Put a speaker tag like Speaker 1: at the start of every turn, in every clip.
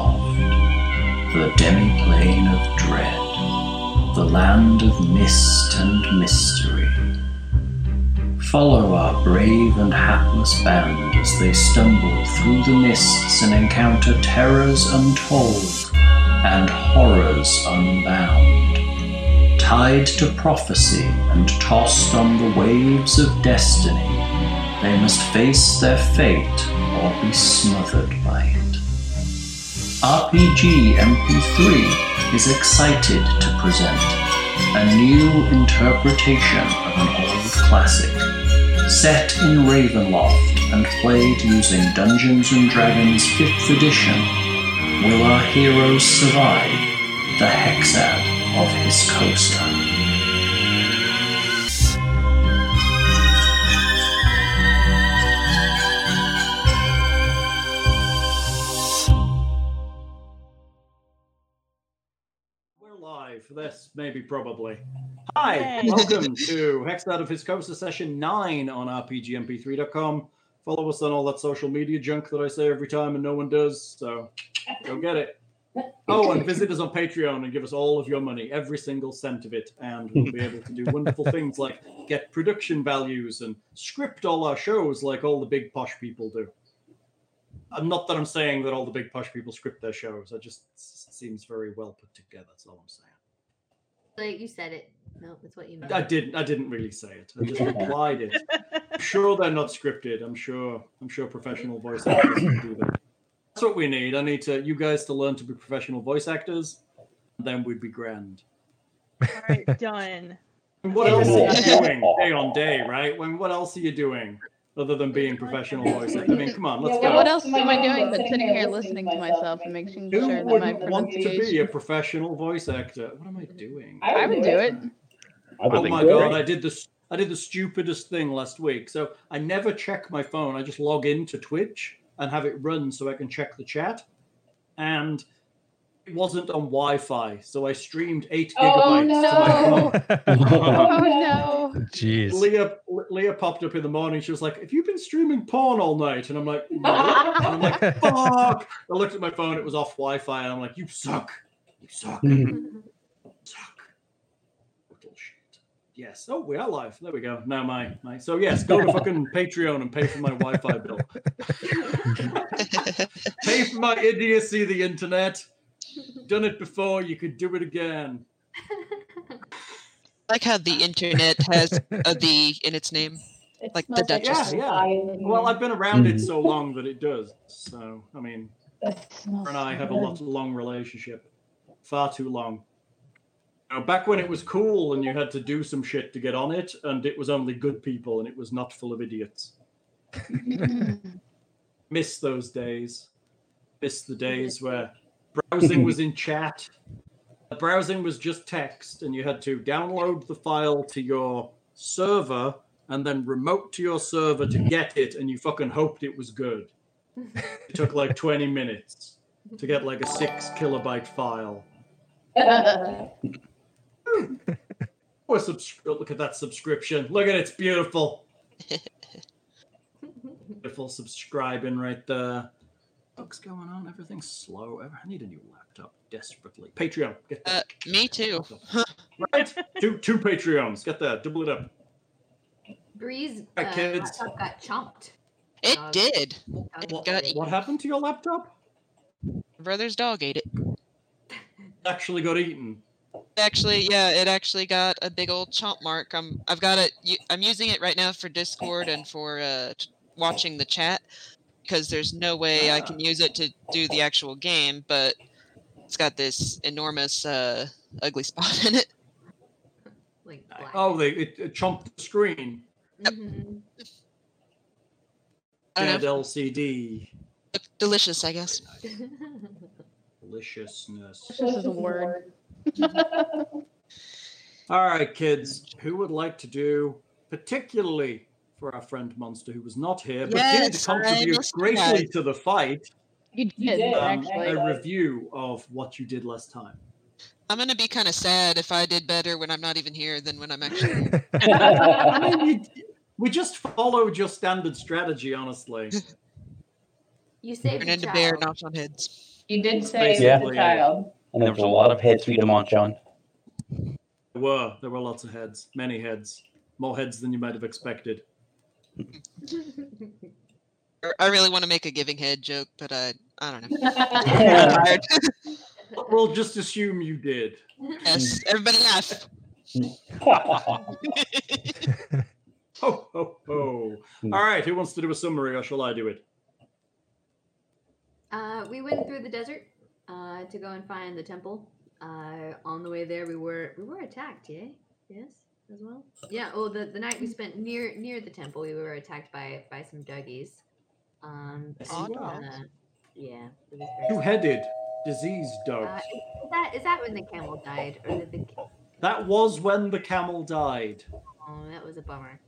Speaker 1: Ravenloft, the demi-plane of dread, the land of mist and mystery. Follow our brave and hapless band as they stumble through the mists and encounter terrors untold and horrors unbound. Tied to prophecy and tossed on the waves of destiny, they must face their fate or be smothered by it. RPG MP3 is excited to present a new interpretation of an old classic, set in Ravenloft and played using Dungeons and Dragons 5th edition. Will our heroes survive the hexad of Hiscosa?
Speaker 2: this, maybe, probably. Hi, welcome to Hex Out of Hiscosa session 9 on RPGMP3.com. Follow us on all that social media junk that I say every time and no one does, so go get it. Oh, and visit us on Patreon and give us all of your money, every single cent of it, and we'll be able to do wonderful things like get production values and script all our shows like all the big posh people do. I'm not that I'm saying that all the big posh people script their shows. It just seems very well put together. That's all I'm saying
Speaker 3: you said it. No, that's what you meant.
Speaker 2: I didn't. I didn't really say it. I just implied it. I'm sure they're not scripted. I'm sure. I'm sure professional voice actors can do that. That's what we need. I need to you guys to learn to be professional voice actors. Then we'd be grand.
Speaker 4: All right, done.
Speaker 2: And what else are you doing day on day, right? When what else are you doing other than being professional voice actors? I mean, come on, let's
Speaker 5: yeah,
Speaker 2: go.
Speaker 5: What else am I doing but sitting here listening to myself and making
Speaker 2: Who
Speaker 5: sure that my
Speaker 2: wouldn't want to
Speaker 5: pronunciation
Speaker 2: be a professional voice actor? What am I doing?
Speaker 5: I would do it.
Speaker 6: I would
Speaker 2: oh
Speaker 6: think
Speaker 2: my
Speaker 6: so.
Speaker 2: god, I did this. I did the stupidest thing last week. So I never check my phone. I just log into Twitch and have it run so I can check the chat. And it wasn't on Wi-Fi, so I streamed eight
Speaker 5: Oh
Speaker 2: gigabytes
Speaker 5: no!
Speaker 2: to my phone.
Speaker 5: Oh no!
Speaker 7: Jeez.
Speaker 2: Leah, Leah popped up in the morning. She was like, "Have you been streaming porn all night?" And I'm like, "No." And I'm like, "Fuck!" I looked at my phone. It was off Wi-Fi. And I'm like, "You suck. You suck." Suck. Little shit. Yes. Oh, we are live. There we go. Now my my. So yes, go to fucking Patreon and pay for my Wi-Fi bill. pay for my idiocy. The internet. Done it before. You could do it again.
Speaker 8: like how the internet has a the in its name. Like the Duchess.
Speaker 2: Yeah, yeah. Well, I've been around it so long that it does. So I mean, her
Speaker 5: Oh,
Speaker 2: and I have a lot long relationship, far too long. You know, back when it was cool and you had to do some shit to get on it, and it was only good people and it was not full of idiots. Miss those days. Miss the days where browsing was in chat. Browsing was just text, and you had to download the file to your server and then remote to your server to get it, and you fucking hoped it was good. It took like 20 minutes to get like a six kilobyte file. Or subs- look at that subscription. Look at it, it's beautiful. beautiful subscribing right there. What's going on? Everything's slow. I need a new laptop desperately. Patreon, get
Speaker 8: Uh,
Speaker 2: that.
Speaker 8: me too.
Speaker 2: right? Two two Patreons. Get that. Double it up.
Speaker 3: Breeze
Speaker 2: Hi,
Speaker 3: uh,
Speaker 2: kids.
Speaker 3: laptop got chomped.
Speaker 8: It
Speaker 3: Dog.
Speaker 8: did. It
Speaker 3: Dog.
Speaker 8: got
Speaker 2: What happened to your laptop?
Speaker 8: brother's dog ate it.
Speaker 2: It actually got eaten.
Speaker 8: Actually, yeah, it actually got a big old chomp mark. I'm I've got it. u- I'm using it right now for Discord and for uh, t- watching the chat because there's no way I can use it to do the actual game. But it's got this enormous uh, ugly spot in it.
Speaker 3: Like black.
Speaker 2: Oh, they it, it chomped the screen.
Speaker 3: Mhm.
Speaker 8: I don't
Speaker 2: Dead
Speaker 8: know.
Speaker 2: LCD.
Speaker 8: Looked delicious, I guess.
Speaker 2: Deliciousness.
Speaker 5: This is a word.
Speaker 2: All right, kids. Who would like to do, particularly for our friend Monster, who was not here, but did
Speaker 8: Yes, I
Speaker 2: contribute
Speaker 8: missed you
Speaker 2: greatly
Speaker 8: guys.
Speaker 2: to the fight,
Speaker 5: You did,
Speaker 9: did,
Speaker 2: um,
Speaker 5: actually.
Speaker 2: a review of what you did last time?
Speaker 8: I'm gonna be kind of sad if I did better when I'm not even here than when I'm actually. here.
Speaker 2: I mean, you- we just followed your standard strategy, honestly.
Speaker 3: You saved
Speaker 8: Turn
Speaker 3: a
Speaker 8: into bear,
Speaker 3: child.
Speaker 8: knocked on heads.
Speaker 5: You did say
Speaker 6: Yeah.
Speaker 5: the child.
Speaker 6: And there was a lot of heads we didn't want, John.
Speaker 2: There were there were lots of heads, many heads, more heads than you might have expected.
Speaker 8: Or I really want to make a giving head joke, but I I don't know.
Speaker 5: That's
Speaker 8: Tired.
Speaker 2: We'll just assume you did.
Speaker 8: yes, everybody laugh.
Speaker 2: Ho ho ho!
Speaker 6: Hmm.
Speaker 2: All right, who wants to do a summary, or shall I do it?
Speaker 3: Uh, we went through the desert uh, to go and find the temple. Uh, on the way there, we were we were attacked. Yeah, yes, as well. Yeah. Oh, the, the night we spent near near the temple, we were attacked by by some duggies. Um,
Speaker 2: Yes,
Speaker 3: and,
Speaker 8: you were.
Speaker 3: uh, yeah. It was very sad.
Speaker 2: Two-headed disease, Doug.
Speaker 3: Uh, is that is that when the camel died, or did the ca-
Speaker 2: that was when the camel died.
Speaker 3: oh that was a bummer.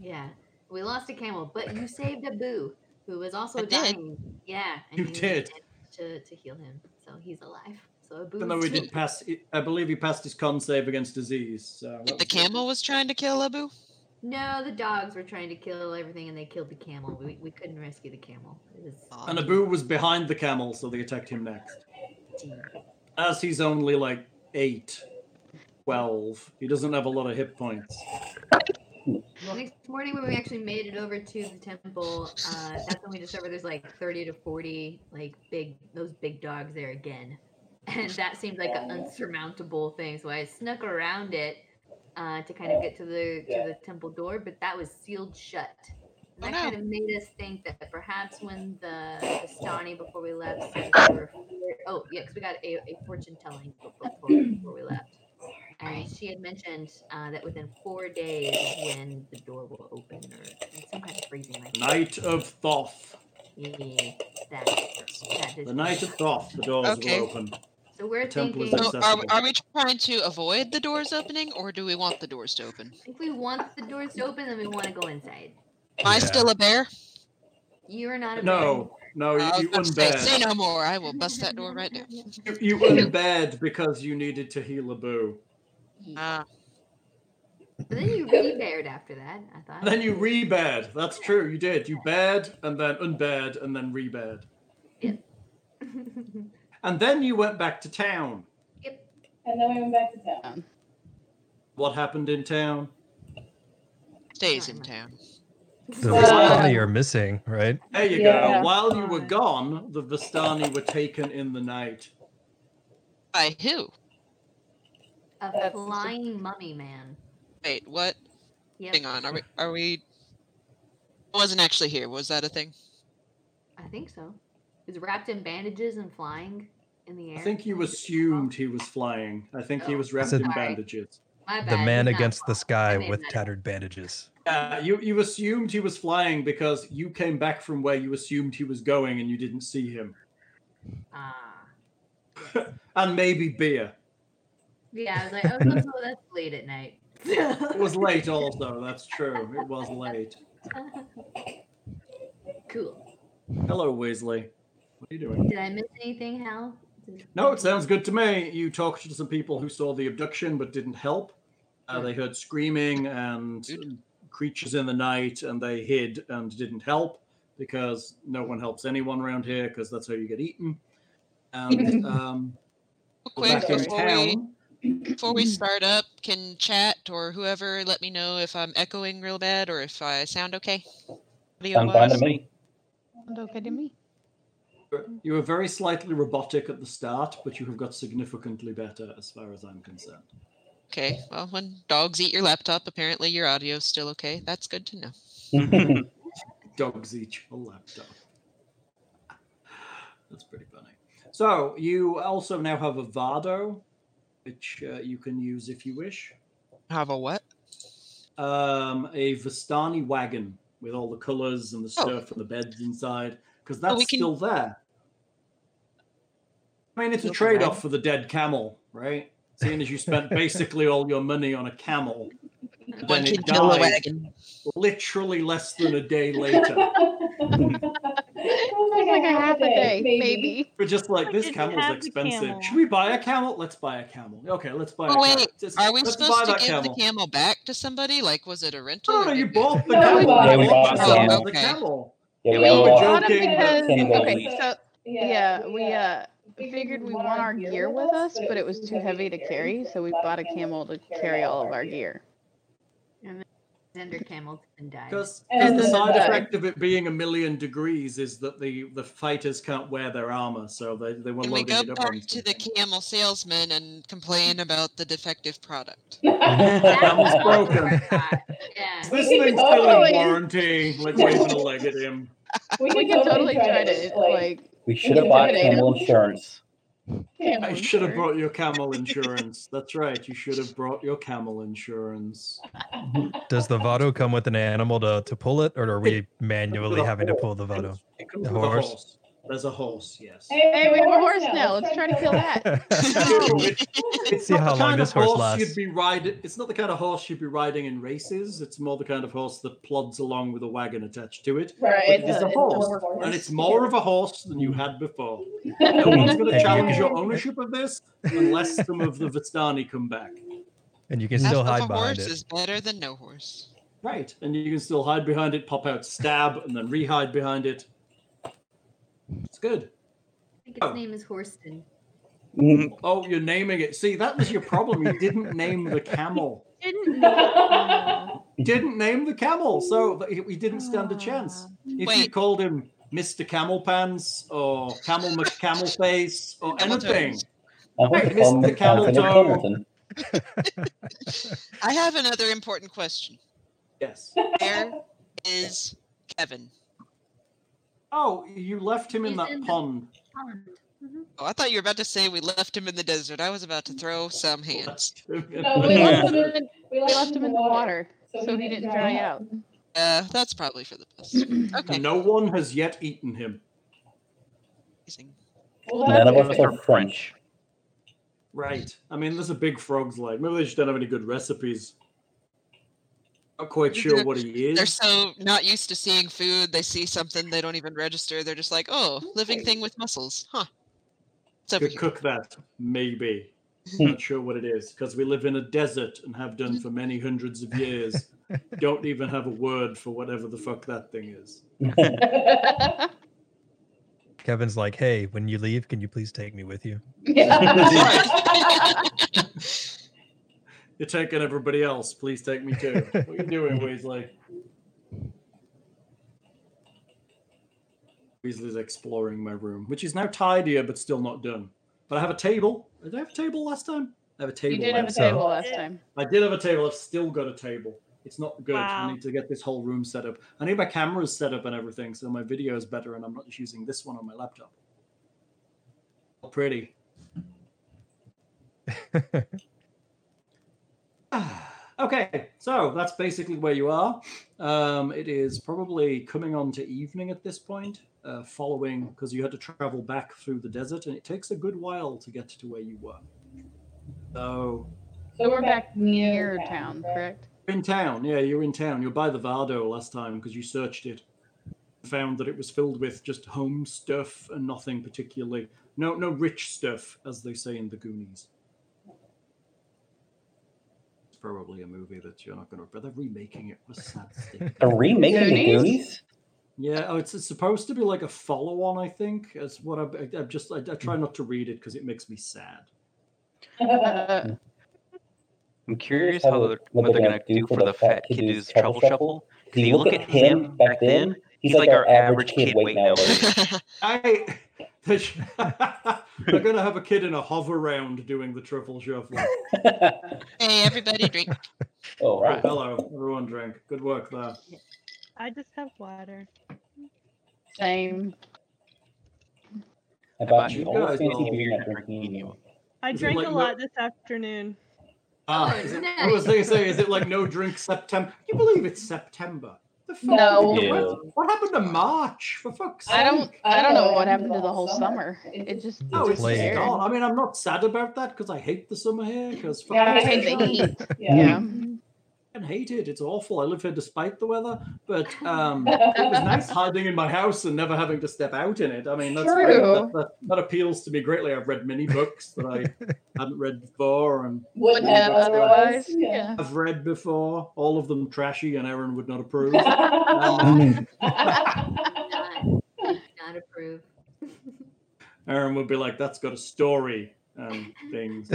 Speaker 3: Yeah, we lost a camel, but you saved Abu, who was also
Speaker 8: I did.
Speaker 3: dying. Yeah,
Speaker 2: You
Speaker 3: we
Speaker 2: did.
Speaker 3: managed To, to heal him, so he's alive. So Abu.
Speaker 2: Even though we did pass, I believe he passed his con save against disease. So that
Speaker 8: But
Speaker 2: was
Speaker 8: the
Speaker 2: good.
Speaker 8: camel was trying to kill Abu.
Speaker 3: No, the dogs were trying to kill everything, and they killed the camel. We, we couldn't rescue the camel. It was
Speaker 8: Aw.
Speaker 2: And Abu was behind the camel, so they attacked him next.
Speaker 3: deep.
Speaker 2: As he's only like eight, 12. He doesn't have a lot of hit points.
Speaker 3: The next morning, when we actually made it over to the temple, uh, that's when we discovered there's like 30 to 40 like big those big dogs there again, and that seemed like an unsurmountable thing. So I snuck around it uh, to kind of get to the to the temple door, but that was sealed shut. And
Speaker 8: Oh,
Speaker 3: that
Speaker 8: no.
Speaker 3: kind of made us think that perhaps when the, the Stani before we left, said that we were fear- oh yeah, because we got a, a fortune telling before, before, before we left. And she had mentioned uh, that within four days is when the door will open or some kind of phrasing like that.
Speaker 2: Night of Thoth.
Speaker 3: Yeah, that, that is
Speaker 2: The night of Thoth, the doors
Speaker 8: Okay.
Speaker 2: will open.
Speaker 3: So we're
Speaker 2: temple is
Speaker 3: thinking
Speaker 8: So are,
Speaker 2: accessible.
Speaker 8: are we trying to avoid the doors opening, or do we want the doors to open?
Speaker 3: if we want the doors to open, then we want to go inside.
Speaker 8: Am I
Speaker 6: Yeah.
Speaker 8: still a bear?
Speaker 3: You're not a
Speaker 2: No, no,
Speaker 8: I
Speaker 2: Oh, you, you
Speaker 8: was about to say, say
Speaker 2: unbed.
Speaker 8: no more. I will bust that door right now.
Speaker 2: You, you unbed because you needed to heal Abu.
Speaker 8: Ah,
Speaker 3: But then you re-bared after that. I thought.
Speaker 2: And then you rebed. That's true, you did. You bed and then unbed and then rebed. And then you went back to town.
Speaker 5: And then we went back to town.
Speaker 2: What happened in town?
Speaker 8: stays in town.
Speaker 7: The
Speaker 5: Wow.
Speaker 3: uh,
Speaker 7: Vistani are missing, right?
Speaker 2: There you
Speaker 5: Yeah.
Speaker 2: go. While you were
Speaker 4: Right.
Speaker 2: gone, the Vistani were taken in the night.
Speaker 8: By who?
Speaker 3: a
Speaker 5: That's-
Speaker 3: flying mummy man.
Speaker 8: Wait, what?
Speaker 3: Yep.
Speaker 8: Hang on. Are we? Are we? I wasn't actually here. Was that a thing?
Speaker 3: I think so. He's wrapped in bandages and flying in the air.
Speaker 2: I think you assumed he was flying. I think he
Speaker 3: Oh,
Speaker 2: was wrapped
Speaker 7: So-
Speaker 2: in
Speaker 3: Sorry.
Speaker 2: bandages.
Speaker 3: My
Speaker 7: The
Speaker 3: bad, he's
Speaker 7: man
Speaker 3: not
Speaker 7: against
Speaker 3: flying. I
Speaker 7: the sky
Speaker 3: mean,
Speaker 7: with
Speaker 3: that-
Speaker 7: tattered bandages.
Speaker 2: Yeah, you, you assumed he was flying because you came back from where you assumed he was going and you didn't see him.
Speaker 3: Ah.
Speaker 2: And maybe beer.
Speaker 3: Yeah, I was like, oh, that's, that's late at night.
Speaker 2: It was late also, that's true. It was late.
Speaker 3: cool.
Speaker 2: Hello, Weasley. What are you doing?
Speaker 3: Did I miss anything, Hal? Did-
Speaker 2: No, it sounds good to me. You talked to some people who saw the abduction but didn't help. Uh, they heard screaming and
Speaker 8: Good.
Speaker 2: creatures in the night, and they hid and didn't help because no one helps anyone around here because that's how you get eaten. And um,
Speaker 8: Real Quick
Speaker 2: back in
Speaker 8: before we
Speaker 2: town.
Speaker 8: before we start up, can chat or whoever let me know if I'm echoing real bad or if I sound okay. Audio
Speaker 6: Sound fine to
Speaker 8: wise.
Speaker 6: me.
Speaker 5: Okay to me.
Speaker 2: You were very slightly robotic at the start, but you have got significantly better as far as I'm concerned.
Speaker 8: Okay. Well, when dogs eat your laptop, apparently your audio's still okay. That's good to know.
Speaker 2: dogs eat your laptop. That's pretty funny. So you also now have a Vado, which uh, you can use if you wish.
Speaker 8: Have a what?
Speaker 2: Um, a Vistani wagon with all the colors and the
Speaker 8: Oh.
Speaker 2: stuff and the beds inside, because that's
Speaker 8: we can-
Speaker 2: still there. I mean, it's a
Speaker 8: Look around.
Speaker 2: trade off for the dead camel, right? Seeing as you spent basically all your money on a camel, and then
Speaker 8: One can
Speaker 2: it
Speaker 8: kill a
Speaker 2: died
Speaker 8: wagon.
Speaker 2: literally less than a day later.
Speaker 5: Oh It was
Speaker 9: like a half a day, maybe.
Speaker 2: We're just like
Speaker 4: Like,
Speaker 2: this
Speaker 4: it's
Speaker 2: camel's
Speaker 4: half the
Speaker 2: expensive.
Speaker 4: camel.
Speaker 2: Should we buy a camel? Let's buy a camel. Okay, let's buy.
Speaker 8: Oh,
Speaker 2: a
Speaker 8: wait,
Speaker 2: camel. Just-
Speaker 8: Are we
Speaker 2: let's buy
Speaker 8: supposed to
Speaker 2: that
Speaker 8: give the camel back to somebody? Like, was it a rental?
Speaker 2: No,
Speaker 8: or
Speaker 2: no,
Speaker 8: did
Speaker 2: you
Speaker 8: we-
Speaker 2: bought the
Speaker 5: No, we
Speaker 2: camel.
Speaker 5: bought
Speaker 6: Yeah, we it. bought
Speaker 2: You
Speaker 6: the
Speaker 2: bought
Speaker 6: camel.
Speaker 2: the camel.
Speaker 8: Okay.
Speaker 6: Yeah,
Speaker 5: we
Speaker 2: were
Speaker 6: all lost
Speaker 5: got 'em
Speaker 2: joking,
Speaker 5: because
Speaker 2: but-
Speaker 5: okay, so yeah, we uh figured we want our gear with us, but it was too heavy to carry, so we bought a camel to carry all of our gear.
Speaker 3: Xander Camilton died.
Speaker 2: Because
Speaker 9: And
Speaker 2: the
Speaker 9: then
Speaker 2: side
Speaker 9: the-
Speaker 2: effect of it being a million degrees is that the, the fighters can't wear their armor, so they, they were
Speaker 8: Can we
Speaker 2: loading
Speaker 8: go
Speaker 2: it up on
Speaker 8: back to the camel salesman and complain about the defective product?
Speaker 3: That was
Speaker 2: Camel's broken.
Speaker 3: Yeah.
Speaker 2: This thing's still in
Speaker 9: Oh,
Speaker 5: Totally.
Speaker 2: warranty. Let's wave a leg at him.
Speaker 9: We
Speaker 5: We could totally try to like
Speaker 6: We should have bought
Speaker 5: Intimidator.
Speaker 6: Campbell Insurance.
Speaker 5: camel
Speaker 2: I should have
Speaker 5: insurance.
Speaker 2: brought your camel insurance. That's right. You should have brought your camel insurance.
Speaker 7: Does the Vado come with an animal to, to pull it, or are we manually
Speaker 2: a
Speaker 7: having to
Speaker 2: horse.
Speaker 7: pull the Vado?
Speaker 2: It comes
Speaker 7: The
Speaker 2: with a
Speaker 7: horse?
Speaker 2: horse. There's a horse, yes.
Speaker 5: Hey, we have a horse now. Let's try to kill that.
Speaker 2: It's
Speaker 7: Let's see
Speaker 2: not
Speaker 7: how
Speaker 2: the
Speaker 7: long
Speaker 2: kind
Speaker 7: this
Speaker 2: of
Speaker 7: horse
Speaker 2: horse
Speaker 7: lasts.
Speaker 2: You'd be riding. It's not the kind of horse you'd be riding in races. It's more the kind of horse that plods along with a wagon attached to it.
Speaker 9: Right,
Speaker 2: But
Speaker 5: it's
Speaker 2: it's
Speaker 5: a-
Speaker 2: a
Speaker 5: it's a
Speaker 2: horse,
Speaker 5: workhorse.
Speaker 2: and it's more of a horse than you had before.
Speaker 9: It's
Speaker 2: No one's going to
Speaker 7: Thank you.
Speaker 2: challenge your ownership of this unless some of the Vistani come back.
Speaker 7: And you can
Speaker 8: Half
Speaker 7: still
Speaker 8: of
Speaker 7: hide
Speaker 8: a horse
Speaker 7: behind it.
Speaker 8: is better than no horse.
Speaker 2: Right, and you can still hide behind it, pop out, stab, and then re-hide behind it. It's good.
Speaker 3: I think his name is Horston.
Speaker 2: Oh, you're naming it. See, that was your problem. You didn't name the camel.
Speaker 4: Didn't know.
Speaker 2: Didn't name the camel, so th- he didn't stand a chance. If you
Speaker 8: Wait.
Speaker 2: called him Mr. Camel Pants or Camel McCamel Face or
Speaker 8: Camel
Speaker 2: anything,
Speaker 8: toes.
Speaker 6: I want
Speaker 2: Hey,
Speaker 6: to
Speaker 2: Mr.
Speaker 6: call him
Speaker 2: Camel
Speaker 6: Alfred
Speaker 2: Toe.
Speaker 6: Hamilton.
Speaker 8: I have another important question.
Speaker 2: yes.
Speaker 8: Where is Kevin?
Speaker 2: Oh, you left him in
Speaker 3: He's
Speaker 2: that
Speaker 3: in the-
Speaker 2: pond.
Speaker 3: Pond. Mhm.
Speaker 8: Oh, I thought you were about to say we left him in the desert. I was about to throw some hands.
Speaker 9: No,
Speaker 5: We left him
Speaker 2: That's
Speaker 5: in, we left him in the water, so he didn't dry out.
Speaker 8: Uh, that's probably for the best. Okay.
Speaker 2: no one has yet eaten him.
Speaker 8: amazing.
Speaker 9: Well,
Speaker 6: None of us
Speaker 9: that's-
Speaker 6: are French.
Speaker 2: Right. I mean, there's a big frog's leg. Maybe they just don't have any good recipes. Not quite sure what he
Speaker 8: They're
Speaker 2: is.
Speaker 8: so not used to seeing food. They see something, they don't even register. They're just like, oh, living thing with muscles. Huh. It's over
Speaker 2: Could
Speaker 8: here.
Speaker 2: cook that, maybe.
Speaker 5: Hmm.
Speaker 2: Not sure what it is because we live in a desert and have done for many hundreds of years. don't even have a word for whatever the fuck that thing is.
Speaker 7: Kevin's like, hey, when you leave, can you please take me with you?
Speaker 9: Yeah.
Speaker 2: You're taking everybody else. Please take me too. what are you doing, Weasley? Weasley's exploring my room, which is now tidier but still not done. But I have a table. Did I have a table last time? I have a table.
Speaker 5: You did have a
Speaker 2: last
Speaker 7: So-
Speaker 5: table last time.
Speaker 2: I did have a table. I've still got a table. It's not good. I
Speaker 4: Wow.
Speaker 2: need to get this whole room set up. I need my cameras set up and everything so my video is better and I'm not just using this one on my laptop. Oh, Pretty. Ah, okay, so that's basically where you are. Um, it is probably coming on to evening at this point, uh, following because you had to travel back through the desert and it takes a good while to get to where you were. So
Speaker 5: So we're back near town, correct?
Speaker 2: in town, yeah, you're in town. You're by the Vardo last time because you searched it. Found that it was filled with just home stuff and nothing particularly. No, no rich stuff, as they say in the Goonies. It's probably a movie that you're not going to. But they're remaking it. What a sad state.
Speaker 6: A remake of the
Speaker 5: Goonies?
Speaker 6: Goonies?
Speaker 2: yeah, oh, it's, it's supposed to be like a follow-on. I think. That's what I, I, I just. I, I try not to read it because it makes me sad.
Speaker 5: Uh,
Speaker 10: I'm curious how they're, what they're gonna do for the fat kid who's trouble shuffle. If you look at him back then, he's like our average kid weight now.
Speaker 2: I. They're going to have a kid in a hover round doing the triple shuffle.
Speaker 8: hey, everybody drink.
Speaker 6: All
Speaker 2: Oh,
Speaker 6: right.
Speaker 2: Hello, everyone drink. Good work there.
Speaker 4: I just have water.
Speaker 5: same.
Speaker 6: About you,
Speaker 2: You
Speaker 6: always
Speaker 2: guys
Speaker 6: fancy
Speaker 2: know.
Speaker 6: beer not drinking anymore.
Speaker 4: I
Speaker 2: Is it
Speaker 4: drank
Speaker 2: like
Speaker 4: a
Speaker 2: no-
Speaker 4: lot this afternoon.
Speaker 2: Ah,
Speaker 3: Oh,
Speaker 2: is it,
Speaker 3: nice.
Speaker 2: what was they say? Is it like no drink September? Can you believe it's September? The fuck?
Speaker 5: No.
Speaker 6: Yeah.
Speaker 2: What, what happened to March? For fuck's sake.
Speaker 5: I don't. I don't know what happened to the whole summer. It just.
Speaker 2: No, it's just
Speaker 7: Plague.
Speaker 2: gone. I mean, I'm not sad about that because I hate the summer here. Because
Speaker 9: Yeah,
Speaker 5: I hate the heat.
Speaker 9: Yeah.
Speaker 2: I hate it. It's awful. I live here despite the weather, but um, it was nice hiding in my house and never having to step out in it. I mean, that's great.
Speaker 5: True.
Speaker 2: That, that, that appeals to me greatly. I've read many books that I hadn't read before, and
Speaker 5: Would have otherwise. Yeah.
Speaker 2: I've read Um, before. All of them trashy, and Aaron would not approve.
Speaker 9: Yeah.
Speaker 2: Um, Aaron would be like, "That's got a story and things."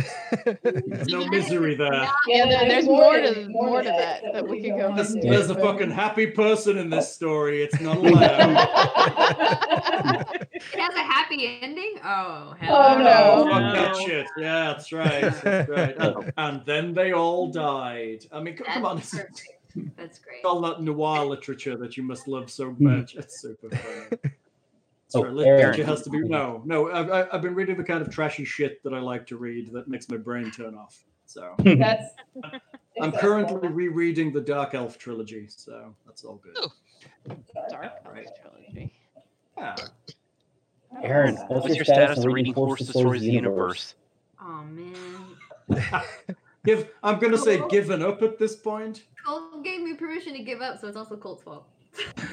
Speaker 2: There's no misery there.
Speaker 5: Yeah, there, there's more to more to that that we could go
Speaker 2: There's,
Speaker 5: into.
Speaker 2: there's a
Speaker 5: but-
Speaker 2: fucking happy person in this story. It's not allowed.
Speaker 3: It has a happy ending? Oh, hell
Speaker 5: Oh, no.
Speaker 2: Fuck that shit. Yeah, that's right. That's right. And, and then they all died. I mean, c- come on. this is-
Speaker 3: That's great.
Speaker 2: All that noir literature that you must love so much. It's super funny.
Speaker 1: Oh,
Speaker 2: Sorry, literature
Speaker 1: Aaron.
Speaker 2: has to be. No, no. I've, I- I've been reading the kind of trashy shit that I like to read that makes my brain turn off. So
Speaker 5: Hmm.
Speaker 9: That's.
Speaker 2: I'm currently rereading the Dark Elf trilogy. So that's all good.
Speaker 5: Dark
Speaker 2: Right.
Speaker 5: trilogy.
Speaker 2: Yeah.
Speaker 6: Aaron, what's, your status of reading Horse
Speaker 10: Horse Destroys
Speaker 6: Destroys
Speaker 10: the
Speaker 6: the Universe?
Speaker 3: Oh, man.
Speaker 2: Give. I'm gonna say given up at this point.
Speaker 3: Colt gave me permission to give up, so it's also Colt's fault.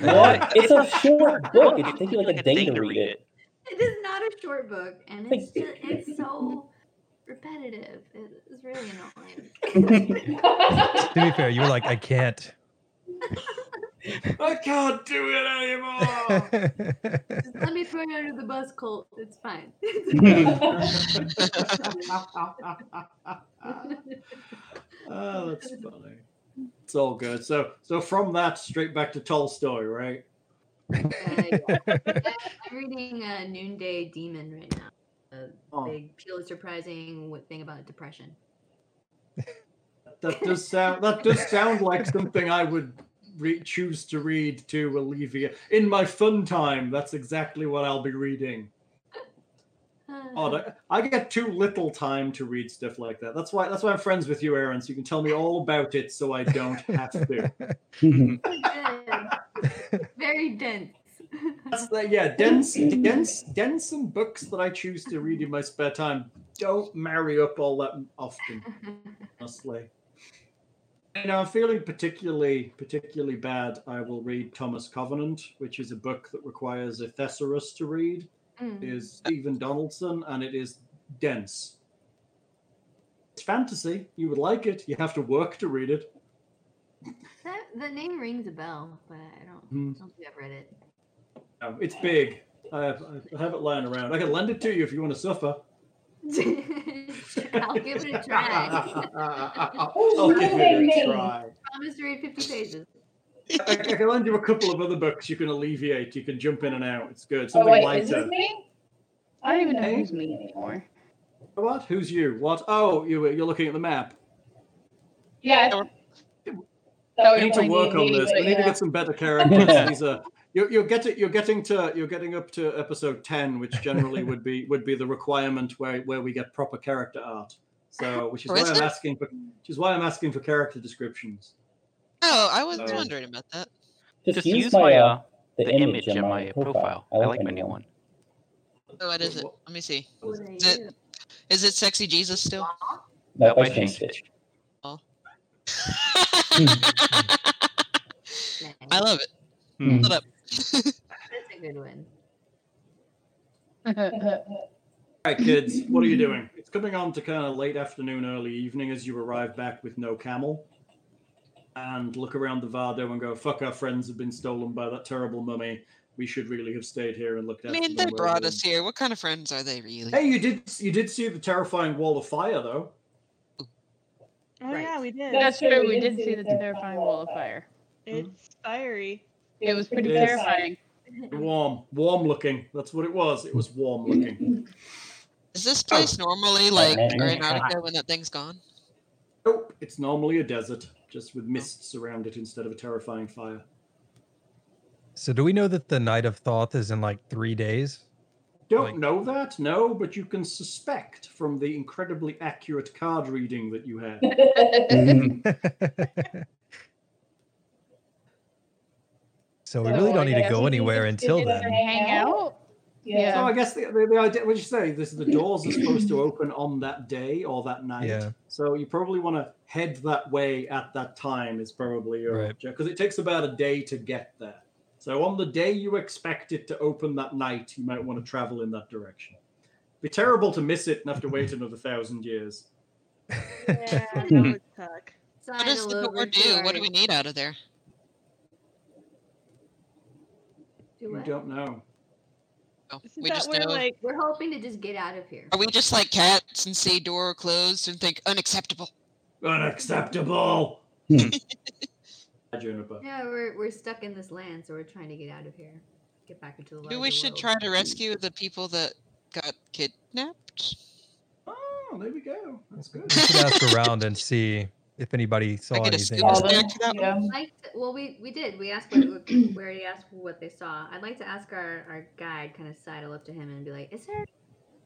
Speaker 6: What? it's a short book. It should take you like a day to read it.
Speaker 3: It is not a short book, and it's just, it's so repetitive. It's really annoying.
Speaker 7: To be fair, you were like, I can't.
Speaker 2: I can't do it anymore.
Speaker 3: Just let me throw you under the bus, Colt. It's fine.
Speaker 2: Oh, that's funny. It's all good. So, so from that straight back to Tolstoy, right?
Speaker 3: I'm reading uh, Noonday Demon right now. A
Speaker 2: Oh.
Speaker 3: big Pulitzer Prizing w- thing about depression.
Speaker 2: That does sound. That does sound like something I would re- choose to read to alleviate in my fun time. That's exactly what I'll be reading.
Speaker 3: Uh,
Speaker 2: Oh, that- I get too little time to read stuff like that. That's why. That's why I'm friends with you, Aaron. So you can tell me all about it, so I don't have to.
Speaker 3: Good. Very dense.
Speaker 2: That's the, yeah, dense, dense, dense. Some books that I choose to read in my spare time don't marry up all that often. Honestly, you know, I'm feeling particularly, particularly bad. I will read Thomas Covenant, which is a book that requires a thesaurus to read.
Speaker 3: Mm.
Speaker 2: Is Stephen Donaldson, and it is dense. It's fantasy. You would like it. You have to work to read it.
Speaker 3: That, the name rings a bell, but I don't,
Speaker 2: Hmm.
Speaker 3: don't think I've read it.
Speaker 2: No, Um, it's big. I have, I have it lying around. I can lend it to you if you want to suffer.
Speaker 3: I'll give it a try.
Speaker 2: I'll give it a
Speaker 5: Oh,
Speaker 2: try.
Speaker 3: Promise to read 50 pages.
Speaker 2: I, I can lend you a couple of other books you can alleviate. You can jump in and out. It's good.
Speaker 9: Oh,
Speaker 2: Something
Speaker 9: wait, is this
Speaker 2: lighter.
Speaker 9: me?
Speaker 5: I don't even know who's me anymore.
Speaker 2: What? Who's you? What? Oh, you, you're looking at the map.
Speaker 9: Yeah.
Speaker 8: Yeah,
Speaker 9: That
Speaker 2: We Oh, need to
Speaker 9: would
Speaker 2: work on
Speaker 9: be me,
Speaker 2: this.
Speaker 9: but
Speaker 2: We need to
Speaker 9: yeah.
Speaker 2: get some better characters. These are you're, you're getting you're getting to you're getting up to episode ten, which generally would be would be the requirement where where we get proper character art. So, which Oh, is why I'm
Speaker 8: Kristen?
Speaker 2: asking for which is why I'm asking for character descriptions.
Speaker 8: Oh, I was
Speaker 2: Um,
Speaker 8: wondering about that.
Speaker 10: Just, use my uh, the image in my profile. I like my
Speaker 6: new
Speaker 10: new
Speaker 6: one.
Speaker 10: one.
Speaker 8: Oh, what is it? Let me see. Is it is it sexy Jesus still?
Speaker 10: Nope, I
Speaker 6: I
Speaker 10: changed
Speaker 6: changed
Speaker 10: it.
Speaker 8: I love it.
Speaker 6: Hmm.
Speaker 8: Hold up.
Speaker 3: That's a good one.
Speaker 2: All right, kids, what are you doing? It's coming on to kind of late afternoon, early evening as you arrive back with no camel and look around the Vado and go, fuck, our friends have been stolen by that terrible mummy. We should really have stayed here and looked
Speaker 8: I
Speaker 2: after
Speaker 8: mean,
Speaker 2: them.
Speaker 8: they
Speaker 2: while
Speaker 8: brought
Speaker 2: we-
Speaker 8: us here. What kind of friends are they really?
Speaker 2: Hey, you did you did see the terrifying wall of fire, though.
Speaker 4: Oh yeah, we did.
Speaker 5: That's true. We did see the terrifying wall of fire.
Speaker 4: It's fiery.
Speaker 5: It was pretty
Speaker 2: It is.
Speaker 5: terrifying.
Speaker 2: Warm, warm looking. That's what it was. It was warm looking.
Speaker 8: Is
Speaker 2: Oh.
Speaker 8: this place normally like
Speaker 6: man,
Speaker 8: Grand
Speaker 6: it's hot.
Speaker 8: Antarctica when that thing's gone?
Speaker 2: Nope, it's normally a desert, just with mists around it instead of a terrifying fire.
Speaker 7: So, do we know that the Night of Thoth is in like three days?
Speaker 2: Don't
Speaker 7: Like-
Speaker 2: know that, no, but you can suspect from the incredibly accurate card reading that you had.
Speaker 7: Mm-hmm. so, we really don't need to go anywhere until then.
Speaker 5: Hang out?
Speaker 2: So
Speaker 5: Yeah.
Speaker 2: I guess the, the, the idea, what you say, this the doors are supposed to open on that day or that night.
Speaker 7: Yeah.
Speaker 2: So you probably want to head that way at that time is probably your
Speaker 7: Right.
Speaker 2: objective because it takes about a day to get there. So on the day you expect it to open that night, you might want to travel in that direction. Be terrible to miss it and have to wait another thousand years.
Speaker 4: Yeah, that would suck.
Speaker 8: What does the
Speaker 3: Sidle
Speaker 8: door
Speaker 3: over
Speaker 8: do?
Speaker 3: to
Speaker 8: What do
Speaker 3: our-
Speaker 8: we need out of there?
Speaker 3: do
Speaker 2: You
Speaker 3: what?
Speaker 2: don't know.
Speaker 3: Isn't
Speaker 8: Oh, We just know.
Speaker 3: We're hoping to just get out of here.
Speaker 8: Are we just like cats and see door closed and think unacceptable?
Speaker 2: Unacceptable. Juniper.
Speaker 3: Yeah, we're, we're stuck in this land, so we're trying to get out of here. Get back into the
Speaker 8: Maybe
Speaker 3: larger
Speaker 8: we should
Speaker 3: world.
Speaker 8: try to rescue the people that got kidnapped.
Speaker 2: Oh, there we go. That's good.
Speaker 7: You should ask around and see if anybody saw
Speaker 8: get a
Speaker 7: anything.
Speaker 8: scoop
Speaker 3: I'd like to- well, we, we did. We asked what we already asked what they saw. I'd like to ask our, our guide, kind of sidle up to him and be like, "Is there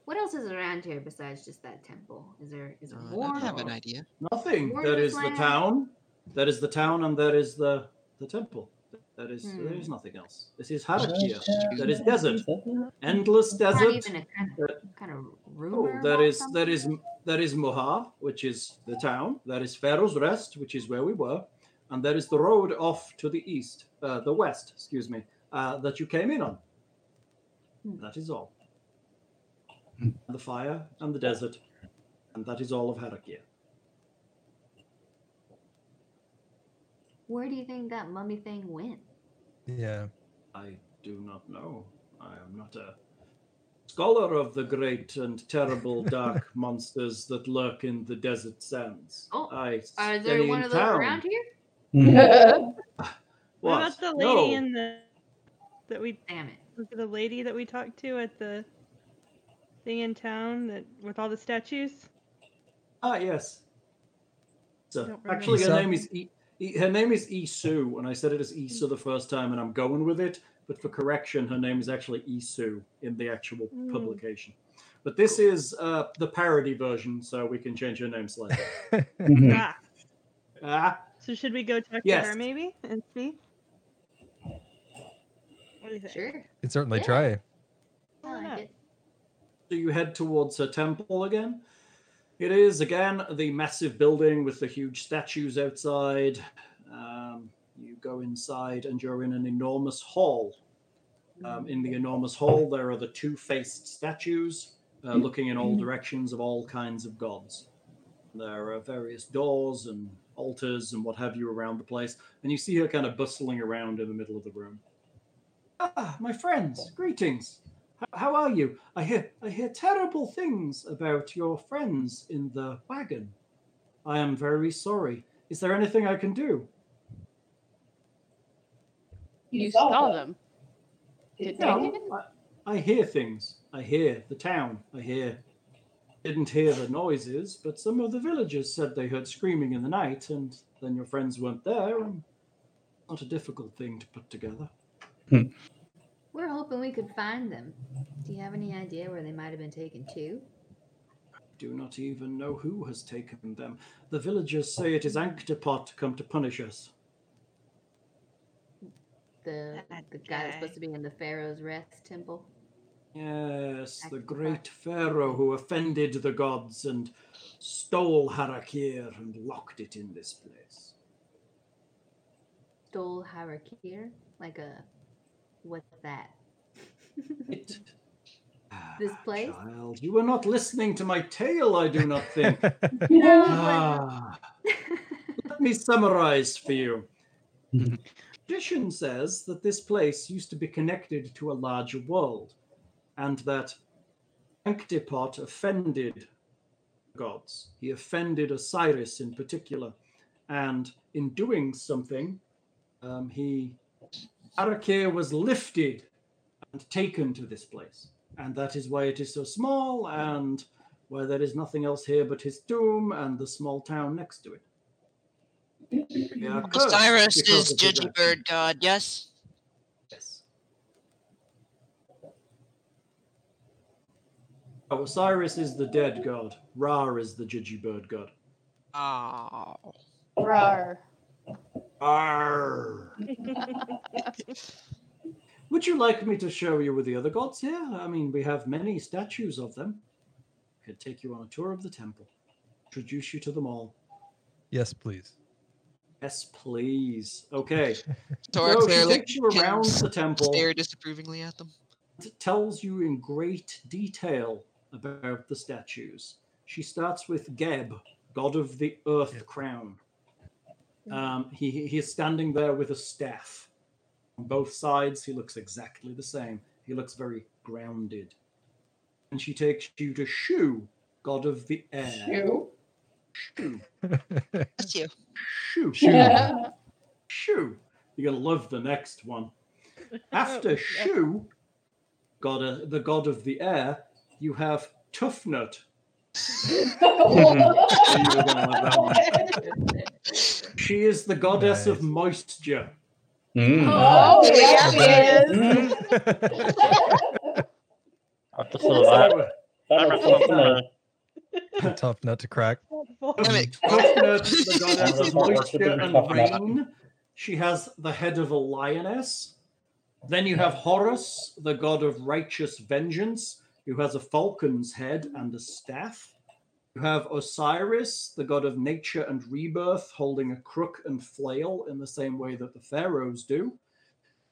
Speaker 3: what else is around here besides just that temple? Is there is there more?"
Speaker 8: Uh, I have an idea.
Speaker 2: Nothing.
Speaker 3: More
Speaker 2: That
Speaker 3: to
Speaker 2: is the
Speaker 3: plan.
Speaker 2: town. That is the town, and that is the the temple. That is there is
Speaker 3: Hmm.
Speaker 2: nothing else. This is Harakia. That is desert. Endless
Speaker 3: Not
Speaker 2: desert.
Speaker 3: even a kind of, kind of
Speaker 2: Oh,
Speaker 3: rumor.
Speaker 2: that
Speaker 3: about
Speaker 2: is
Speaker 3: something?
Speaker 2: that is that is Moha, which is the town. That is Pharaoh's Rest, which is where we were, and that is the road off to the east, uh, the west, excuse me, uh, that you came in on.
Speaker 3: Hmm.
Speaker 2: That is all. The fire and the desert, and that is all of Harakia.
Speaker 3: Where do you think that mummy thing went?
Speaker 7: Yeah.
Speaker 2: I do not know. I am not a scholar of the great and terrible dark monsters that lurk in the desert sands.
Speaker 3: Oh,
Speaker 2: I
Speaker 3: Are
Speaker 2: stay
Speaker 3: there
Speaker 2: in
Speaker 3: one of those
Speaker 2: town.
Speaker 3: around here?
Speaker 4: What
Speaker 2: What?
Speaker 4: about the lady
Speaker 2: no.
Speaker 4: in the that we
Speaker 3: damn it?
Speaker 4: The lady that we talked to at the thing in town that with all the statues.
Speaker 2: Ah, yes. So,
Speaker 4: Don't remember.
Speaker 2: actually, her
Speaker 4: Isa?
Speaker 2: name is e, e, her name is Isu, and I said it as Isu the first time, and I'm going with it. But for correction, her name is actually Isu in the actual
Speaker 4: Mm.
Speaker 2: publication. But this is uh, the parody version, so we can change her name slightly.
Speaker 4: Ah,
Speaker 2: ah,
Speaker 4: so should we go talk
Speaker 2: Hmm. Yes.
Speaker 4: to her maybe and see? What do you think?
Speaker 3: Sure.
Speaker 7: Could certainly
Speaker 4: Yeah.
Speaker 7: try.
Speaker 2: So you head towards her temple again. It is again the massive building with the huge statues outside. Um, you go inside and you're in an enormous hall. Um, in the enormous hall, there are the two faced statues uh, looking in all directions of all kinds of gods. There are various doors and altars and what have you around the place. And you see her kind of bustling around in the middle of the room. Ah, my friends, greetings. H- How are you? I hear I hear terrible things about your friends in the wagon. I am very sorry. Is there anything I can do?
Speaker 5: You saw them. Did
Speaker 2: No,
Speaker 5: they?
Speaker 2: I hear things. I hear the town. I hear. Didn't hear the noises, but some of the villagers said they heard screaming in the night, and then your friends weren't there. And not a difficult thing to put together.
Speaker 3: We're hoping we could find them. Do you have any idea where they might have been taken to?
Speaker 2: do not even know who has taken them. The villagers say it is Ankhtapot come to punish us.
Speaker 3: The the guy that's supposed to be in the Pharaoh's Rest temple.
Speaker 2: Yes, the great pharaoh who offended the gods and stole Harakir and locked it in this place.
Speaker 3: Dol Harakir, like a what's that? this place.
Speaker 2: Ah, Child, you were not listening to my tale, I do not think.
Speaker 3: Oh,
Speaker 2: Ah. Let me summarize for you. Tradition says that this place used to be connected to a larger world, and that Ankhtipot offended the gods. He offended Osiris in particular, and in doing something, um, he Arakir was lifted and taken to this place, and that is why it is so small and why there is nothing else here but his tomb and the small town next to it. We are cursed
Speaker 8: Osiris
Speaker 2: because
Speaker 8: is
Speaker 2: of the
Speaker 8: Judgy
Speaker 2: dragon.
Speaker 8: Bird God, yes?
Speaker 2: Yes. Oh, Osiris is the dead god. Ra is the judgy bird god.
Speaker 8: Oh.
Speaker 5: Rar.
Speaker 2: Arr. Would you like me to show you with the other gods here? I mean, we have many statues of them. Could take you on a tour of the temple, introduce you to them all.
Speaker 7: Yes, please.
Speaker 2: Yes, please. Okay.
Speaker 8: Tora
Speaker 2: so she
Speaker 8: clearly
Speaker 2: takes you around
Speaker 8: can
Speaker 2: the temple.
Speaker 8: Stare disapprovingly at them.
Speaker 2: it tells you in great detail about the statues. She starts with Geb, god of the earth crown. Um, he, he- he is standing there with a staff. On both sides, he looks exactly the same. He looks very grounded. And she takes you to Shu, god of the air.
Speaker 9: Shu?
Speaker 2: Shu.
Speaker 8: That's you.
Speaker 2: Shoo.
Speaker 9: Shoo. Yeah.
Speaker 2: Shoo. You're gonna love the next one. After Shoo, god of, the god of the air, you have Toughnut.
Speaker 5: Oh,
Speaker 2: You're gonna love that one. She is the goddess of moisture.
Speaker 6: Mm.
Speaker 9: Oh, yeah, it is.
Speaker 6: That's a lot. That represents a
Speaker 7: Tough nut to crack.
Speaker 2: Toughnut, the goddess of moisture and rain. She has the head of a lioness. Then you have Horus, the god of righteous vengeance, who has a falcon's head and a staff. You have Osiris, the god of nature and rebirth, holding a crook and flail in the same way that the pharaohs do.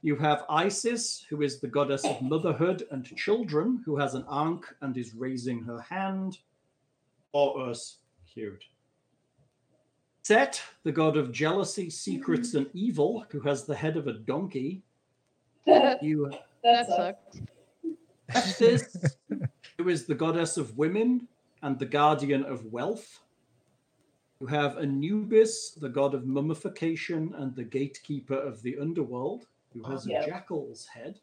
Speaker 2: You have Isis, who is the goddess of motherhood and children, who has an ankh and is raising her hand. Or us, cute. Set, the god of jealousy, secrets,
Speaker 9: Mm-hmm.
Speaker 2: and evil, who has the head of a donkey. You
Speaker 5: That sucks.
Speaker 2: Hephaestus, who is the goddess of women and the guardian of wealth. You have Anubis, the god of mummification and the gatekeeper of the underworld, who has
Speaker 9: Yeah.
Speaker 2: a jackal's head.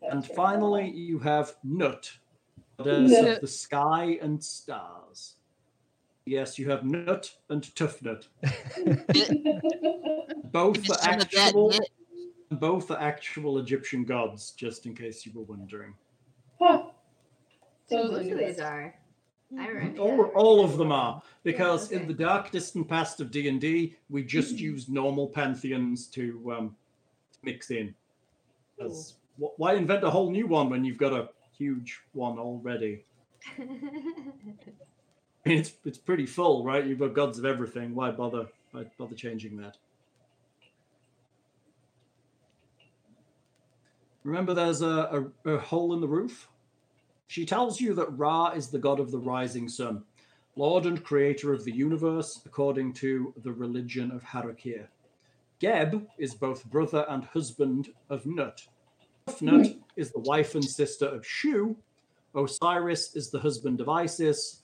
Speaker 9: That's
Speaker 2: and
Speaker 9: right.
Speaker 2: finally, you have Nut, goddess
Speaker 5: Nut.
Speaker 2: of the sky and stars. Yes, you have Nut and Tufnut. both
Speaker 8: Just
Speaker 2: are
Speaker 8: some of that
Speaker 2: actual,
Speaker 8: nut.
Speaker 2: both are actual Egyptian gods, just in case you were wondering.
Speaker 9: Huh.
Speaker 3: So
Speaker 9: So
Speaker 3: most of these
Speaker 9: it's-
Speaker 3: are. I remember.
Speaker 2: All, all of them are because
Speaker 3: Yeah, okay.
Speaker 2: in the dark distant past of d&d we just use normal pantheons to um, mix in 'Cause wh- why invent a whole new one when you've got a huge one already I mean, it's, it's pretty full right you've got gods of everything why bother why bother changing that remember there's a, a, a hole in the roof she tells you that Ra is the god of the rising sun, lord and creator of the universe, according to the religion of Harakir. Geb is both brother and husband of Nut. Nut is the wife and sister of Shu. Osiris is the husband of Isis.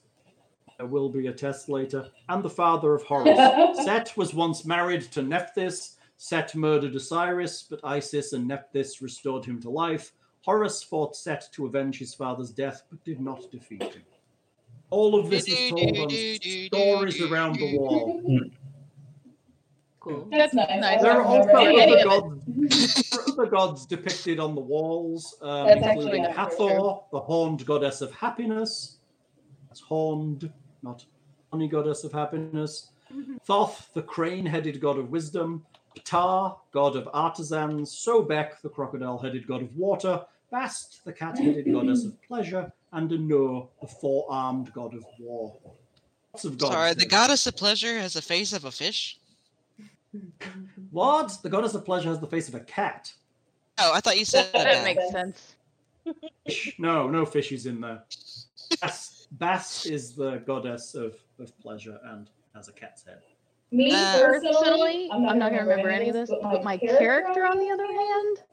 Speaker 2: There will be a test later. And the father of Horus. Set was once married to Nephthys. Set murdered Osiris, but Isis and Nephthys restored him to life. Horus fought Set to avenge his father's death, but did not defeat him. All of this is told on stories around the wall.
Speaker 3: Cool.
Speaker 9: That's nice.
Speaker 5: Nice.
Speaker 2: There are also
Speaker 5: Yeah, yeah,
Speaker 2: other
Speaker 5: yeah.
Speaker 2: gods, there are other gods depicted on the walls, um,
Speaker 9: That's actually
Speaker 2: including
Speaker 9: not
Speaker 2: Hathor,
Speaker 9: true.
Speaker 2: the horned goddess of happiness. That's horned, not honey goddess of happiness. Thoth, the crane-headed god of wisdom. Ptah, god of artisans. Sobek, the crocodile-headed god of water. Bast, the cat-headed goddess of pleasure. And Anur, the four-armed god of war. Lots of gods.
Speaker 8: Sorry, the
Speaker 2: there.
Speaker 8: goddess of pleasure has the face of a fish.
Speaker 2: What? The goddess of pleasure has the face of a cat.
Speaker 8: Oh, I thought you said
Speaker 5: That
Speaker 8: that.
Speaker 5: makes sense.
Speaker 2: Fish. No, no fishies in there. Bass, Bass is the goddess of, of pleasure and has a cat's head.
Speaker 9: Me
Speaker 8: Uh,
Speaker 9: personally,
Speaker 5: Personally, I'm not gonna remember any of this, but my character, on the other hand,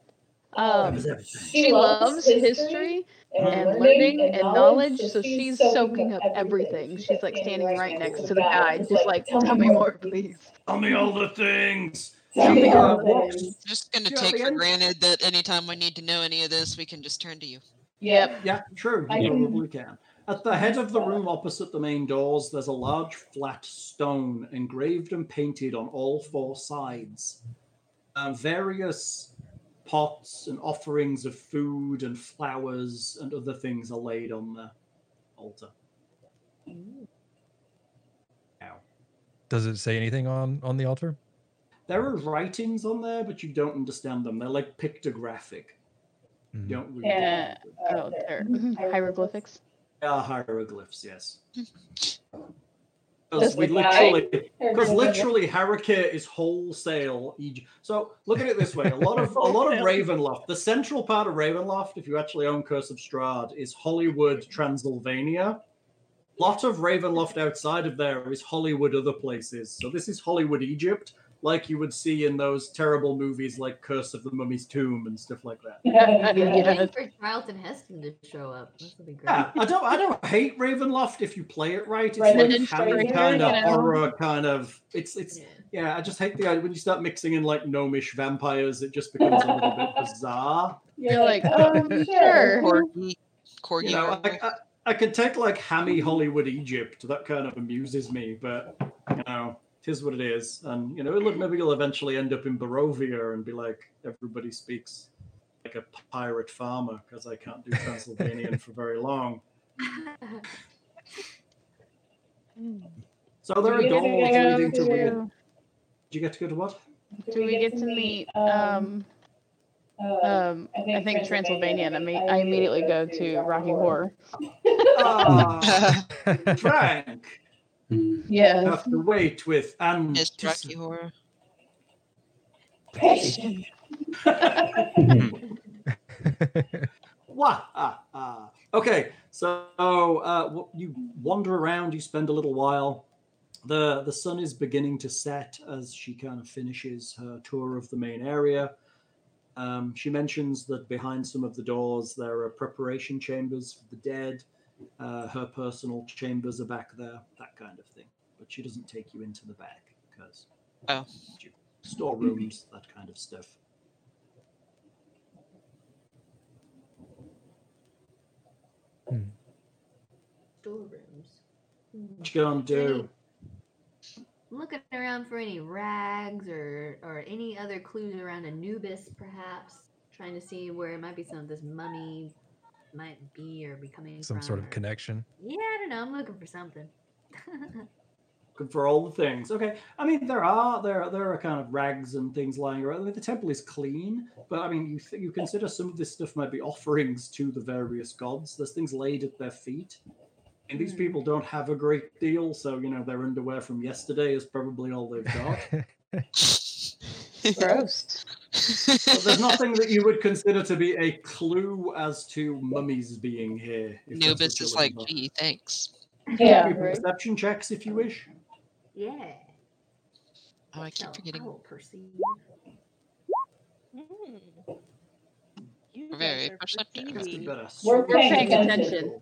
Speaker 5: um, she loves history and learning and knowledge, so she's soaking up everything. She's like standing right next to the guy, just like, tell me more, please.
Speaker 2: Tell me all the things.
Speaker 9: Tell me
Speaker 2: Yeah,
Speaker 9: all
Speaker 2: walks-
Speaker 9: the things.
Speaker 8: Just gonna
Speaker 2: Yeah,
Speaker 8: take for
Speaker 2: man.
Speaker 8: granted that anytime we need to know any of this, we can just turn to you.
Speaker 9: Yep.
Speaker 2: Yeah, true. You
Speaker 9: I can-
Speaker 2: probably can. At the head of the room opposite the main doors, there's a large flat stone engraved and painted on all four sides. Uh, various pots and offerings of food and flowers and other things are laid on the altar. Ow.
Speaker 7: Does it say anything on on the altar?
Speaker 2: There are writings on there, but you don't understand them. They're like pictographic.
Speaker 7: Mm.
Speaker 2: You don't read
Speaker 5: Yeah.
Speaker 2: them.
Speaker 5: Oh, there. Hieroglyphics.
Speaker 2: They are hieroglyphs, yes. Because
Speaker 5: Does
Speaker 2: we
Speaker 5: the
Speaker 9: guy-
Speaker 2: literally Because literally, Harakir is wholesale. Eg- So look at it this way: a lot of a lot of Ravenloft, the central part of Ravenloft, if you actually own Curse of Strahd, is Hollywood, Transylvania. A lot of Ravenloft outside of there is Hollywood, other places. So this is Hollywood, Egypt. like you would see in those terrible movies like Curse of the Mummy's Tomb and stuff like that.
Speaker 3: Waiting for Charlton Heston to show up. This would be great.
Speaker 2: Yeah, I don't I don't hate Ravenloft if you play it right. It's
Speaker 3: Right, and
Speaker 2: like
Speaker 3: then
Speaker 2: hammy
Speaker 3: straight
Speaker 2: kind
Speaker 3: here,
Speaker 2: of
Speaker 3: you know.
Speaker 2: horror kind of it's it's yeah. I just hate the idea when you start mixing in like gnomish vampires, it just becomes a little bit bizarre.
Speaker 5: You're like, um, sure.
Speaker 8: Corgi, corgi.
Speaker 2: You know, I, I, I could take like hammy Hollywood Egypt. That kind of amuses me, but you know, tis what it is. And you know, it'll, maybe you'll eventually end up in Barovia and be like, everybody speaks like a pirate farmer because I can't do Transylvanian for very long. So there are
Speaker 5: Do we
Speaker 2: doors
Speaker 5: get to go
Speaker 2: leading to
Speaker 5: to-
Speaker 2: weird. Did you get to go to what?
Speaker 5: Do we get to meet? Um, um, I think Transylvania, and I, me- I immediately go to Rocky Horror.
Speaker 2: Ah, um, Frank.
Speaker 5: Yeah.
Speaker 2: Have to wait with and
Speaker 8: Rocky Horror.
Speaker 2: Wah, ah, ah. Okay, so uh, w- you wander around. You spend a little while. the The sun is beginning to set as she kind of finishes her tour of the main area. Um, she mentions that behind some of the doors there are preparation chambers for the dead. Uh, her personal chambers are back there, that kind of thing. But she doesn't take you into the back because
Speaker 8: oh.
Speaker 2: storerooms, that kind of stuff.
Speaker 3: Storerooms. Hmm.
Speaker 2: What you gonna do?
Speaker 3: I'm looking around for any rags or or any other clues around Anubis, perhaps. Trying to see where it might be some of this mummy might be or be coming
Speaker 7: Some
Speaker 3: from.
Speaker 7: sort of
Speaker 3: or-
Speaker 7: connection.
Speaker 3: Yeah, I don't know. I'm looking for something.
Speaker 2: Good for all the things. Okay, I mean there are there there are kind of rags and things lying around. I mean, the temple is clean, but I mean you th- you consider some of this stuff might be offerings to the various gods. There's things laid at their feet, and these people don't have a great deal, so you know their underwear from yesterday is probably all they've got.
Speaker 5: Gross.
Speaker 2: But there's nothing that you would consider to be a clue as to mummies being here. if that's what
Speaker 8: Nubis
Speaker 2: you're
Speaker 8: is like,
Speaker 2: looking for.
Speaker 8: gee, thanks.
Speaker 5: Yeah,
Speaker 2: You can
Speaker 5: right.
Speaker 2: Perception checks if you wish.
Speaker 3: Yeah.
Speaker 8: Oh, I keep
Speaker 3: So
Speaker 8: forgetting.
Speaker 3: I will perceive.
Speaker 4: Mm. You guys
Speaker 8: We're very
Speaker 4: are
Speaker 8: perceptive.
Speaker 4: perceiving.
Speaker 2: That's the better.
Speaker 5: We're
Speaker 2: Switch to
Speaker 5: paying
Speaker 2: tactical.
Speaker 5: attention.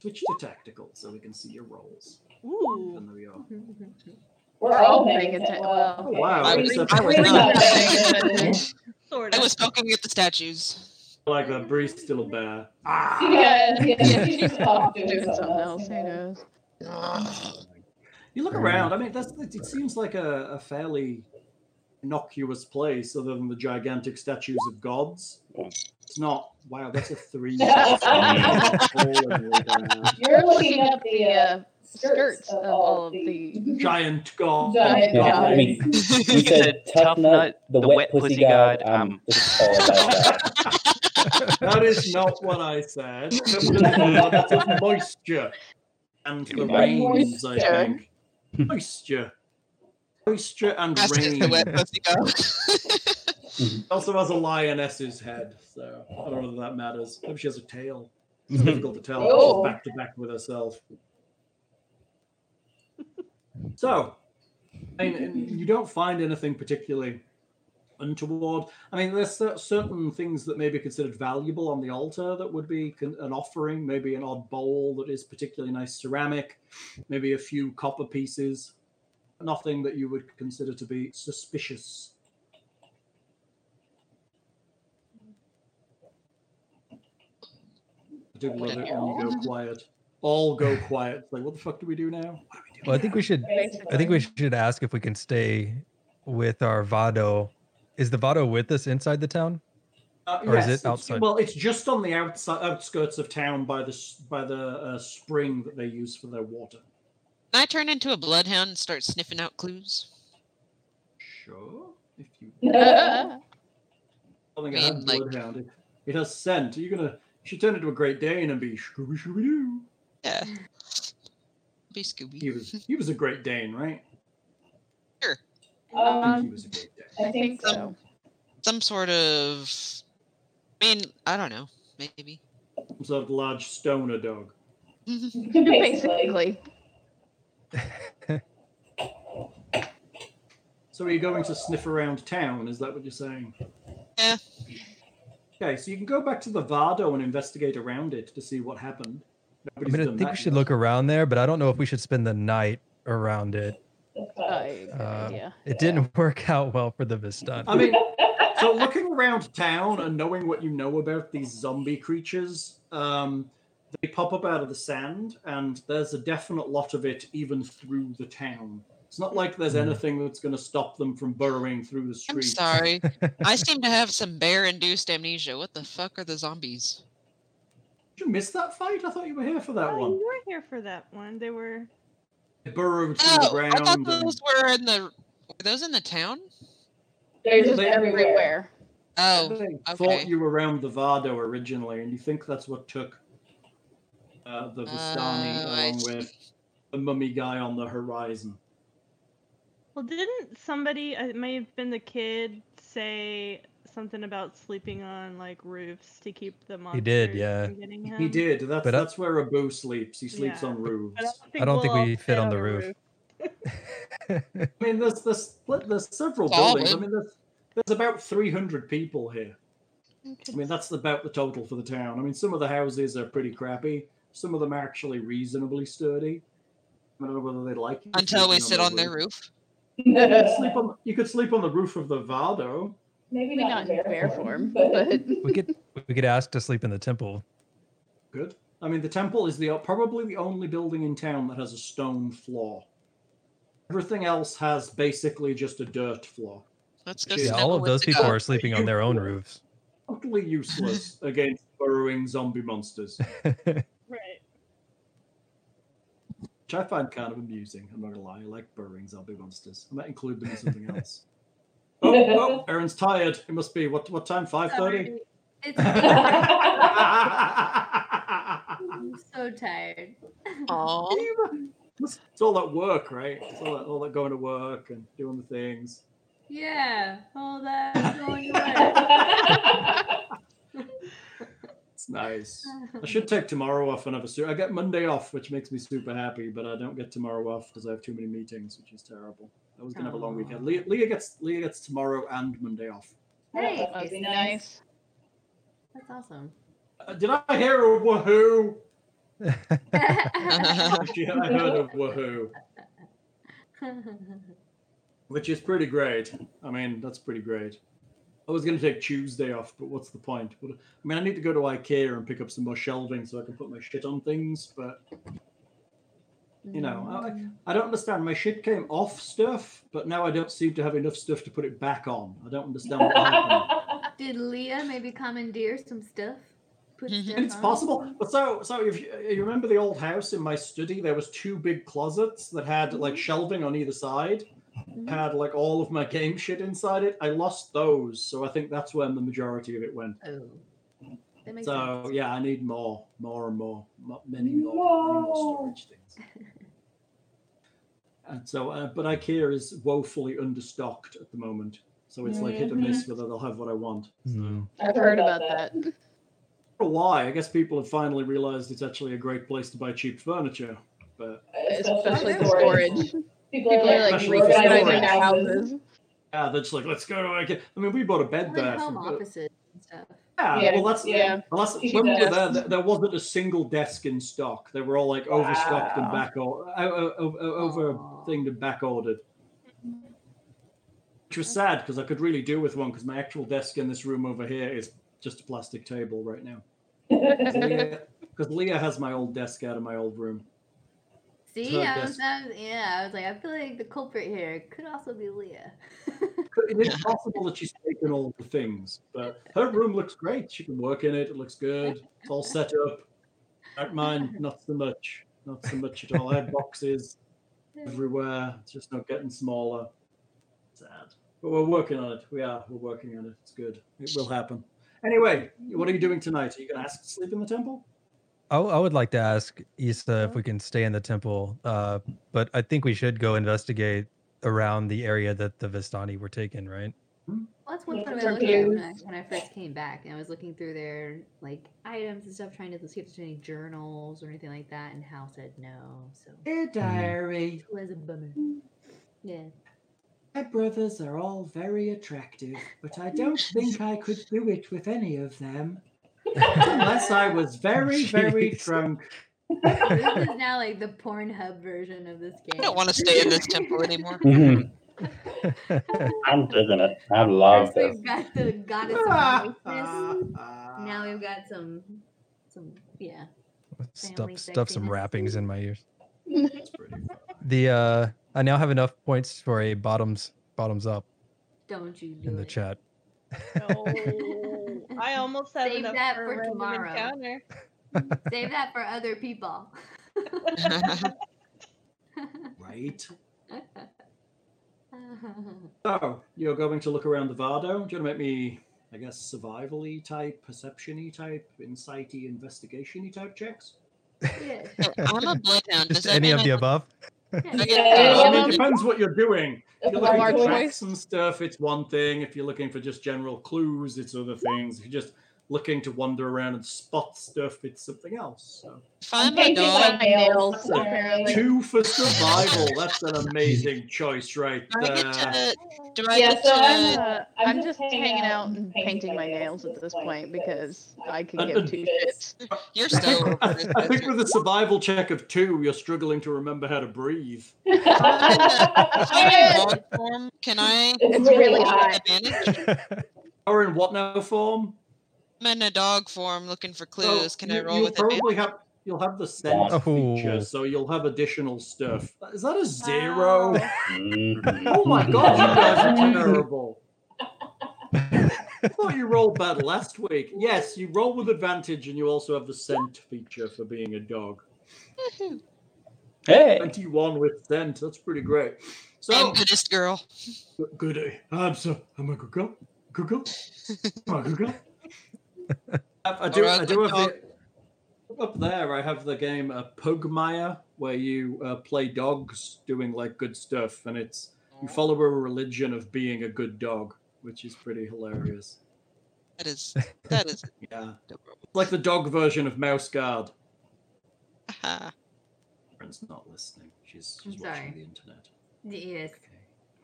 Speaker 2: Switch to tactical so we can see your rolls.
Speaker 4: Ooh.
Speaker 2: Even though you're-
Speaker 5: Mm-hmm. We're all paying attention.
Speaker 2: Oh,
Speaker 5: Well,
Speaker 2: wow.
Speaker 8: I was-
Speaker 2: except
Speaker 8: I was not
Speaker 5: paying attention.
Speaker 4: Sort
Speaker 8: I
Speaker 4: of.
Speaker 8: was poking at the statues.
Speaker 2: like that Bree's still a bear. Ah,
Speaker 9: Yeah, yeah, she's just off doing
Speaker 5: doing something else.
Speaker 9: you
Speaker 5: Who
Speaker 9: know.
Speaker 5: knows?
Speaker 2: You look
Speaker 7: Fair
Speaker 2: around. I mean, that's it it seems like a, a fairly innocuous place, other than the gigantic statues of gods. It's not. Wow, that's a three. That's rolling way down.
Speaker 9: You're looking at the uh,
Speaker 5: uh, skirts of all of the.
Speaker 2: Giant god.
Speaker 9: Giant
Speaker 6: Yeah, I
Speaker 7: Oh,
Speaker 9: God.
Speaker 6: mean, you said tough nut, the wet pussy Um, god. I'm just all about that.
Speaker 2: That is not what I said. It was about the moisture and the rains, I think. Moisture. Moisture and
Speaker 8: Ask if
Speaker 2: rain.
Speaker 8: the wet pussy go.
Speaker 2: It also has a lioness's head, so I don't know if that matters. Maybe she has a tail. It's difficult to tell.
Speaker 9: Oh.
Speaker 2: She's back to back with herself. So, I mean, and you don't find anything particularly untoward. I mean, there's cer- certain things that may be considered valuable on the altar that would be con- an offering, maybe an odd bowl that is particularly nice ceramic, maybe a few copper pieces. Nothing that you would consider to be suspicious. I do love it when you go quiet. All go quiet. It's Like, what the fuck do we do now? What do we do?
Speaker 7: Well, I think we should. I think we should ask if we can stay with our Vado. Is the Vado with us inside the town?
Speaker 2: Uh,
Speaker 7: Or is it
Speaker 2: it's-
Speaker 7: outside?
Speaker 2: Well, it's just on the outside, outskirts of town by the s- by the uh, spring that they use for their water.
Speaker 8: Can I turn into a bloodhound and start sniffing out clues?
Speaker 2: Sure, if you.
Speaker 5: Uh,
Speaker 2: I think
Speaker 8: I
Speaker 2: I
Speaker 8: mean,
Speaker 2: had
Speaker 8: like-
Speaker 2: bloodhound. It, it has scent. Are you gonna? You should turn into a Great Dane and be Scooby Scooby Doo.
Speaker 8: Yeah.
Speaker 5: Mm.
Speaker 8: Be Scooby.
Speaker 2: He was he was a Great Dane, right?
Speaker 8: Sure.
Speaker 2: I think he
Speaker 5: um,
Speaker 2: was a Great Dane.
Speaker 5: I think so.
Speaker 8: Some sort of. I mean, I don't know. Maybe.
Speaker 2: Some sort of large stoner dog.
Speaker 9: Basically.
Speaker 5: Basically.
Speaker 2: So are you going to sniff around town? Is that what you're saying?
Speaker 8: Yeah.
Speaker 2: Okay, so you can go back to the Vado and investigate around it to see what happened.
Speaker 7: I mean, I think we should look around there, but I don't know if we should spend the night around it.
Speaker 5: I,
Speaker 7: Uh,
Speaker 5: yeah.
Speaker 7: It didn't work out well for the Vistan.
Speaker 2: I mean, so looking around town and knowing what you know about these zombie creatures, um, they pop up out of the sand, and there's a definite lot of it even through the town. It's not like there's
Speaker 7: Hmm.
Speaker 2: anything that's going to stop them from burrowing through the
Speaker 8: I'm
Speaker 2: streets.
Speaker 8: sorry. I seem to have some bear induced amnesia. What the fuck are the zombies?
Speaker 2: Did you miss that fight? I thought you were here for that
Speaker 4: oh,
Speaker 2: one.
Speaker 4: you were here for that one. They were.
Speaker 2: They burrowed through the
Speaker 8: Oh, I
Speaker 2: ground.
Speaker 8: thought
Speaker 2: and-
Speaker 8: those were in the. Were those in the town?
Speaker 9: They're just
Speaker 2: They-
Speaker 9: everywhere.
Speaker 5: Everywhere.
Speaker 8: Oh,
Speaker 2: They
Speaker 8: okay.
Speaker 2: thought you were around the Vado originally, and you think that's what took uh, the Vistani
Speaker 8: Oh, I
Speaker 2: along
Speaker 8: see.
Speaker 2: with the mummy guy on the horizon.
Speaker 4: Well, didn't somebody? uh, It may have been the kid. Say something about sleeping on like roofs to keep the monster.
Speaker 7: He did, yeah.
Speaker 4: From getting him.
Speaker 2: He did. That's
Speaker 7: But I-
Speaker 2: that's where Abu sleeps. He sleeps
Speaker 4: Yeah.
Speaker 2: on roofs.
Speaker 4: But uh, I don't think,
Speaker 7: I don't think
Speaker 4: we'll all
Speaker 7: we fit
Speaker 4: fit
Speaker 7: on the roof.
Speaker 2: I mean, there's there's there's several
Speaker 8: Solid.
Speaker 2: buildings. I mean, there's there's about 300 people here. I mean, that's about the total for the town. I mean, some of the houses are pretty crappy. Some of them are actually reasonably sturdy. I don't know whether they like you
Speaker 8: Until we
Speaker 2: sleeping
Speaker 8: sit on
Speaker 2: the
Speaker 8: their roof.
Speaker 2: You could sleep on you could sleep on the roof of the Vado.
Speaker 9: Maybe
Speaker 5: Maybe
Speaker 9: not in bear form, but
Speaker 5: but
Speaker 7: we could we could ask to sleep in the temple.
Speaker 2: Good. I mean, the temple is the probably the only building in town that has a stone floor. Everything else has basically just a dirt floor.
Speaker 8: Let's go.
Speaker 2: Yeah,
Speaker 7: Yeah,
Speaker 8: sniff
Speaker 7: all
Speaker 8: a
Speaker 7: of those
Speaker 8: wizard
Speaker 7: people
Speaker 8: up.
Speaker 7: are sleeping on their own roofs.
Speaker 2: Totally useless against burrowing zombie monsters,
Speaker 4: Right.
Speaker 2: which I find kind of amusing. I'm not gonna lie, I like burrowing zombie monsters. I might include them in something else. Oh, oh, Aaron's tired. It must be what? What time? Five thirty.
Speaker 3: It's I'm so tired.
Speaker 8: Aw.
Speaker 2: it's all that work, right? It's all that, all that going to work and doing the things.
Speaker 3: Yeah, all that going away.
Speaker 2: It's nice.
Speaker 3: Uh,
Speaker 2: I should take tomorrow off and have a su- I get Monday off, which makes me super happy, but I don't get tomorrow off because I have too many meetings, which is terrible. I was gonna have a long weekend. Leah, Leah gets Leah gets tomorrow and Monday off.
Speaker 3: Hey,
Speaker 5: that'd be nice.
Speaker 3: that's awesome.
Speaker 2: Uh, did I hear a woohoo?
Speaker 3: I
Speaker 2: yeah, I heard a woohoo, which is pretty great. I mean, that's pretty great. I was gonna take Tuesday off, but what's the point? But, I mean, I need to go to IKEA and pick up some more shelving so I can put my shit on things, but You know, I, I don't understand. My shit came off stuff, but now I don't seem to have enough stuff to put it back on. I don't understand what happened.
Speaker 3: Did Leah maybe commandeer some stuff? Put
Speaker 8: Mhm.
Speaker 3: stuff
Speaker 2: And it's
Speaker 3: on?
Speaker 2: possible. But so, so if you, you remember the old house in my study, there was two big closets that had like shelving on either side, had like all of my game shit inside it. I lost those, so I think that's when the majority of it went.
Speaker 3: Oh, that makes
Speaker 2: So
Speaker 3: sense.
Speaker 2: yeah, I need more, more and more, mo- many more, many more storage things. And so, uh, but IKEA is woefully understocked at the moment, so it's like hit and
Speaker 3: Mm-hmm.
Speaker 2: miss whether they'll have what I want.
Speaker 7: Mm.
Speaker 5: I've heard about that.
Speaker 2: For a while, I guess people have finally realized it's actually a great place to buy cheap furniture. But
Speaker 5: Especially the
Speaker 9: storage.
Speaker 5: storage.
Speaker 9: People
Speaker 5: People are like
Speaker 2: Especially
Speaker 5: reorganizing
Speaker 2: storage.
Speaker 5: their houses.
Speaker 2: yeah, they're just like, let's go to IKEA. I mean, we bought a bed
Speaker 3: Like
Speaker 2: there.
Speaker 3: home
Speaker 2: for-
Speaker 3: offices and stuff.
Speaker 2: yeah,
Speaker 9: Yeah,
Speaker 2: well, that's
Speaker 9: yeah.
Speaker 2: Well, that's,
Speaker 9: Easy
Speaker 2: when we were
Speaker 9: desk.
Speaker 2: there, there, there wasn't a single desk in stock. They were all like overstocked and
Speaker 9: Wow.
Speaker 2: back or, o- o- o- o- over
Speaker 3: Aw.
Speaker 2: thinged and back ordered, which was sad because I could really do with one because my actual desk in this room over here is just a plastic table right now. Because Leah has my old desk out of my old room.
Speaker 3: See,
Speaker 2: Drug
Speaker 3: I was,
Speaker 2: desk.
Speaker 3: I was- yeah, I was like, I feel like the culprit here could also be Leah.
Speaker 2: But It is possible that she's taken all the things, but her room looks great. She can work in it. It looks good. It's all set up. Not mine, not so much. Not so much at all. I had boxes. everywhere. It's just not getting smaller. Sad. But we're working on it. We are. We're working on it. It's good. It will happen. Anyway, what are you doing tonight? Are you going to ask to sleep in the temple?
Speaker 7: I, I would like to ask Issa if we can stay in the temple, uh, but I think we should go investigate around the area that the Vistani were taken, right?
Speaker 3: Well, that's one
Speaker 9: Yeah,
Speaker 3: part
Speaker 9: for
Speaker 3: I looked at when I,
Speaker 9: games.
Speaker 3: when I first came back, and I was looking through their like items and stuff, trying to see if there's any journals or anything like that. And Hal said no, so
Speaker 2: A diary.
Speaker 3: it was a bummer. Yeah,
Speaker 11: My brothers are all very attractive, but I don't think I could do it with any of them.
Speaker 2: Unless I was very, very drunk.
Speaker 3: this is now like the Pornhub version of this game.
Speaker 8: I don't want to stay in this temple anymore.
Speaker 6: Mhm. I'm digging it. I
Speaker 3: First
Speaker 6: love this.
Speaker 3: we've got the goddess of
Speaker 2: Ah.
Speaker 3: righteousness. now we've got some, some yeah.
Speaker 7: Stuff stuff some wrappings in my ears. The uh I now have enough points for a bottoms bottoms up
Speaker 3: Don't you do
Speaker 7: in the
Speaker 3: it.
Speaker 7: chat.
Speaker 4: No. I almost had
Speaker 3: Save
Speaker 4: enough
Speaker 3: that
Speaker 4: for,
Speaker 3: for
Speaker 4: a random
Speaker 3: tomorrow.
Speaker 4: encounter.
Speaker 3: Save that for other people.
Speaker 2: Right. So you're going to look around the Vardo. Do you want to make me, I guess, survival-y type, perception-y type, insight-y, investigation-y type checks?
Speaker 8: I'm a bloodhound. Does
Speaker 7: Just
Speaker 8: that
Speaker 7: any
Speaker 8: mean
Speaker 7: of the above.
Speaker 8: I get
Speaker 2: Uh, I mean,
Speaker 8: um,
Speaker 2: it depends what you're doing. If you're
Speaker 8: If I'm
Speaker 2: looking for
Speaker 8: large
Speaker 2: tracks and stuff, it's one thing. If you're looking for just general clues, it's other things. If you're just looking to wander around and spot stuff, it's something else. So.
Speaker 8: if I'm a
Speaker 9: painting
Speaker 8: dog,
Speaker 9: my nails,
Speaker 2: That's a
Speaker 9: apparently.
Speaker 2: Two for survival. That's an amazing choice right
Speaker 8: do I get
Speaker 2: there.
Speaker 8: to? Do I
Speaker 9: Yeah,
Speaker 8: get
Speaker 9: so
Speaker 8: to?
Speaker 9: I'm,
Speaker 5: Uh,
Speaker 9: uh,
Speaker 5: I'm just hanging out and painting my nails at this point because I could give two shits.
Speaker 8: You're so over this.
Speaker 2: I think with a survival check of two, you're struggling to remember how to breathe.
Speaker 8: If I'm in dog form, can I?
Speaker 9: It's really
Speaker 8: get
Speaker 9: hot.
Speaker 8: Advantage?
Speaker 2: Or in what now form?
Speaker 8: I'm in a dog form looking for clues. can I
Speaker 2: you-
Speaker 8: roll
Speaker 2: you'll
Speaker 8: with advantage?
Speaker 2: probably have you'll have the scent
Speaker 7: Oh.
Speaker 2: feature, so you'll have additional stuff. Is that a zero?
Speaker 6: Mhm.
Speaker 2: Oh my god, you guys are terrible. I thought you rolled bad last week. Yes, you roll with advantage, and you also have the scent feature for being a dog.
Speaker 6: Hey.
Speaker 2: 21 with scent. That's pretty great.
Speaker 8: I'm
Speaker 2: So
Speaker 8: goodest girl.
Speaker 2: good. I'm so I'm a good girl. Good girl. I'm a good girl. I, I do.
Speaker 8: Alright,
Speaker 2: I do have
Speaker 8: good
Speaker 2: the, up there. I have the game uh, Pugmire, where you uh, play dogs doing like good stuff, and it's you follow a religion of being a good dog, which is pretty hilarious.
Speaker 8: That is that is
Speaker 2: Yeah,
Speaker 8: no problem.
Speaker 2: it's like the dog version of Mouse Guard.
Speaker 8: Aha.
Speaker 2: Friend's not listening. She's,
Speaker 3: I'm
Speaker 2: she's watching
Speaker 3: sorry.
Speaker 2: the internet.
Speaker 3: yes.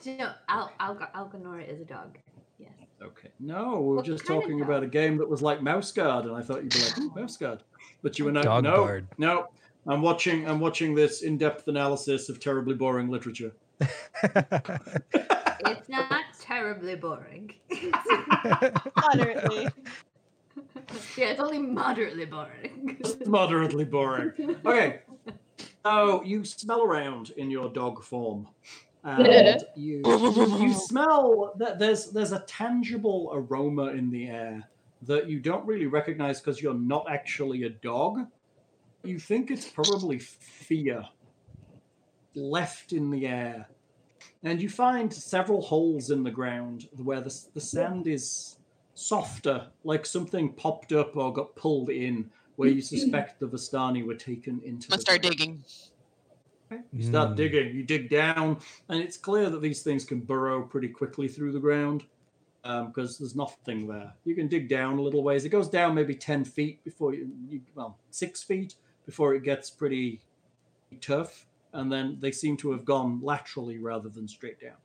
Speaker 2: Okay.
Speaker 3: No, Al Al Alcanora is a dog. Yes.
Speaker 2: Okay. No, we were
Speaker 3: What
Speaker 2: just
Speaker 3: kind of
Speaker 2: talking
Speaker 3: dog?
Speaker 2: about a game that was like Mouse Guard, and I thought you'd be like "Ooh, Mouse Guard, but you were not.
Speaker 7: Dog
Speaker 2: no,
Speaker 7: guard.
Speaker 2: no. I'm watching. I'm watching this in-depth analysis of terribly boring literature.
Speaker 3: It's not terribly boring.
Speaker 4: Moderately.
Speaker 3: yeah, it's only moderately boring.
Speaker 2: Just moderately boring. Okay. So you smell around in your dog form, and you you smell that there's there's a tangible aroma in the air that you don't really recognize because you're not actually a dog. You think it's probably fear left in the air, and you find several holes in the ground where the the sand is softer, like something popped up or got pulled in, where you suspect the Vistani were taken into.
Speaker 8: I'm gonna
Speaker 2: the
Speaker 8: start
Speaker 2: ground.
Speaker 8: digging.
Speaker 2: You start
Speaker 7: Mm.
Speaker 2: digging, you dig down, and it's clear that these things can burrow pretty quickly through the ground because there's nothing there. You can dig down a little ways. It goes down maybe 10 feet before you, you well, six feet before it gets pretty tough. And then they seem to have gone laterally rather than straight down.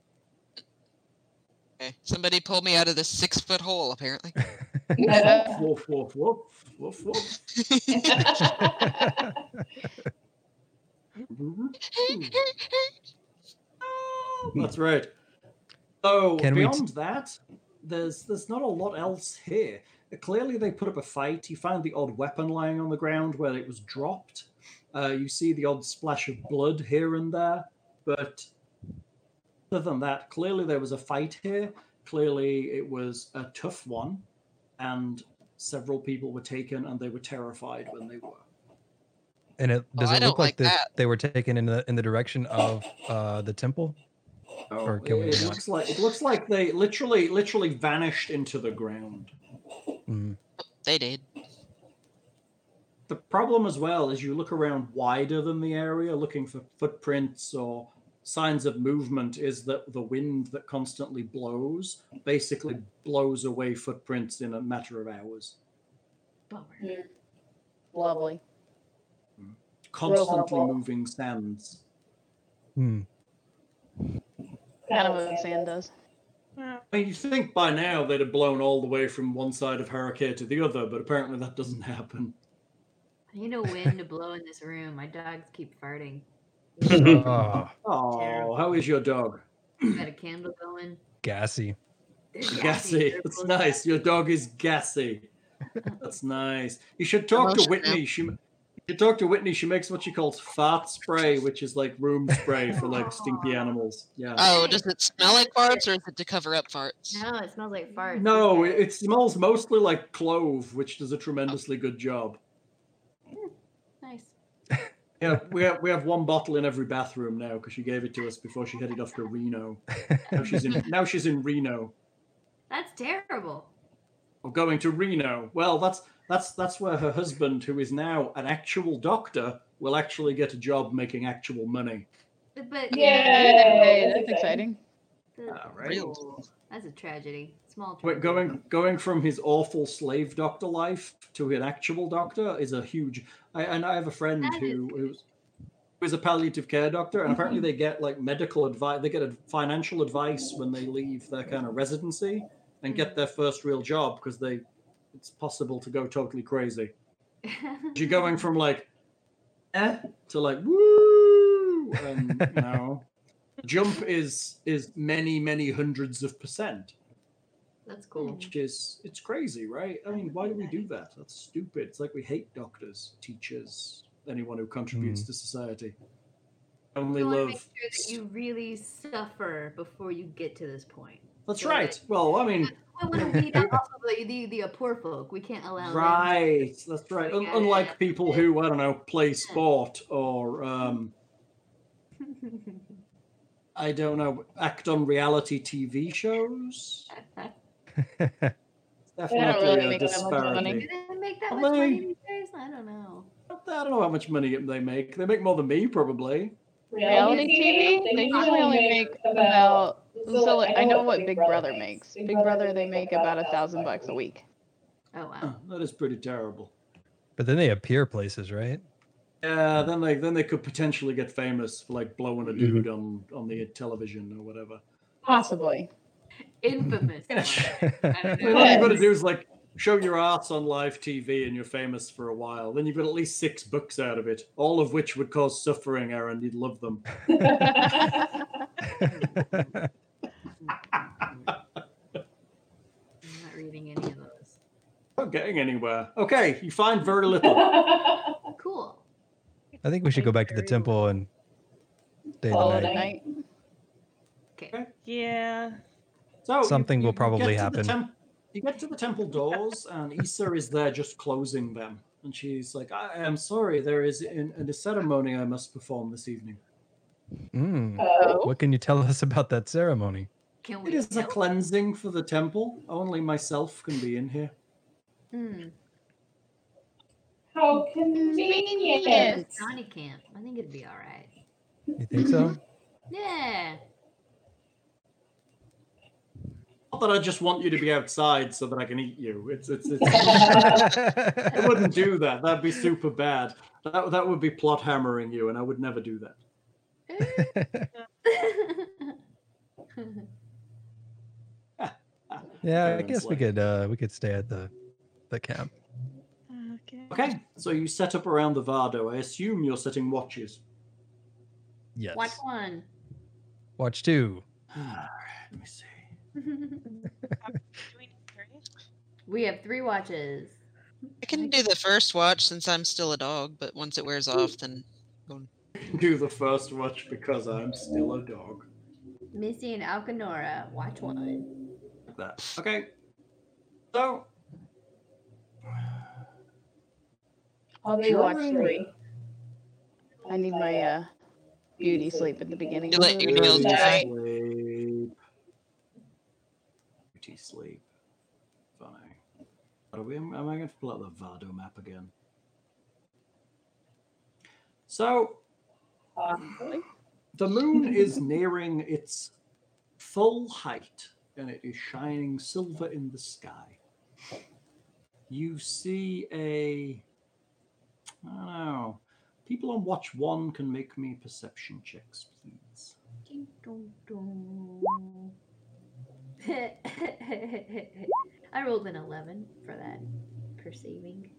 Speaker 8: Okay. Somebody pulled me out of this six foot hole. Apparently.
Speaker 5: Uh-huh.
Speaker 2: Woof, woof, woof, woof, woof.
Speaker 7: Mm.
Speaker 2: Oh, That's right. So
Speaker 7: Hmm. Can we t-
Speaker 2: beyond that, there's there's not a lot else here. Uh, Clearly, they put up a fight. You find the odd weapon lying on the ground where it was dropped. Uh, you see the odd splash of blood here and there, but other than that, clearly there was a fight here. Clearly, it was a tough one, and several people were taken, and they were terrified when they were.
Speaker 7: and it does
Speaker 8: Oh, I
Speaker 7: it
Speaker 8: don't
Speaker 7: look
Speaker 8: like
Speaker 7: like, that
Speaker 8: that.
Speaker 7: they were taken in the in the direction of uh the temple?
Speaker 2: Oh,
Speaker 7: Or can we
Speaker 2: it, it
Speaker 7: not?
Speaker 2: looks like it looks like they literally literally vanished into the ground.
Speaker 7: Mm.
Speaker 8: They did.
Speaker 2: The problem as well is you look around wider than the area looking for footprints or signs of movement is that the wind that constantly blows basically blows away footprints in a matter of hours.
Speaker 3: Bummer.
Speaker 5: Lovely.
Speaker 2: Constantly moving sands.
Speaker 7: Hmm.
Speaker 5: Kind of what sand does.
Speaker 2: I mean, you think by now they'd have blown all the way from one side of Harakir to the other, but apparently that doesn't happen.
Speaker 3: I need a wind to blow in this room. My dogs keep farting.
Speaker 7: Ah,
Speaker 2: oh. how is your dog?
Speaker 3: Got a candle going.
Speaker 7: Gassy.
Speaker 2: Gassy. That's nice. Your dog is gassy. That's nice. You should talk to Whitney. She you should talk to Whitney. She makes what she calls fart spray, which is like room spray for like stinky animals. Yeah.
Speaker 8: Oh, does it smell like farts or is it to cover up farts?
Speaker 3: No, it smells like farts.
Speaker 2: No, it, it smells mostly like clove, which does a tremendously good job.
Speaker 3: Nice.
Speaker 2: Yeah, we have, we have one bottle in every bathroom now because she gave it to us before she headed off to Reno. Now she's in now she's in Reno
Speaker 3: That's terrible.
Speaker 2: or going to Reno. Well, that's that's that's where her husband, who is now an actual doctor, will actually get a job making actual money.
Speaker 3: But
Speaker 5: Yay, that's exciting.
Speaker 3: All
Speaker 2: right.
Speaker 3: That's a tragedy. Small
Speaker 2: But
Speaker 3: tragedy.
Speaker 2: going going from his awful slave doctor life to an actual doctor is a huge. I, and I have a friend who who's, who is a palliative care doctor, and apparently they get like medical advice. They get a financial advice when they leave their kind of residency and get their first real job because they it's possible to go totally crazy. You're going from like eh to like woo and no. Jump is is many, many hundreds of percent.
Speaker 3: That's cool.
Speaker 2: Which is it's crazy, right? I mean, why do we do that? That's stupid. It's like we hate doctors, teachers, anyone who contributes to society. Only
Speaker 3: You want to
Speaker 2: love
Speaker 3: make sure that you really suffer before you get to this point.
Speaker 2: That's
Speaker 3: So
Speaker 2: right. Well, I mean
Speaker 3: I want to weed out the, the the uh, poor folk. We can't allow them.
Speaker 2: Right, that's right. Un- unlike people who I don't know play sport or um, I don't know act on reality TV shows. Definitely a disparity.
Speaker 3: Do they make that
Speaker 2: Well,
Speaker 3: much money
Speaker 2: they-
Speaker 3: these days? I don't know.
Speaker 2: I don't know how much money they make. They make more than me probably.
Speaker 5: Reality TV, they usually only make about. So like, I know what Big Brother makes. Big Brother, they make about a thousand bucks a week.
Speaker 3: Oh wow.
Speaker 2: That is pretty terrible.
Speaker 7: But then they appear places, right?
Speaker 2: Yeah, then they then they could potentially get famous for like blowing a dude on on the television or whatever.
Speaker 5: Possibly.
Speaker 3: Infamous.
Speaker 2: I mean, all you've got to do is like show your arts on live TV and you're famous for a while. Then you've got at least six books out of it, all of which would cause suffering, Aaron. You'd love them.
Speaker 3: I'm not reading any of those.
Speaker 2: Not getting anywhere. Okay, you find very little.
Speaker 3: Cool.
Speaker 7: I think we should go back to the temple and stay
Speaker 5: Call
Speaker 7: the
Speaker 5: it a
Speaker 7: night.
Speaker 5: night.
Speaker 3: Okay.
Speaker 4: Yeah.
Speaker 2: So Oh, you-
Speaker 7: Something will
Speaker 2: you- you
Speaker 7: probably
Speaker 2: get to the
Speaker 7: happen.
Speaker 2: temp- you get to the temple doors, and Issa is there just closing them. And she's like, I am sorry, there is an, a ceremony I must perform this evening.
Speaker 5: uh,
Speaker 7: Mm.
Speaker 2: Oh.
Speaker 7: What can you tell us about that ceremony?
Speaker 3: Can
Speaker 2: It is a cleansing for the temple. Only myself can be in here.
Speaker 3: Hmm.
Speaker 9: How convenient.
Speaker 3: Johnny Camp. I think it'd be all right.
Speaker 7: You think so?
Speaker 3: Yeah.
Speaker 2: Not that I just want you to be outside so that I can eat you. It's it's. it's I wouldn't do that. That'd be super bad. That that would be plot hammering you, and I would never do that.
Speaker 7: yeah, I
Speaker 2: Everyone's
Speaker 7: guess we
Speaker 2: like-
Speaker 7: could uh we could stay at the the camp.
Speaker 2: Okay, so you set up around the Vado. I assume you're setting watches.
Speaker 7: Yes.
Speaker 3: Watch one.
Speaker 7: Watch two.
Speaker 2: Let me see.
Speaker 3: we have three watches.
Speaker 8: I can do the first watch since I'm still a dog, but once it wears off, then
Speaker 2: Do the first watch because I'm still a dog.
Speaker 3: Missy and Alcanora. Watch one.
Speaker 2: Like That okay. So
Speaker 5: I'll
Speaker 3: be
Speaker 5: watch
Speaker 3: watching.
Speaker 5: three. I need my uh, beauty sleep at the beginning.
Speaker 8: You let your meals
Speaker 2: Beauty
Speaker 8: die.
Speaker 2: sleep. Beauty sleep. Funny. Are we, am I going to pull out the Vado map again? So
Speaker 5: Possibly.
Speaker 2: The moon is nearing its full height and it is shining silver in the sky. You see a. I don't know. People on watch one can make me perception checks, please.
Speaker 3: I rolled an 11 for that perceiving.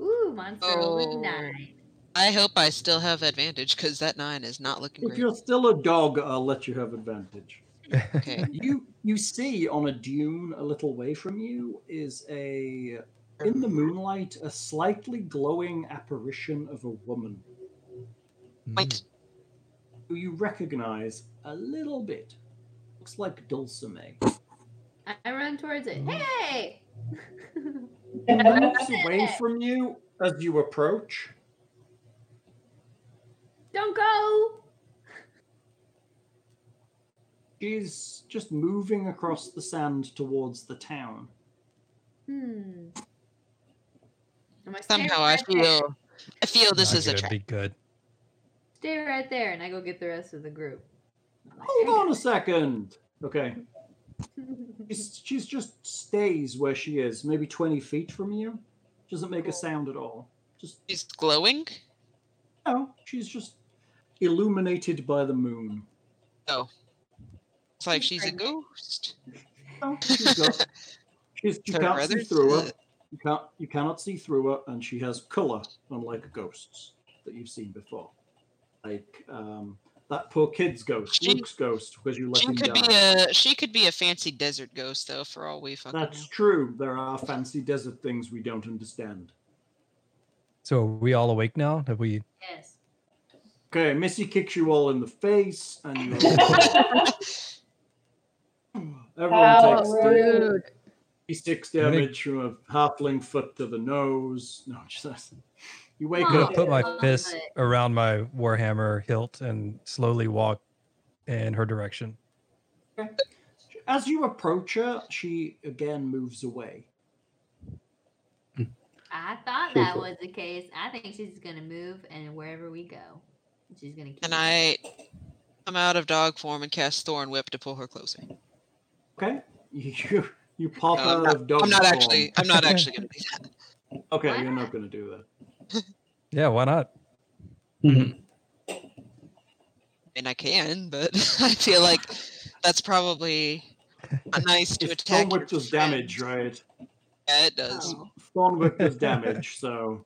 Speaker 3: Ooh, monster rolled
Speaker 8: Oh.
Speaker 3: a 9.
Speaker 8: I hope I still have advantage because that nine is not looking
Speaker 2: If
Speaker 8: great.
Speaker 2: you're still a dog, I'll let you have advantage.
Speaker 8: Okay.
Speaker 2: you you see on a dune a little way from you is a in the moonlight a slightly glowing apparition of a woman.
Speaker 7: Mm.
Speaker 8: Wait.
Speaker 2: Who you recognize a little bit. Looks like Dulcime.
Speaker 3: I- I run towards it. Hey!
Speaker 2: It moves away from you as you approach.
Speaker 3: Don't go!
Speaker 2: She's just moving across the sand towards the town.
Speaker 3: Hmm. Am I staring
Speaker 8: Somehow I
Speaker 3: right there?
Speaker 8: feel I feel this
Speaker 7: Not
Speaker 8: is a
Speaker 7: good,
Speaker 8: trap.
Speaker 7: Be good.
Speaker 3: Stay right there, and I go get the rest of the group.
Speaker 2: Hold on a second. Okay. She's, she's just stays where she is, maybe 20 feet from you. Doesn't make a sound at all. Just
Speaker 8: She's glowing.
Speaker 2: no, she's just illuminated by the moon.
Speaker 8: Oh. It's like she's a ghost.
Speaker 2: No, she's got, she's, you
Speaker 8: Her
Speaker 2: can't see
Speaker 8: brother's
Speaker 2: through her.
Speaker 8: dead.
Speaker 2: You can't you cannot see through her, and she has color, unlike ghosts that you've seen before, like um, that poor kid's ghost,
Speaker 8: She-
Speaker 2: Luke's ghost, because you let
Speaker 8: She
Speaker 2: him
Speaker 8: could
Speaker 2: down.
Speaker 8: be a she could be a fancy desert ghost though, for all we fucking
Speaker 2: That's true. There are fancy desert things we don't understand.
Speaker 7: So are we all awake now? Have we?
Speaker 3: Yes.
Speaker 2: Okay, Missy kicks you all in the face, and you everyone
Speaker 9: How
Speaker 2: takes the-
Speaker 9: rude.
Speaker 2: d6 damage from a halfling foot to the nose. No, just you wake
Speaker 7: I'm gonna
Speaker 2: up.
Speaker 7: put my fist around my warhammer hilt and slowly walk in her direction.
Speaker 2: As you approach her, she again moves away.
Speaker 3: I thought that was the case. I think she's gonna move, and wherever we go, she's gonna. Keep
Speaker 8: know. And I come out of dog form and cast Thorn Whip to pull her closer.
Speaker 2: Okay, you you pop out
Speaker 8: No, Um, I'm not,
Speaker 2: of dog.
Speaker 8: I'm not
Speaker 2: form.
Speaker 8: actually I'm not actually gonna do that.
Speaker 2: Okay, you're not going to do that.
Speaker 7: Yeah, why not?
Speaker 8: I mean I can, but I feel like that's probably a nice to
Speaker 2: If
Speaker 8: attack.
Speaker 2: Thornwick does damage, right?
Speaker 8: Yeah, it does.
Speaker 2: Thornwick does damage, so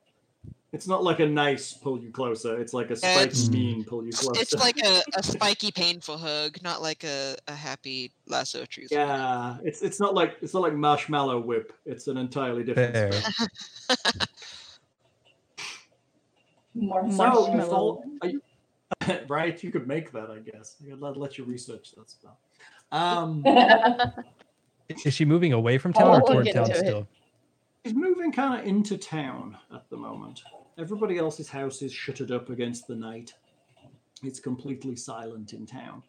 Speaker 2: it's not like a nice pull you closer. It's like a
Speaker 8: Yeah,
Speaker 2: spiky
Speaker 8: it's-
Speaker 2: mean pull you closer.
Speaker 8: Uh, It's like a, a spiky, painful hug, not like a, a happy lasso of truth.
Speaker 2: yeah, it's it's not like it's not like marshmallow whip. It's an entirely different.
Speaker 7: Fair.
Speaker 2: spell.
Speaker 9: More
Speaker 2: So you fall, are you- right? You could make that, I guess. I'd let, let you research that spell. Um,
Speaker 7: Is she moving away from
Speaker 2: Oh,
Speaker 7: town
Speaker 2: we'll
Speaker 7: or toward
Speaker 2: get
Speaker 7: town
Speaker 2: to it.
Speaker 7: still?
Speaker 2: He's moving kind of into town at the moment. Everybody else's house is shuttered up against the night. It's completely silent in town.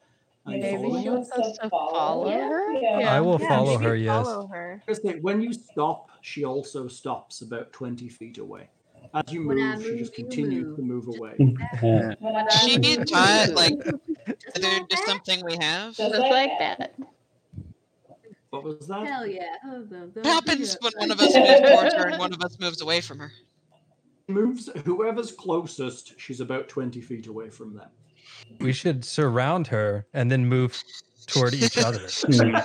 Speaker 2: Are you
Speaker 5: Maybe
Speaker 2: following
Speaker 5: she
Speaker 2: her?
Speaker 5: wants us to follow
Speaker 9: Yeah,
Speaker 5: her?
Speaker 9: yeah.
Speaker 7: I will follow
Speaker 4: maybe
Speaker 7: her, yes.
Speaker 4: Follow her.
Speaker 2: Just like, When you stop, she also stops about 20 feet away. As you
Speaker 4: When I
Speaker 2: move, she
Speaker 4: move,
Speaker 2: just
Speaker 4: you
Speaker 2: continues
Speaker 4: move.
Speaker 2: to move away.
Speaker 8: She needs my like. Is there just something we have?
Speaker 5: Just like that.
Speaker 2: What was that?
Speaker 3: Hell yeah! Hug them,
Speaker 8: What
Speaker 3: don't
Speaker 8: happens
Speaker 3: do
Speaker 8: when
Speaker 3: it.
Speaker 8: one of us moves towards her and one of us moves away from her?
Speaker 2: Moves whoever's closest, she's about 20 feet away from them.
Speaker 7: We should surround her and then move toward each other.
Speaker 6: Mm-hmm.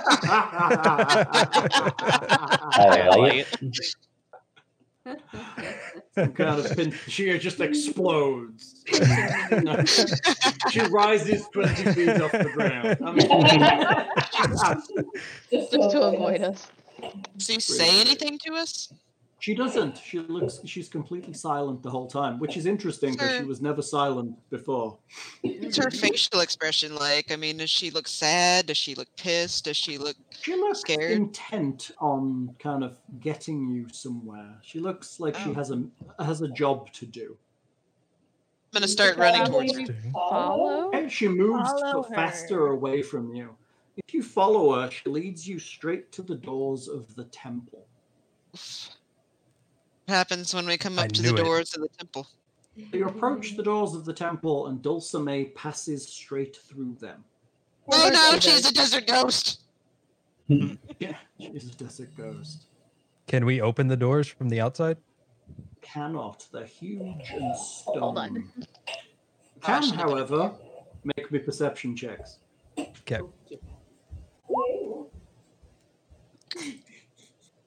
Speaker 6: I like it.
Speaker 2: Some kind of pin- she just explodes. she rises 20 feet off the ground. I mean-
Speaker 5: Just to avoid us.
Speaker 8: Does she say anything to us?
Speaker 2: She doesn't. She looks. She's completely silent the whole time, which is interesting because she
Speaker 8: Sure.
Speaker 2: was never silent before.
Speaker 8: What's her facial expression like? I mean, does she look sad? Does she look pissed? Does she look
Speaker 2: She looks
Speaker 8: scared?
Speaker 2: intent on kind of getting you somewhere. She looks like she
Speaker 8: Oh.
Speaker 2: has a has a job to do.
Speaker 8: I'm gonna start running towards her.
Speaker 5: Follow?
Speaker 2: And she moves
Speaker 5: Follow
Speaker 2: fa- faster away from you. If you follow her, she leads you straight to the doors of the temple.
Speaker 8: What happens when we come up
Speaker 2: I
Speaker 8: to the
Speaker 2: knew it.
Speaker 8: doors of the temple?
Speaker 2: You approach the doors of the temple, and Dulcime passes straight through them.
Speaker 8: Oh no, she's a desert ghost.
Speaker 2: Yeah, she's a desert ghost.
Speaker 7: Can we open the doors from the outside?
Speaker 2: Cannot. They're huge and stone.
Speaker 5: on.
Speaker 2: Can, however, make me perception checks.
Speaker 7: Okay.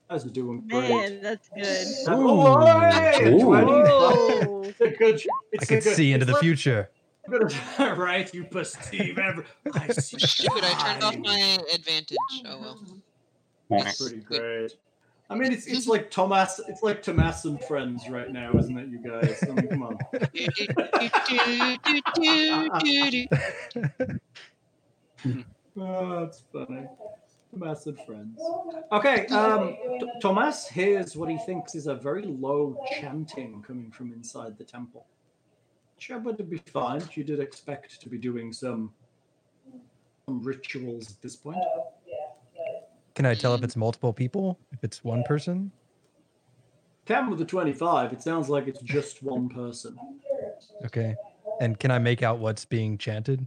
Speaker 2: Guys are doing great.
Speaker 4: Man, that's good.
Speaker 2: Oh, hey,
Speaker 7: Ooh.
Speaker 2: 20.
Speaker 4: Whoa.
Speaker 2: It's a good- it's
Speaker 7: I
Speaker 2: a
Speaker 7: can
Speaker 2: good-
Speaker 7: see into the
Speaker 2: it's
Speaker 7: future.
Speaker 2: like- right, you perceive every. I see.
Speaker 8: Stupid, I turned off
Speaker 2: shine.
Speaker 8: my advantage. Oh well.
Speaker 2: That's pretty great. I mean, it's it's like Thomas, it's like Thomas and friends right now, isn't it, you guys? I mean, come on. Oh, that's funny. Thomas and friends. Okay, um, T- Thomas hears what he thinks is a very low chanting coming from inside the temple. Sheba would be fine. She did expect to be doing some, some rituals at this point.
Speaker 7: Can I tell if it's multiple people? If it's one person?
Speaker 2: Cam with the 25, it sounds like it's just one person.
Speaker 7: Okay. And can I make out what's being chanted?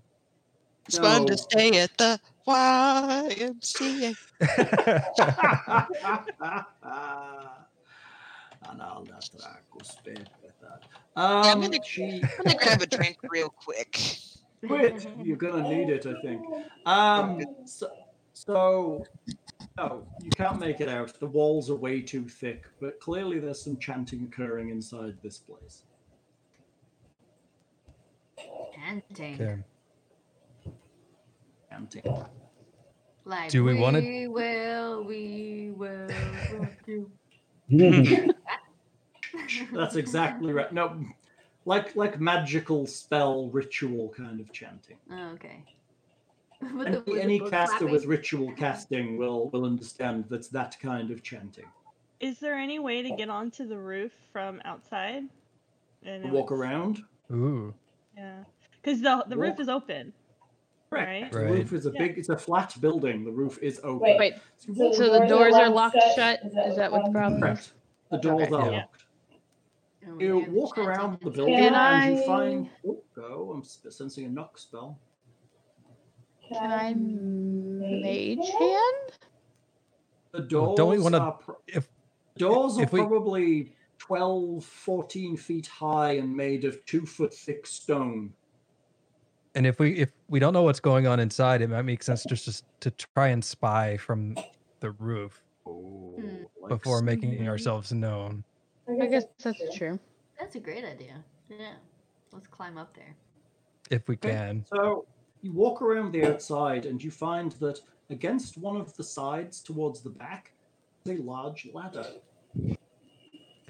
Speaker 8: It's fun
Speaker 2: No.
Speaker 8: to stay at the YMCA. Yeah, I'm
Speaker 2: Um,
Speaker 8: gonna-
Speaker 2: she,
Speaker 8: I'm gonna grab a drink real quick.
Speaker 2: Wait, you're gonna need it, I think. Um, so, so, no, you can't make it out. The walls are way too thick, but clearly there's some chanting occurring inside this place.
Speaker 3: Chanting.
Speaker 7: Okay.
Speaker 2: Chanting.
Speaker 3: Like,
Speaker 7: Do we wanna-
Speaker 3: We will, we will rock you.
Speaker 2: That's exactly right. No, like like magical spell ritual kind of chanting.
Speaker 3: Oh, okay. With
Speaker 2: Any,
Speaker 3: the- with the
Speaker 2: any
Speaker 3: book
Speaker 2: caster
Speaker 3: clapping.
Speaker 2: with ritual casting will will understand that's that kind of chanting.
Speaker 4: Is there any way to get onto the roof from outside? And it
Speaker 2: Walk
Speaker 4: would-
Speaker 2: around.
Speaker 7: Ooh.
Speaker 4: Yeah, because the the roof
Speaker 2: Walk.
Speaker 4: is open. Right.
Speaker 2: The roof is a
Speaker 4: Yeah.
Speaker 2: big. It's a flat building. The roof is open.
Speaker 5: Wait, wait. So, the doors are locked shut? Is that what the problem is?
Speaker 2: Correct. The doors
Speaker 5: Okay.
Speaker 2: are
Speaker 5: Yeah.
Speaker 2: locked.
Speaker 3: Oh,
Speaker 2: You walk around the building
Speaker 5: Can
Speaker 2: and you
Speaker 5: I-
Speaker 2: find. Oh, go. I'm s- sensing a knock spell.
Speaker 5: Can I mage hand?
Speaker 2: The
Speaker 7: Well,
Speaker 2: doors
Speaker 7: don't we wanna-
Speaker 2: are. pro-
Speaker 7: if-
Speaker 2: doors are
Speaker 7: if we-
Speaker 2: probably 12, 14 feet high and made of two foot thick stone.
Speaker 7: And if we if we don't know what's going on inside, it might make sense just just to try and spy from the roof
Speaker 2: Oh, like
Speaker 7: before making
Speaker 2: Mm-hmm.
Speaker 5: Mhm.
Speaker 7: ourselves known.
Speaker 5: I guess that's true.
Speaker 3: That's a great idea. Yeah. Let's climb up there.
Speaker 7: If we can.
Speaker 2: So you walk around the outside and you find that against one of the sides towards the back is a large ladder.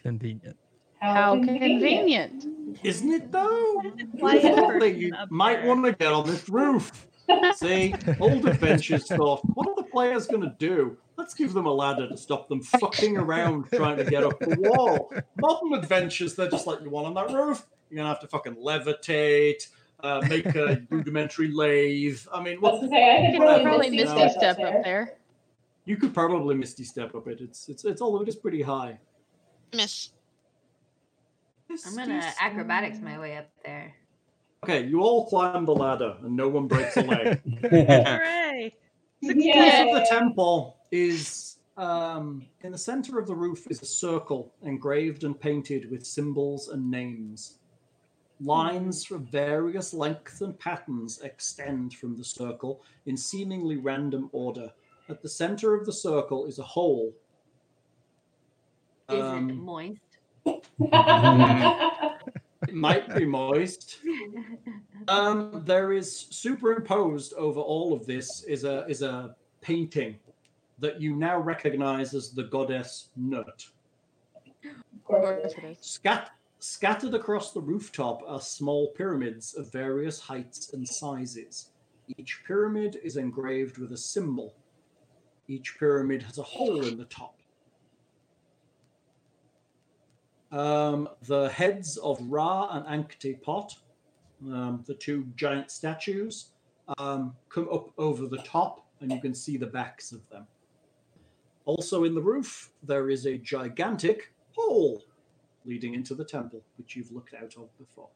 Speaker 7: Convenient.
Speaker 5: How convenient.
Speaker 2: Isn't it though?
Speaker 4: Why is
Speaker 2: Thought
Speaker 4: there
Speaker 2: that you might want to get on this roof. See, old adventure stuff. What are the players going to do? Let's give them a ladder to stop them fucking around trying to get up the wall. Modern adventures, they're just like you want on that roof. You're going to have to fucking levitate, uh, make a rudimentary lathe. I mean, what?
Speaker 9: Okay, I could
Speaker 5: You can
Speaker 2: Well,
Speaker 5: probably
Speaker 2: you
Speaker 5: miss
Speaker 2: know.
Speaker 5: this step up there.
Speaker 2: You could probably misty step up it. It's it's it's although it is pretty high.
Speaker 8: Miss.
Speaker 3: I'm gonna acrobatics my way up there.
Speaker 2: Okay, you all climb the ladder and no one breaks a leg.
Speaker 4: Hooray!
Speaker 2: base
Speaker 9: Yeah.
Speaker 2: of the temple is um, in the center of the roof is a circle engraved and painted with symbols and names. Lines of various lengths and patterns extend from the circle in seemingly random order. At the center of the circle is a hole.
Speaker 3: Is it
Speaker 2: Um,
Speaker 3: moist?
Speaker 2: it might be moist. Um, there is superimposed over all of this is a is a painting that you now recognize as the goddess Nut.
Speaker 9: Of
Speaker 5: Of
Speaker 9: course it
Speaker 5: course
Speaker 9: is.
Speaker 5: it is.
Speaker 2: Scat- scattered across the rooftop are small pyramids of various heights and sizes. Each pyramid is engraved with a symbol. Each pyramid has a hole in the top. Um, the heads of Ra and Ankh Pot, um, the two giant statues, um, come up over the top, and you can see the backs of them. Also, in the roof, there is a gigantic hole leading into the temple, which you've looked out of before.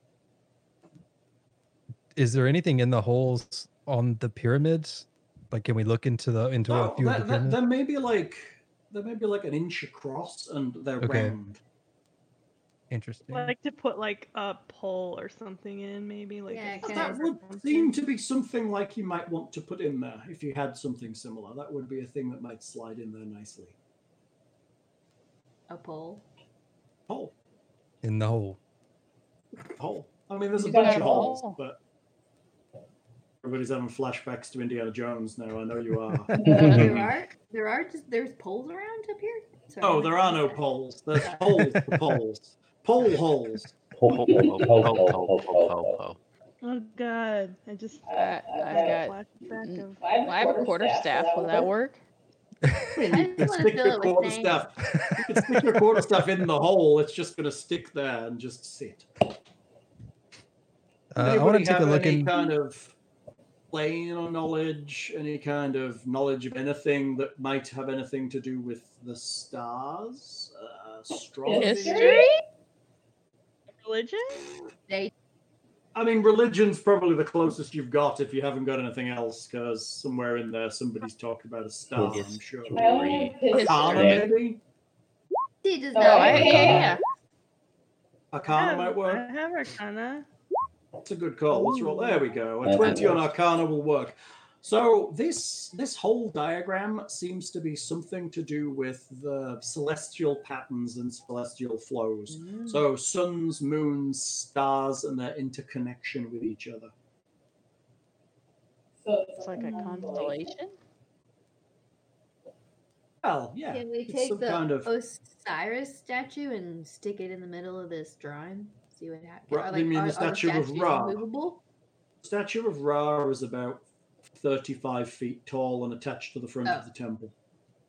Speaker 7: Is there anything in the holes on the pyramids? Like can we look into the into
Speaker 2: Oh,
Speaker 7: a few
Speaker 2: there,
Speaker 7: of the
Speaker 2: there-
Speaker 7: pyramids?
Speaker 2: there may be like there may be like an inch across, and they're
Speaker 7: Okay.
Speaker 2: round.
Speaker 7: Interesting.
Speaker 4: like to put like a pole or something in, maybe like.
Speaker 3: Yeah,
Speaker 4: a-
Speaker 2: That would seem to be something like you might want to put in there if you had something similar. That would be a thing that might slide in there nicely.
Speaker 3: A pole.
Speaker 2: Pole.
Speaker 7: in the hole.
Speaker 2: Pole. I mean, there's a
Speaker 3: You got
Speaker 2: bunch
Speaker 3: a
Speaker 2: of holes,
Speaker 3: pole.
Speaker 2: but everybody's having flashbacks to Indiana Jones now. I know you are.
Speaker 3: Uh,
Speaker 5: Mm-hmm.
Speaker 3: there are there are just there's poles around up here. Sorry,
Speaker 2: Oh,
Speaker 3: I'm
Speaker 2: there
Speaker 3: like-
Speaker 2: are no poles. There's holes for poles. Pole holes.
Speaker 6: Ho, ho, ho, ho, ho, ho, ho, ho, ho.
Speaker 4: Oh god, I just
Speaker 5: I, I Uh, got.
Speaker 4: flashback of.
Speaker 5: Well, I have a quarter staff. Will that work?
Speaker 2: You can stick your quarter staff.
Speaker 7: Uh,
Speaker 2: You can stick your quarter staff in the hole. It's just gonna stick there and just sit.
Speaker 7: Uh, I want
Speaker 2: Anybody
Speaker 7: to take a
Speaker 2: have
Speaker 7: look
Speaker 2: any
Speaker 7: in.
Speaker 2: kind of plane or knowledge, any kind of knowledge of anything that might have anything to do with the stars, uh, astrology.
Speaker 4: History? Religion?
Speaker 3: They
Speaker 2: I mean, religion's probably the closest you've got if you haven't got anything else, because somewhere in there somebody's talking about a star. I'm sure.
Speaker 6: I only have history.
Speaker 2: Arcana, maybe.
Speaker 3: He does
Speaker 5: Oh,
Speaker 3: not.
Speaker 5: I- yeah, yeah,
Speaker 4: Um,
Speaker 2: Arcana might work.
Speaker 4: Oh, I have Arcana.
Speaker 2: That's a good call. Let's roll. There we go. A
Speaker 6: Yeah,
Speaker 2: twenty
Speaker 6: that
Speaker 2: on Arcana will work. So this this whole diagram seems to be something to do with the celestial patterns and celestial flows. So suns, moons, stars, and their interconnection with each other.
Speaker 5: It's like a constellation.
Speaker 2: Well, yeah,
Speaker 3: Can we
Speaker 2: it's
Speaker 3: take
Speaker 2: some
Speaker 3: the
Speaker 2: kind of
Speaker 3: Osiris statue and stick it in the middle of this drawing? See what happens.
Speaker 2: Ra- you mean the statue of Ra?
Speaker 3: Movable?
Speaker 2: statue of Ra is about thirty-five feet tall and attached to the front of
Speaker 3: Oh.
Speaker 2: the temple.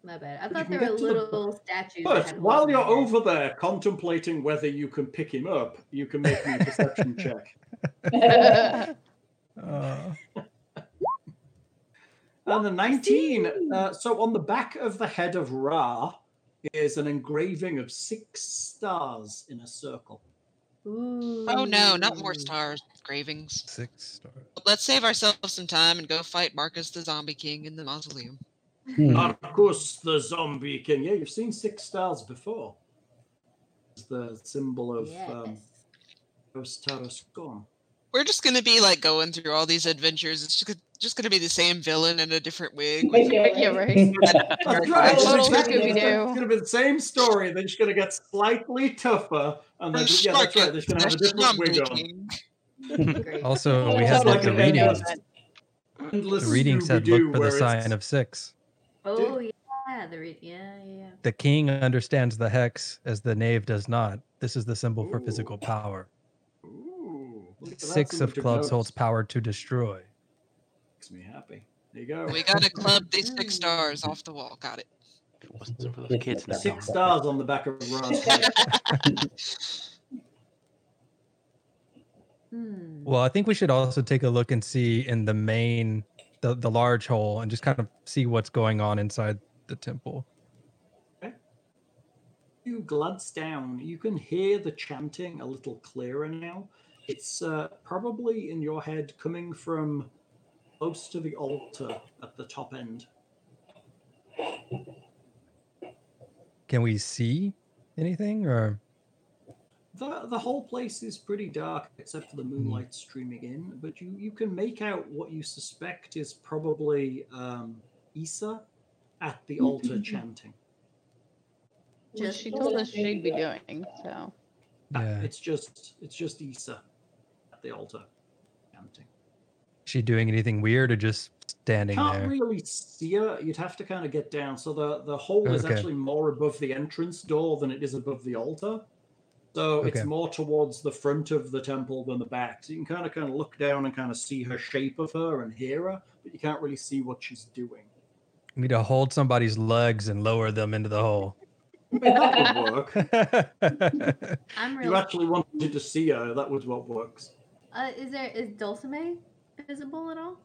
Speaker 3: My bad. I
Speaker 2: But
Speaker 3: thought
Speaker 2: you can
Speaker 3: there were
Speaker 2: get to the-
Speaker 3: little statues. that
Speaker 2: But
Speaker 3: had
Speaker 2: while
Speaker 3: holes in
Speaker 2: you're
Speaker 3: them.
Speaker 2: over there contemplating whether you can pick him up, you can make me a perception check.
Speaker 7: Uh,
Speaker 2: And the 19. Uh, so on the back of the head of Ra is an engraving of six stars in a circle.
Speaker 8: Oh no, not more stars, Gravings.
Speaker 7: Six stars.
Speaker 8: Let's save ourselves some time and go fight Marcus the Zombie King in the mausoleum.
Speaker 6: Hmm.
Speaker 2: Marcus the Zombie King. Yeah, you've seen six stars before. It's the symbol of um, Os Tarascon.
Speaker 8: We're just gonna be like going through all these adventures. It's just, just gonna be the same villain in a different wig. with-
Speaker 5: yeah, right.
Speaker 2: That's
Speaker 5: right.
Speaker 2: right.
Speaker 5: Total
Speaker 2: It's exactly-
Speaker 5: Scooby-Doo.
Speaker 2: It's going to be the same story. They're just going to get slightly tougher. And then, yeah, that's right. They're just going to have a different wig on.
Speaker 7: also,
Speaker 5: Yeah,
Speaker 7: Oh, we had
Speaker 5: totally
Speaker 7: like the
Speaker 2: uh,
Speaker 5: different
Speaker 7: reading.
Speaker 5: event.
Speaker 7: The reading said, "Look for the sign of six.
Speaker 3: Oh yeah, the re- yeah yeah. yeah.
Speaker 7: The king understands the hex as the knave does not. This is the symbol for physical power. Six of clubs holds power to destroy.
Speaker 2: Makes me happy. There you go.
Speaker 8: We gotta club these
Speaker 2: Mm.
Speaker 8: six stars off the wall. Got it.
Speaker 10: It wasn't for those kids. now.
Speaker 2: Six stars on the back of Ra's head.
Speaker 3: Hmm.
Speaker 7: Well, I think we should also take a look and see in the main, the, the large hole, and just kind of see what's going on inside the temple.
Speaker 2: you glance down, you can hear the chanting a little clearer now. It's uh, probably in your head coming from close to the altar at the top end.
Speaker 7: Can we see anything or?
Speaker 2: The, the whole place is pretty dark except for the moonlight streaming in, but you, you can make out what you suspect is probably um, Issa at the altar chanting.
Speaker 5: Just she told us she'd be doing so.
Speaker 7: Yeah.
Speaker 2: It's just it's just Issa at the altar chanting.
Speaker 7: she doing anything weird or just standing
Speaker 2: can't
Speaker 7: there?
Speaker 2: really see her. You'd have to kind of get down. So the the hole is
Speaker 7: Okay.
Speaker 2: actually more above the entrance door than it is above the altar. So it's
Speaker 7: Okay.
Speaker 2: more towards the front of the temple than the back. So you can kind of kind of look down and kind of see her shape of her and hear her, but you can't really see what she's doing.
Speaker 7: We need to hold somebody's legs and lower them into the hole.
Speaker 2: I mean, that would work.
Speaker 3: I'm
Speaker 2: You
Speaker 3: really.
Speaker 2: actually wanted to see her. That was what works.
Speaker 3: Uh, is there is Dulcime visible at all?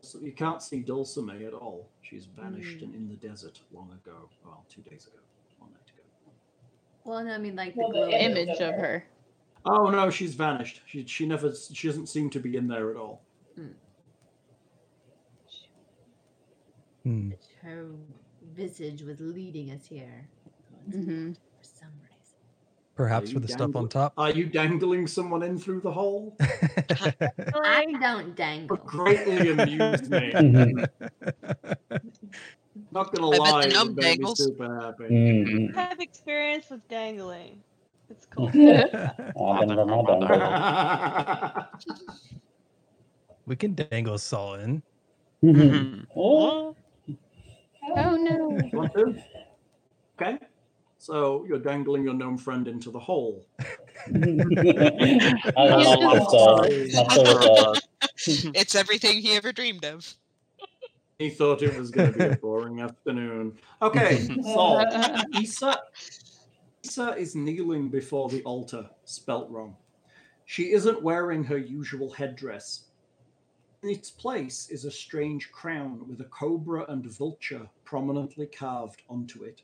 Speaker 2: So you can't see Dulcime at all. She's vanished
Speaker 3: Hmm.
Speaker 2: and in the desert long ago. Well, two days ago, one night ago.
Speaker 3: Well, no, I mean like the
Speaker 5: Well, the
Speaker 3: glow
Speaker 5: image of her.
Speaker 2: Oh no, she's vanished. She she never she doesn't seem to be in there at all.
Speaker 7: Hmm.
Speaker 3: Her visage was leading us here
Speaker 5: Mhm.
Speaker 4: Mm-hmm.
Speaker 3: for some reason.
Speaker 7: Perhaps with the stuff on top.
Speaker 2: Are you dangling someone in through the hole?
Speaker 3: I don't dangle.
Speaker 2: Greatly amused me.
Speaker 6: Mhm.
Speaker 2: Not gonna
Speaker 8: bet the
Speaker 2: lie, it
Speaker 8: gnome
Speaker 2: would make me
Speaker 8: dangles.
Speaker 2: super happy.
Speaker 4: I
Speaker 6: Mm.
Speaker 4: have experience with dangling. It's cool.
Speaker 6: Oh, I don't know, I don't know.
Speaker 7: We can dangle Saul in.
Speaker 6: Mhm. Oh,
Speaker 5: Oh no.
Speaker 2: Want to? Okay. So you're dangling your gnome friend into the hole.
Speaker 6: I love this song. Not so uh,
Speaker 8: it's everything he ever dreamed of.
Speaker 2: He thought it was going to be a boring afternoon. Okay, Saul. Issa, Issa is kneeling before the altar, spelt wrong. She isn't wearing her usual headdress. In its place is a strange crown with a cobra and vulture prominently carved onto it.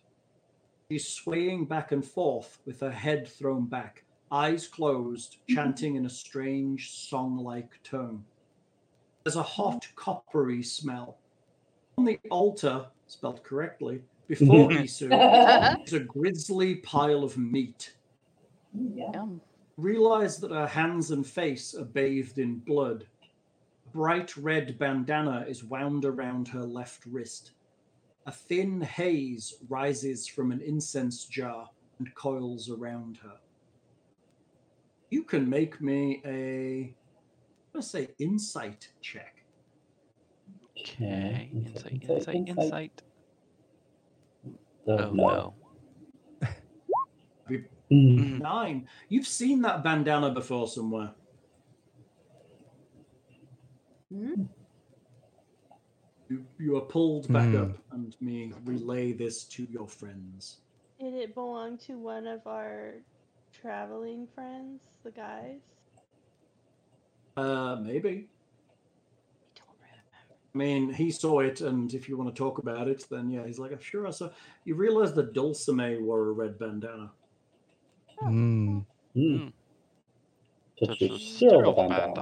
Speaker 2: She's swaying back and forth with her head thrown back, eyes closed, chanting in a strange song like tone. There's a hot coppery smell. On the altar, spelled correctly, before Isu, is a grisly pile of meat.
Speaker 5: Yum.
Speaker 2: Realize that her hands and face are bathed in blood. A bright red bandana is wound around her left wrist. A thin haze rises from an incense jar and coils around her. You can make me a, I'm gonna say insight check.
Speaker 10: Okay. Insight, insight,
Speaker 6: Insight, insight.
Speaker 10: insight.
Speaker 6: oh no.
Speaker 2: Be-
Speaker 6: Mm.
Speaker 2: Nine. You've seen that bandana before somewhere.
Speaker 3: Hmm?
Speaker 2: You, you are pulled back
Speaker 7: Hmm.
Speaker 2: up, and me relay this to your friends.
Speaker 4: Did it belong to one of our traveling friends, the guys?
Speaker 2: Uh, maybe. I mean, he saw it, and if you want to talk about it, then yeah, he's like, "Oh, sure, I saw. You realize that Dulcime wore a red bandana.
Speaker 7: Mm.
Speaker 6: Mm. Such
Speaker 10: Such a
Speaker 6: a silver
Speaker 10: serial
Speaker 6: bandana.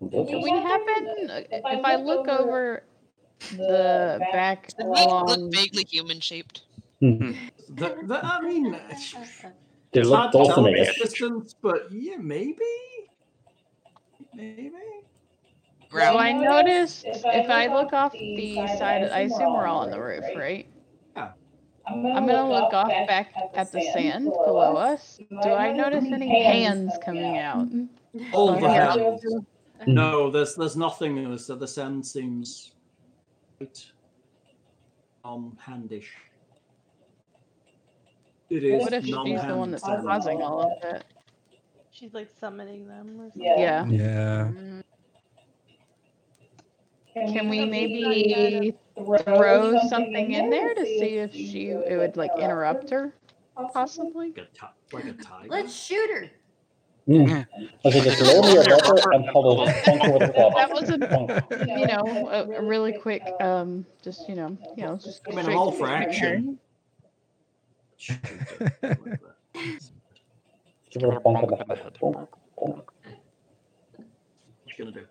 Speaker 10: bandana.
Speaker 5: Do we happen uh, if I look over the
Speaker 9: The
Speaker 5: back
Speaker 8: The meat
Speaker 5: along
Speaker 2: Um,
Speaker 8: looked vaguely human shaped.
Speaker 2: The, the, I mean, it's
Speaker 6: They
Speaker 2: hard
Speaker 6: look
Speaker 2: to tell at
Speaker 6: dulcimate.
Speaker 2: this distance, but yeah, maybe. Maybe.
Speaker 5: So
Speaker 8: Ground.
Speaker 5: I noticed if I look off the side, I assume we're all on the roof, right?
Speaker 9: I'm
Speaker 5: I'm gonna look off back at the sand below us. Do I notice any hands coming out?
Speaker 2: All
Speaker 5: Like
Speaker 2: the
Speaker 5: hands.
Speaker 2: hands. Oh, No, there's there's nothing in this. The sand seems quite um handish. It is.
Speaker 5: What if she's the one
Speaker 2: non-hand
Speaker 5: that's
Speaker 2: sand.
Speaker 5: causing all of it?
Speaker 4: She's like summoning them or something.
Speaker 9: Yeah.
Speaker 5: Yeah.
Speaker 7: Yeah.
Speaker 5: Mm, Can we maybe throw something in there to see if she it would like interrupt her possibly?
Speaker 2: Like a, ti- like a tiger.
Speaker 3: Let's shoot her.
Speaker 6: Mm. Okay, just roll me a rubber and hold a bunker with a club.
Speaker 5: That was a
Speaker 6: Bonk.
Speaker 5: you know a, a really quick um just you know you know just
Speaker 2: I
Speaker 5: go
Speaker 2: mean, I'm
Speaker 5: straight
Speaker 2: all
Speaker 5: to
Speaker 2: for
Speaker 5: the trigger.
Speaker 2: action. Shoot her. Like that.
Speaker 6: Give her a bonk in the head. Bonk.
Speaker 2: What you gonna do?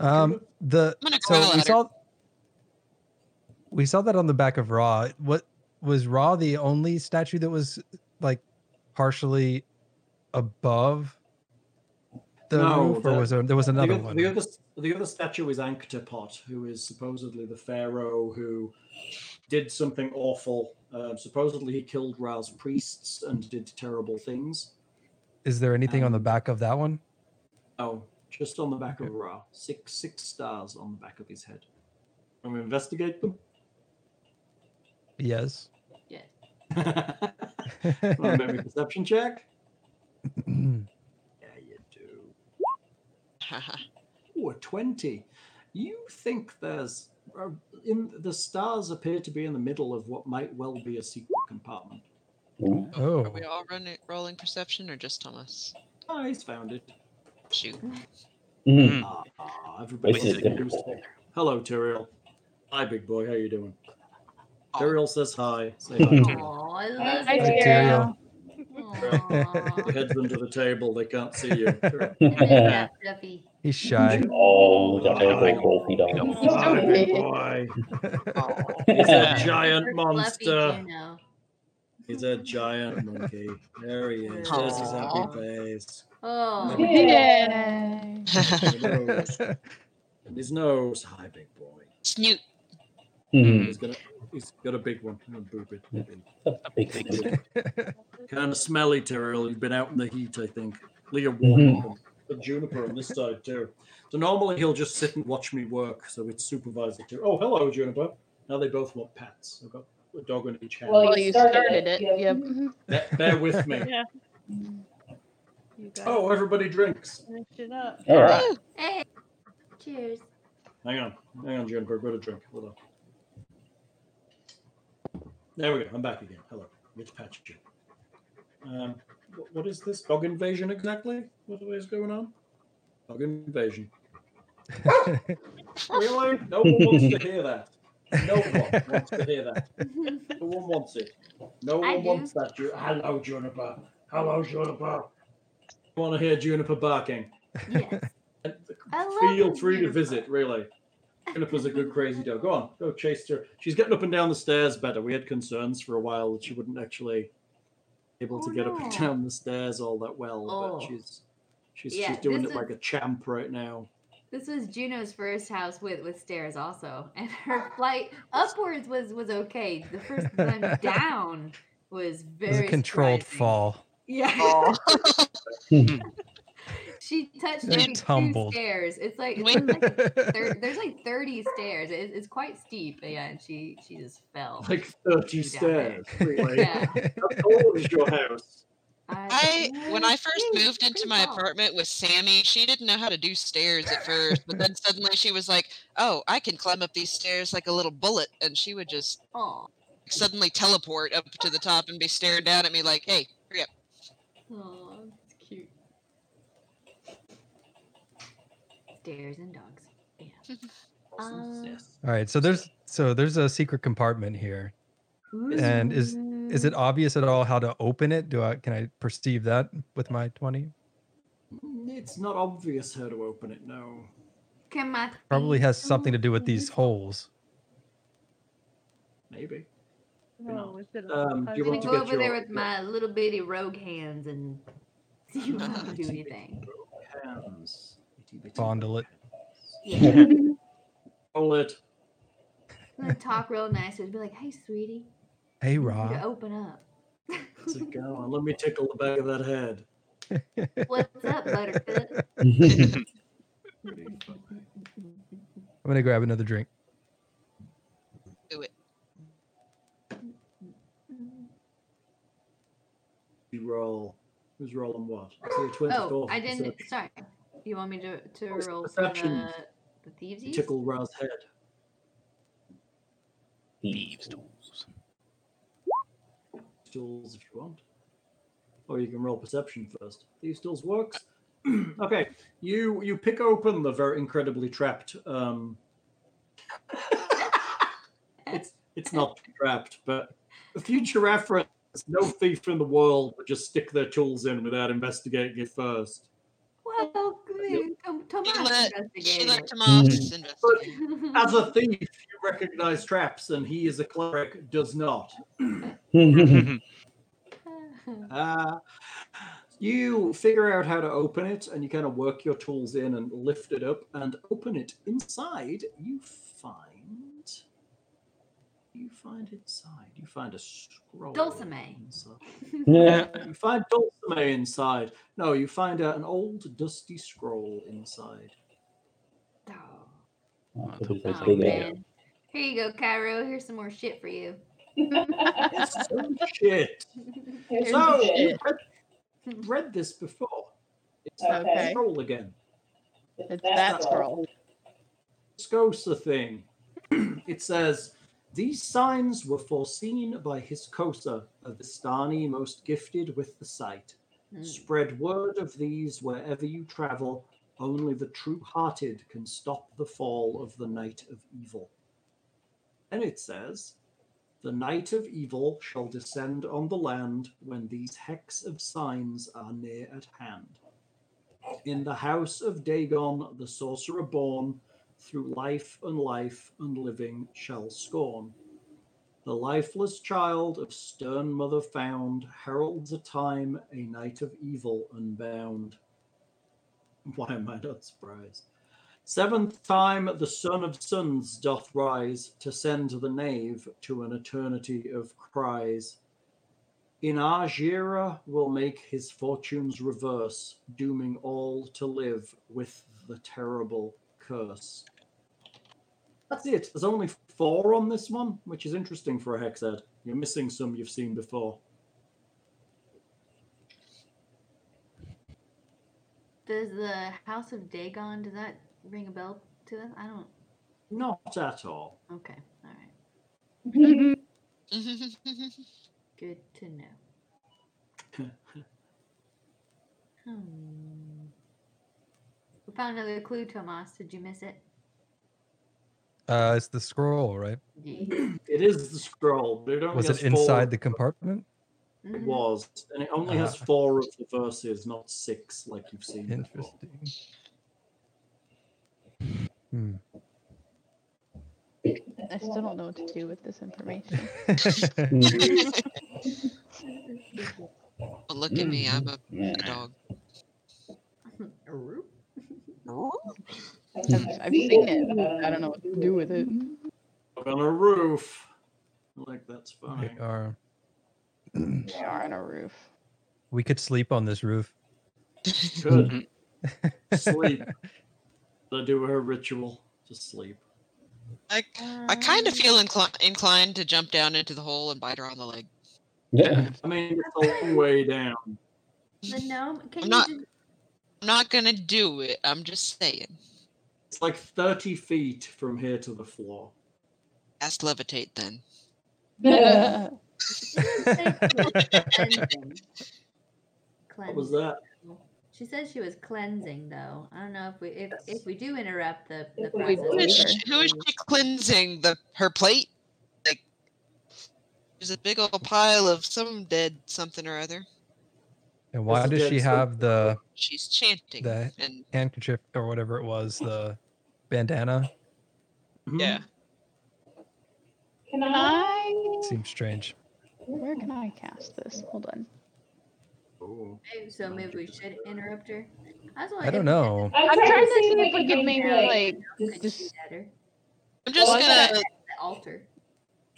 Speaker 7: Um. The
Speaker 8: I'm gonna growl
Speaker 7: so we
Speaker 8: at her.
Speaker 7: saw we saw that on the back of Raw. What was Raw the only statue that was like partially above the
Speaker 2: No,
Speaker 7: roof, or
Speaker 2: the-
Speaker 7: was there there was
Speaker 2: The
Speaker 7: another
Speaker 2: oth-
Speaker 7: one?
Speaker 2: the other s- the other statue is Ankhtapat, who is supposedly the pharaoh who did something awful. Uh, supposedly, he killed Ra's priests and did terrible things.
Speaker 7: Is there anything on the
Speaker 2: Um,
Speaker 7: back of that one?
Speaker 2: Oh, just on the back of Ra. Six six stars on the back of his head. Can we investigate them?
Speaker 7: Yes.
Speaker 3: Yes.
Speaker 2: Want to make a perception check?
Speaker 7: Mm.
Speaker 2: Yeah, you do. Ooh, a 20. You think there's uh, in the stars appear to be in the middle of what might well be a secret compartment.
Speaker 6: Ooh.
Speaker 7: Oh.
Speaker 8: Are we all running, rolling perception or just Thomas?
Speaker 2: Ah, he's found it.
Speaker 8: Shoot.
Speaker 6: Mm.
Speaker 2: Ah, everybody's
Speaker 6: This is
Speaker 2: confused.
Speaker 6: difficult.
Speaker 2: Hello, Tyrael. Hi, big boy. How you doing? Tyrael says hi. Say hi. Tyrael.
Speaker 3: Oh. Aw, I love
Speaker 5: Hi,
Speaker 3: her.
Speaker 5: Tara.
Speaker 3: Aw.
Speaker 2: Your head's under the table. They can't see you. Tyrael.
Speaker 3: And then that Duffy.
Speaker 7: He's shy.
Speaker 6: Oh, the horrible golfy dog.
Speaker 2: Hi,
Speaker 5: so
Speaker 2: big
Speaker 5: big.
Speaker 2: boy.
Speaker 8: Oh.
Speaker 2: He's a
Speaker 10: Yeah.
Speaker 2: giant
Speaker 3: Super fluffy,
Speaker 2: monster.
Speaker 3: Juno.
Speaker 2: He's a giant monkey. There he is. There's his
Speaker 3: Aw.
Speaker 2: happy face.
Speaker 3: Oh,
Speaker 2: There we go.
Speaker 3: Yay.
Speaker 2: And His nose. Hi, big boy.
Speaker 8: Snoot.
Speaker 6: Mm-hmm.
Speaker 2: He's got a, he's got a big one. A boob it.
Speaker 6: big snoot.
Speaker 2: kind of smelly Tyrrell. He's been out in the heat, I think. Leah warmed
Speaker 6: Mhm.
Speaker 2: him. The juniper on this side too. So normally he'll just sit and watch me work. So it's supervisor too. Oh, hello, juniper. Now they both want pets. I've got a dog on each hand.
Speaker 5: Well, you started it. Yep.
Speaker 2: Bear, bear with me.
Speaker 4: Yeah.
Speaker 2: Oh, everybody drinks.
Speaker 4: Finish it up.
Speaker 2: All right.
Speaker 3: Hey. Cheers.
Speaker 2: Hang on, hang on, Juniper. Got a drink. Hold on. There we go. I'm back again. Hello, it's Patrick. Um, wh- what is this dog invasion exactly? What is going on? Dog invasion. really? No one wants to hear that. No one wants to hear that. No one wants it. No
Speaker 11: I
Speaker 2: one
Speaker 11: do.
Speaker 2: wants that. Ju- Hello, Juniper. Hello, Juniper. You want to hear Juniper barking? Feel free to visit, really. Juniper's a good crazy dog. Go on, go chase her. She's getting up and down the stairs better. We had concerns for a while that she wouldn't actually be able to
Speaker 11: Oh,
Speaker 2: get up and
Speaker 11: no.
Speaker 2: down the stairs all that well,
Speaker 3: Oh.
Speaker 2: but she's she's
Speaker 3: Yeah,
Speaker 2: she's doing it
Speaker 3: this
Speaker 2: like a champ right now.
Speaker 3: This was Juno's first house with with stairs also, and her flight upwards was was okay. The first time down was
Speaker 7: It was a
Speaker 3: very
Speaker 7: controlled fall.
Speaker 3: Yeah. she touched
Speaker 7: They
Speaker 3: maybe
Speaker 7: tumbled.
Speaker 3: two stairs. It's like, it's like thir- there's like 30 stairs. It, it's quite steep. Yeah, and she she just fell.
Speaker 2: Like 30 stairs. Really.
Speaker 3: Yeah.
Speaker 2: How tall is your house?
Speaker 8: I when I first moved into my apartment with Sammy, she didn't know how to do stairs at first, but then suddenly she was like, "Oh, I can climb up these stairs like a little bullet," and she would just
Speaker 3: Aw.
Speaker 8: suddenly teleport up to the top and be staring down at me like, "Hey, hurry up!"
Speaker 3: Aw, it's cute. Stairs and dogs. Yeah. Um,
Speaker 7: All right, so there's so there's a secret compartment here, and is is it obvious at all how to open it? Do I can I perceive that with my twenty?
Speaker 2: It's not obvious how to open it, no.
Speaker 3: Can my
Speaker 7: Probably has something to do with these holes.
Speaker 2: Maybe.
Speaker 4: No, Oh, is it a
Speaker 2: Um, do you
Speaker 3: I'm gonna
Speaker 2: want to
Speaker 3: go
Speaker 2: get
Speaker 3: over there
Speaker 2: your-
Speaker 3: with my little bitty rogue hands and see if I can do anything.
Speaker 2: Hands. Itty bitty.
Speaker 7: Fondle it.
Speaker 3: Yeah.
Speaker 2: Roll it.
Speaker 3: I'm gonna talk real nice and be like, "Hey, sweetie,
Speaker 7: Hey,
Speaker 3: you need
Speaker 7: Rob.
Speaker 3: to open up.
Speaker 2: How's it going? Let me tickle the back of that head.
Speaker 3: What's up, Buttercup?"
Speaker 7: I'm gonna grab another drink.
Speaker 8: Do it.
Speaker 2: You roll. Who's rolling what? So you're 24.
Speaker 3: oh, I
Speaker 2: so
Speaker 3: didn't. Sorry. You want me to to
Speaker 2: it's
Speaker 3: roll for
Speaker 2: perception.
Speaker 3: the, the thieves?
Speaker 2: you
Speaker 3: ease?
Speaker 2: tickle Ra's head.
Speaker 6: Thieves.
Speaker 2: Stools if you want. Or you can roll perception first. Thieves tools works. okay. You you pick open the very incredibly trapped um it's it's not trapped, but for future reference, no thief in the world would just stick their tools in without investigating it first.
Speaker 3: Well, good. Tom, Tomas investigated.
Speaker 8: Tomas
Speaker 2: As a thief, you recognize traps, and he is a cleric, does not. Uh, you figure out how to open it, and you kind of work your tools in and lift it up and open it. Inside, you find. You find inside. You find a scroll.
Speaker 3: Dulcime.
Speaker 2: Inside.
Speaker 6: Yeah.
Speaker 2: You find Dulcime inside. No, you find uh, an old, dusty scroll inside.
Speaker 3: Oh, man. Here you go, Cairo. Here's some more shit for you.
Speaker 2: Shit.
Speaker 3: Here's
Speaker 2: So,
Speaker 3: some
Speaker 2: you
Speaker 3: shit.
Speaker 2: read, you read this before. It's
Speaker 5: Okay.
Speaker 2: that scroll again.
Speaker 5: It's that scroll.
Speaker 2: Scosa thing. it says these signs were foreseen by Hiskosa, a Vistani most gifted with the sight.
Speaker 11: Hmm.
Speaker 2: Spread word of these wherever you travel. Only the true-hearted can stop the fall of the night of evil. And it says, "The night of evil shall descend on the land when these hex of signs are near at hand." In the house of Dagon, the sorcerer born, through life and life and living shall scorn. The lifeless child of stern mother found heralds a time, a night of evil unbound. Why am I not surprised? Seventh time the sun of suns doth rise to send the knave to an eternity of cries. In Argira will make his fortunes reverse, dooming all to live with the terrible curse. That's it. There's only four on this one, which is interesting for a hexed. You're missing some you've seen before.
Speaker 3: Does the House of Dagon does that ring a bell to them? I don't.
Speaker 2: Not at all.
Speaker 3: Okay. All right. Good to know. hmm. We found another clue, Tomas. Did you miss it?
Speaker 7: Uh, it's the scroll, right?
Speaker 2: it is the scroll. They don't
Speaker 7: Was
Speaker 2: give
Speaker 7: it
Speaker 2: us four-
Speaker 7: inside the compartment?
Speaker 2: It was, and it only has
Speaker 7: Ah.
Speaker 2: four of the verses, not six, like you've seen. Interesting.
Speaker 7: Hmm.
Speaker 5: I still don't know what to do with this information.
Speaker 8: Well, Oh, look at me. I'm a, a dog.
Speaker 5: I've, I've seen it. but I don't know what to do with it.
Speaker 2: on a roof. Like that's fine.
Speaker 7: We are.
Speaker 5: They are on a roof.
Speaker 7: We could sleep on this roof.
Speaker 2: Good. sleep. I do her ritual to sleep.
Speaker 8: I, I kind
Speaker 3: Um,
Speaker 8: of feel incli- inclined to jump down into the hole and bite her on the leg.
Speaker 6: Yeah.
Speaker 2: I mean, it's a long way down.
Speaker 3: The gnome. Can
Speaker 8: I'm
Speaker 3: you
Speaker 8: not.
Speaker 3: just
Speaker 8: I'm not gonna do it. I'm just saying.
Speaker 2: It's like 30 feet from here to the floor.
Speaker 8: Cast levitate then.
Speaker 3: cleansing?
Speaker 2: What was that?
Speaker 3: She said she was cleansing, though. I don't know if we if, if we do interrupt the the
Speaker 5: We
Speaker 3: process.
Speaker 8: Who is,
Speaker 5: believe her.
Speaker 8: she, who is she cleansing? The her plate? Like there's a big old pile of some dead something or other.
Speaker 7: And why
Speaker 2: This
Speaker 7: does she
Speaker 2: gets the-
Speaker 7: have the
Speaker 8: She's chanting
Speaker 7: the
Speaker 8: and
Speaker 7: handkerchief or whatever it was, the bandana?
Speaker 8: yeah.
Speaker 9: Can I?
Speaker 5: I.
Speaker 7: Seems strange.
Speaker 5: Where can I cast this? Hold on.
Speaker 2: Oh.
Speaker 3: Maybe- So maybe we should interrupt her. I was
Speaker 7: I
Speaker 3: wondering
Speaker 7: don't know.
Speaker 9: I'm,
Speaker 5: I'm trying to
Speaker 9: see
Speaker 5: see if we could maybe like
Speaker 3: if we could do
Speaker 5: just.
Speaker 3: better.
Speaker 8: I'm just
Speaker 5: Well, Oh, I
Speaker 8: gonna.
Speaker 3: At the altar.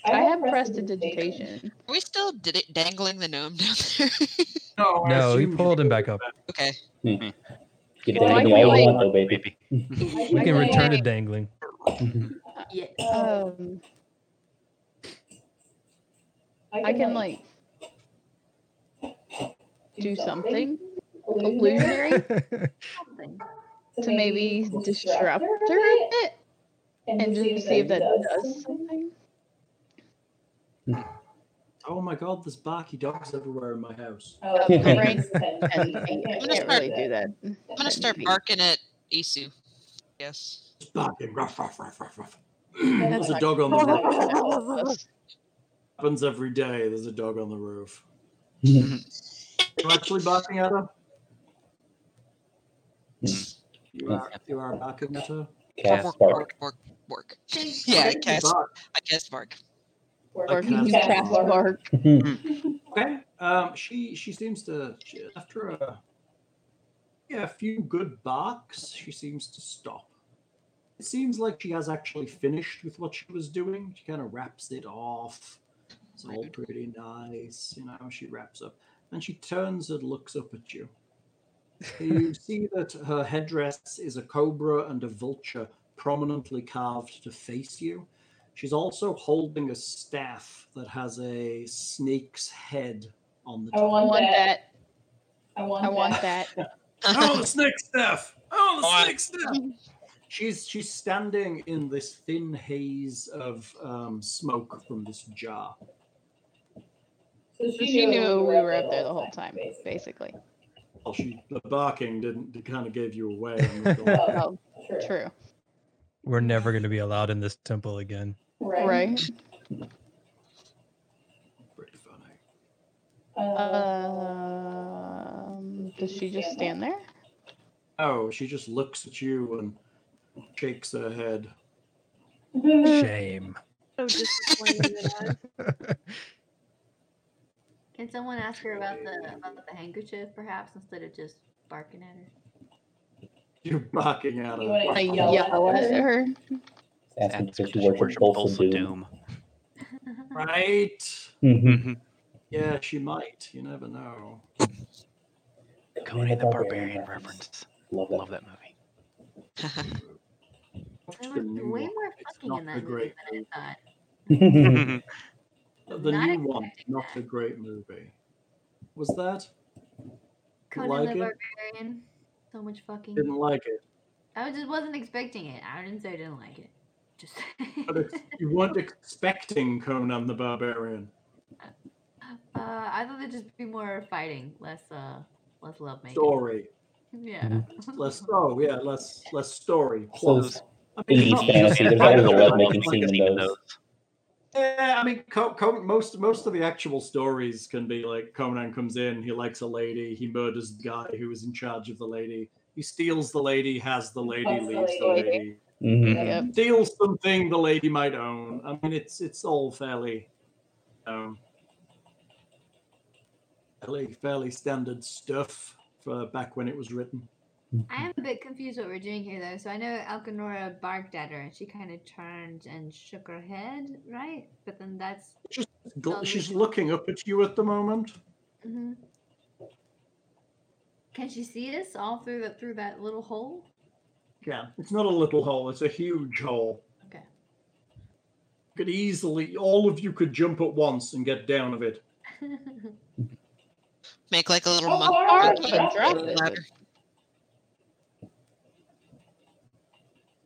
Speaker 5: I have prestidigitation.
Speaker 8: Are we still did it dangling the gnome down there?
Speaker 2: No, I
Speaker 7: No, he
Speaker 2: assumed
Speaker 7: pulled him back up.
Speaker 8: okay.
Speaker 6: Get
Speaker 5: Well, I
Speaker 6: anything
Speaker 5: can,
Speaker 6: all
Speaker 5: like-
Speaker 6: you want, though, baby.
Speaker 7: We
Speaker 5: I
Speaker 7: can
Speaker 5: can,
Speaker 7: return to
Speaker 5: like-
Speaker 7: dangling.
Speaker 3: Yeah.
Speaker 5: Um, I can like do something illusionary
Speaker 3: Something.
Speaker 5: to maybe disrupt her a bit and just see if that does something.
Speaker 2: Oh my god, there's barky dogs everywhere in my house.
Speaker 9: Oh,
Speaker 6: Yeah.
Speaker 9: right.
Speaker 5: And I can't, can't really do that.
Speaker 8: I'm gonna start barking at Isu. Yes.
Speaker 2: Just barking. Ruff, ruff, ruff, ruff, ruff. There's
Speaker 5: That's
Speaker 2: a
Speaker 5: not-
Speaker 2: dog on the roof.
Speaker 5: Gross.
Speaker 2: happens every day. There's a dog on the roof. You're actually barking at her? You are, you are barking at her?
Speaker 6: Cast spark.
Speaker 8: Bark, bark, bark.
Speaker 3: Think-
Speaker 8: Yeah, I
Speaker 2: You
Speaker 8: cast.
Speaker 2: bark.
Speaker 8: I cast bark.
Speaker 5: Or
Speaker 2: Like
Speaker 5: you
Speaker 2: cast
Speaker 5: cast
Speaker 9: bark.
Speaker 5: bark.
Speaker 2: Okay. Um, she she seems to she, after a yeah a few good barks, she seems to stop. It seems like she has actually finished with what she was doing. She kind of wraps it off. It's all
Speaker 8: Rude.
Speaker 2: pretty nice, you know. She wraps up and she turns and looks up at you. You see that her headdress is a cobra and a vulture prominently carved to face you. She's also holding a staff that has a snake's head on the
Speaker 9: I
Speaker 2: top.
Speaker 5: I
Speaker 9: want
Speaker 5: want
Speaker 9: that.
Speaker 5: that.
Speaker 9: I want
Speaker 5: I want that.
Speaker 2: Oh, the snake staff! Oh, the
Speaker 8: Oh, I-
Speaker 2: snake staff! She's she's standing in this thin haze of um, smoke from this jar.
Speaker 9: So
Speaker 5: So she knew we were up there the whole time, basically.
Speaker 2: Well, Oh, she the barking didn't kind of gave you away. I'm not gonna-
Speaker 5: Oh, true.
Speaker 7: We're never going to be allowed in this temple again.
Speaker 9: Right.
Speaker 5: Right.
Speaker 2: pretty funny.
Speaker 9: Uh,
Speaker 5: Um, does she just stand there?
Speaker 2: Oh, she just looks at you and shakes her head.
Speaker 7: Shame.
Speaker 4: so disappointed in us.
Speaker 3: Can someone ask her about the about the handkerchief, perhaps, instead of just barking at her?
Speaker 2: You're barking at
Speaker 9: You wanna
Speaker 2: her.
Speaker 9: yell
Speaker 5: Yell at her.
Speaker 6: Asking if she worship Bolsa Doom.
Speaker 2: Right?
Speaker 6: Mm-hmm.
Speaker 2: Yeah, she might. You never know.
Speaker 10: Conan the Barbarian reference.
Speaker 6: Love that.
Speaker 10: Love that movie.
Speaker 3: There was
Speaker 2: new
Speaker 3: way
Speaker 2: one.
Speaker 3: more fucking in
Speaker 2: not the
Speaker 3: that movie
Speaker 2: great
Speaker 3: than I thought.
Speaker 10: Mhm.
Speaker 2: The
Speaker 3: Not
Speaker 2: new one, not the great movie. Was that?
Speaker 3: Conan
Speaker 2: like
Speaker 3: the
Speaker 2: it?
Speaker 3: Barbarian, so much fucking.
Speaker 2: Didn't like it.
Speaker 3: I just wasn't expecting it. I didn't say I didn't like it. Just
Speaker 2: But it's- you weren't expecting Conan the Barbarian.
Speaker 3: uh, I thought there'd just be more fighting, less uh, less love making.
Speaker 2: Story.
Speaker 3: Yeah.
Speaker 5: Mm-hmm.
Speaker 2: Less oh yeah, less less story.
Speaker 6: So,
Speaker 2: Plot. I mean, it's
Speaker 6: Eighties
Speaker 2: not-
Speaker 6: fantasy. There's always a love making scene in those.
Speaker 2: Yeah, I mean, Co- Co- most most of the actual stories can be like Conan comes in, he likes a lady, he murders the guy who is in charge of the lady, he steals the lady, has the lady,
Speaker 9: Has the
Speaker 2: leaves the
Speaker 9: lady.
Speaker 2: lady,
Speaker 6: Mhm.
Speaker 5: Yep.
Speaker 2: steals something the lady might own. I mean, it's it's all fairly, um, fairly fairly standard stuff for back when it was written.
Speaker 3: I am a bit confused what we're doing here, though. So I know Elkanora barked at her, and she kind of turned and shook her head, right? But then that's
Speaker 2: Just gl- she's looking up at you at the moment.
Speaker 3: hmm Can she see us all through the through that little hole?
Speaker 2: Yeah, it's not a little hole; it's a huge hole.
Speaker 3: Okay.
Speaker 2: could easily all of you could jump at once and get down of it.
Speaker 8: Make like a
Speaker 5: Oh,
Speaker 8: little
Speaker 9: How
Speaker 8: monkey.
Speaker 9: far
Speaker 5: Hard
Speaker 9: is
Speaker 5: to
Speaker 9: it?
Speaker 5: drop it.
Speaker 8: ladder.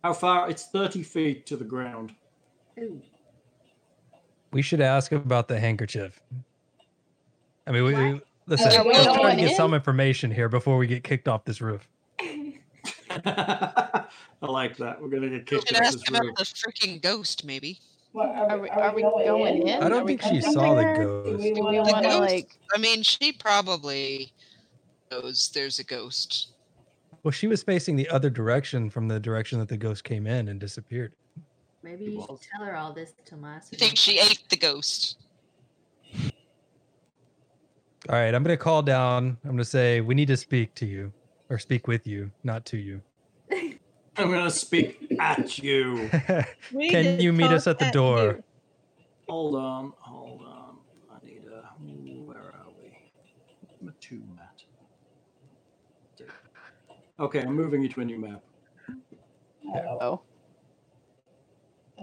Speaker 2: How far? It's thirty feet to the ground.
Speaker 3: Ooh.
Speaker 7: We should ask about the handkerchief. I mean, we,
Speaker 3: What?
Speaker 7: listen,
Speaker 5: Are we
Speaker 7: let's try
Speaker 5: going
Speaker 7: to get
Speaker 5: in?
Speaker 7: some information here before we get kicked off this roof.
Speaker 2: I like that. We're gonna get
Speaker 8: You
Speaker 2: kicked
Speaker 8: should
Speaker 2: out
Speaker 8: ask
Speaker 2: this
Speaker 8: about
Speaker 2: room.
Speaker 8: the freaking ghost, maybe.
Speaker 9: What,
Speaker 5: Are we, are we going in?
Speaker 7: I don't
Speaker 5: Are we
Speaker 7: think she
Speaker 5: going
Speaker 7: saw the
Speaker 5: there?
Speaker 7: ghost.
Speaker 5: Do we
Speaker 8: The
Speaker 5: want to
Speaker 8: ghost?
Speaker 5: like?
Speaker 8: I mean, she probably knows there's a ghost.
Speaker 7: Well, she was facing the other direction from the direction that the ghost came in and disappeared.
Speaker 3: Maybe you should tell her all this, Tomas.
Speaker 8: I think she ate the ghost.
Speaker 7: All right, I'm going to call down. I'm going to say, we need to speak to you or speak with you, not to you.
Speaker 2: I'm gonna speak at you.
Speaker 4: We
Speaker 7: Can
Speaker 4: did
Speaker 7: you meet
Speaker 4: talk
Speaker 7: us at the door?
Speaker 4: you.
Speaker 2: Hold on, hold on. I need a. Where are we? My two mat. Okay, I'm moving you to a new map.
Speaker 5: Oh,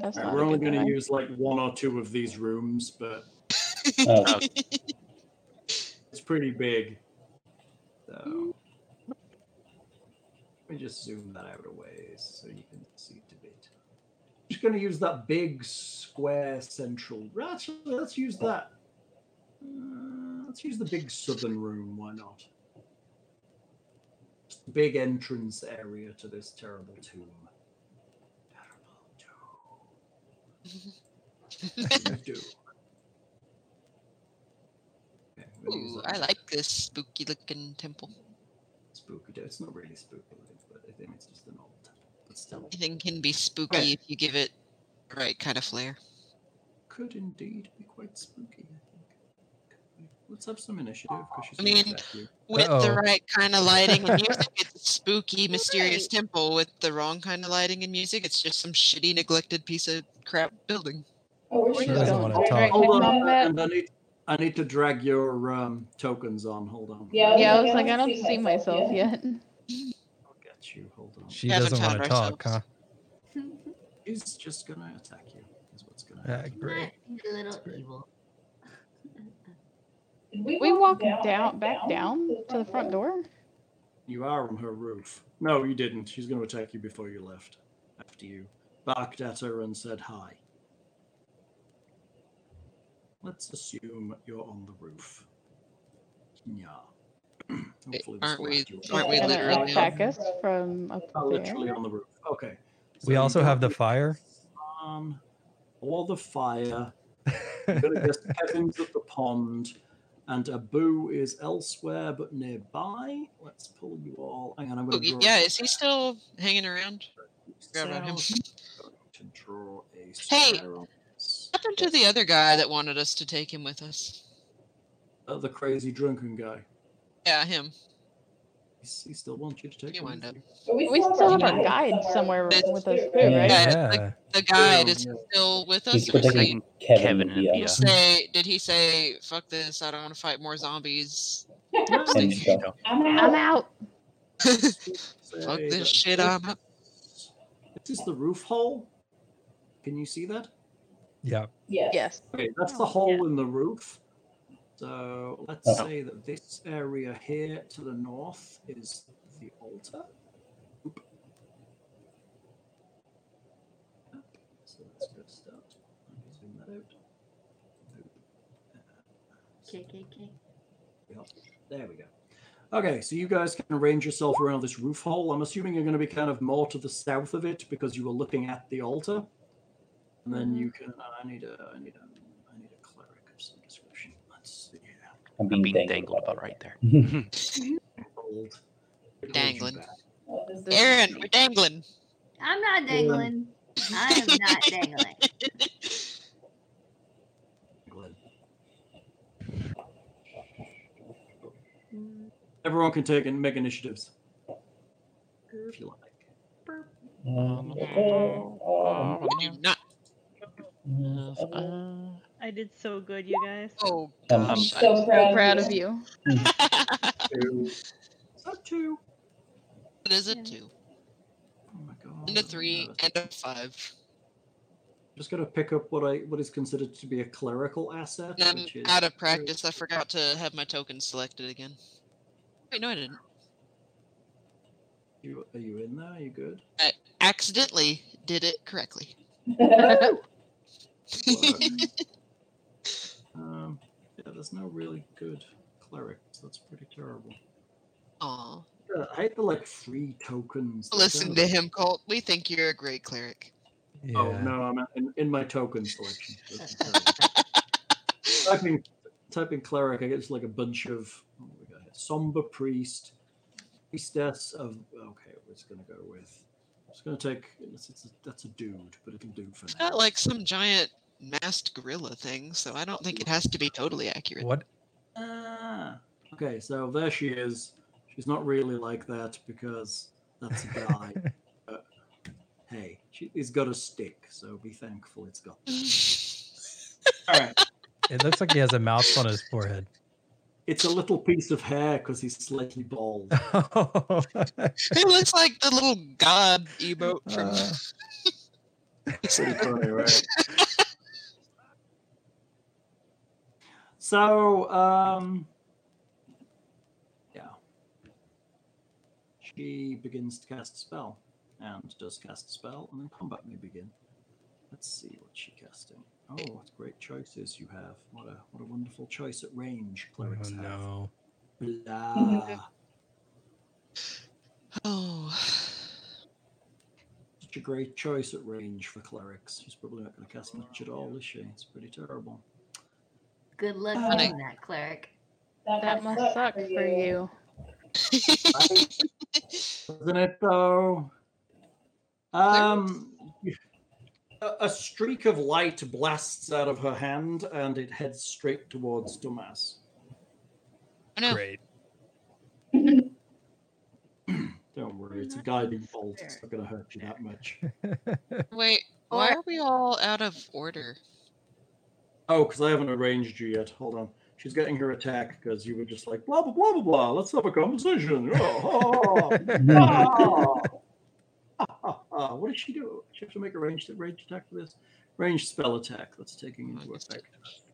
Speaker 5: that's
Speaker 2: All right,
Speaker 5: not.
Speaker 2: we're
Speaker 5: a
Speaker 2: only
Speaker 5: good
Speaker 2: going to
Speaker 5: sign.
Speaker 2: use like one or two of these rooms, but
Speaker 6: Oh,
Speaker 2: it's pretty big. So let me just zoom that out a ways so you can see it a bit. just going to use that big square central. Actually, let's use that. Uh, let's use the big southern room. Why not? Just the Big entrance area to this terrible tomb. Terrible tomb. Tomb of doom. Okay, I'm gonna use
Speaker 8: Ooh,
Speaker 2: that
Speaker 8: I
Speaker 2: one.
Speaker 8: like this spooky looking temple.
Speaker 2: spooky. It's not really spooky, but I think it's just an old. But still,
Speaker 8: Anything can be spooky
Speaker 2: Okay.
Speaker 8: if you give it the right kind of flair.
Speaker 2: could indeed be quite spooky. I think. Let's have some initiative because she's.
Speaker 8: I
Speaker 2: gonna
Speaker 8: mean-
Speaker 2: attack you.
Speaker 8: With
Speaker 7: Uh-oh.
Speaker 8: the right kind of lighting and music, it's a spooky, mysterious temple. With the wrong kind of lighting and music, it's just some shitty, neglected piece of crap building.
Speaker 9: Oh, we're
Speaker 5: She
Speaker 9: just
Speaker 5: doesn't
Speaker 9: going
Speaker 7: wanna
Speaker 9: straight
Speaker 7: talk.
Speaker 9: right
Speaker 2: Hold
Speaker 9: now.
Speaker 2: on,
Speaker 5: that-
Speaker 2: and I need I need to drag your um, tokens on. Hold on.
Speaker 9: Yeah,
Speaker 5: Yeah, I was like, I don't see myself yet.
Speaker 2: I'll get you. Hold on.
Speaker 7: She
Speaker 8: Haven't
Speaker 7: doesn't
Speaker 8: found
Speaker 7: want to talk, huh?
Speaker 8: ourselves.
Speaker 2: She's just gonna attack you. Is what's gonna
Speaker 7: Yeah,
Speaker 2: happen.
Speaker 7: great.
Speaker 3: He's a little
Speaker 2: great.
Speaker 3: evil.
Speaker 9: Did
Speaker 5: We walk down, back down to the front door.
Speaker 2: You are on her roof. No, you didn't. She's gonna attack you before you left. After you barked at her and said hi. Let's assume you're on the roof. Yeah.
Speaker 8: Wait,
Speaker 2: Hopefully this
Speaker 8: aren't
Speaker 2: will
Speaker 8: we-
Speaker 2: act you up.
Speaker 8: Aren't we
Speaker 5: Gonna
Speaker 8: literally
Speaker 5: attack
Speaker 9: down?
Speaker 5: us from up
Speaker 2: Are
Speaker 5: there?
Speaker 2: Oh, literally on the roof. Okay.
Speaker 7: We also have the fire.
Speaker 2: farm or the fire. I'm gonna guess Kevin's at the pond, and Abu is elsewhere but nearby. Let's pull you all. Hang on, I'm
Speaker 8: Oh,
Speaker 2: gonna
Speaker 8: y-
Speaker 2: draw.
Speaker 8: yeah, is he still hanging around?
Speaker 2: a
Speaker 8: forgot about him.
Speaker 2: cell. I'm going to draw a
Speaker 8: Hey!
Speaker 2: square on this.
Speaker 8: happened to the other guy that wanted us to take him with us?
Speaker 2: Uh, the crazy drunken guy.
Speaker 8: Yeah, him.
Speaker 2: He's- He still wants you to take
Speaker 8: He
Speaker 2: him.
Speaker 8: wound up.
Speaker 5: We still have our guide somewhere with us too, right?
Speaker 8: The, the guide is still with us.
Speaker 6: He's
Speaker 8: It was like-
Speaker 6: protecting Kevin, and
Speaker 8: Did he say? Did he say? Fuck this! I don't want to fight more zombies.
Speaker 6: And stuff.
Speaker 9: I'm out.
Speaker 5: I'm out.
Speaker 8: Fuck this shit! I'm out.
Speaker 2: Is this the roof hole? Can you see that?
Speaker 7: Yeah.
Speaker 9: Yes.
Speaker 5: Yes.
Speaker 2: Okay, that's the hole in the roof. So let's
Speaker 7: Oh.
Speaker 2: say that this area here to the north is the altar. Oop. So that's a good start. Let me zoom that out.
Speaker 3: KKK.
Speaker 2: Yep, There we go. Okay, so you guys can arrange yourself around this roof hole. I'm assuming you're going to be kind of more to the south of it because you were looking at the altar. And then you can. I need a. I need a. I need a cleric of some description. Let's see.
Speaker 6: I'm being, dangled about right there.
Speaker 2: Old.
Speaker 8: Dangling. Aaron, we're dangling.
Speaker 3: I'm not dangling. I am not dangling.
Speaker 2: Everyone can take and make initiatives. If you like.
Speaker 8: I do not.
Speaker 4: I did so good, you guys.
Speaker 8: Oh,
Speaker 6: Um, gosh,
Speaker 5: I'm so proud, of you.
Speaker 2: A two.
Speaker 8: It is a two.
Speaker 2: Oh my god.
Speaker 8: And a three and a five.
Speaker 2: Just going to pick up what I what is considered to be a clerical asset.
Speaker 8: And I'm
Speaker 2: which is
Speaker 8: out of practice. I forgot to have my token selected again. Wait, no, I didn't.
Speaker 2: You, are you in there? Are you good?
Speaker 8: I accidentally did it correctly.
Speaker 2: Um, yeah, there's no really good clerics. That's pretty terrible.
Speaker 8: Aw.
Speaker 2: Yeah, I hate the like free tokens. They're
Speaker 8: Listen
Speaker 2: kind
Speaker 8: to
Speaker 2: of-
Speaker 8: him, Colt. We think you're a great cleric.
Speaker 2: Oh no, I'm in, in my token selection. That's terrible. typing, typing cleric, I get just like a bunch of oh my God, somber priest, priestess of. Okay, we're just gonna go with. It's gonna take. It's, it's a, that's a dude, but it'll do for
Speaker 8: It's
Speaker 2: now.
Speaker 8: not like some giant masked gorilla thing, so I don't think it has to be totally accurate.
Speaker 7: What?
Speaker 2: Ah. Okay, so there she is. She's not really like that because that's a guy. but hey, she, he's got a stick, so be thankful it's got. All right.
Speaker 7: It looks like he has a mouse on his forehead.
Speaker 2: It's a little piece of hair because he's slightly bald.
Speaker 7: Oh,
Speaker 8: It looks like the little god emote from.
Speaker 7: Uh.
Speaker 2: Pretty funny, right? so, um, yeah. She begins to cast a spell and does cast a spell, and then combat may begin. Let's see what she's casting. Oh, what great choices you have. What a what a wonderful choice at range clerics have.
Speaker 7: Oh, no.
Speaker 2: Blah.
Speaker 8: oh,
Speaker 2: Such a great choice at range for clerics. She's probably not going to cast much at all, is she? It's pretty terrible.
Speaker 3: Good luck
Speaker 9: Uh,
Speaker 3: doing that, cleric.
Speaker 5: That must suck for you.
Speaker 2: Isn't it though? Um, a, a streak of light blasts out of her hand and it heads straight towards Dumas.
Speaker 7: Great.
Speaker 2: Don't worry, it's a guiding bolt. It's not going to hurt you that much.
Speaker 8: wait. Why are we all out of order?
Speaker 2: Oh, because I haven't arranged you yet. Hold on. She's getting her attack because you were just like blah blah blah blah blah. Let's have a conversation. Oh, oh, oh, oh, oh, oh. What does she do? She has to make a ranged ranged attack for this. Ranged spell attack. That's taking into effect.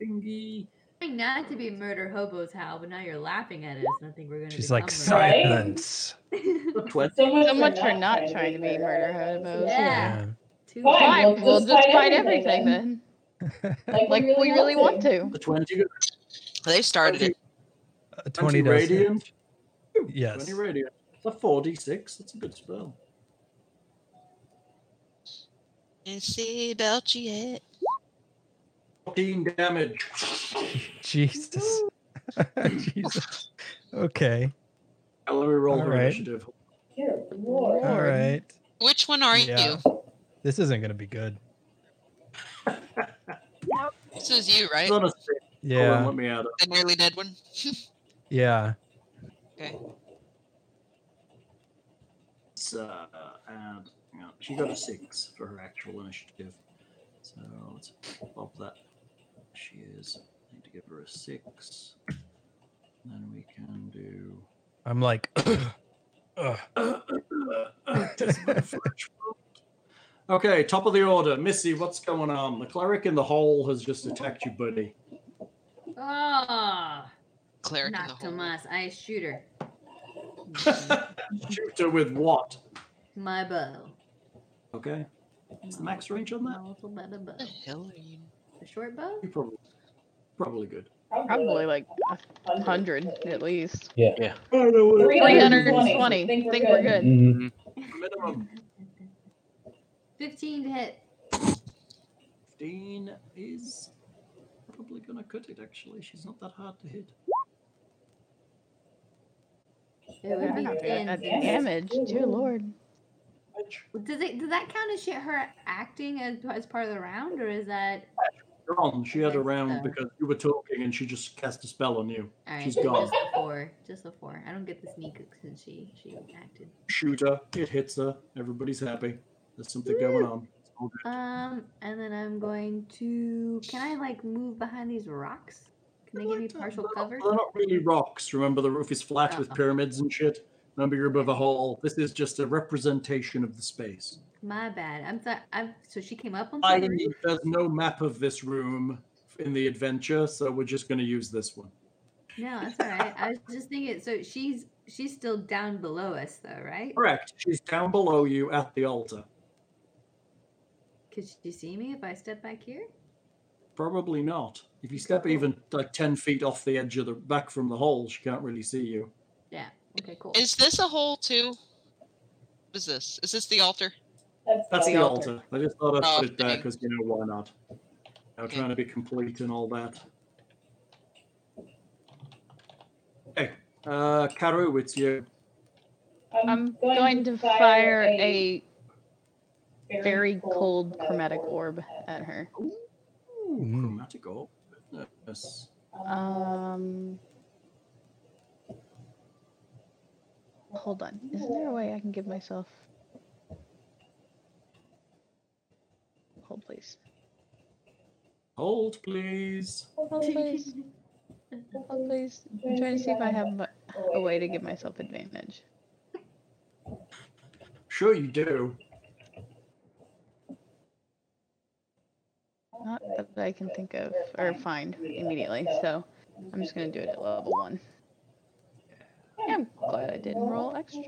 Speaker 2: Thingy.
Speaker 3: Trying not to be murder hobos, Hal, but now you're laughing at us. and I think we're gonna.
Speaker 7: She's like
Speaker 3: become murder hobos.
Speaker 7: silence.
Speaker 2: The twen-
Speaker 5: So much for not trying to be murder hobos.
Speaker 3: Yeah. Too
Speaker 5: Fine,
Speaker 3: bad.
Speaker 5: we'll, just fight everything then.
Speaker 9: Like,
Speaker 5: Like we really want to.
Speaker 2: The twenty.
Speaker 8: They started it.
Speaker 7: A 20 does hit.
Speaker 2: radiant.
Speaker 7: Yes.
Speaker 2: Twenty radiant. It's a four d six. It's a good spell.
Speaker 8: And see about you yet.
Speaker 2: Fourteen damage.
Speaker 7: Jesus. Jesus. Okay.
Speaker 2: Now Let me roll
Speaker 7: All
Speaker 2: her
Speaker 7: right.
Speaker 2: initiative.
Speaker 9: Dear
Speaker 7: All
Speaker 9: Lord.
Speaker 7: right.
Speaker 8: Which one are
Speaker 7: Yeah.
Speaker 8: you?
Speaker 7: This isn't going to be good.
Speaker 8: This was you, right?
Speaker 7: Yeah.
Speaker 2: Hold on, let me add it.
Speaker 8: The nearly dead one.
Speaker 7: Yeah.
Speaker 8: okay.
Speaker 2: So, and hang on. she got a six for her actual initiative. So let's pop that. She is. I need to give her a six. Then we can do.
Speaker 7: I'm like, Ugh.
Speaker 2: Uh, Okay, top of the order, Missy. What's going on? The cleric in the hole has just attacked you, buddy.
Speaker 3: Ah,
Speaker 8: Cleric in the
Speaker 3: not
Speaker 8: hole.
Speaker 3: Tomas. I shoot her.
Speaker 2: Shoot her with what?
Speaker 3: My bow.
Speaker 2: Okay. What's the max range on that?
Speaker 3: My little leather bow.
Speaker 8: Hell, are you?
Speaker 3: The short bow?
Speaker 2: You probably, probably good.
Speaker 5: Probably like a hundred at least.
Speaker 6: Yeah. Yeah.
Speaker 2: I know what-
Speaker 5: 320. Think we're good.
Speaker 6: Mhm.
Speaker 2: Minimum
Speaker 3: 15 to hit.
Speaker 2: 15 is probably going to cut it, actually. She's not that hard to hit.
Speaker 3: It would be
Speaker 5: Yeah,
Speaker 3: 10
Speaker 5: that
Speaker 3: to hit.
Speaker 5: damage, dear lord.
Speaker 3: Does it? Does that count as shit? Her acting as, as part of the round, or is that
Speaker 2: Gone. She had a round because you were talking and she just cast a spell on you.
Speaker 3: all right?
Speaker 2: She's gone.
Speaker 3: Just the four. Just the four. I don't get the sneak since she she acted.
Speaker 2: Shoot her. It hits her. Everybody's happy. There's something going on. It's all good.
Speaker 3: Um, and then I'm going to. Can I like move behind these rocks? Can they give me partial cover?
Speaker 2: They're not really rocks. Remember, the roof is flat with
Speaker 3: Uh-uh.
Speaker 2: pyramids and shit. Remember, you're above a hole. This is just a representation of the space.
Speaker 3: My bad. I'm sorry. I'm so she came up on.
Speaker 2: I,
Speaker 3: top of me?
Speaker 2: there's no map of this room in the adventure, so we're just going to use this one.
Speaker 3: No, that's all right. I was just thinking. So she's she's still down below us though, right?
Speaker 2: Correct. She's down below you at the altar.
Speaker 3: Could she see me if I step back here?
Speaker 2: Probably not. If you step even like 10 feet off the edge of the back from the hole, she can't really see you.
Speaker 3: Yeah. Okay. Cool.
Speaker 8: Is this a hole too? What is this? Is this the altar?
Speaker 2: That's
Speaker 8: The
Speaker 2: the,
Speaker 8: altar.
Speaker 2: altar. I just thought I'd
Speaker 8: Oh,
Speaker 2: put it there
Speaker 8: okay.
Speaker 2: because, you know, why not? You know,
Speaker 8: Okay.
Speaker 2: trying to be complete and all that. Okay. Uh, Karu, it's you.
Speaker 5: I'm going to fire a very cold chromatic orb at her.
Speaker 2: Ooh,
Speaker 7: Hmm.
Speaker 2: chromatic orb. Yes.
Speaker 5: Um, hold on. Isn't there a way I can give myself? Hold please.
Speaker 2: Hold, please.
Speaker 5: Hold please. Hold please. I'm trying to see if I have a- a way to give myself advantage.
Speaker 2: Sure, you do.
Speaker 5: Not that I can think of or find immediately. So I'm just gonna do it at level one. Yeah, I'm glad I didn't roll extra.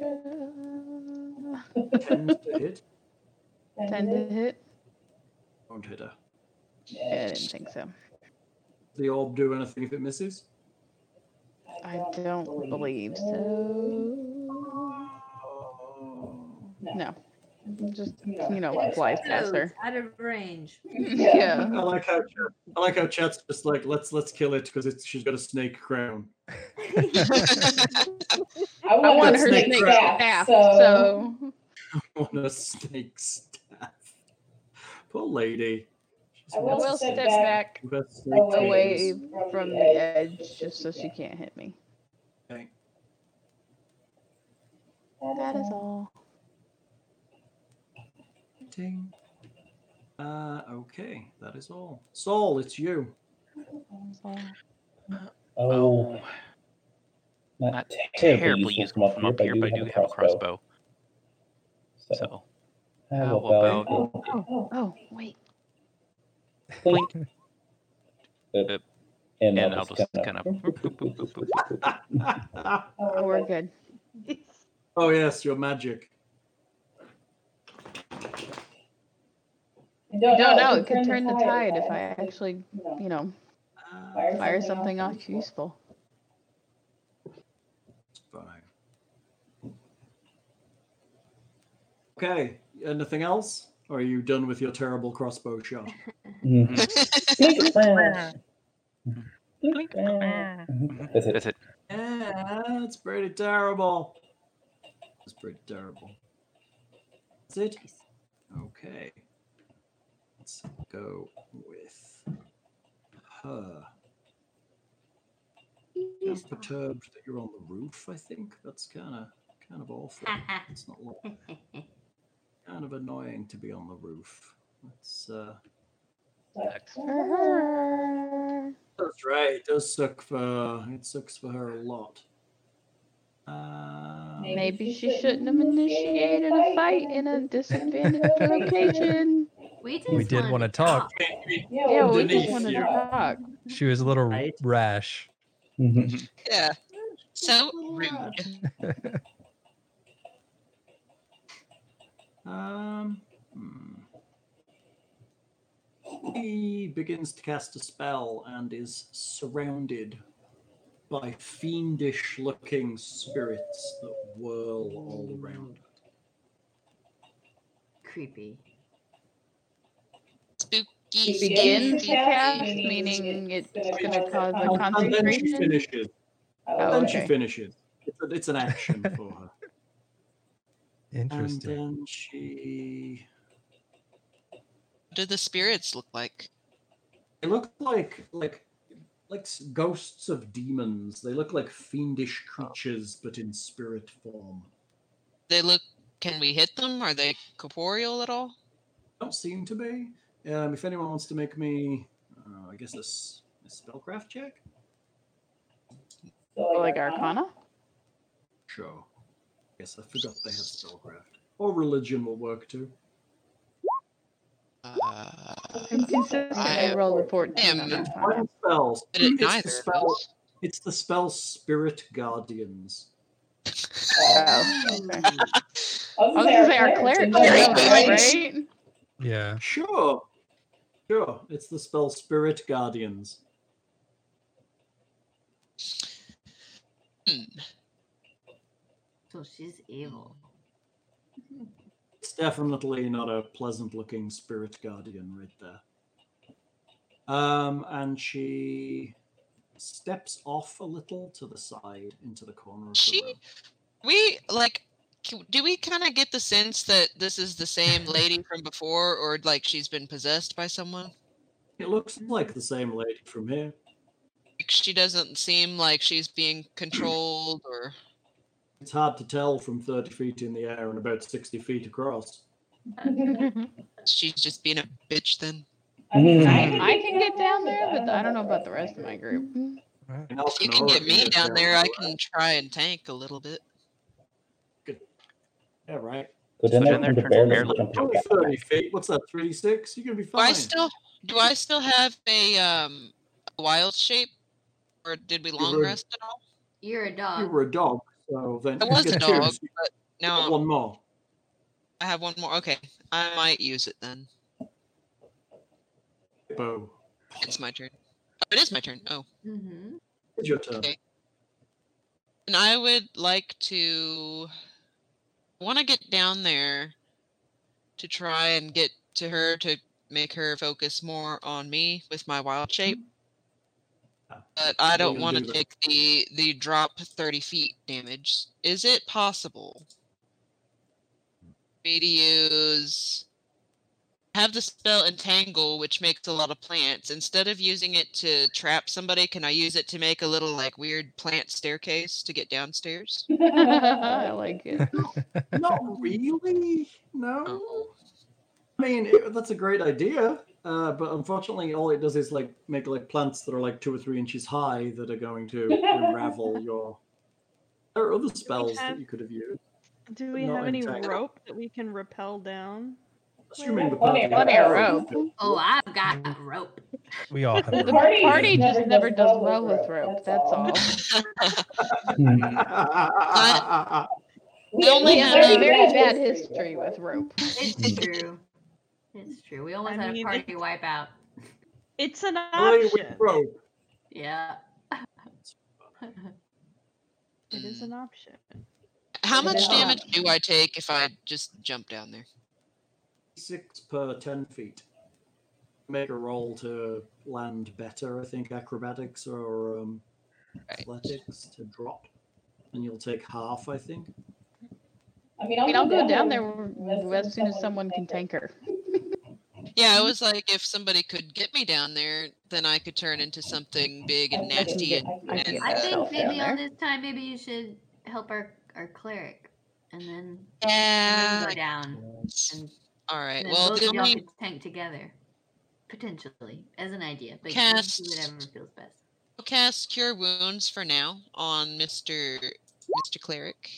Speaker 2: 10 to hit.
Speaker 5: Ten to hit.
Speaker 2: Don't hit her.
Speaker 5: Yeah, I didn't think so.
Speaker 2: Does the orb do anything if it misses?
Speaker 5: I don't believe so. No. Just you know, like life
Speaker 3: Close,
Speaker 5: passer.
Speaker 3: Out of range.
Speaker 5: Yeah.
Speaker 2: I like how chat, I like how chat's just like let's let's kill it because it's she's got a snake crown.
Speaker 9: I
Speaker 5: I want her to
Speaker 2: snake
Speaker 5: make
Speaker 2: crap,
Speaker 5: staff, so
Speaker 2: On a snake staff. Poor lady. She's
Speaker 5: I will step back
Speaker 2: got snake
Speaker 5: away
Speaker 2: fingers.
Speaker 5: from the edge just so she can't hit me.
Speaker 2: Okay.
Speaker 5: That is all.
Speaker 2: Ting. Uh, okay, that is all. Saul, it's you.
Speaker 6: Oh. Not,
Speaker 10: Terribly useful from up here, but I do have a crossbow.
Speaker 6: So,
Speaker 10: So,
Speaker 6: how
Speaker 10: how about-
Speaker 6: about-
Speaker 5: Oh, oh, wait.
Speaker 10: blink,
Speaker 6: Uh,
Speaker 10: uh,
Speaker 6: and,
Speaker 10: and
Speaker 6: I'll just kind
Speaker 10: of.
Speaker 5: Oh, we're good.
Speaker 2: Oh yes, your magic.
Speaker 5: I don't know. It could turn the tide if I actually, you know, fire something off useful.
Speaker 2: It's fine. Okay, anything else? Or are you done with your terrible crossbow shot?
Speaker 10: Mm-hmm.
Speaker 6: That's it.
Speaker 10: That's it.
Speaker 2: Yeah, that's pretty terrible. That's pretty terrible. That's it. Okay. Let's go with her. I'm perturbed that you're on the roof. I think that's kind of kind of awful. it's not like, kind of annoying to be on the roof. That's uh, that's right. It does suck for it sucks for her a lot. Uh,
Speaker 5: Maybe she shouldn't have initiated a fight in a disadvantaged location.
Speaker 3: We
Speaker 7: We did want to talk.
Speaker 5: Yeah, we just
Speaker 2: Denise,
Speaker 5: want to
Speaker 2: you-
Speaker 5: talk.
Speaker 7: She was a little rash.
Speaker 10: Mm-hmm.
Speaker 8: Yeah. So rude.
Speaker 2: Um, hmm. He begins to cast a spell and is surrounded by fiendish looking spirits that whirl all around.
Speaker 3: Creepy.
Speaker 8: Spooky.
Speaker 5: It begins to cast, meaning it's going to cause
Speaker 2: And
Speaker 5: a
Speaker 2: Oh, then she
Speaker 5: concentration.
Speaker 2: finishes.
Speaker 5: Oh,
Speaker 2: then
Speaker 5: okay.
Speaker 2: she finishes. It's, a- it's an action for her.
Speaker 7: Interesting.
Speaker 2: And then she.
Speaker 8: What do the spirits look like?
Speaker 2: They look like like like s- ghosts of demons. They look like fiendish creatures, but in spirit form.
Speaker 8: They look. Can we hit them? Are they corporeal at all?
Speaker 2: Don't seem to be. Um, if anyone wants to make me, uh, I guess a, s- a spellcraft check.
Speaker 5: Like uh, Arcana?
Speaker 2: Sure. Yes, I forgot they have spellcraft. Or religion will work too.
Speaker 8: Uh,
Speaker 5: I'm consistent. I rolled a 14 on Arcana.
Speaker 2: One spell.
Speaker 8: Did it
Speaker 2: It's
Speaker 8: neither
Speaker 2: the
Speaker 8: of
Speaker 2: spell. It's the spell Spirit Guardians.
Speaker 5: Oh, okay. I was going to say our cleric knows,
Speaker 8: Very good.
Speaker 5: right?
Speaker 7: Yeah.
Speaker 2: Sure. Sure. It's the spell Spirit Guardians.
Speaker 8: Hmm.
Speaker 3: So she's evil.
Speaker 2: It's definitely not a pleasant looking Spirit Guardian right there. Um, and she steps off a little to the side into the corner of the
Speaker 8: She-
Speaker 2: room.
Speaker 8: We like. c- Do we kind of get the sense that this is the same lady from before, or like she's been possessed by someone?
Speaker 2: It looks like the same lady from here.
Speaker 8: Like, she doesn't seem like she's being controlled, or
Speaker 2: It's hard to tell from 30 feet in the air and about 60 feet across.
Speaker 8: she's just being a bitch. Then
Speaker 10: Mm-hmm.
Speaker 5: I, I can get down there, but I don't know about the rest of my group.
Speaker 2: And Elf
Speaker 8: if you can
Speaker 2: Nora
Speaker 8: get me down there, I can try and tank a little bit.
Speaker 2: Yeah, right.
Speaker 6: But then
Speaker 10: So
Speaker 6: I
Speaker 10: then
Speaker 6: think the
Speaker 10: there
Speaker 6: bear
Speaker 10: turns
Speaker 6: doesn't
Speaker 10: barely-
Speaker 6: jump to
Speaker 2: Only 30
Speaker 6: attack.
Speaker 2: feet. What's that, 3d6? You're going to be
Speaker 8: Do I
Speaker 2: fine.
Speaker 8: still do I still have a um a wild shape, or did we long
Speaker 2: were-
Speaker 8: rest at all?
Speaker 3: You're a
Speaker 2: You
Speaker 3: dog.
Speaker 2: were a dog, so then
Speaker 8: I
Speaker 2: you
Speaker 8: was
Speaker 2: get
Speaker 8: a
Speaker 2: two,
Speaker 8: dog,
Speaker 2: so you
Speaker 8: but
Speaker 2: got
Speaker 8: now
Speaker 2: one more.
Speaker 8: I have one more. Okay, I might use it then.
Speaker 2: Bo.
Speaker 8: It's my turn. Oh, it is my turn. Oh,
Speaker 3: Mm-hmm.
Speaker 2: It's your turn.
Speaker 8: Okay. and I would like to want to get down there to try and get to her to make her focus more on me with my wild shape.
Speaker 2: Ah.
Speaker 8: But I
Speaker 2: You're
Speaker 8: don't
Speaker 2: gonna
Speaker 8: want
Speaker 2: do
Speaker 8: to
Speaker 2: that.
Speaker 8: take the the drop thirty feet damage. Is it possible me to use have the spell entangle, which makes a lot of plants. Instead of using it to trap somebody, can I use it to make a little like weird plant staircase to get downstairs?
Speaker 5: I like it.
Speaker 2: Not really. No. I mean, it, that's a great idea, uh, but unfortunately, all it does is like make like plants that are like two or three inches high that are going to unravel your. There are other spells that
Speaker 4: have-
Speaker 2: you could have used.
Speaker 4: Do we
Speaker 2: Not
Speaker 4: have any
Speaker 2: entangled.
Speaker 4: rope that we can rappel down?
Speaker 2: Assuming the
Speaker 9: One
Speaker 2: party
Speaker 9: air-
Speaker 2: had
Speaker 9: one air
Speaker 2: arrows.
Speaker 3: Oh, I've got rope.
Speaker 7: We all have.
Speaker 5: The
Speaker 7: our-
Speaker 5: party, just never does well with rope, that's all.
Speaker 8: We only
Speaker 5: We
Speaker 8: Yeah,
Speaker 5: have
Speaker 8: that's
Speaker 5: a very bad history with rope.
Speaker 3: It's true. It's true. We almost
Speaker 4: I
Speaker 3: had a
Speaker 4: mean,
Speaker 3: party wipeout.
Speaker 4: It's an
Speaker 2: Play with
Speaker 4: option.
Speaker 2: rope.
Speaker 3: Yeah.
Speaker 4: It is an option.
Speaker 8: How much
Speaker 3: Yeah.
Speaker 8: damage do I take if I just jump down there?
Speaker 2: Six per ten feet. Make a roll to land better. I think acrobatics or um,
Speaker 8: Right.
Speaker 2: athletics to drop, and you'll take half. I think.
Speaker 9: I mean,
Speaker 5: I mean, I'll go down there w- as soon as someone can tank her.
Speaker 8: Yeah, it was like if somebody could get me down there, then I could turn into something big and nasty. And, and
Speaker 3: I think maybe on this time, maybe you should help our, our cleric, and then
Speaker 8: yeah,
Speaker 3: go down. And
Speaker 8: all Mm-hmm. right.
Speaker 3: then
Speaker 8: Well,
Speaker 3: both
Speaker 8: the
Speaker 3: of y'all
Speaker 8: only
Speaker 3: could tank together, potentially as an idea. But you can
Speaker 8: Cast-
Speaker 3: do whatever feels best.
Speaker 8: I'll cast Cure Wounds for now on Mister Mister Cleric,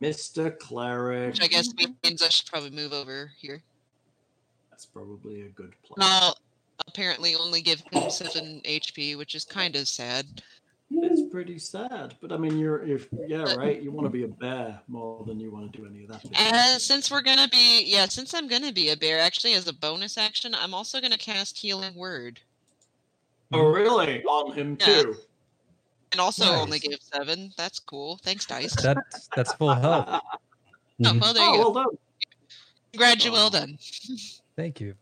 Speaker 2: Mr. Cleric.
Speaker 8: which I guess means I should probably move over here.
Speaker 2: That's probably a good plan.
Speaker 8: And I'll apparently only give him seven HP, which is kind of sad.
Speaker 2: It's pretty sad, but I mean, you're if
Speaker 8: Uh,
Speaker 2: yeah, right. You want to be a bear more than you want to do any of that.
Speaker 8: And since we're gonna be yeah, since I'm gonna be a bear, actually as a bonus action, I'm also gonna cast Healing Word.
Speaker 2: Oh, really? On him
Speaker 8: Yeah.
Speaker 2: too.
Speaker 8: And also
Speaker 7: Nice.
Speaker 8: only give seven. That's cool. Thanks, Dice.
Speaker 7: That's that's full health. Mm-hmm.
Speaker 8: Oh, well, there you
Speaker 2: Ah, Oh,
Speaker 8: go.
Speaker 2: well done.
Speaker 8: Congrats, you well done.
Speaker 7: Thank you.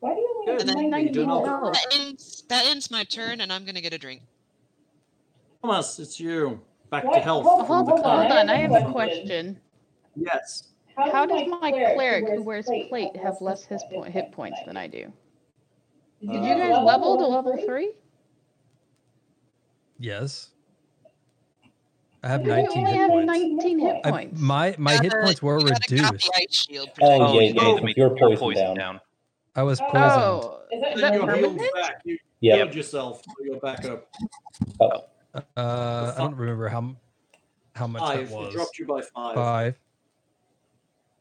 Speaker 9: Why do you
Speaker 2: Good.
Speaker 9: want to
Speaker 2: You do not-
Speaker 9: know?
Speaker 8: That ends, that ends my turn, and I'm gonna get a drink.
Speaker 2: Thomas, it's you. Back to
Speaker 9: What?
Speaker 2: health
Speaker 9: Hold-
Speaker 2: from
Speaker 9: hold-
Speaker 2: the
Speaker 9: hold
Speaker 5: Hold
Speaker 2: cleric.
Speaker 5: on, I have a question.
Speaker 2: Yes.
Speaker 5: How does my cleric who wears plate have less his point, hit points than I do?
Speaker 2: Uh,
Speaker 5: Did you guys level to level three?
Speaker 7: Yes. I have
Speaker 5: You
Speaker 7: 19
Speaker 5: only
Speaker 7: hit
Speaker 5: have
Speaker 7: points.
Speaker 5: 19 hit
Speaker 7: I-
Speaker 5: points.
Speaker 7: my my hit
Speaker 8: Uh,
Speaker 7: points were
Speaker 8: you gotta copy
Speaker 7: reduced.
Speaker 8: Ice Shield
Speaker 10: Oh,
Speaker 8: protection.
Speaker 6: yeah,
Speaker 10: you
Speaker 6: yeah,
Speaker 10: need
Speaker 6: if
Speaker 10: to make
Speaker 6: you're
Speaker 10: your
Speaker 6: poisoned
Speaker 10: down.
Speaker 6: down.
Speaker 7: I was
Speaker 9: Oh.
Speaker 7: poisoned. Uh,
Speaker 5: Oh,
Speaker 9: Is that,
Speaker 5: is
Speaker 2: Then
Speaker 5: that
Speaker 2: you healed
Speaker 5: permanent?
Speaker 2: back. You
Speaker 10: Yep.
Speaker 2: healed yourself, so you're back up.
Speaker 7: Uh, I don't remember how m- how much
Speaker 2: Five.
Speaker 7: that
Speaker 2: It
Speaker 7: was.
Speaker 2: dropped you by five.
Speaker 7: Five.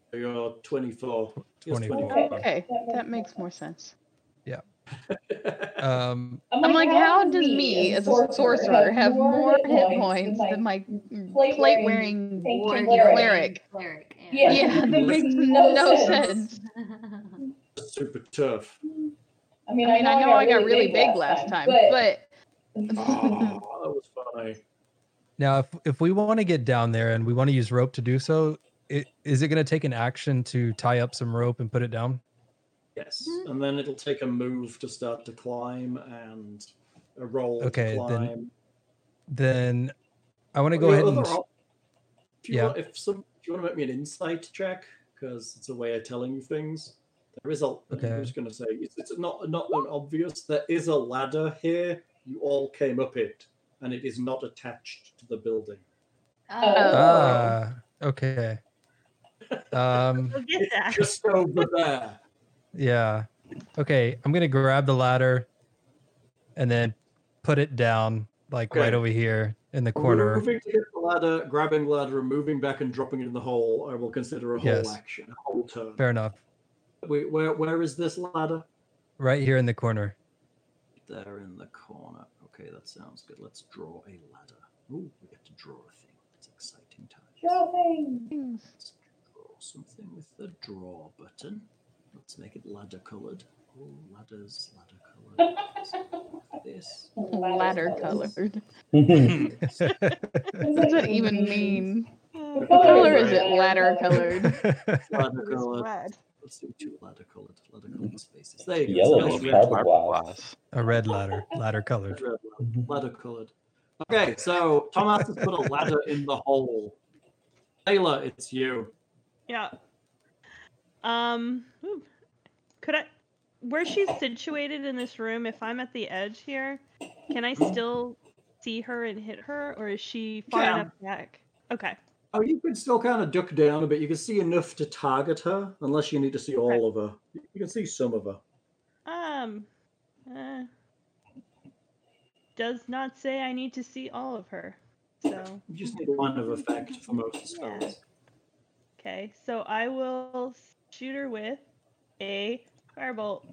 Speaker 2: So you're 24. Here's
Speaker 7: 24.
Speaker 5: Okay, that makes more sense.
Speaker 7: Um,
Speaker 5: I'm like, how does me as a sorcerer have more hit points than my plate wearing
Speaker 9: plate-wearing
Speaker 5: cleric?
Speaker 3: Cleric.
Speaker 9: Yeah,
Speaker 5: Yeah, that makes no sense.
Speaker 2: Super tough.
Speaker 9: I mean,
Speaker 5: I mean, I know I got really big last time, but
Speaker 2: Oh, that was funny.
Speaker 7: now, if if we want to get down there and we want to use rope to do so, i- is it going to take an action to tie up some rope and put it down?
Speaker 2: Yes. And then it'll take a move to start to climb and a roll
Speaker 7: Okay,
Speaker 2: to
Speaker 7: then
Speaker 2: climb.
Speaker 7: Then I want to
Speaker 2: Well,
Speaker 7: go
Speaker 2: your
Speaker 7: ahead and.
Speaker 2: other op- if you
Speaker 7: yeah.
Speaker 2: want, if some, if you want to make me an insight check, because it's a way of telling you things. There is a.
Speaker 7: Okay.
Speaker 2: am just going to say it's, it's not not an obvious. There is a ladder here. You all came up it, and it is not attached to the building.
Speaker 5: Oh.
Speaker 8: Uh,
Speaker 7: Ah, okay. Um,
Speaker 4: Go get that.
Speaker 2: Just over there.
Speaker 7: yeah. Okay, I'm gonna grab the ladder, and then put it down like right
Speaker 2: Okay.
Speaker 7: over here in the corner.
Speaker 2: Moving to get the ladder, grabbing ladder, and moving back and dropping it in the hole. I will consider a whole
Speaker 7: Yes.
Speaker 2: action, a whole turn.
Speaker 7: Fair enough.
Speaker 2: Wait, where where is this ladder?
Speaker 7: Right here in the corner.
Speaker 2: There in the corner. Okay, that sounds good. Let's draw a ladder. Ooh, we get to draw a thing. It's exciting times. Let's draw something with the draw button. Let's make it ladder colored. Oh, ladders, ladder colored. this.
Speaker 5: ladder colored.
Speaker 7: Ladder
Speaker 5: What does that even mean?
Speaker 4: Uh,
Speaker 5: What color is it? Ladder colored.
Speaker 2: Ladder
Speaker 4: it's
Speaker 2: colored. Mm-hmm.
Speaker 4: red.
Speaker 2: Let's do two ladder colored. Ladder colored spaces. There you go.
Speaker 10: Yellow
Speaker 2: Nice
Speaker 10: is
Speaker 2: red
Speaker 10: fiberglass.
Speaker 7: A red ladder, ladder colored.
Speaker 2: red
Speaker 10: Mm-hmm.
Speaker 2: ladder, ladder colored. Okay, so Thomas has put a ladder in the hole. Taylor, it's you.
Speaker 4: Yeah. Um. ooh. Could I? Where she's situated in this room, if I'm at the edge here, can I still see her and hit her, or is she far
Speaker 2: Yeah.
Speaker 4: enough back? Okay.
Speaker 2: Oh, you can still kind of duck down a bit. You can see enough to target her, unless you need to see all of her. You can see some of her.
Speaker 4: Um. Uh, does not say I need to see all of her. So
Speaker 2: You just need one of effect for most spells.
Speaker 4: okay, so I will shoot her with a firebolt.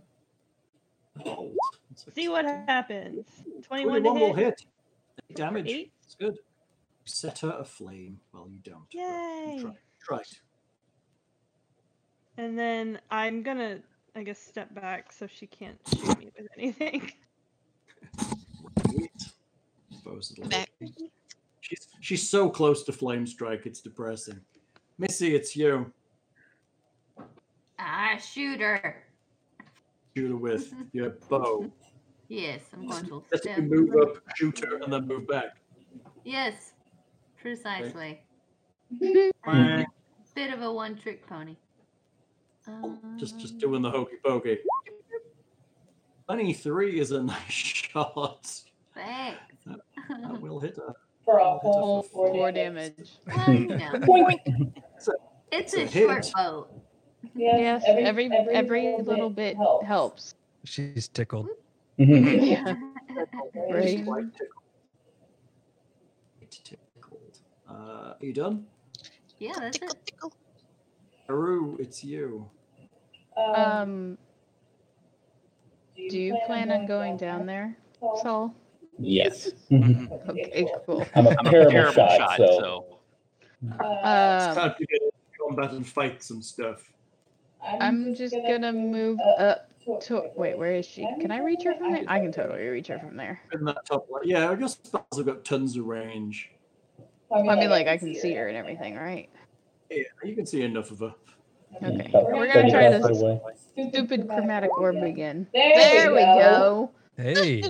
Speaker 2: Bolt. It's
Speaker 4: See what
Speaker 2: exciting.
Speaker 4: happens. Twenty-one,
Speaker 2: 21
Speaker 4: to
Speaker 2: will
Speaker 4: hit.
Speaker 2: hit. Eight damage.
Speaker 4: Eight.
Speaker 2: It's good. Set her aflame. Well, you don't. but you
Speaker 4: Yay.
Speaker 2: Try. try it.
Speaker 4: And then I'm gonna, I guess, step back so she can't shoot me with anything.
Speaker 2: Wait. Supposedly.
Speaker 8: Back.
Speaker 2: She's, she's so close to flame strike. It's depressing. Missy, it's you.
Speaker 3: Ah, shooter.
Speaker 2: Shoot her with your bow.
Speaker 3: Yes, I'm going to
Speaker 2: Let's
Speaker 3: step.
Speaker 2: move up, shoot her, and then move back.
Speaker 3: Yes, precisely.
Speaker 2: Quack.
Speaker 3: Bit of a one-trick pony.
Speaker 2: Oh, Just
Speaker 3: Um,
Speaker 2: just
Speaker 3: Mm.
Speaker 2: doing the hokey pokey. Twenty three is a nice shot.
Speaker 3: Thanks.
Speaker 2: Uh,
Speaker 3: Mm.
Speaker 2: That will hit her.
Speaker 9: For a whole
Speaker 5: four,
Speaker 9: four
Speaker 5: damage.
Speaker 3: Well, you know,
Speaker 9: Boink.
Speaker 3: it's
Speaker 2: oh. a
Speaker 3: a short
Speaker 2: hit.
Speaker 3: boat.
Speaker 5: Yes, every every, little bit helps.
Speaker 7: She's tickled.
Speaker 10: Mm-hmm.
Speaker 5: Yeah.
Speaker 2: She's
Speaker 5: Right.
Speaker 2: quite tickled. Quite tickled. Uh, are you done?
Speaker 3: Yeah, that's it.
Speaker 2: Aru, it's you.
Speaker 5: Um, do you plan on going down there, Saul?
Speaker 6: Yes.
Speaker 10: Mm-hmm.
Speaker 5: Okay, cool.
Speaker 6: I'm a terrible, shot, so.
Speaker 2: it's
Speaker 5: Um,
Speaker 2: time to get into combat and fight some stuff.
Speaker 5: I'm just gonna move up to. Wait, where is she? Can I reach her from there? I can totally reach her from there.
Speaker 2: In that top left. Yeah, I guess spells have got tons of range.
Speaker 5: Well, I mean, like I can see her and everything, right?
Speaker 2: Yeah, you can see enough of her.
Speaker 5: Okay.
Speaker 6: But-
Speaker 5: We're gonna try
Speaker 6: Right
Speaker 5: this
Speaker 6: away.
Speaker 5: stupid chromatic orb again.
Speaker 9: There
Speaker 5: There
Speaker 9: we
Speaker 5: we go.
Speaker 9: go.
Speaker 7: Hey,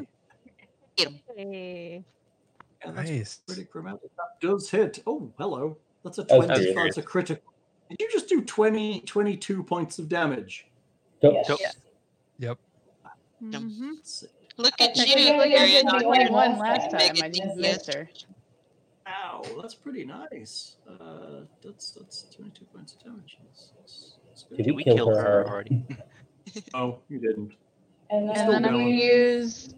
Speaker 4: Hey.
Speaker 2: Yeah, that's
Speaker 7: nice.
Speaker 2: pretty chromatic. That does hit. Oh, hello. That's a
Speaker 6: That was
Speaker 2: 20.
Speaker 6: good.
Speaker 2: That's a critical. Did you just do 20, 22 points of damage?
Speaker 6: Yep.
Speaker 7: Yep.
Speaker 4: Mhm.
Speaker 2: Let's see.
Speaker 8: Look at
Speaker 5: I
Speaker 8: you,
Speaker 5: technically I
Speaker 8: Marion.
Speaker 5: did 21 last time. I just missed her.
Speaker 2: Ow, that's pretty nice. Uh, that's that's 22 points of damage. That's- that's- that's good.
Speaker 6: Did
Speaker 10: Did
Speaker 6: you
Speaker 10: we
Speaker 6: kill
Speaker 10: kill
Speaker 6: her
Speaker 10: her
Speaker 6: already?
Speaker 10: already?
Speaker 2: Oh, you didn't.
Speaker 9: And
Speaker 5: And then I'm
Speaker 2: going.
Speaker 5: gonna use.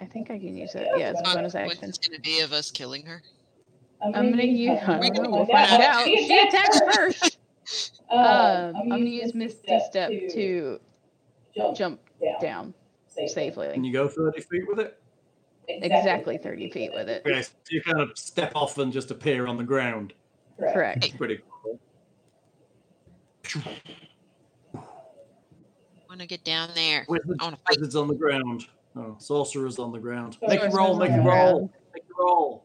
Speaker 5: I think I can use it. Yeah, it's a
Speaker 8: Uh,
Speaker 5: bonus
Speaker 8: What's
Speaker 5: action.
Speaker 8: it gonna be of us killing her?
Speaker 5: I'm gonna use. I
Speaker 8: We
Speaker 5: don't
Speaker 8: can
Speaker 5: know. We'll
Speaker 8: find
Speaker 5: find
Speaker 8: out.
Speaker 5: out. She attacked first. Um, I'm gonna use Misty Step to jump down
Speaker 2: Can
Speaker 5: safely,
Speaker 2: you go 30 feet with it?
Speaker 5: exactly 30 feet with it.
Speaker 2: Okay, so you kind of step off and just appear on the ground.
Speaker 5: Correct.
Speaker 2: It's pretty cool.
Speaker 8: Wanna get down there.
Speaker 2: Wizards,
Speaker 6: Oh,
Speaker 8: I wanna fight.
Speaker 2: wizards on the ground. Oh, sorcerers on the ground.
Speaker 9: Sorcerers
Speaker 2: Make you roll,
Speaker 5: on
Speaker 2: make
Speaker 5: the
Speaker 2: you roll.
Speaker 5: ground.
Speaker 2: Make you roll.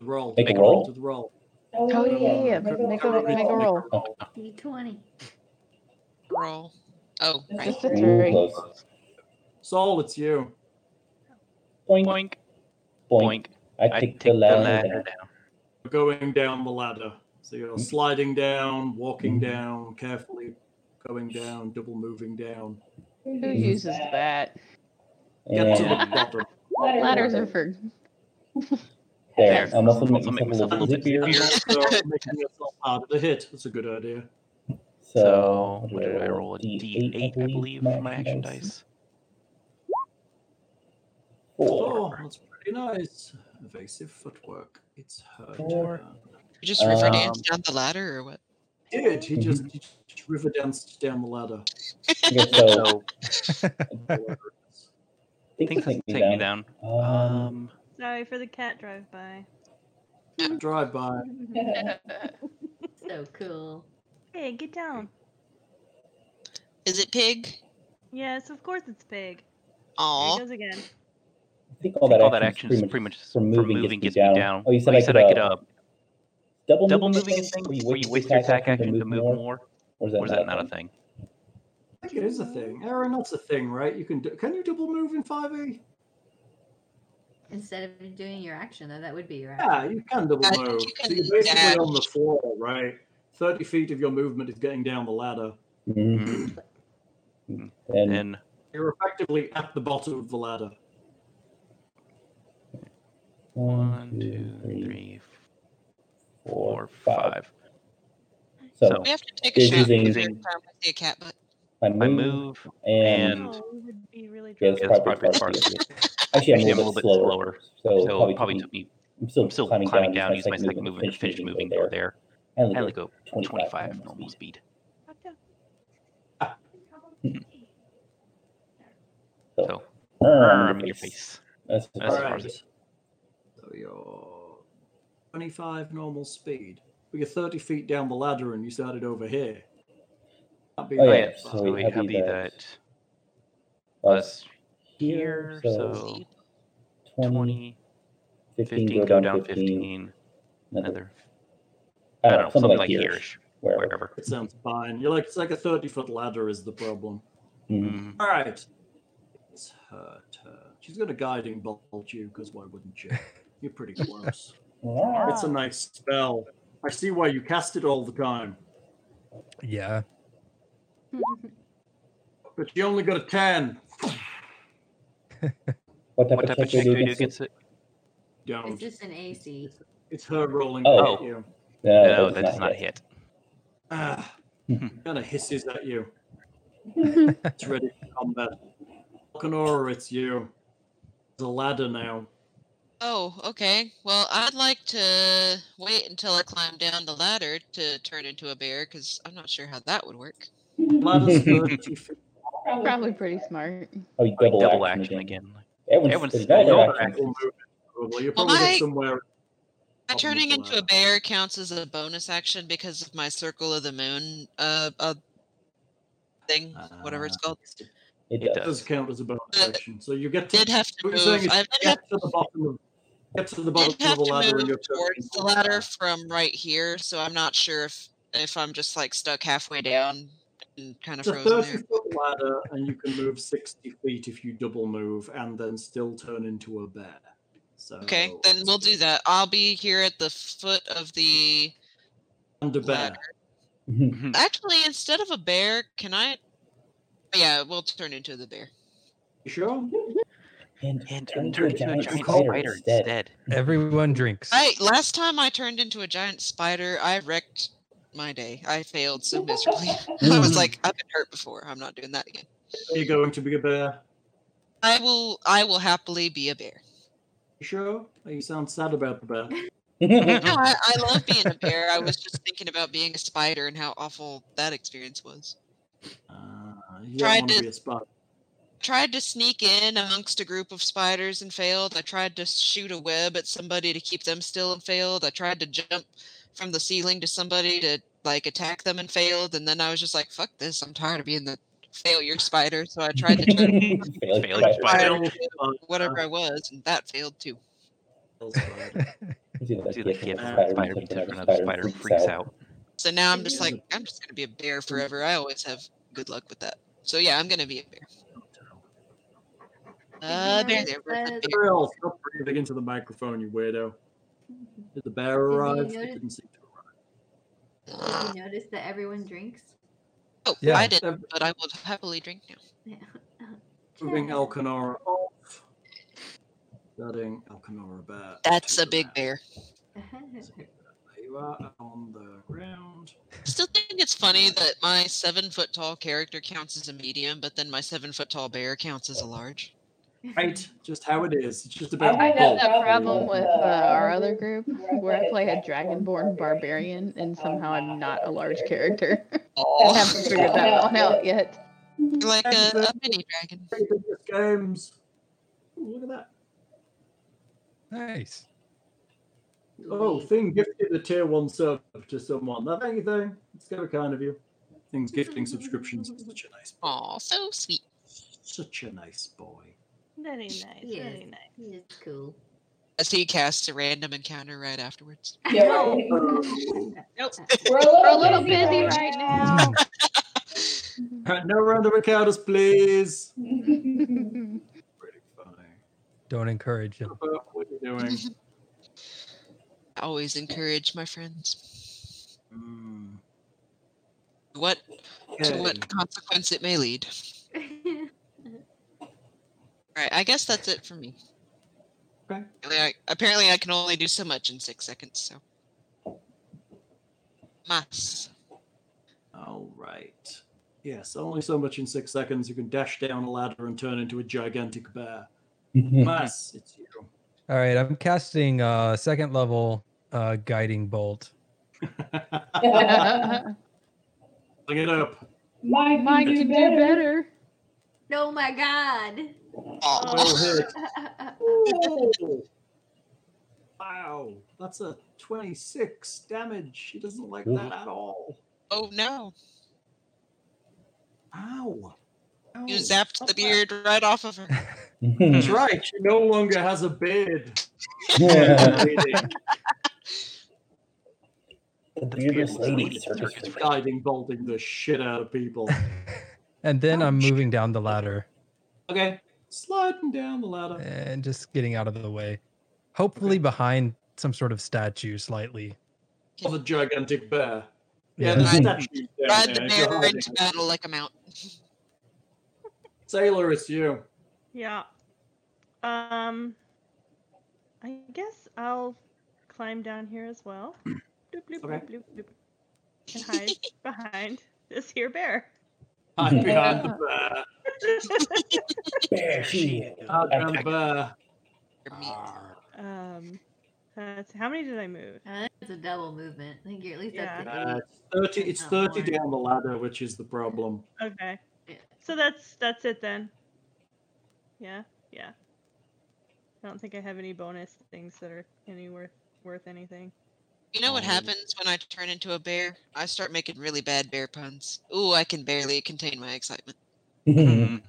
Speaker 2: Roll.
Speaker 6: Make a
Speaker 2: it
Speaker 6: roll?
Speaker 2: To the roll.
Speaker 5: Oh yeah, yeah.
Speaker 9: Make a
Speaker 5: Make
Speaker 9: roll.
Speaker 5: a make a roll.
Speaker 3: D20.
Speaker 8: Roll. Oh, right.
Speaker 5: Just a
Speaker 6: Ooh,
Speaker 5: three.
Speaker 6: close.
Speaker 2: Saul, it's you.
Speaker 6: Boink,
Speaker 10: Boink,
Speaker 6: boink.
Speaker 10: boink.
Speaker 6: I
Speaker 10: I take
Speaker 6: take the
Speaker 10: the
Speaker 6: ladder down.
Speaker 10: ladder down.
Speaker 2: You're going down the ladder. So
Speaker 6: Mm-hmm.
Speaker 2: you're sliding down, walking down, carefully going down, double moving down.
Speaker 5: Who uses that?
Speaker 2: Get to the
Speaker 6: And
Speaker 2: bottom.
Speaker 5: Ladders are for.
Speaker 6: there.
Speaker 10: There.
Speaker 6: I'm also
Speaker 10: Also
Speaker 6: making
Speaker 10: make
Speaker 6: myself a little
Speaker 10: myself a little
Speaker 2: And that's,
Speaker 6: zippier.
Speaker 2: uh, making yourself harder to hit. That's a good idea.
Speaker 10: So,
Speaker 6: So,
Speaker 10: what did I roll? A D8, I believe, for my action dice.
Speaker 2: Oh,
Speaker 6: Four.
Speaker 2: that's pretty nice. Evasive footwork. It's her.
Speaker 6: Four.
Speaker 2: turn.
Speaker 8: You just river
Speaker 6: Um,
Speaker 8: dance down the ladder or what?
Speaker 2: Did he just,
Speaker 6: Mm-hmm.
Speaker 2: he just river danced down the ladder?
Speaker 6: Okay, so
Speaker 10: So, things
Speaker 6: things
Speaker 10: take
Speaker 6: take
Speaker 10: me down.
Speaker 6: Um,
Speaker 10: Um,
Speaker 4: Sorry for the cat drive by.
Speaker 2: Drive by.
Speaker 3: so cool.
Speaker 4: Hey, get down.
Speaker 8: Is it pig?
Speaker 4: Yes, of course it's pig. There he
Speaker 8: Aw.
Speaker 4: goes again.
Speaker 6: I think
Speaker 10: I
Speaker 6: all
Speaker 10: think
Speaker 6: that,
Speaker 10: all that
Speaker 6: action
Speaker 10: action is pretty much for moving gets me down.
Speaker 6: Oh, you said, I, could,
Speaker 10: I
Speaker 6: uh,
Speaker 10: could uh,
Speaker 6: double,
Speaker 10: double
Speaker 6: moving
Speaker 10: moving
Speaker 6: is
Speaker 10: is thing
Speaker 6: where you
Speaker 10: where you waste your attack action to move more?
Speaker 6: Or is that,
Speaker 10: Or is that not a thing?
Speaker 2: I think it is a thing. Aaron, that's a thing, right? You can do, can you double move in E? 5e?
Speaker 3: Instead of doing your action, though, that would be your action.
Speaker 2: Yeah, you can double
Speaker 8: Uh, you
Speaker 2: move.
Speaker 8: can
Speaker 2: so you're basically
Speaker 8: dash.
Speaker 2: on the floor, right? 30 feet of your movement is getting down the ladder.
Speaker 6: Mhm.
Speaker 10: Mhm. Mm-hmm.
Speaker 6: And,
Speaker 10: And
Speaker 2: You're effectively at the bottom of the ladder.
Speaker 10: one, two, three, four,
Speaker 6: four,
Speaker 10: five.
Speaker 6: So,
Speaker 10: So,
Speaker 8: We have to take
Speaker 6: Is
Speaker 8: a shot
Speaker 6: using-
Speaker 8: because every time we see a cat butt.
Speaker 6: I
Speaker 10: I
Speaker 6: move,
Speaker 10: move.
Speaker 6: and,
Speaker 10: and-
Speaker 4: Oh, we would be really
Speaker 6: yeah,
Speaker 4: drunk.
Speaker 10: Yeah,
Speaker 6: that's probably,
Speaker 10: that's
Speaker 6: probably
Speaker 10: probably
Speaker 6: part
Speaker 10: the
Speaker 6: of it. Actually, I'm,
Speaker 10: Actually,
Speaker 6: a little bit slower, so,
Speaker 10: So,
Speaker 6: probably,
Speaker 10: it probably
Speaker 6: took
Speaker 10: took
Speaker 6: me,
Speaker 10: me.
Speaker 6: I'm still,
Speaker 10: I'm still
Speaker 6: climbing, down,
Speaker 10: use my second movement to finish moving go there.
Speaker 6: I
Speaker 10: I
Speaker 6: only
Speaker 10: only
Speaker 6: go
Speaker 10: go
Speaker 6: 25
Speaker 10: 25
Speaker 6: normal
Speaker 10: normal speed.
Speaker 4: Fuck yeah.
Speaker 6: so,
Speaker 10: So,
Speaker 6: err,
Speaker 10: arm Erm, in your face.
Speaker 6: erm, That's,
Speaker 10: That's
Speaker 6: about
Speaker 10: far
Speaker 2: Alright.
Speaker 10: as it-
Speaker 2: So you're 25 normal speed. But you're 30 feet down the ladder and you started over here. That'd be
Speaker 6: Oh,
Speaker 10: Oh,
Speaker 6: yeah,
Speaker 10: yeah.
Speaker 6: so
Speaker 10: So,
Speaker 6: we
Speaker 10: we have
Speaker 6: have the-
Speaker 10: that plus
Speaker 6: us
Speaker 10: here. So,
Speaker 6: 20,
Speaker 10: 20,
Speaker 6: 15,
Speaker 10: 15, go down 15,
Speaker 6: another,
Speaker 10: another.
Speaker 6: I don't know, something like here, wherever.
Speaker 10: wherever.
Speaker 2: It sounds fine. You're like it's like a 30 foot ladder is the problem.
Speaker 6: Mhm.
Speaker 10: Mhm.
Speaker 2: All right. It's her turn. She's going to guiding bolt you because why wouldn't she? You're pretty close.
Speaker 10: Mm-hmm.
Speaker 6: Alright.
Speaker 2: It's a nice spell. I see why you cast it all the time.
Speaker 7: Yeah.
Speaker 2: But you only got a 10.
Speaker 10: What type, of check do you do against it?
Speaker 2: Oh,
Speaker 3: It's just an AC.
Speaker 2: It's her rolling.
Speaker 10: Oh.
Speaker 2: at you.
Speaker 10: No, that does not hit.
Speaker 2: Ah, kind of hisses at you. it's ready for combat. Alcanora, it's you. There's a ladder now.
Speaker 8: Oh, okay. Well, I'd like to wait until I climb down the ladder to turn into a bear because I'm not sure how that would work.
Speaker 2: Ladder's 30 feet.
Speaker 5: Probably pretty smart.
Speaker 6: Oh, you double,
Speaker 10: Double
Speaker 6: action,
Speaker 10: action
Speaker 6: again.
Speaker 10: again. Everyone's
Speaker 6: Everyone's, it's double
Speaker 10: double
Speaker 6: action.
Speaker 10: action.
Speaker 2: Probably. You're
Speaker 8: Well,
Speaker 2: probably
Speaker 8: my-
Speaker 2: somewhere.
Speaker 8: My turning into a bear counts as a bonus action because of my circle of the moon uh, uh thing, whatever it's called.
Speaker 6: It
Speaker 2: It
Speaker 6: does.
Speaker 2: does count as a bonus action. So you get to.
Speaker 8: Did have to
Speaker 2: what you're
Speaker 8: move.
Speaker 2: saying is
Speaker 8: I
Speaker 2: you
Speaker 8: did
Speaker 2: get to the bottom of, get to the bottom
Speaker 8: Did have
Speaker 2: of the
Speaker 8: to
Speaker 2: ladder and
Speaker 8: move
Speaker 2: you're
Speaker 8: towards the ladder from right here, so I'm not sure if if I'm just like stuck halfway down and kind of
Speaker 2: It's a
Speaker 8: frozen
Speaker 2: 30
Speaker 8: there.
Speaker 2: foot ladder, and you can move 60 feet if you double move and then still turn into a bear. So,
Speaker 8: Okay, then we'll do that. I'll be here at the foot of the.
Speaker 2: And a bear.
Speaker 10: Mm-hmm.
Speaker 8: Actually, instead of a bear, can I? Yeah, we'll turn into the bear.
Speaker 2: You sure?
Speaker 6: And,
Speaker 10: turn into a giant spider instead.
Speaker 7: Everyone drinks.
Speaker 8: I last time I turned into a giant spider, I wrecked my day. I failed so miserably. I was like, I've been hurt before. I'm not doing that again.
Speaker 2: Are you going to be a bear?
Speaker 8: I will. I will happily be a bear.
Speaker 2: You sure? Oh, You sound sad about the bear.
Speaker 8: No, I, I love being a bear. I was just thinking about being a spider and how awful that experience was.
Speaker 2: Uh, you
Speaker 8: Tried
Speaker 2: don't want to
Speaker 8: to-
Speaker 2: be a spider.
Speaker 8: Tried to sneak in amongst a group of spiders and failed. I tried to shoot a web at somebody to keep them still and failed. I tried to jump from the ceiling to somebody to like attack them and failed. And then I was just like, "Fuck this! I'm tired of being the failure spider." So I tried to turn
Speaker 6: Failed
Speaker 10: Failed
Speaker 6: spider.
Speaker 10: spider.
Speaker 8: spider to whatever I was, and that failed too.
Speaker 6: You do that
Speaker 10: See the
Speaker 6: gift
Speaker 10: gift
Speaker 6: from
Speaker 10: from
Speaker 6: the
Speaker 10: the spider
Speaker 6: spider,
Speaker 10: meets up
Speaker 6: and
Speaker 10: another spider freaks out.
Speaker 8: So now I'm just like, I'm just gonna be a bear forever. I always have good luck with that. So yeah, I'm gonna be a bear. Uh, bear, there, where's the bear?
Speaker 2: Ariel, stop breathing into the microphone, you weirdo. Did the bear
Speaker 3: Did you
Speaker 2: arrive? It
Speaker 3: notice-
Speaker 2: didn't seem to.
Speaker 3: Did you notice that everyone drinks?
Speaker 8: Oh,
Speaker 7: Yeah.
Speaker 8: I didn't, but I will happily drink now.
Speaker 2: Moving Elkanora off. Setting Elkanora back.
Speaker 8: That's a big bear.
Speaker 2: There you are on the ground.
Speaker 8: Still think it's funny that my seven foot tall character counts as a medium, but then my seven foot tall bear counts as a large.
Speaker 2: Right, just how it is. It's just about.
Speaker 5: I
Speaker 2: bulk.
Speaker 5: had that problem with uh, our other group where I play a dragonborn barbarian and somehow I'm not a large character.
Speaker 8: Oh.
Speaker 5: I haven't figured that one out yet.
Speaker 8: Like a, a mini dragon.
Speaker 2: Three biggest games. Ooh, look at that.
Speaker 7: Nice.
Speaker 2: Oh, Thing gifted a tier one sub to someone. Now, thank you, Thing. It's kind of kind of you. Thing's gifting subscriptions. is Such a nice,
Speaker 8: Aw, so sweet.
Speaker 2: such a nice boy.
Speaker 4: Very nice.
Speaker 3: He
Speaker 4: Very
Speaker 3: is.
Speaker 4: nice.
Speaker 3: He is cool.
Speaker 8: As he casts a random encounter right afterwards.
Speaker 9: Yeah, right.
Speaker 2: Uh,
Speaker 4: Nope.
Speaker 9: We're a little,
Speaker 5: We're a little busy right now.
Speaker 2: Alright, no round of encounters, please. Pretty funny.
Speaker 7: Don't encourage him.
Speaker 2: What about What are you doing?
Speaker 8: I always encourage my friends.
Speaker 2: Hmm,
Speaker 8: What to
Speaker 2: okay.
Speaker 8: what consequence it may lead. All right, I guess that's it for me.
Speaker 2: Okay.
Speaker 8: Apparently I, apparently I can only do so much in six seconds, so. Mas.
Speaker 2: All right. Yes, only so much in six seconds. You can dash down a ladder and turn into a gigantic bear. Mass, it's you.
Speaker 7: All right, I'm casting uh second level uh guiding bolt.
Speaker 2: Bring it up.
Speaker 9: Mike,
Speaker 5: Mike
Speaker 9: you
Speaker 5: can do
Speaker 9: better.
Speaker 5: better.
Speaker 3: oh my god.
Speaker 8: Oh,
Speaker 2: Well hit. Ooh. Wow, that's a 26 damage. She doesn't like that at all.
Speaker 8: Oh no.
Speaker 2: Ow. Ow.
Speaker 8: You zapped
Speaker 2: Stop
Speaker 8: the
Speaker 2: that.
Speaker 8: beard right off of her.
Speaker 10: Mm-hmm.
Speaker 2: That's right. She no longer has a beard. Lady.
Speaker 6: The beardless lady circus
Speaker 10: Circus
Speaker 6: freak.
Speaker 2: Guiding, bolting the shit out of people.
Speaker 7: And then I'm moving down the ladder
Speaker 2: Okay. Sliding down the ladder.
Speaker 7: and just getting out of the way. Hopefully behind some sort of statue slightly.
Speaker 2: Of a gigantic bear. Yeah, the
Speaker 8: Ride-
Speaker 2: statue down
Speaker 8: Ride the
Speaker 2: there,
Speaker 8: bear
Speaker 2: God.
Speaker 8: into battle like a mountain.
Speaker 2: Sailor, it's you.
Speaker 4: Yeah. Um. I guess I'll climb down here as well. Bloop, bloop,
Speaker 2: Okay.
Speaker 4: bloop, bloop, bloop. And hide behind this here bear.
Speaker 2: Hide behind the bear.
Speaker 6: Bear shit.
Speaker 2: Hide behind the bear.
Speaker 4: um. Uh, so how many did I move?
Speaker 3: It's a double movement. I think you're at least up to
Speaker 2: Uh,
Speaker 3: eight.
Speaker 2: it's thirty. It's
Speaker 3: Not
Speaker 2: thirty
Speaker 3: more.
Speaker 2: down the ladder, which is the problem.
Speaker 4: Okay. So that's that's it then. Yeah, yeah. I don't think I have any bonus things that are any worth worth anything.
Speaker 8: You know what happens when I turn into a bear? I start making really bad bear puns. Ooh, I can barely contain my excitement.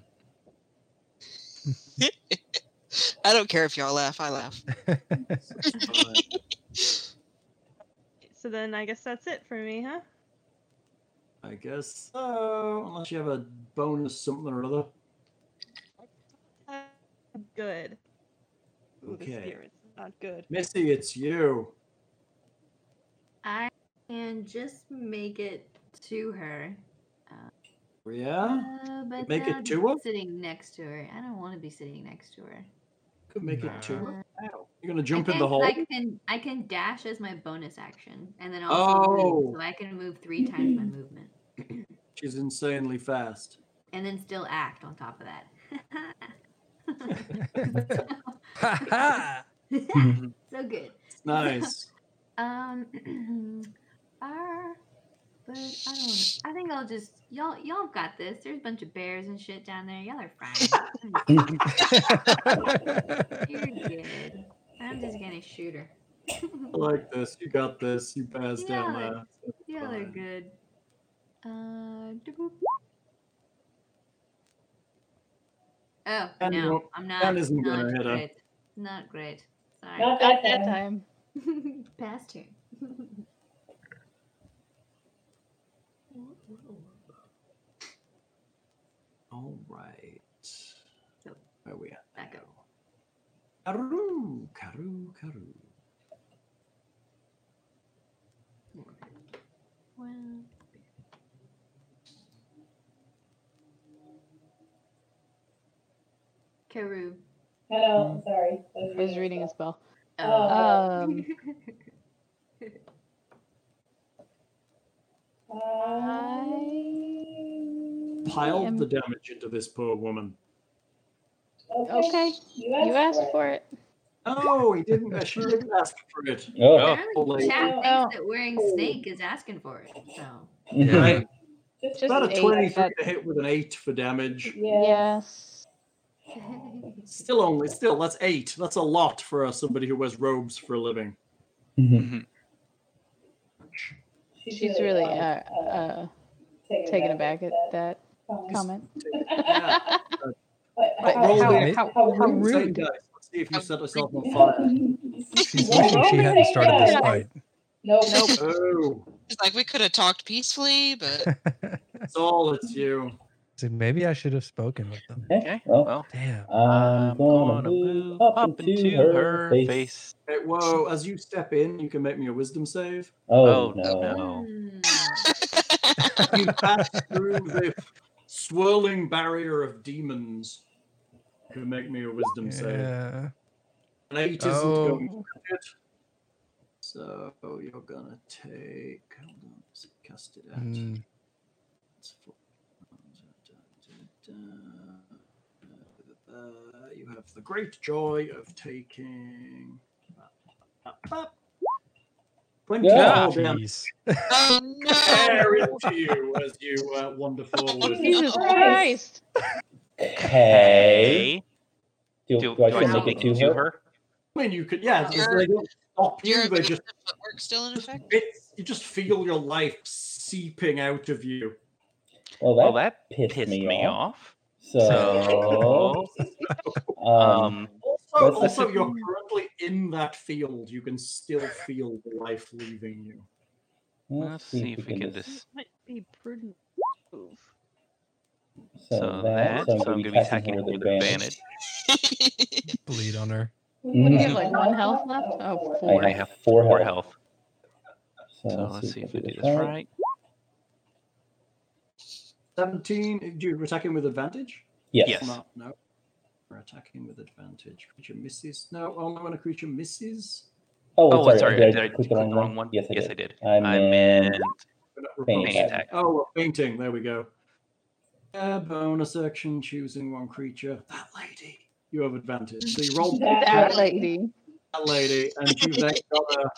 Speaker 8: I don't care if y'all laugh. I laugh.
Speaker 4: So then I guess that's it for me, huh?
Speaker 2: I guess so. Unless you have a bonus something or other.
Speaker 4: Good. Ooh, this
Speaker 2: Okay.
Speaker 4: beer is not good.
Speaker 2: Missy, it's you.
Speaker 3: I can just make it to her.
Speaker 2: Yeah.
Speaker 3: Uh, but
Speaker 2: Make it
Speaker 3: then
Speaker 2: to her?
Speaker 3: Sitting next to her. I don't want to be sitting next to her.
Speaker 2: Could make it two.
Speaker 3: Nah.
Speaker 2: You're gonna jump
Speaker 3: I
Speaker 2: in the
Speaker 3: guess
Speaker 2: hole.
Speaker 3: I can I can dash as my bonus action, and then also
Speaker 2: Oh.
Speaker 3: move, so I can move three times my movement,
Speaker 2: She's insanely fast.
Speaker 3: and then still act on top of that.
Speaker 2: Mm-hmm.
Speaker 3: so good.
Speaker 2: Nice.
Speaker 3: Um, are, but I don't. Know. I think I'll just y'all y'all got this. There's a bunch of bears and shit down there. Y'all are fine. You're good. I'm just gonna shoot her.
Speaker 2: I like this. You got this. You passed down
Speaker 3: Yeah.
Speaker 2: there.
Speaker 3: Y'all are good. Uh, doo-boop. oh
Speaker 2: And
Speaker 3: no,
Speaker 2: no-
Speaker 3: I'm
Speaker 2: and
Speaker 3: not.
Speaker 2: isn't gonna
Speaker 3: not
Speaker 2: hit her.
Speaker 3: great. Not great. Sorry.
Speaker 9: Not that Not that
Speaker 5: time.
Speaker 3: Past her.
Speaker 2: All right. Where we at?
Speaker 3: Back up.
Speaker 2: Karoo, Karoo, Karoo.
Speaker 3: Well, Karu.
Speaker 9: Hello, I'm sorry.
Speaker 5: I was reading a spell.
Speaker 9: Oh.
Speaker 5: Um, Uh, I
Speaker 2: Piled
Speaker 5: am-
Speaker 2: the damage into this poor woman.
Speaker 5: Okay, you asked, for it.
Speaker 2: No, he didn't. She didn't ask for it.
Speaker 6: Oh.
Speaker 3: Apparently,
Speaker 2: Holy-
Speaker 3: Chad thinks
Speaker 5: Oh.
Speaker 3: that wearing snake is asking for it. So
Speaker 10: mm-hmm.
Speaker 2: Right.
Speaker 5: Just
Speaker 2: About
Speaker 5: an
Speaker 2: a
Speaker 5: eight,
Speaker 2: 23
Speaker 5: but-
Speaker 2: to hit with an 8 for damage.
Speaker 5: Yes.
Speaker 2: Still only, still, that's 8. That's a lot for uh, somebody who wears robes for a living.
Speaker 10: Mm-hmm.
Speaker 5: She's really uh, uh, taken aback at that comment. But
Speaker 2: Roll
Speaker 5: how-
Speaker 2: the-
Speaker 5: how- how
Speaker 2: roll the save
Speaker 5: rude.
Speaker 2: dice. Let's see if you set yourself on fire.
Speaker 7: She's wishing she hadn't started this fight.
Speaker 9: Nope.
Speaker 2: Oh,
Speaker 8: It's like we could have talked peacefully, but
Speaker 2: it's all it's you.
Speaker 7: So maybe I should have spoken with them.
Speaker 10: Okay. Well,
Speaker 7: Damn.
Speaker 10: I'm gonna move up into her face.
Speaker 2: Hey, whoa, as you step in, you can make me a wisdom save.
Speaker 10: Oh no.
Speaker 2: You pass through the swirling barrier of demons. You can make me a wisdom save.
Speaker 7: Yeah.
Speaker 2: An 8 isn't going
Speaker 7: Oh.
Speaker 2: to cut it. So you're going to take. Hold on, let's cast it out.
Speaker 7: Mm.
Speaker 2: It's four- Uh, you have the great joy of taking. 24
Speaker 7: Oh,
Speaker 2: damage
Speaker 7: jeez.
Speaker 8: oh no,
Speaker 2: Tear into you as you uh, wander forward.
Speaker 5: Jesus
Speaker 9: Christ.
Speaker 5: Christ!
Speaker 10: Hey.
Speaker 6: Hey.
Speaker 10: Do, do I still get to her?
Speaker 2: I mean, you could, yeah, it's just, they don't stop you.
Speaker 8: your
Speaker 2: They
Speaker 8: adjusted
Speaker 2: just,
Speaker 8: footwork still in effect.
Speaker 2: it's, you just feel your life seeping out of you.
Speaker 10: Well,
Speaker 6: that
Speaker 10: pissed, me, off.
Speaker 6: So,
Speaker 10: So, um,
Speaker 2: Also,
Speaker 10: That's-
Speaker 2: also you're currently in that field. You can still feel the life leaving you.
Speaker 10: let's see if we can
Speaker 4: It
Speaker 10: just.
Speaker 4: might be prudent move.
Speaker 10: So that. So I'm going to be attacking her with advantage.
Speaker 7: Bleed on her.
Speaker 5: What do you have, like one health left? Mm-hmm. Oh,
Speaker 10: I
Speaker 5: four.
Speaker 10: have four
Speaker 6: Four
Speaker 10: health.
Speaker 6: health.
Speaker 10: So let's see if we do this right.
Speaker 2: 17. You're attacking with advantage?
Speaker 6: Yes. Yes.
Speaker 2: No, no. We're attacking with advantage. Creature misses. No, only when a creature misses.
Speaker 10: Oh, sorry. Did I click the wrong one? Yes, I did. I meant
Speaker 2: We're not
Speaker 10: faint attack.
Speaker 2: Oh, we're fainting. There we go. Uh, bonus action, choosing one creature. That lady. You have advantage. So you roll
Speaker 5: That lady.
Speaker 2: that lady, and you've then got a,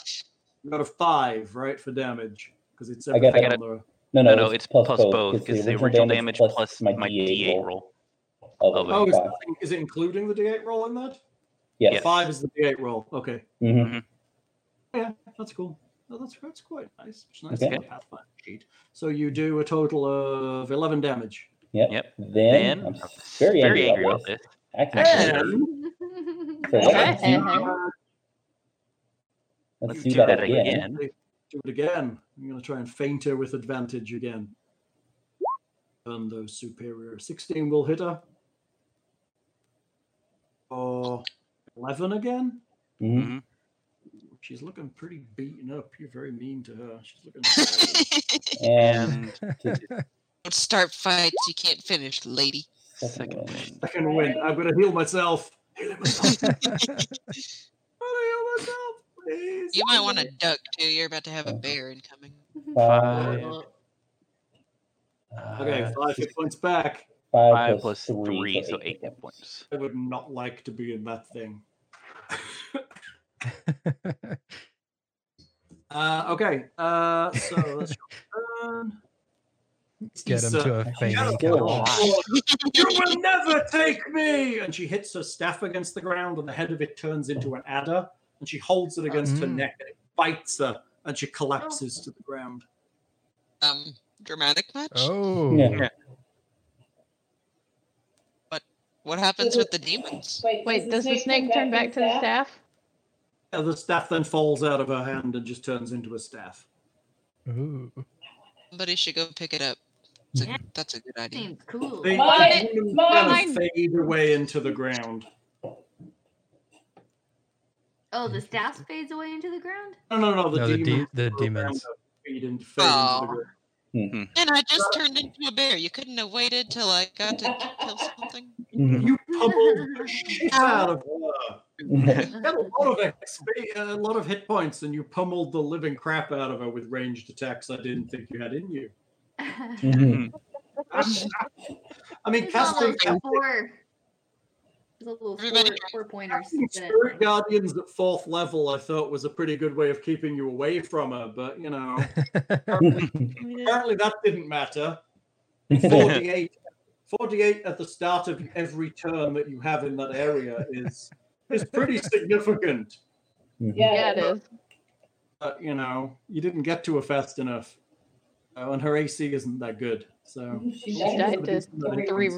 Speaker 2: you got a five, right, for damage. Because it's
Speaker 10: I got-
Speaker 2: everything
Speaker 10: I got
Speaker 2: on the-
Speaker 10: No, no, it's plus both. It's the original damage plus my D8 roll. Of
Speaker 2: Oh, is,
Speaker 10: five.
Speaker 2: that, is it including the D8 roll in that?
Speaker 10: Yes.
Speaker 2: Five is the D8 roll. Okay.
Speaker 10: Mm-hmm.
Speaker 2: Yeah, that's cool. No, that's, that's quite nice. It's nice
Speaker 10: Okay.
Speaker 2: to have a Pathfinder sheet. So you do a total of 11 damage.
Speaker 10: Yep. yep. Then, I'm very,
Speaker 2: very
Speaker 10: angry about
Speaker 2: angry
Speaker 10: this. I can
Speaker 2: And-
Speaker 10: So let's do, let's do that again.
Speaker 2: Do it again. I'm going to try and feint her with advantage again. And those superior 16 will hit her. Or 11 again.
Speaker 6: Mm-hmm.
Speaker 2: She's looking pretty beaten up. You're very mean to her. She's looking.
Speaker 6: And-
Speaker 8: Don't start fights you can't finish, lady.
Speaker 2: Second win. Second win. I'm gonna heal myself. Heal myself.
Speaker 8: You might want to duck too. You're about to have
Speaker 2: Uh-huh.
Speaker 8: a bear incoming.
Speaker 10: Five. Uh,
Speaker 2: okay, five hit points back.
Speaker 10: Five,
Speaker 2: Five
Speaker 10: plus three, so eight hit points.
Speaker 2: I would not like to be in that thing. uh, okay, uh, so let's turn.
Speaker 7: Get him to a fainting
Speaker 2: Still
Speaker 7: kill.
Speaker 2: you will never take me! And she hits her staff against the ground, and the head of it turns into an adder, and she holds it against her
Speaker 8: Mm.
Speaker 2: neck, and it bites her, and she collapses to the ground.
Speaker 8: Um, dramatic much?
Speaker 7: Oh.
Speaker 10: Yeah.
Speaker 8: What happens with the demons?
Speaker 5: Wait, does the snake turn back to the staff?
Speaker 2: And the staff then falls out of her hand and just turns into a staff.
Speaker 7: Ooh.
Speaker 8: Somebody should go pick it up. It's a- that's a good idea.
Speaker 3: Seems cool.
Speaker 2: They
Speaker 8: Mine-
Speaker 2: they kind
Speaker 8: mine.
Speaker 2: of fade away into the ground.
Speaker 3: Oh, the staff fades away into the ground?
Speaker 2: No, no, no. The,
Speaker 7: No, the de-
Speaker 2: demons
Speaker 7: the
Speaker 2: are around
Speaker 7: demons.
Speaker 2: her Fade and fade into the ground.
Speaker 8: And I just turned into a bear. You couldn't have waited till I got to kill something.
Speaker 2: You pummeled the shit out of her. You had a lot of XP, a lot of hit points, and you pummeled the living crap out of her with ranged attacks. I didn't think you had in you. I mean,
Speaker 3: It's all
Speaker 2: casting
Speaker 3: those four. There's a little four, four pointers. in it.
Speaker 2: spirit guardians at fourth level, I thought was a pretty good way of keeping you away from her, but you know, apparently, apparently that didn't matter. 48, 48 at the start of every turn that you have in that area is is pretty significant.
Speaker 5: Yeah, it is.
Speaker 2: But you know, you didn't get to her fast enough, Uh, and her AC isn't that good. So
Speaker 5: She died to three.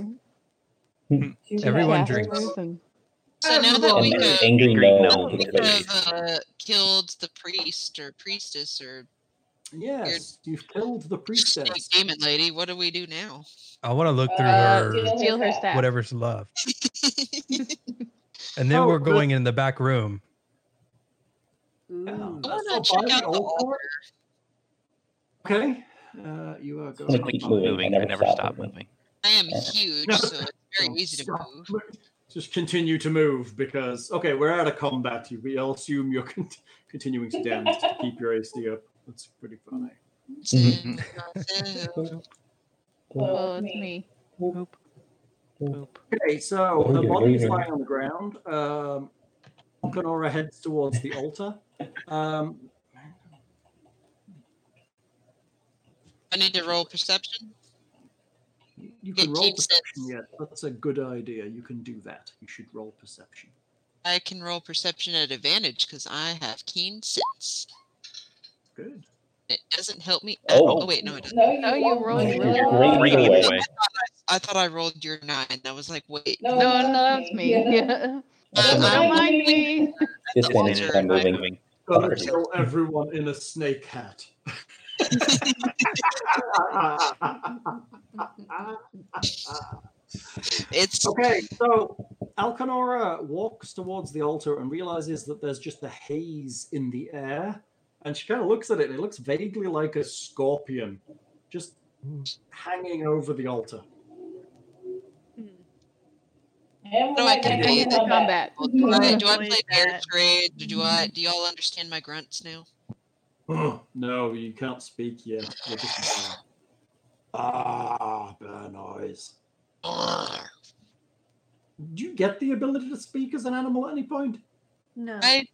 Speaker 7: Hmm. Everyone
Speaker 5: Yeah.
Speaker 7: drinks.
Speaker 8: So now that we
Speaker 6: Everyone.
Speaker 8: have,
Speaker 6: Angry
Speaker 8: now that
Speaker 6: gnome.
Speaker 8: we have uh, killed the priest or priestess or
Speaker 2: yes, you've killed the priestess.
Speaker 8: demon lady, what do we do now?
Speaker 7: I want to look through
Speaker 8: Uh,
Speaker 7: her,
Speaker 8: steal her staff.
Speaker 7: whatever's left. and then
Speaker 2: Oh,
Speaker 7: we're
Speaker 2: but-
Speaker 7: going in the back room.
Speaker 2: Yeah.
Speaker 8: I want to check out the
Speaker 2: oh,
Speaker 8: altar.
Speaker 2: Okay, uh, you are
Speaker 10: I'm
Speaker 2: going.
Speaker 10: gonna keep moving. I never, stop moving.
Speaker 8: I am huge, so it's very easy to move.
Speaker 2: Just continue to move because okay, we're out of combat. You, we all assume you're con- continuing to dance to keep your AC up. That's pretty funny.
Speaker 5: Oh, it's me.
Speaker 2: Okay, so
Speaker 6: Oh,
Speaker 2: her
Speaker 6: yeah,
Speaker 2: body is
Speaker 6: yeah, yeah.
Speaker 2: lying on the ground. Um, Conora heads towards the altar. Um,
Speaker 8: I need to roll perception.
Speaker 2: you can roll perception. Yes, that's a good idea. You can do that. You should roll perception.
Speaker 8: I can roll perception at advantage because I have keen sense.
Speaker 2: Good.
Speaker 8: It doesn't help me. at- Oh,
Speaker 6: Oh.
Speaker 8: wait, no, it doesn't.
Speaker 5: No, you No, you rolled rolled really really well.
Speaker 6: Great
Speaker 8: I
Speaker 6: away.
Speaker 8: thought I, I thought I rolled your nine. I was like, wait.
Speaker 5: No, no, that's me. Yeah. Don't mind me.
Speaker 6: Disadvantage if I'm moving.
Speaker 2: Gonna kill everyone in a snake hat.
Speaker 8: It's
Speaker 2: okay. So Alcanora walks towards the altar and realizes that there's just a haze in the air, and she kind of looks at it. And it looks vaguely like a scorpion, just hanging over the altar.
Speaker 8: What do I convey to combat? Do I, do I play bear trade? Do I? Do y'all understand my grunts now?
Speaker 2: no, you can't speak yet. You're just- ah, burn eyes. Do you get the ability to speak as an animal at any point?
Speaker 3: No.
Speaker 8: I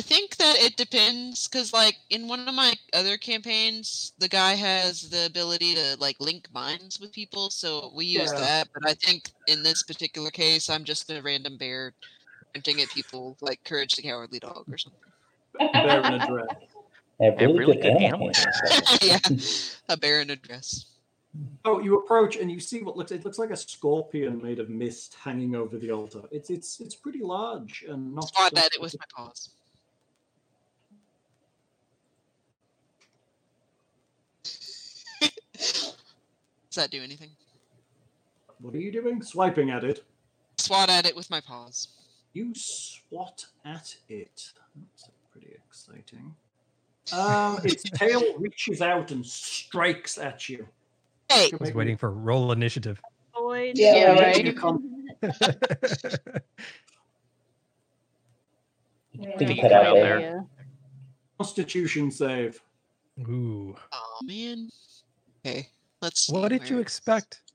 Speaker 8: I think that it depends because, like, in one of my other campaigns, the guy has the ability to like link minds with people, so we use
Speaker 2: Yeah.
Speaker 8: that. But I think in this particular case, I'm just a random bear hunting at people like Courage the Cowardly Dog or something.
Speaker 2: Bear in a dress.
Speaker 6: I have really,
Speaker 2: really
Speaker 6: good,
Speaker 2: good
Speaker 6: animal handling.
Speaker 8: yeah, a bear in a dress.
Speaker 2: Oh, you approach and you see what looks it looks like a scorpion made of mist hanging over the altar. It's it's it's pretty large and not
Speaker 8: Swat at it with my paws. Does that do anything?
Speaker 2: What are you doing? Swiping at it.
Speaker 8: Swat at it with my paws.
Speaker 2: You swat at it. That's pretty exciting. Um, its tail reaches out and strikes at you.
Speaker 8: Hey.
Speaker 7: I was waiting for roll initiative.
Speaker 4: Void.
Speaker 7: Yeah, Yeah, right.
Speaker 2: You come-
Speaker 6: Did you cut out there?
Speaker 2: Constitution save.
Speaker 7: Ooh.
Speaker 8: Oh man. Okay, let's.
Speaker 7: What did you expect?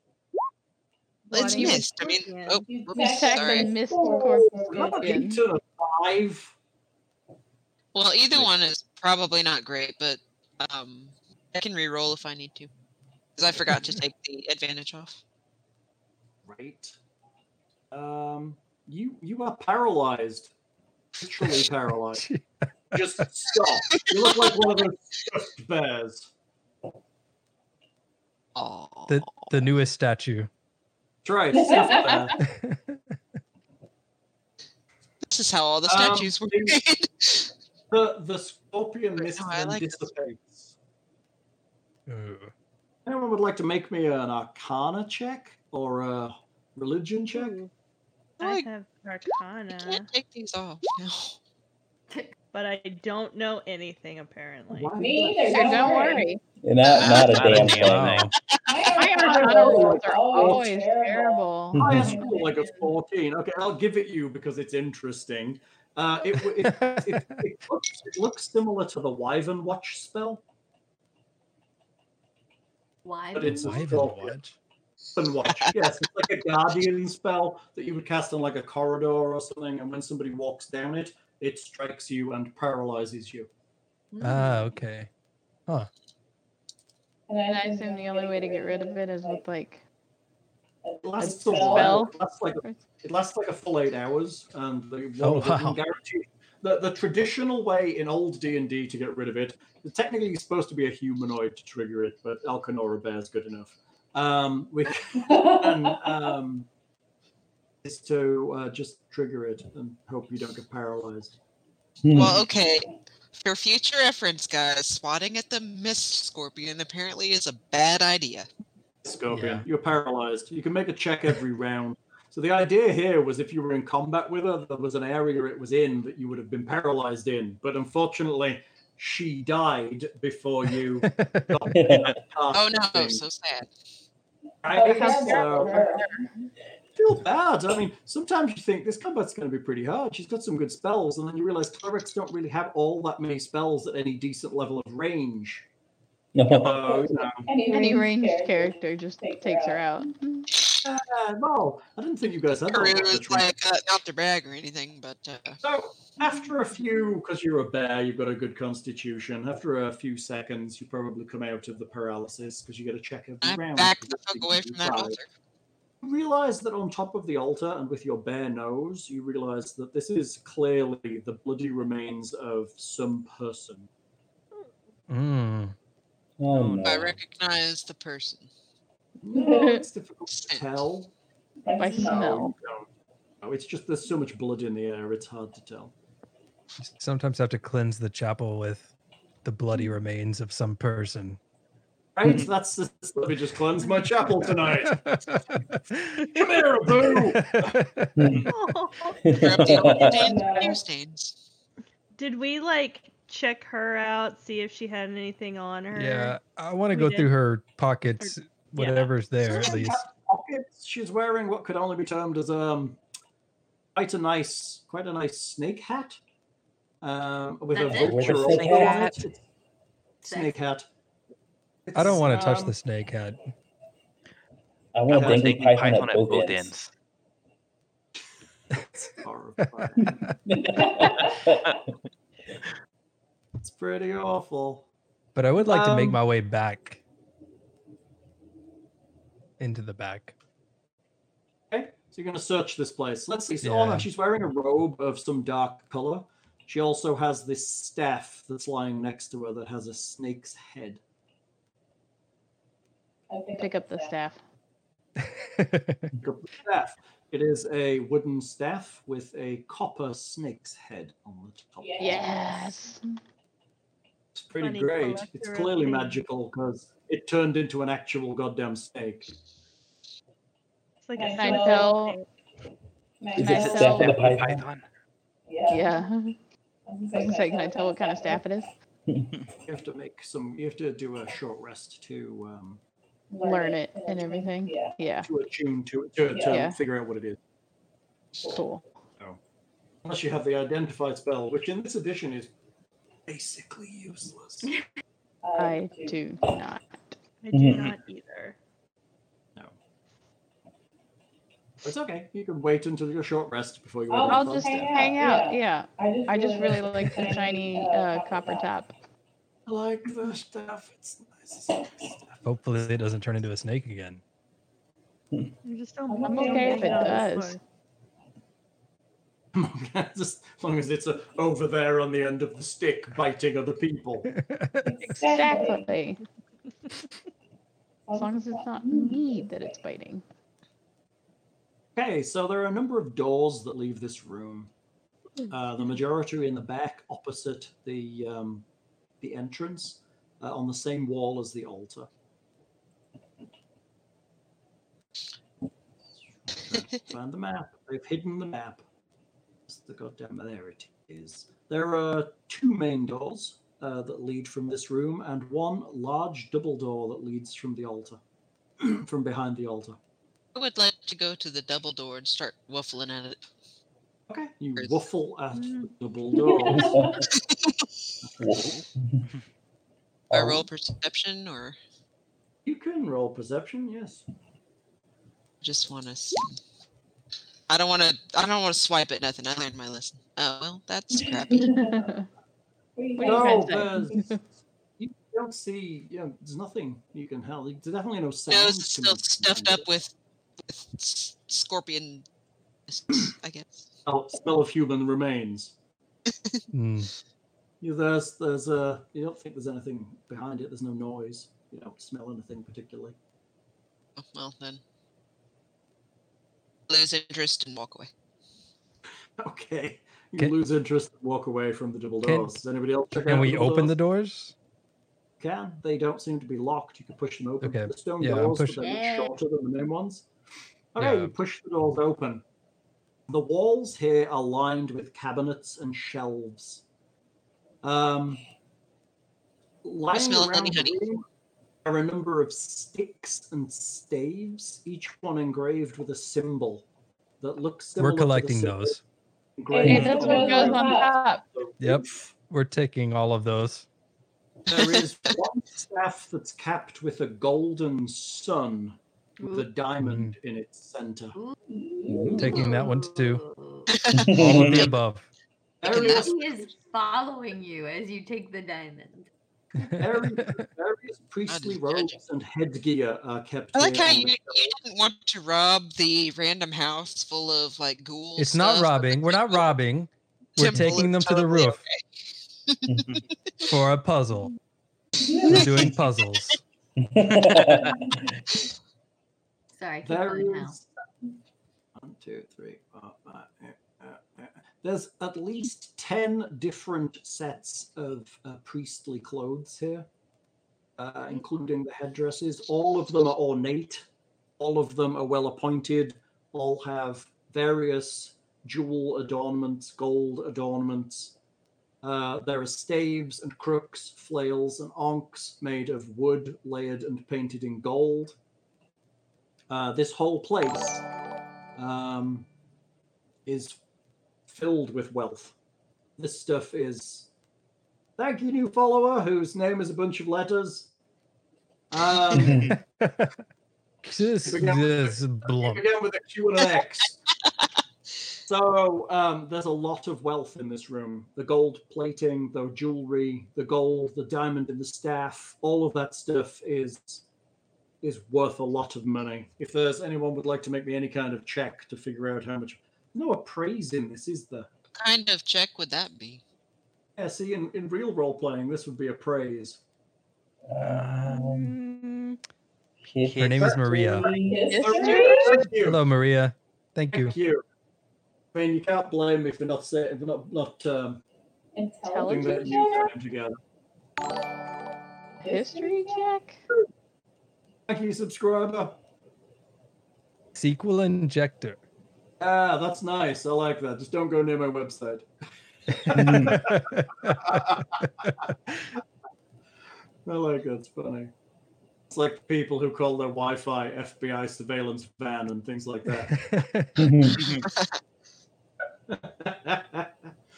Speaker 8: It's
Speaker 5: Wanting
Speaker 8: missed. I mean, oh, whoops,
Speaker 5: Attack
Speaker 8: sorry.
Speaker 5: and miss the corpse.
Speaker 2: Into the five.
Speaker 8: Well, either one is probably not great, but um, I can re-roll if I need to, because I forgot to take the advantage off.
Speaker 2: Right. Um, you you are paralyzed, literally paralyzed. Just stop. You look like one of those stuffed bears.
Speaker 8: Oh,
Speaker 7: The the newest statue.
Speaker 2: that's right. Stuffed bear.
Speaker 8: This is how all the
Speaker 2: Um,
Speaker 8: statues were
Speaker 2: the-
Speaker 8: made.
Speaker 2: The the scorpion mist
Speaker 8: I
Speaker 2: then
Speaker 8: like this.
Speaker 2: dissipates.
Speaker 7: Ooh.
Speaker 2: Anyone would like to make me an Arcana check or a religion check?
Speaker 4: I
Speaker 8: Like-
Speaker 4: have
Speaker 8: I
Speaker 4: Arcana,
Speaker 8: can't take these off. No.
Speaker 4: but I don't know anything apparently.
Speaker 9: Me either.
Speaker 5: So don't worry.
Speaker 6: Not, not a damn thing.
Speaker 5: My Arcana rolls are always terrible.
Speaker 2: I asked for like a 14. Okay, I'll give it you because it's interesting. Uh, it, w- it, it, it, looks, it looks similar to the Wyvern Watch spell,
Speaker 3: Why?
Speaker 2: but it's a
Speaker 7: Wyvern
Speaker 2: scorpion.
Speaker 7: watch.
Speaker 2: Wyvern Watch. Yes, it's like a guardian spell that you would cast on like a corridor or something, and when somebody walks down it, it strikes you and paralyzes you.
Speaker 7: Ah, okay.
Speaker 5: And I assume the only way to get rid of it is with like
Speaker 2: It lasts a
Speaker 5: spell?
Speaker 2: while. It lasts like it lasts like a full eight hours, and the
Speaker 7: Oh,
Speaker 2: one that can
Speaker 7: wow.
Speaker 2: guarantee the, the traditional way in old D and D to get rid of it. Technically, you're supposed to be a humanoid to trigger it, but Alcanora Bear is good enough. Um, which and, um, is to uh, just trigger it and hope you don't get paralyzed.
Speaker 6: Hmm.
Speaker 7: Hmm.
Speaker 8: Well, okay. For future reference, guys, swatting at the mist scorpion apparently is a bad idea.
Speaker 2: Scorpion,
Speaker 7: Yeah.
Speaker 2: you're paralyzed. You can make a check every round. So the idea here was if you were in combat with her, there was an area it was in that you would have been paralyzed in. But unfortunately, she died before you got that cast
Speaker 8: Oh no,
Speaker 2: thing.
Speaker 8: so sad.
Speaker 5: Oh,
Speaker 2: Right? So, I feel bad. I mean, sometimes you think this combat's going to be pretty hard. She's got some good spells, and then you realize clerics don't really have all that many spells at any decent level of range. So, you know,
Speaker 5: any ranged character just takes her out.
Speaker 2: uh, no, I didn't think you guys had that.
Speaker 8: Karoo
Speaker 2: level of
Speaker 8: is like uh, not to brag or anything, but uh,
Speaker 2: So after a few, because you're a bear, you've got a good constitution. After a few seconds, you probably come out of the paralysis because you get a check every
Speaker 8: I
Speaker 2: round.
Speaker 8: back the
Speaker 2: because
Speaker 8: fuck
Speaker 2: you
Speaker 8: away from that
Speaker 2: decide.
Speaker 8: altar.
Speaker 2: You realize that on top of the altar and with your bare nose, you realize that this is clearly the bloody remains of some person.
Speaker 7: Mm.
Speaker 6: Oh,
Speaker 1: Um,
Speaker 8: I
Speaker 6: no.
Speaker 8: recognize the person.
Speaker 2: No, it's difficult to
Speaker 8: Scent.
Speaker 2: tell.
Speaker 5: By smell.
Speaker 2: No, you don't. No, it's just there's so much blood in the air, it's hard to tell.
Speaker 7: Sometimes have to cleanse the chapel with the bloody remains of some person.
Speaker 2: Right? That's just, let me just cleanse my chapel tonight.
Speaker 7: Come
Speaker 2: Come here, boo!
Speaker 4: Oh,
Speaker 8: Rub the old stains with new stains.
Speaker 4: did we like check her out, see if she had anything on her.
Speaker 7: Yeah, I want to
Speaker 4: We
Speaker 7: go
Speaker 4: did-
Speaker 7: through her pockets, whatever's there at least.
Speaker 2: Pockets. She's wearing what could only be termed as um quite a nice, quite a nice snake hat. Um, with a
Speaker 7: That's it? With a
Speaker 2: vulture over
Speaker 7: snake
Speaker 2: it.
Speaker 7: hat.
Speaker 2: It's- Snake hat.
Speaker 7: I don't want to touch
Speaker 2: um,
Speaker 7: the snake hat.
Speaker 6: I
Speaker 10: want
Speaker 6: want
Speaker 10: a
Speaker 6: a
Speaker 10: dangling
Speaker 6: dangling python
Speaker 10: python
Speaker 6: at
Speaker 10: at
Speaker 6: both
Speaker 10: both
Speaker 6: ends.
Speaker 2: um, It's pretty awful.
Speaker 7: But I would like to make
Speaker 2: Um,
Speaker 7: my way back into the back.
Speaker 2: Okay, so you're gonna search this place. Let's see. So, oh no,
Speaker 7: Yeah.
Speaker 2: she's wearing a robe of some dark color. She also has this staff that's lying next to her that has a snake's head.
Speaker 5: Pick up the staff.
Speaker 2: staff. It is a wooden staff with a copper snake's head on the top.
Speaker 5: Yes.
Speaker 2: It's pretty
Speaker 5: Funny
Speaker 2: great. It's
Speaker 5: collector
Speaker 2: clearly
Speaker 5: thing.
Speaker 2: magical because it turned into an actual goddamn snake.
Speaker 4: It's like
Speaker 5: Can
Speaker 4: a
Speaker 5: I
Speaker 4: snow
Speaker 5: tell?
Speaker 6: Is
Speaker 5: can I
Speaker 6: it
Speaker 5: tell-
Speaker 6: staff with a python?
Speaker 5: Yeah. I was gonna say, can I tell what kind of staff it is?
Speaker 2: You have to make some. You have to do a short rest to um,
Speaker 5: Learn it and everything. Yeah.
Speaker 2: to attune to it to, to
Speaker 5: Yeah.
Speaker 2: figure out what it is.
Speaker 5: Cool.
Speaker 2: Unless you have the identify spell, which in this edition is basically useless.
Speaker 5: I do not.
Speaker 4: I
Speaker 2: Mhm.
Speaker 4: do
Speaker 7: Mm-hmm.
Speaker 4: not either.
Speaker 2: It's okay. You can wait until your short rest before you.
Speaker 5: I'll,
Speaker 2: identify
Speaker 5: just
Speaker 2: spell.
Speaker 5: hang out. Yeah.
Speaker 9: I
Speaker 5: just, really like the shiny uh, copper top.
Speaker 2: I like the stuff. It's nice.
Speaker 7: Hopefully, it doesn't turn into a snake again.
Speaker 4: I'm just don't.
Speaker 5: I'm okay if it does.
Speaker 2: just as long as it's uh over there on the end of the stick biting other people.
Speaker 5: Exactly. As long as it's not me that it's biting.
Speaker 2: Okay, so there are a number of doors that leave this room. Uh, the majority are in the back, opposite the um, the entrance, uh, on the same wall as the altar. Find the map. They've hidden the map. It's the goddamn there it is. There are two main doors uh, that lead from this room, and one large double door that leads from the altar, from behind the altar.
Speaker 8: I would like to go to the double door and start waffling at it.
Speaker 2: Okay. You waffle at the bulldogs.
Speaker 8: I roll perception or
Speaker 2: you can roll perception, yes.
Speaker 8: just want to see. I don't want to. I don't want to swipe at nothing. I learned my lesson. Oh well, that's crappy.
Speaker 2: No, there's- you don't see. You know, there's nothing you can help. There's definitely no sound.
Speaker 8: Nose is still stuffed up with, with s- scorpion. I guess.
Speaker 2: Oh, smell of human remains.
Speaker 7: Hmm.
Speaker 2: You there's there's a. You don't think there's anything behind it. There's no noise. You don't smell anything particularly.
Speaker 8: Oh, well then, lose interest and walk away.
Speaker 2: Okay. You
Speaker 7: Can-
Speaker 2: lose interest. and Walk away from the double
Speaker 7: Can-
Speaker 2: doors. Does anybody else? check
Speaker 7: Can
Speaker 2: out
Speaker 7: we
Speaker 2: double
Speaker 7: open
Speaker 2: doors?
Speaker 7: the doors?
Speaker 2: Can they don't seem to be locked. You can push them open.
Speaker 7: Okay,
Speaker 2: The stone
Speaker 7: yeah, I'm
Speaker 2: doors, but
Speaker 7: pushing-
Speaker 2: they're much shorter than the main ones. Okay,
Speaker 7: Yeah.
Speaker 2: you push the doors open. The walls here are lined with cabinets and shelves. Um, lying
Speaker 8: smell of honey,
Speaker 2: around the room are a number of sticks and staves, each one engraved with a symbol that looks similar.
Speaker 7: We're collecting
Speaker 2: to the symbol
Speaker 7: those.
Speaker 2: engraved
Speaker 5: Hey, that's
Speaker 2: on
Speaker 5: what
Speaker 2: the
Speaker 5: goes on
Speaker 2: ground.
Speaker 5: top.
Speaker 7: Yep, we're taking all of those.
Speaker 2: There is one staff that's capped with a golden sun with a diamond in its center.
Speaker 7: Taking that one too. all of the above.
Speaker 2: There
Speaker 3: He
Speaker 2: is
Speaker 3: is following you as you take the diamond.
Speaker 2: Various, various priestly robes and headgear are kept.
Speaker 8: I like
Speaker 2: here
Speaker 8: how
Speaker 2: on
Speaker 8: you,
Speaker 2: the-
Speaker 8: you didn't want to rob the random house full of like ghouls.
Speaker 7: It's not robbing. We're not robbing. We're
Speaker 8: Temple is
Speaker 7: taking them to the
Speaker 8: totally
Speaker 7: roof for a puzzle. We're doing puzzles.
Speaker 3: Sorry, keep
Speaker 2: There
Speaker 3: going now.
Speaker 2: is one, two, three, four, five. uh, uh, uh. There's at least ten different sets of uh, priestly clothes here, uh,
Speaker 3: Mm-hmm.
Speaker 2: including the headdresses. All of them are ornate. All of them are well appointed. All have various jewel adornments, gold adornments, Uh, there are staves and crooks, flails and onks made of wood layered and painted in gold. Uh, this whole place um, is filled with wealth. This stuff is. Thank you, new follower, whose name is a bunch of letters. Um,
Speaker 7: This
Speaker 2: Figure out-
Speaker 7: this
Speaker 2: Again with a Q and an X. so um, there's a lot of wealth in this room. The gold plating, the jewelry, the gold, the diamond in the staff, all of that stuff is is worth a lot of money. If there's anyone would like to make me any kind of check to figure out how much no appraise in this, is there?
Speaker 8: kind of check would that be?
Speaker 2: Yeah, see in, in real role playing this would be appraise.
Speaker 7: Um, Her name is Maria.
Speaker 2: Thank you.
Speaker 7: Hello, Maria. Thank you.
Speaker 2: Thank you. I mean, you can't blame me for not saying, for not not um, putting that
Speaker 5: Intelligence
Speaker 2: new
Speaker 5: check?
Speaker 2: time together.
Speaker 4: Mm-hmm.
Speaker 5: History check?
Speaker 2: Thank you, subscriber.
Speaker 7: Sequel injector.
Speaker 2: Ah, that's nice. I like that. Just don't go near my website. I like that's funny. It's like people who call their Wi-Fi FBI surveillance van and things like that.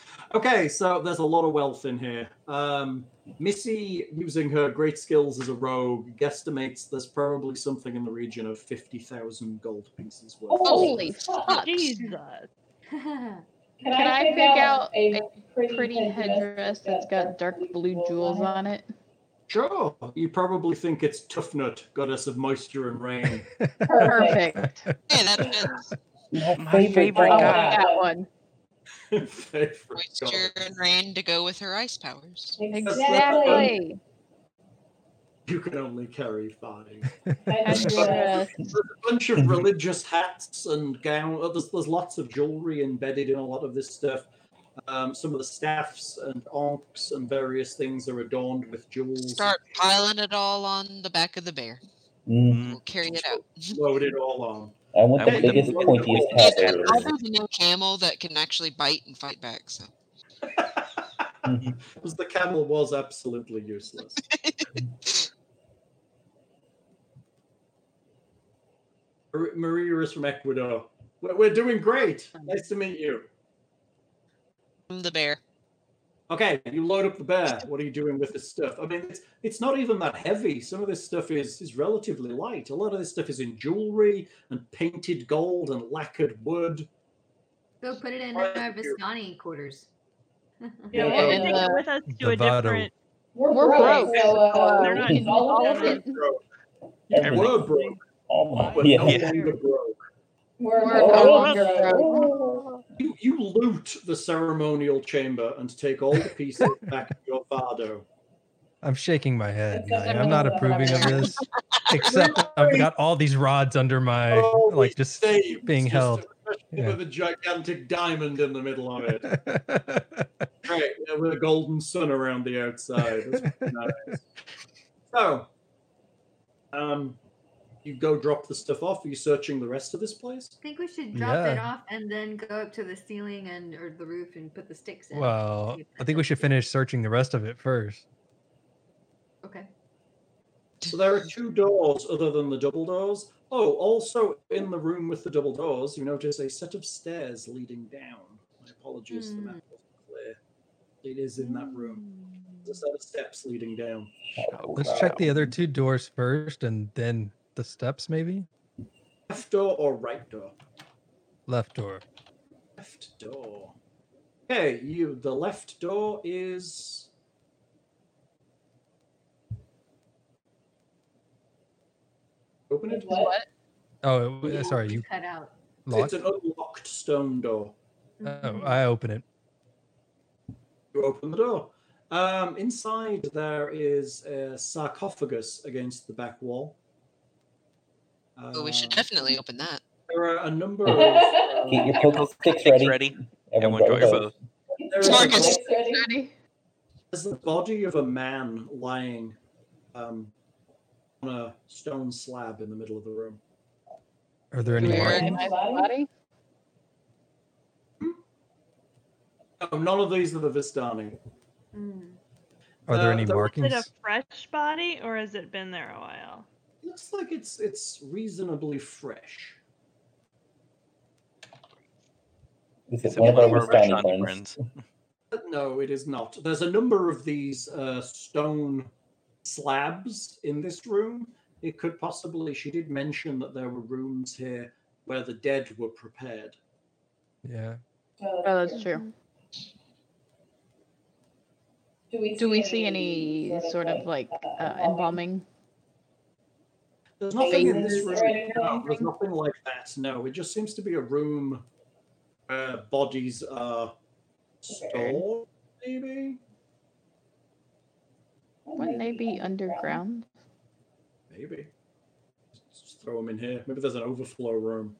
Speaker 2: okay, so there's a lot of wealth in here. Um, Missy, using her great skills as a rogue, guesstimates there's probably something in the region of fifty thousand gold pieces worth.
Speaker 5: Oh. Holy fuck.
Speaker 4: Jesus.
Speaker 3: Can
Speaker 5: Can I pick out a pretty headdress that's got dark blue jewels on it?
Speaker 2: Sure. You probably think it's Tough Nut, goddess of moisture and rain.
Speaker 5: Perfect. Oh,
Speaker 8: Hey, that fits.
Speaker 5: My I
Speaker 8: favorite
Speaker 5: want
Speaker 8: guy.
Speaker 5: That one.
Speaker 8: Moisture and rain to go with her ice powers.
Speaker 5: Exactly.
Speaker 2: you can only carry five.
Speaker 5: Headdress.
Speaker 2: There's a bunch of religious hats and gown. oh, There's, there's lots of jewelry embedded in a lot of this stuff. Um, some of the staffs and onks and various things are adorned with jewels.
Speaker 8: Start piling it all on the back of the bear.
Speaker 7: Mm.
Speaker 8: We'll carry it out.
Speaker 2: Load it all on.
Speaker 6: Hmm. I want the
Speaker 2: I want the
Speaker 6: biggest,
Speaker 2: biggest,
Speaker 6: pointiest
Speaker 2: pointiest
Speaker 6: hat
Speaker 8: I
Speaker 6: there is.
Speaker 8: there's a new camel that can actually bite and fight back. So
Speaker 2: Because the camel was absolutely useless. Mar- Maria is from Ecuador. We're we're doing great. Nice to meet you.
Speaker 8: I'm the bear.
Speaker 2: Okay, you load up the bear. What are you doing with this stuff? I mean, it's it's not even that heavy. Some of this stuff is is relatively light. A lot of this stuff is in jewelry and painted gold and lacquered wood.
Speaker 3: Go put it in our Vistani quarters.
Speaker 4: Yeah, we're gonna take it with us to a
Speaker 7: Vado.
Speaker 4: different.
Speaker 9: We're
Speaker 5: We're
Speaker 9: broke,
Speaker 5: broke,
Speaker 9: so uh,
Speaker 4: They're
Speaker 9: we
Speaker 4: not
Speaker 9: can
Speaker 4: in
Speaker 9: all
Speaker 4: all
Speaker 9: of
Speaker 4: of
Speaker 9: it.
Speaker 2: You were broke,
Speaker 6: Oh
Speaker 2: but
Speaker 6: Yeah.
Speaker 2: no longer broke.
Speaker 9: We're
Speaker 5: We're
Speaker 9: broke.
Speaker 5: no longer broke.
Speaker 2: You, you loot the ceremonial chamber and take all the pieces back to your bardo.
Speaker 7: I'm shaking my head. Like, I'm not approving of this. Except I've got all these rods under my
Speaker 2: Oh,
Speaker 7: like just
Speaker 2: Save
Speaker 7: being
Speaker 2: just
Speaker 7: held.
Speaker 2: a- with a gigantic diamond in the middle of it. Right, yeah, with a golden sun around the outside. That's pretty nice. So, um, you go drop the stuff off. Are you searching the rest of this place?
Speaker 3: I think we should drop that
Speaker 7: Yeah.
Speaker 3: off and then go up to the ceiling and or the roof and put the sticks in.
Speaker 7: Well, I think we should finish searching the rest of it first.
Speaker 3: Okay.
Speaker 2: So there are two doors other than the double doors. Oh, also in the room with the double doors, you notice a set of stairs leading down. My apologies, the map wasn't clear. It is in that room. There's a set of steps leading down.
Speaker 6: Oh,
Speaker 7: Let's check the other two doors first and then the steps maybe?
Speaker 2: Left door or right door?
Speaker 7: Left door.
Speaker 2: Left door. Okay, you. The left door is. Open it.
Speaker 5: What?
Speaker 7: Oh, it- uh, sorry, you
Speaker 3: Cut out.
Speaker 2: It's
Speaker 7: locked.
Speaker 2: an unlocked stone door.
Speaker 7: Oh, I open it.
Speaker 2: You open the door. Um, inside there is a sarcophagus against the back wall.
Speaker 8: But we should
Speaker 2: Uh,
Speaker 8: definitely open that.
Speaker 2: There are a number of. uh,
Speaker 6: Get your poker sticks ready. Everyone draw your bows.
Speaker 2: there is a
Speaker 8: Marcus.
Speaker 2: bo-
Speaker 5: Ready?
Speaker 2: there's the body of a man lying um, on a stone slab in the middle of the room.
Speaker 7: Are there any
Speaker 8: Where
Speaker 7: markings?
Speaker 5: My body?
Speaker 2: Um, No, none of these are the Vistani.
Speaker 3: Hmm.
Speaker 7: Are there any
Speaker 4: So
Speaker 7: markings?
Speaker 4: Is it a fresh body or has it been there a while?
Speaker 2: Looks like it's it's reasonably fresh.
Speaker 6: Is it one of our Rastani
Speaker 10: Rastani
Speaker 6: friends?
Speaker 10: friends?
Speaker 2: But No, it is not. There's a number of these uh, stone slabs in this room. It could possibly. She did mention that there were rooms here where the dead were prepared.
Speaker 7: Yeah.
Speaker 5: Oh, that's true.
Speaker 9: Do we see,
Speaker 5: Do we see any sort of like uh, embalming?
Speaker 2: There's nothing in this
Speaker 5: Phases or
Speaker 2: room. No, there's nothing like that. No, it just seems to be a room where bodies are stored. Maybe.
Speaker 5: Wouldn't they be underground?
Speaker 2: Maybe. Just throw them in here. Maybe there's an overflow room.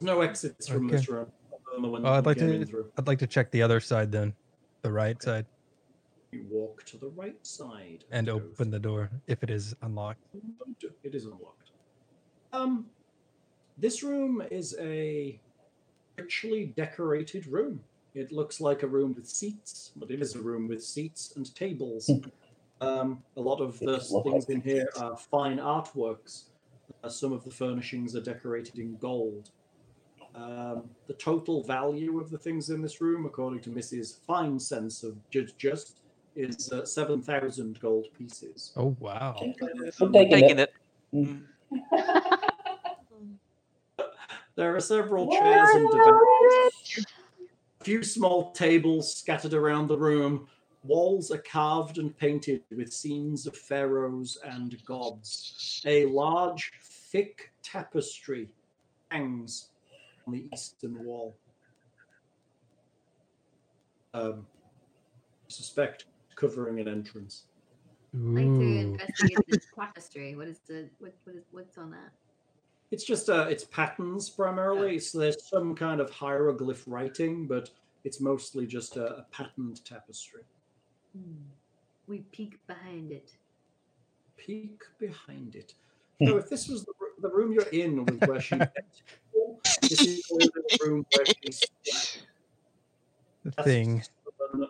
Speaker 2: no exits from this
Speaker 7: Okay.
Speaker 2: room. other than the one
Speaker 7: Well,
Speaker 2: that
Speaker 7: I'd
Speaker 2: you
Speaker 7: like
Speaker 2: came in
Speaker 7: to.
Speaker 2: through.
Speaker 7: I'd like to check the other side then, the right side,
Speaker 2: You walk to the right side.
Speaker 7: and open the door if it is unlocked.
Speaker 2: It is unlocked. Um, this room is a richly decorated room. It looks like a room with seats, but it is a room with seats and tables. um, a lot of the things in here are fine artworks. Uh, some of the furnishings are decorated in gold. Um, the total value of the things in this room, according to Mrs. Fine Sense of Judge Just, is uh, 7,000 gold pieces.
Speaker 7: Oh wow!
Speaker 2: I'm taking
Speaker 10: taking it.
Speaker 6: Hmm.
Speaker 2: There are several chairs and divans, a few small tables scattered around the room. Walls are carved and painted with scenes of pharaohs and gods. A large, thick tapestry hangs on the eastern wall. Um, I suspect covering an entrance.
Speaker 3: I'd like to investigate the tapestry. What is the what, what is what's on that?
Speaker 2: It's just uh, it's patterns primarily. So there's some kind of hieroglyph writing, but it's mostly just a, a patterned tapestry.
Speaker 3: We peek behind it.
Speaker 2: Peek behind it. So if this was the, r- the room you're in was where she met people, this is clearly the room where she slept.
Speaker 7: The thing.
Speaker 2: Summon-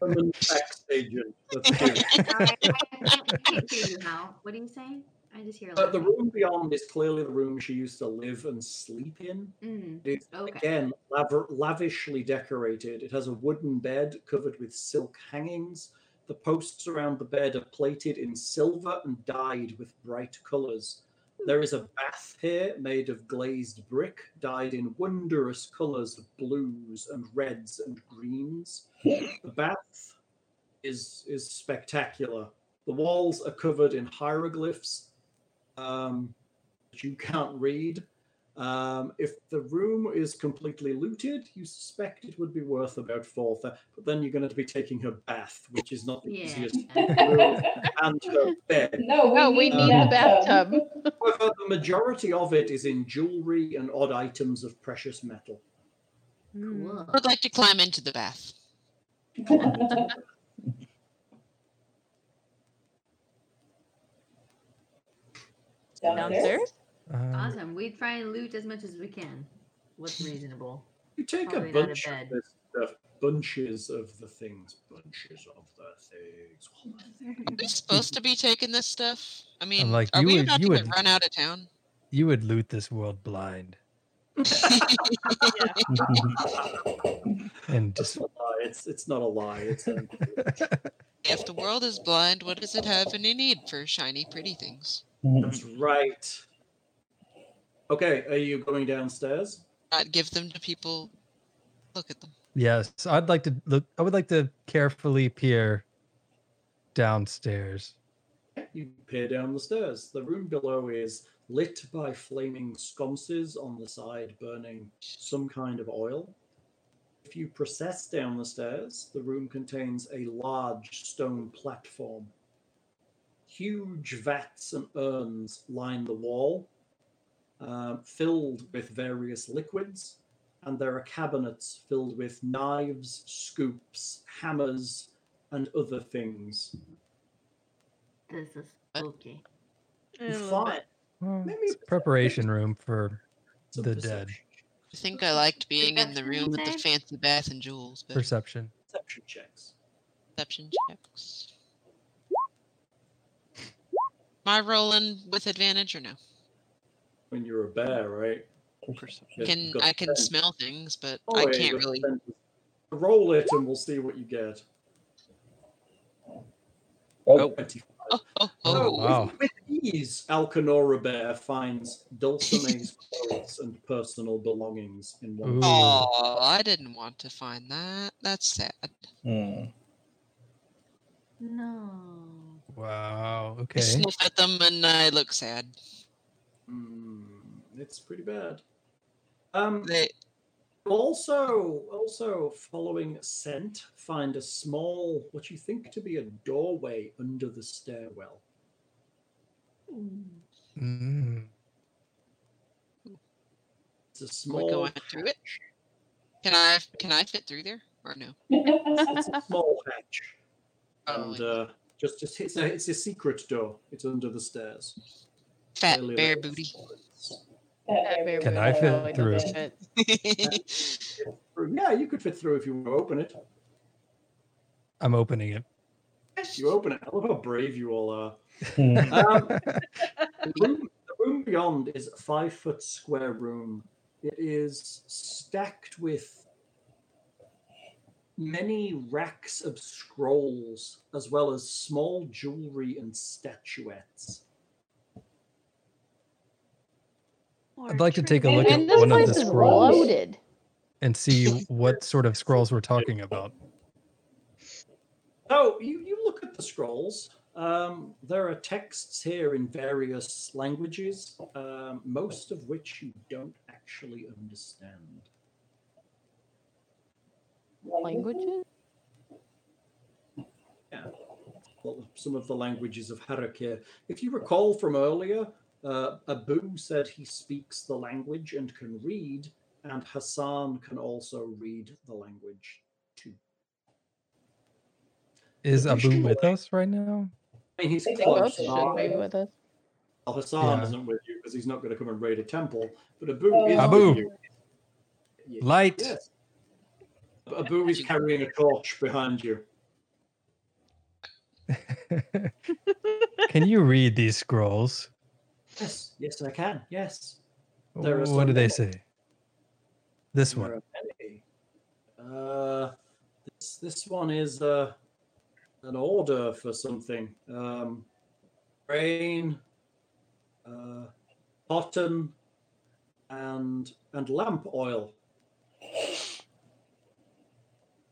Speaker 2: summon X agent. Let's do it.
Speaker 3: Sorry, I can't hear you now. What are you saying? I just hear
Speaker 2: But Uh, the
Speaker 3: laughing.
Speaker 2: room beyond is clearly the room she used to live and sleep in.
Speaker 3: Mm,
Speaker 2: It's
Speaker 3: okay.
Speaker 2: again lav- lavishly decorated. It has a wooden bed covered with silk hangings. The posts around the bed are plated in silver and dyed with bright colors.
Speaker 3: Hmm.
Speaker 2: There is a bath here made of glazed brick, dyed in wondrous colors of blues and reds and greens. The bath is is spectacular. The walls are covered in hieroglyphs um, that you can't read. Um, if the room is completely looted, you suspect it would be worth about four. thou- but then you're going to be taking her bath, which is not the
Speaker 3: Yeah.
Speaker 2: easiest, room, and her bed.
Speaker 9: No, we
Speaker 5: No, we
Speaker 9: need,
Speaker 2: need
Speaker 9: the
Speaker 2: the
Speaker 9: bathtub.
Speaker 5: bathtub.
Speaker 2: However, the majority of it is in jewelry and odd items of precious metal.
Speaker 3: Cool.
Speaker 4: Mm-hmm.
Speaker 8: I would like to climb into the bath.
Speaker 5: Downstairs?
Speaker 7: Um,
Speaker 3: Awesome. We try and loot as much as we can. What's reasonable?
Speaker 2: You take
Speaker 3: Probably
Speaker 2: a
Speaker 3: not a
Speaker 2: bunch of
Speaker 3: bed.
Speaker 2: this stuff, bunches of the things, bunches of the things. What are they?
Speaker 8: Are we supposed to be taking this stuff? I mean,
Speaker 7: like,
Speaker 8: are
Speaker 7: you
Speaker 8: we
Speaker 7: would-
Speaker 8: about
Speaker 7: you
Speaker 8: to get
Speaker 7: would-
Speaker 8: run out of town?
Speaker 7: you would loot this world blind and
Speaker 2: It's
Speaker 7: just
Speaker 2: a lie. It's it's not a lie. It's a,
Speaker 8: If the world is blind, what does it have any need for shiny, pretty things?
Speaker 6: Mm.
Speaker 2: that's right. Okay, are you going downstairs?
Speaker 8: Not give them to people. Look at them.
Speaker 7: yes. I'd like to look. I would like to carefully peer downstairs.
Speaker 2: You peer down the stairs. The room below is lit by flaming sconces on the side, burning some kind of oil. If you process down the stairs, the room contains a large stone platform. Huge vats and urns line the wall, um, filled with various liquids, and there are cabinets filled with knives, scoops, hammers, and other things.
Speaker 3: This is spooky.
Speaker 4: I
Speaker 2: You
Speaker 4: love
Speaker 2: find
Speaker 4: it.
Speaker 7: Well,
Speaker 2: Maybe
Speaker 7: Hmm. it's
Speaker 2: a perception-
Speaker 7: preparation room for
Speaker 2: it's a
Speaker 7: the
Speaker 2: perception
Speaker 7: dead.
Speaker 8: I think I liked being in the
Speaker 2: Perception,
Speaker 8: room
Speaker 2: you
Speaker 8: with
Speaker 2: say?
Speaker 8: the fancy bath and jewels. But
Speaker 7: Perception.
Speaker 2: Perception checks.
Speaker 8: Perception checks. Am I rolling with advantage or no?
Speaker 2: When you're a bear, right?
Speaker 6: Hmm.
Speaker 2: Yeah,
Speaker 8: Can
Speaker 2: you've got
Speaker 8: I can
Speaker 2: ten.
Speaker 8: smell things, but
Speaker 2: Oh,
Speaker 8: I
Speaker 2: yeah,
Speaker 8: can't
Speaker 2: you've got
Speaker 8: really.
Speaker 2: ten. Roll it and we'll see what you get.
Speaker 6: Oh.
Speaker 2: 25.
Speaker 8: Oh,
Speaker 7: wow.
Speaker 2: With ease, Alcanora Bear finds Dulcinea's clothes and personal belongings in one.
Speaker 8: Oh, I didn't want to find that. That's sad.
Speaker 6: Oh.
Speaker 3: No.
Speaker 7: Wow.
Speaker 8: I
Speaker 7: Okay.
Speaker 8: sniff at them and I look sad.
Speaker 2: Hmm, It's pretty bad. Um,
Speaker 8: They-
Speaker 2: also, also following scent, find a small, what you think to be a doorway under the stairwell.
Speaker 7: Mm.
Speaker 2: It's a
Speaker 8: Are we
Speaker 2: small,
Speaker 8: going through it? Can I can I fit through there or no?
Speaker 2: it's a small hatch, and uh, just just it's a it's a secret door. It's under the stairs.
Speaker 8: Fat
Speaker 2: Clearly
Speaker 8: bear
Speaker 2: that's-
Speaker 8: booty.
Speaker 7: Can I fit through?
Speaker 2: Yeah, you could fit through if you open it.
Speaker 7: I'm opening it.
Speaker 2: You open it. I love how brave you all are. um, the, room, the room beyond is a five foot square room. It is stacked with many racks of scrolls, as well as small jewelry and statuettes.
Speaker 7: I'd like to take a
Speaker 5: And,
Speaker 7: look at
Speaker 5: and this
Speaker 7: one of
Speaker 5: place
Speaker 7: the
Speaker 5: is
Speaker 7: scrolls
Speaker 5: loaded.
Speaker 7: and see what sort of scrolls we're talking about.
Speaker 2: Oh, you, you look at the scrolls. Um, there are texts here in various languages, um, most of which you don't actually understand.
Speaker 5: Languages?
Speaker 2: Yeah. Well, some of the languages of Harakir. If you recall from earlier, uh, Abu said he speaks the language and can read, and Hassan can also read the language too.
Speaker 7: Is Abu
Speaker 2: Additionally-
Speaker 7: with us right now?
Speaker 2: I mean, he's
Speaker 5: I think they
Speaker 2: close.
Speaker 5: both should be with us.
Speaker 2: Well, Hassan
Speaker 7: Yeah.
Speaker 2: isn't with you because he's not going to come and raid a temple, but Abu is
Speaker 7: Abu.
Speaker 2: with you. Ye-
Speaker 7: Light.
Speaker 2: Yes. Abu is carrying a torch behind you.
Speaker 7: Can you read these scrolls?
Speaker 2: Yes, yes, I can. Yes. There is
Speaker 7: What do
Speaker 2: some-
Speaker 7: they say? This
Speaker 2: There
Speaker 7: one.
Speaker 2: are many. Uh, this this one is uh, an order for something. Um, rain, uh, cotton, and and lamp oil.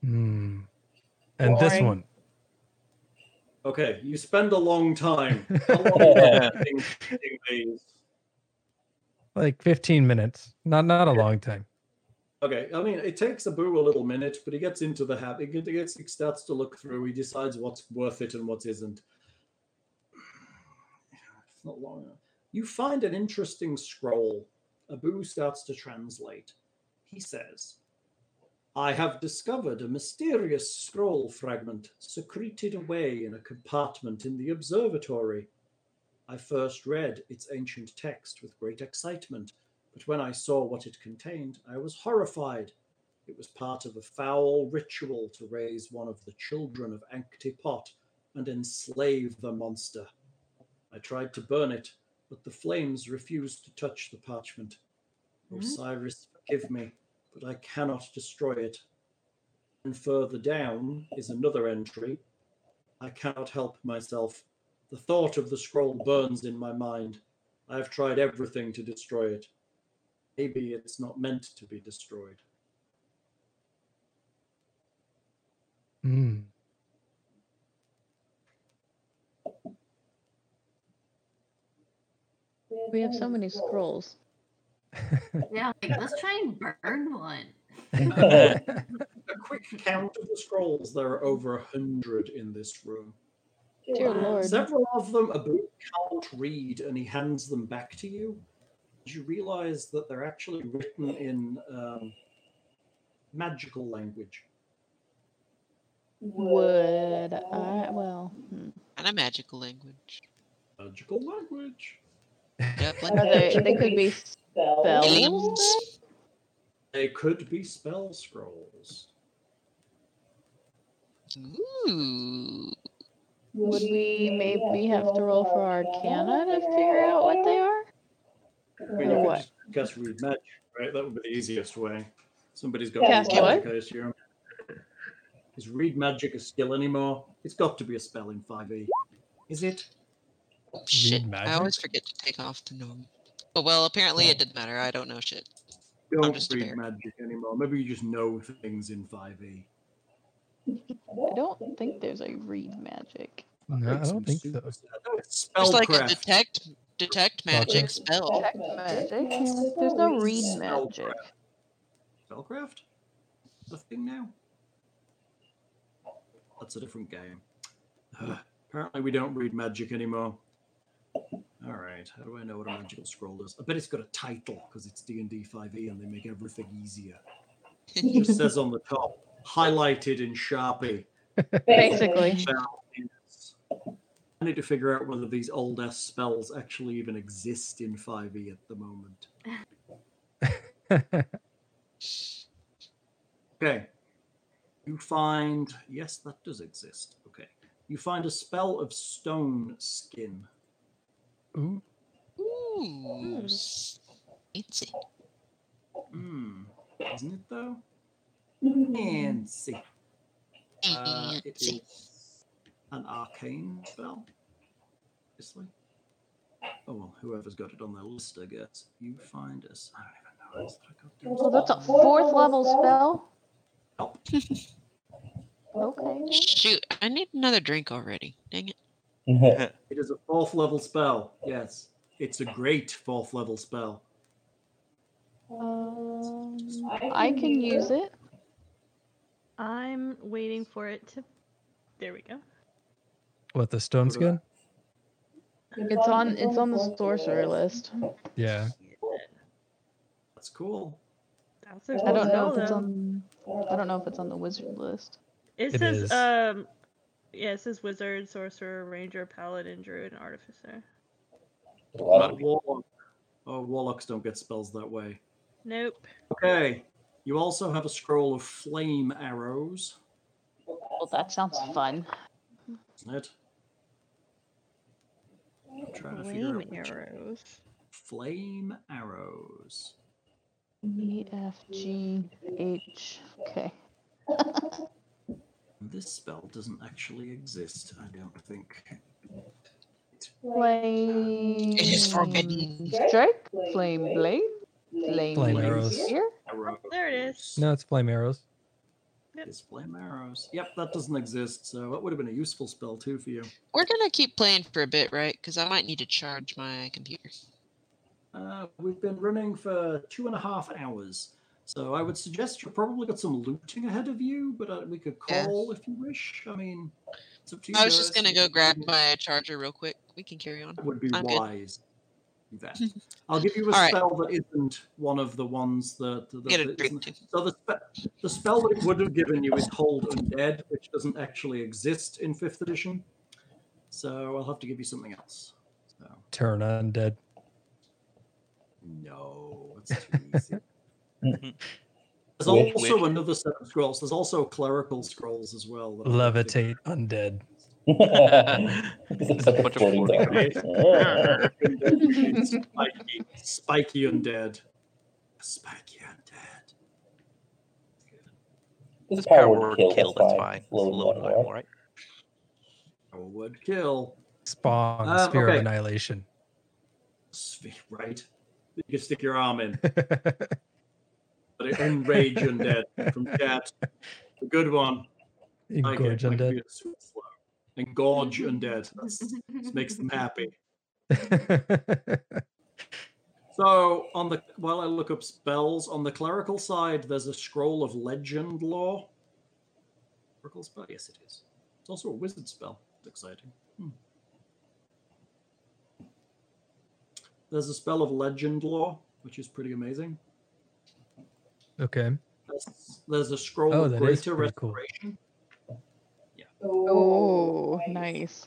Speaker 7: Hmm. And this
Speaker 5: Boring.
Speaker 7: one.
Speaker 2: Okay, you spend a long time. How long are you spending reading these?
Speaker 7: Like 15 minutes. Not not a long time.
Speaker 2: Okay, I mean, it takes Abu a little minute, but he gets into the habit. He gets, he starts to look through. He decides what's worth it and what isn't. It's not long. enough. You find an interesting scroll. Abu starts to translate. He says, "I have discovered a mysterious scroll fragment secreted away in a compartment in the observatory. I first read its ancient text with great excitement." but when I saw what it contained, I was horrified. It was part of a foul ritual to raise one of the children of Ankh Pot and enslave the monster. I tried to burn it, but the flames refused to touch the parchment. Osiris, forgive me, but I cannot destroy it. And further down is another entry. I cannot help myself. The thought of the scroll burns in my mind. I have tried everything to destroy it maybe it's not meant to be destroyed.
Speaker 7: Hmm.
Speaker 5: We have so many scrolls.
Speaker 3: Yeah, like, let's try and burn one.
Speaker 2: A quick count of the scrolls. There are over a hundred in this room.
Speaker 5: Dear Lord.
Speaker 2: Several of them Abu can't read, and he hands them back to you. And You realize that they're actually written in um, magical language.
Speaker 5: Would I? Well, hmm.
Speaker 8: Kind of magical language.
Speaker 2: Magical language.
Speaker 8: Yep,
Speaker 5: are they, they could be
Speaker 9: Spells.
Speaker 5: spells.
Speaker 2: They could be spell scrolls.
Speaker 8: Ooh.
Speaker 5: Would we maybe have to roll for Arcana to figure out what they
Speaker 2: I
Speaker 5: are?
Speaker 2: mean, you
Speaker 5: Or
Speaker 2: could
Speaker 5: what?
Speaker 2: just cast read magic, right? That would be the easiest way. Somebody's got
Speaker 5: Yeah,
Speaker 2: read
Speaker 5: what?
Speaker 2: magic, I assume. Is read magic a skill anymore? It's got to be a spell in 5e. Is it?
Speaker 8: Shit. I
Speaker 2: magic?
Speaker 8: always forget to take off the norm. Oh, well, apparently it didn't matter. I don't know shit.
Speaker 2: You
Speaker 8: I'm
Speaker 2: don't
Speaker 8: just a
Speaker 2: read
Speaker 8: bear.
Speaker 2: magic anymore. Maybe you just know things in E. 5e.
Speaker 5: I don't think there's a read magic.
Speaker 7: No, I don't think so.
Speaker 8: There's like a
Speaker 2: Spellcraft.
Speaker 8: detect detect magic spell.
Speaker 5: Detect magic. yeah, There's no read magic.
Speaker 2: Spellcraft? The thing now? That's a different game. Ugh, apparently, we don't read magic anymore. All right, how do I know what a magical scroll is? I bet it's got a title because it's D and D five E, and they make everything easier. It just says on the top, highlighted in Sharpie.
Speaker 5: Basically.
Speaker 2: Spell is. I need to figure out whether these old S spells actually even exist in five E at the moment. Okay. You find, yes, that does exist. Okay. You find a spell of stone skin.
Speaker 7: Ooh.
Speaker 8: Ooh. s- It's it.
Speaker 2: Hmm. Isn't it though? Fancy. Uh, it is an arcane spell. Obviously. Oh well, whoever's got it on their list, I guess. You find us. I don't even know. It's like a
Speaker 5: So Oh, that's a fourth level spell. Okay.
Speaker 8: Shoot, I need another drink already. Dang it.
Speaker 6: Hmm.
Speaker 2: It is a fourth level spell. Yes, it's a great fourth level spell.
Speaker 5: Um, I can use it.
Speaker 4: I'm waiting for it to. There we go.
Speaker 7: What the stone skin?
Speaker 5: It's on. It's on the sorcerer list.
Speaker 7: Yeah.
Speaker 2: That's cool.
Speaker 4: That's a
Speaker 5: I don't know
Speaker 4: cool
Speaker 5: if it's
Speaker 4: though.
Speaker 5: on. I don't know if it's on the wizard list.
Speaker 4: It,
Speaker 7: It
Speaker 4: says
Speaker 7: is.
Speaker 4: um, yeah, it says wizard, sorcerer, ranger, paladin, druid, and artificer.
Speaker 2: Not warlock. Oh, warlocks don't get spells that way.
Speaker 4: Nope.
Speaker 2: Okay. You also have a scroll of flame arrows,
Speaker 5: Well, that sounds fun.
Speaker 2: isn't it? I'm trying to figure
Speaker 4: Flame
Speaker 2: out which
Speaker 4: arrows.
Speaker 2: flame arrows.
Speaker 5: E F G H. Okay.
Speaker 2: This spell doesn't actually exist, I don't think.
Speaker 5: Flame.
Speaker 8: It is forbidden.
Speaker 5: Strike. Flame blade. Flame,
Speaker 7: Flame
Speaker 5: blade
Speaker 7: arrows.
Speaker 5: spear.
Speaker 2: Arrow
Speaker 4: There it is.
Speaker 7: No, it's flame arrows.
Speaker 2: is flame arrows. Yep, that doesn't exist, so that would have been a useful spell too for you.
Speaker 8: We're gonna keep playing for a bit, right? Because I might need to charge my computer.
Speaker 2: Uh, we've been running for two and a half hours, so I would suggest you've probably got some looting ahead of you, but uh, we could
Speaker 8: Yeah.
Speaker 2: call if you wish. I mean, it's up to you.
Speaker 8: I was just
Speaker 2: guys.
Speaker 8: gonna go grab my charger real quick. We can carry on.
Speaker 2: That would be
Speaker 8: I'm good.
Speaker 2: wise. Do that. I'll give you a
Speaker 8: All right.
Speaker 2: spell that isn't one of the ones that. that,
Speaker 8: Get a
Speaker 2: that
Speaker 8: drink
Speaker 2: isn't- So the, spe- the spell that it would have given you is Hold Undead, which doesn't actually exist in 5th edition. So I'll have to give you something else. So,
Speaker 7: Turn undead.
Speaker 2: no, it's too easy.
Speaker 6: Hmm.
Speaker 10: Mhm.
Speaker 2: There's
Speaker 7: Which-
Speaker 2: also
Speaker 10: which-
Speaker 2: another set of scrolls. There's also clerical scrolls as well. that I'll have to-
Speaker 7: Levitate undead.
Speaker 10: it's a bunch of
Speaker 6: floating
Speaker 10: floating
Speaker 6: dogs.
Speaker 2: spiky, spiky undead. Spiky undead.
Speaker 10: This power word kill, that's fine. It's
Speaker 6: Low
Speaker 10: low
Speaker 6: and
Speaker 10: normal, right?
Speaker 2: Power would kill.
Speaker 7: Spawn,
Speaker 2: Um,
Speaker 7: Spear
Speaker 2: okay.
Speaker 7: of Annihilation.
Speaker 2: Sphere, right? You can stick your arm in, but it enrage undead from chat. A good one. Like it,
Speaker 7: Engorge
Speaker 2: my
Speaker 7: undead.
Speaker 2: computer's super slow. Engorge undead. That's, it makes them happy. So on the while I look up spells on the clerical side, there's a scroll of legend lore. Clerical spell? Yes, it is. It's also a wizard spell. It's exciting. Hmm. There's a spell of legend lore, which is pretty amazing.
Speaker 7: okay.
Speaker 2: There's, there's a scroll
Speaker 7: Oh,
Speaker 2: of
Speaker 7: that is
Speaker 2: greater
Speaker 7: pretty cool.
Speaker 2: restoration.
Speaker 5: Oh, nice.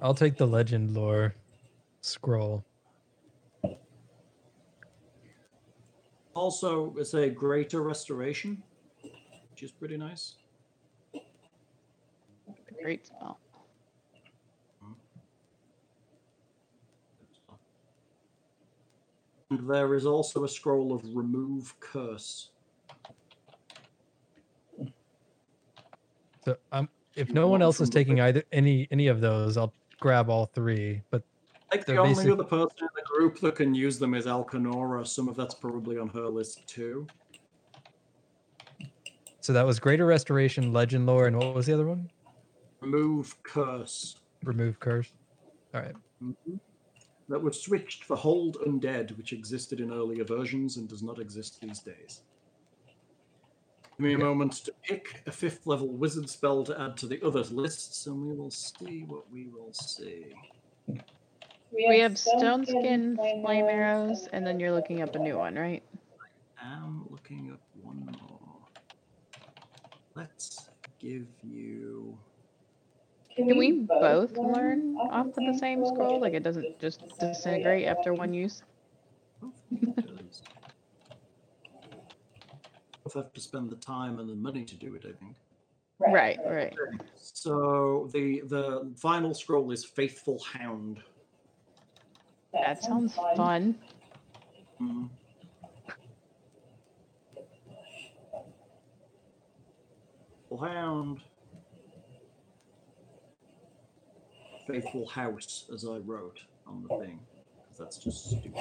Speaker 7: I'll take the legend lore. scroll.
Speaker 2: Also, it's a greater restoration, which is pretty nice.
Speaker 5: Great smell.
Speaker 2: And there is also a scroll of remove curse.
Speaker 7: So um, if no one else is taking either any any of those, I'll grab all three. But
Speaker 2: I think the
Speaker 7: they're
Speaker 2: only
Speaker 7: basic-
Speaker 2: other person in the group that can use them is Alcanora. Some of that's probably on her list too.
Speaker 7: so that was Greater Restoration, Legend Lore, and what was the other one?
Speaker 2: Remove curse.
Speaker 7: Remove Curse. All right.
Speaker 2: Mhm. That was switched for Hold Undead, which existed in earlier versions and does not exist these days. Give me a moment to pick a fifth level wizard spell to add to the other lists, and we will see what we will see.
Speaker 5: We have stone skin, flame arrows, and then you're looking up a new one, right?
Speaker 2: am looking up one more. Let's give you.
Speaker 5: Can we both learn off of the same scroll? Like it doesn't just disintegrate after one use?
Speaker 2: We'll have to spend the time and the money to do it, I think.
Speaker 5: Right, right.
Speaker 2: So the the final scroll is Faithful Hound.
Speaker 5: That sounds fun.
Speaker 2: Mm. Faithful Hound. Faithful House, as I wrote on the thing. 'cause That's just stupid.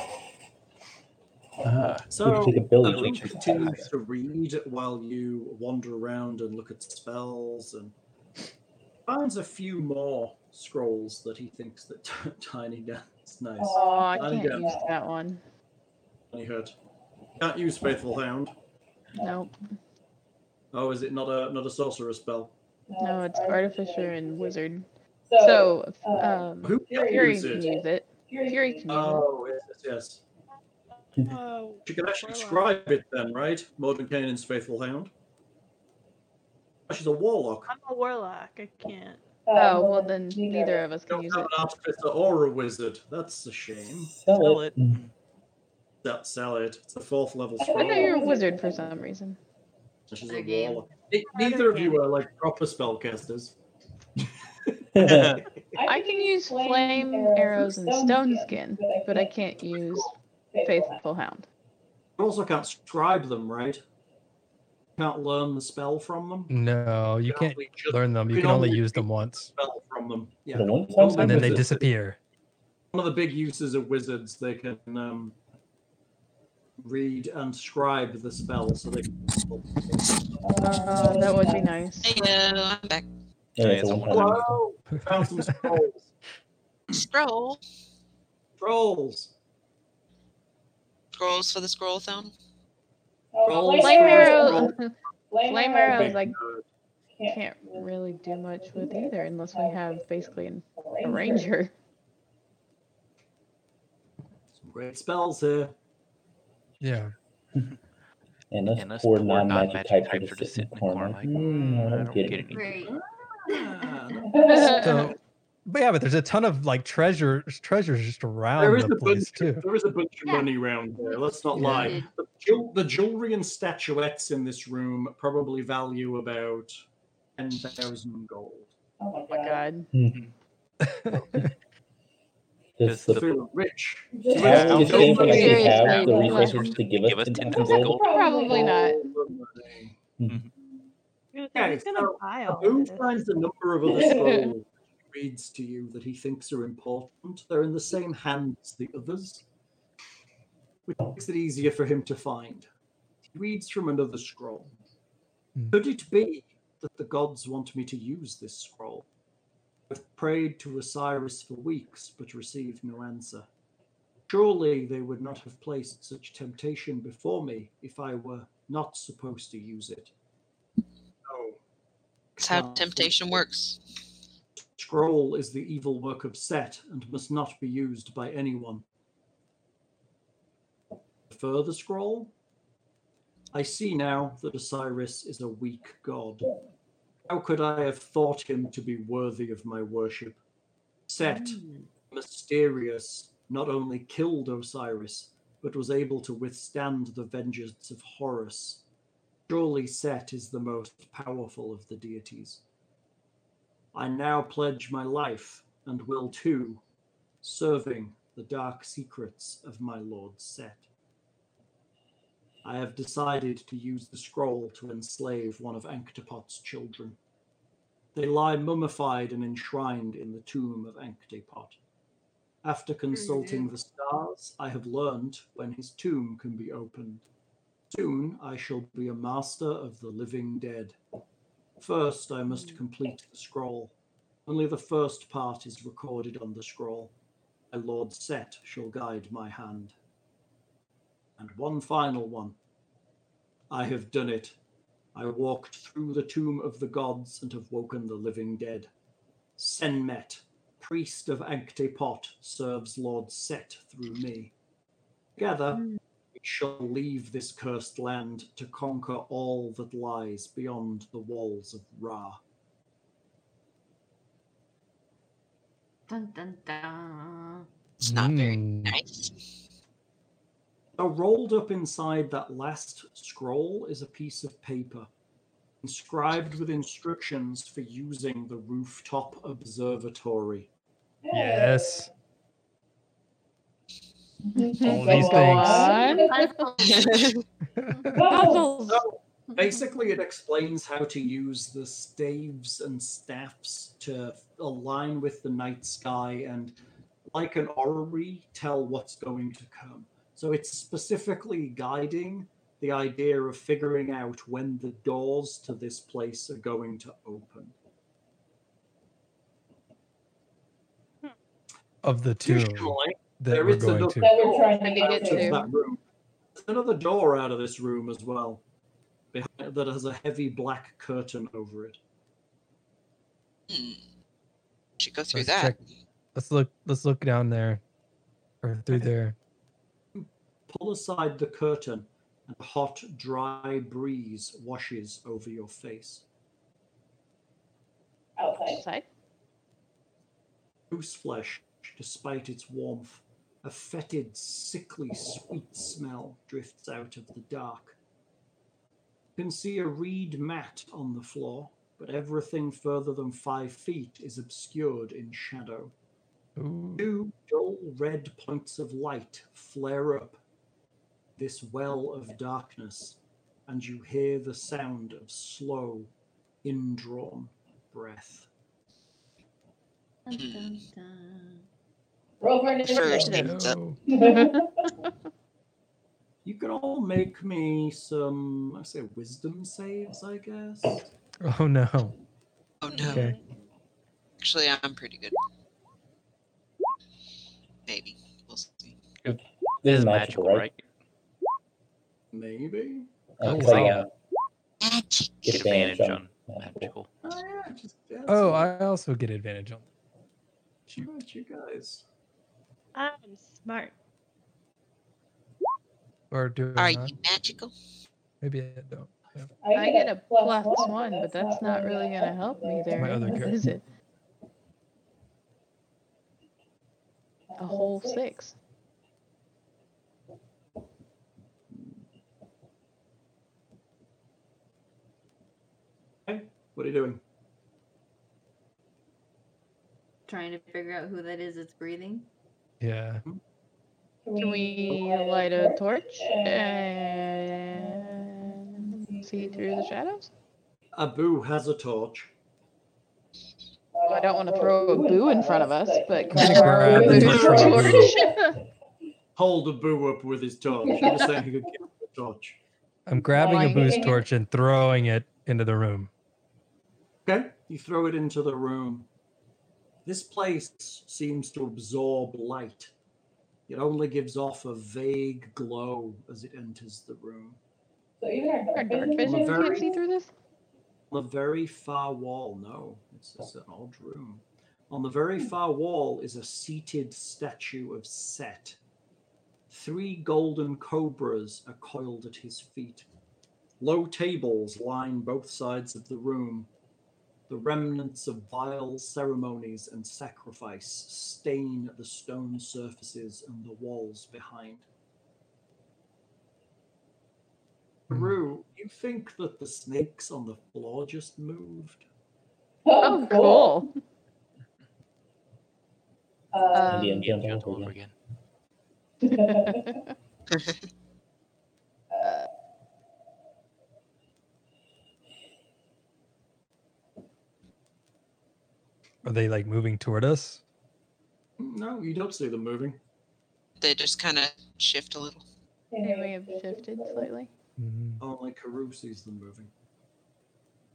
Speaker 6: Ah,
Speaker 2: So,
Speaker 6: we should take a building
Speaker 2: Abu
Speaker 6: feature.
Speaker 2: continues to read while you wander around and look at spells and finds a few more scrolls that he thinks that Tiny Dan's nice.
Speaker 5: Oh, I
Speaker 2: Tiny
Speaker 5: can't
Speaker 2: Dan,
Speaker 5: use that one.
Speaker 2: Tiny Hut. Can't use Faithful Hound.
Speaker 5: Nope.
Speaker 2: Oh, is it not a not a sorcerer spell?
Speaker 5: No, it's artificer and wizard. So, um,
Speaker 2: Who can
Speaker 5: Fury
Speaker 2: use
Speaker 5: can
Speaker 2: it?
Speaker 5: use it. Fury can use Uh,
Speaker 2: Oh, yes, yes.
Speaker 4: Oh,
Speaker 2: You can actually scribe it then, right? Modern Canaan's Faithful Hound. Oh, She's a warlock.
Speaker 4: I'm a warlock. I can't.
Speaker 5: it. Oh, well, then neither of us can use
Speaker 2: have
Speaker 5: it.
Speaker 2: an artificer or a wizard. That's a shame.
Speaker 6: Sell
Speaker 2: it. Sell, sell it. It's the fourth level
Speaker 5: I thought you were a
Speaker 2: scroll.
Speaker 5: wizard for some reason.
Speaker 2: She's
Speaker 3: Fair
Speaker 2: a
Speaker 3: game.
Speaker 2: warlock. Ne- Neither of you are like proper spellcasters.
Speaker 5: I can use flame arrows and stone skin, but I can't use faithful hound.
Speaker 2: You also can't scribe them, right? Can't learn the spell from them.
Speaker 7: No, Mm, you can't
Speaker 2: only just-
Speaker 7: learn them. You can only use them once,
Speaker 2: Spell from them. Yeah.
Speaker 6: Then one
Speaker 2: Those
Speaker 6: time
Speaker 2: are
Speaker 7: and then they
Speaker 2: wizards.
Speaker 7: disappear.
Speaker 2: One of the big uses of wizards, they can um, read and scribe the spell, so they.
Speaker 5: Uh, that would be nice.
Speaker 8: Hello, I'm back.
Speaker 6: Yeah, it's a one-time use.
Speaker 2: Hello, found some scrolls.
Speaker 8: Scroll.
Speaker 2: Scrolls.
Speaker 8: Scrolls for the scroll thumb.
Speaker 9: Oh,
Speaker 5: Flame arrows.
Speaker 9: Flame
Speaker 5: Flame
Speaker 9: arrows.
Speaker 5: arrows. I
Speaker 2: Big nerd.
Speaker 5: can't really do much with either, unless we have basically an, a ranger.
Speaker 2: Some great spells here.
Speaker 7: Yeah.
Speaker 6: And that's
Speaker 10: And that's
Speaker 6: four
Speaker 10: four
Speaker 6: non-magic
Speaker 10: non-magic
Speaker 6: types
Speaker 10: types
Speaker 6: that
Speaker 10: are
Speaker 6: just
Speaker 10: just
Speaker 6: sit in the corner. Like,
Speaker 10: "Hmm,
Speaker 6: hmm, I don't get it.
Speaker 10: any.
Speaker 3: Great.
Speaker 2: Ah,
Speaker 5: Oh
Speaker 7: So, but yeah, but there's a ton of like treasures, treasures just
Speaker 2: there
Speaker 7: around
Speaker 2: is
Speaker 7: the
Speaker 2: a
Speaker 7: place
Speaker 2: bunch.
Speaker 7: too.
Speaker 2: There is a bunch of
Speaker 3: Yeah.
Speaker 2: money around there. Let's not
Speaker 7: Yeah.
Speaker 2: lie. The, jewel, the jewelry and statuettes in this room probably value about ten thousand gold.
Speaker 5: Oh my god.
Speaker 6: Just
Speaker 2: So
Speaker 6: the
Speaker 2: we're rich.
Speaker 9: Just
Speaker 6: have the
Speaker 10: have
Speaker 6: same
Speaker 2: the
Speaker 6: thing as we have the
Speaker 5: seriously,
Speaker 6: resources to give us
Speaker 10: give us
Speaker 6: in ten
Speaker 10: 10,000
Speaker 6: gold.
Speaker 10: gold.
Speaker 5: Probably not.
Speaker 4: Who's
Speaker 2: Yeah,
Speaker 4: gonna
Speaker 2: so
Speaker 4: buy all
Speaker 2: Abu
Speaker 4: of this?
Speaker 2: finds a number of other scrolls he reads to you that he thinks are important. They're in the same hand as the others, which makes it easier for him to find. He reads from another scroll.
Speaker 7: Hmm.
Speaker 2: Could it be that the gods want me to use this scroll? I've prayed to Osiris for weeks but received no answer. Surely they would not have placed such temptation before me if I were not supposed to use it. No,
Speaker 8: It's how
Speaker 2: Um,
Speaker 8: temptation works.
Speaker 2: scroll is the evil work of Set and must not be used by anyone. Further scroll. I see now that Osiris is a weak god. How could I have
Speaker 3: Mm.
Speaker 2: thought him to be worthy of my worship? Set, mysterious, not only killed Osiris, but was able to withstand the vengeance of Horus. Surely Set is the most powerful of the deities. I now pledge my life and will too, serving the dark secrets of my lord Set. I have decided to use the scroll to enslave one of Anktapot's children. They lie mummified and enshrined in the tomb of Anktapot. After consulting the stars, I have learned when his tomb can be opened. Soon I shall be a master of the living dead. First, I must complete the scroll. Only the first part is recorded on the scroll. My Lord Set shall guide my hand. And one final one. I have done it. I walked through the tomb of the gods and have woken the living dead. Senmet, priest of Ankhtapot, serves Lord Set through me. Together, we shall leave this cursed land to conquer all that lies beyond the walls of Ra.
Speaker 3: Dun, dun, dun.
Speaker 8: It's not
Speaker 7: Mm.
Speaker 8: very nice.
Speaker 2: Now, rolled up inside that last scroll is a piece of paper inscribed with instructions for using the rooftop observatory.
Speaker 7: Yes.
Speaker 2: Go
Speaker 7: All these things.
Speaker 8: Hmm.
Speaker 5: Puzzles.
Speaker 2: So, basically, it explains how to use the staves and staffs to align with the night sky and, like an orrery, tell what's going to come. So it's specifically guiding the idea of figuring out when the doors to this place are going to open.
Speaker 7: Of the tomb
Speaker 2: Additionally,
Speaker 7: that
Speaker 2: there
Speaker 7: we're
Speaker 2: is
Speaker 7: going
Speaker 2: another
Speaker 7: to.
Speaker 5: That we're trying to
Speaker 2: door
Speaker 5: get
Speaker 2: out of
Speaker 5: to.
Speaker 2: that room. There's another door out of this room as well, behind, that has a heavy black curtain over it.
Speaker 8: Should go through
Speaker 7: Let's
Speaker 8: that.
Speaker 7: check. Let's look. Let's look down there, or through there.
Speaker 2: Pull aside the curtain, and a hot, dry breeze washes over your face.
Speaker 5: Outside.
Speaker 2: Goose flesh, despite its warmth, a fetid, sickly, sweet smell drifts out of the dark. You can see a reed mat on the floor, but everything further than five feet is obscured in shadow. Two dull red points of light flare up this well of darkness, and you hear the sound of slow, indrawn breath.
Speaker 9: Roll for an
Speaker 8: First
Speaker 9: initiative.
Speaker 8: aids up.
Speaker 2: You can all make me some, I say, wisdom saves, I guess.
Speaker 7: Oh no.
Speaker 8: Oh no.
Speaker 7: Okay.
Speaker 8: Actually, I'm pretty good. Maybe. We'll see.
Speaker 10: This is magical, right?
Speaker 2: Maybe.
Speaker 7: Oh,
Speaker 6: Because I
Speaker 7: wow.
Speaker 6: got advantage on
Speaker 10: magical.
Speaker 2: Oh, yeah, just, yeah,
Speaker 7: Oh,
Speaker 2: that's
Speaker 7: I also get advantage on.
Speaker 2: all right, you guys.
Speaker 4: I'm smart.
Speaker 7: Or do
Speaker 8: Are
Speaker 7: I
Speaker 8: you
Speaker 7: not?
Speaker 8: magical?
Speaker 7: Maybe I don't. No.
Speaker 5: I get a plus one, but that's not really going to help me there.
Speaker 7: My other
Speaker 5: What
Speaker 7: character.
Speaker 5: is it? A whole six.
Speaker 2: Hey, what are you doing?
Speaker 3: Trying to figure out who that is that's breathing.
Speaker 7: Yeah.
Speaker 5: Can we light a torch and see through the shadows?
Speaker 2: Abu has a torch.
Speaker 5: Well, I don't want to throw a boo in front of us, but
Speaker 7: I'm
Speaker 5: can
Speaker 7: gonna grab
Speaker 5: borrow
Speaker 7: the
Speaker 5: Boo's
Speaker 2: torch.
Speaker 5: torch?
Speaker 2: Hold Abu up with his torch. I'm just saying he could get the torch.
Speaker 7: I'm grabbing a
Speaker 5: Lying
Speaker 7: boost
Speaker 5: in-
Speaker 7: torch and throwing it into the room.
Speaker 2: Okay, you throw it into the room. This place seems to absorb light. It only gives off a vague glow as it enters the room.
Speaker 9: So even
Speaker 5: Our
Speaker 9: our
Speaker 5: dark vision can't see through this?
Speaker 2: On the very far wall, no, it's just an old room. On the very far wall is a seated statue of Set. Three golden cobras are coiled at his feet. Low tables line both sides of the room. The remnants of vile ceremonies and sacrifice stain the stone surfaces and the walls behind. Rue, you think that the snakes on the floor just moved?
Speaker 5: Oh, cool.
Speaker 9: Um,
Speaker 6: Indiana
Speaker 5: Um,
Speaker 6: Jones all over again.
Speaker 7: Are they like moving toward us?
Speaker 2: No, you don't see them moving.
Speaker 8: They just kind of shift a little.
Speaker 5: They may have shifted slightly.
Speaker 7: Mm-hmm.
Speaker 2: Only Karu Oh, sees them moving.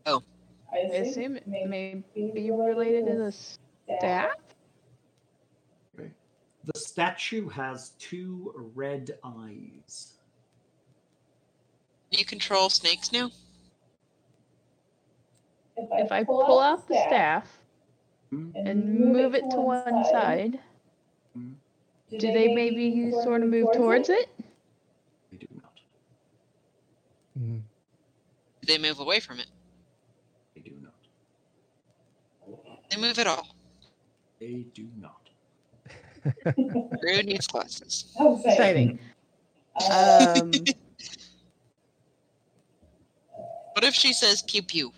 Speaker 5: I assume it may be related to the staff.
Speaker 2: The statue has two red eyes.
Speaker 8: Do you control snakes now?
Speaker 5: If I pull out the staff and move it to one side, do they maybe sort of move towards it?
Speaker 2: They do not.
Speaker 7: Mm-hmm.
Speaker 8: Do they move away from it?
Speaker 2: They do not.
Speaker 8: They move at all.
Speaker 2: They do not.
Speaker 8: Rude needs glasses.
Speaker 5: Exciting. Um,
Speaker 8: What if she says pew pew?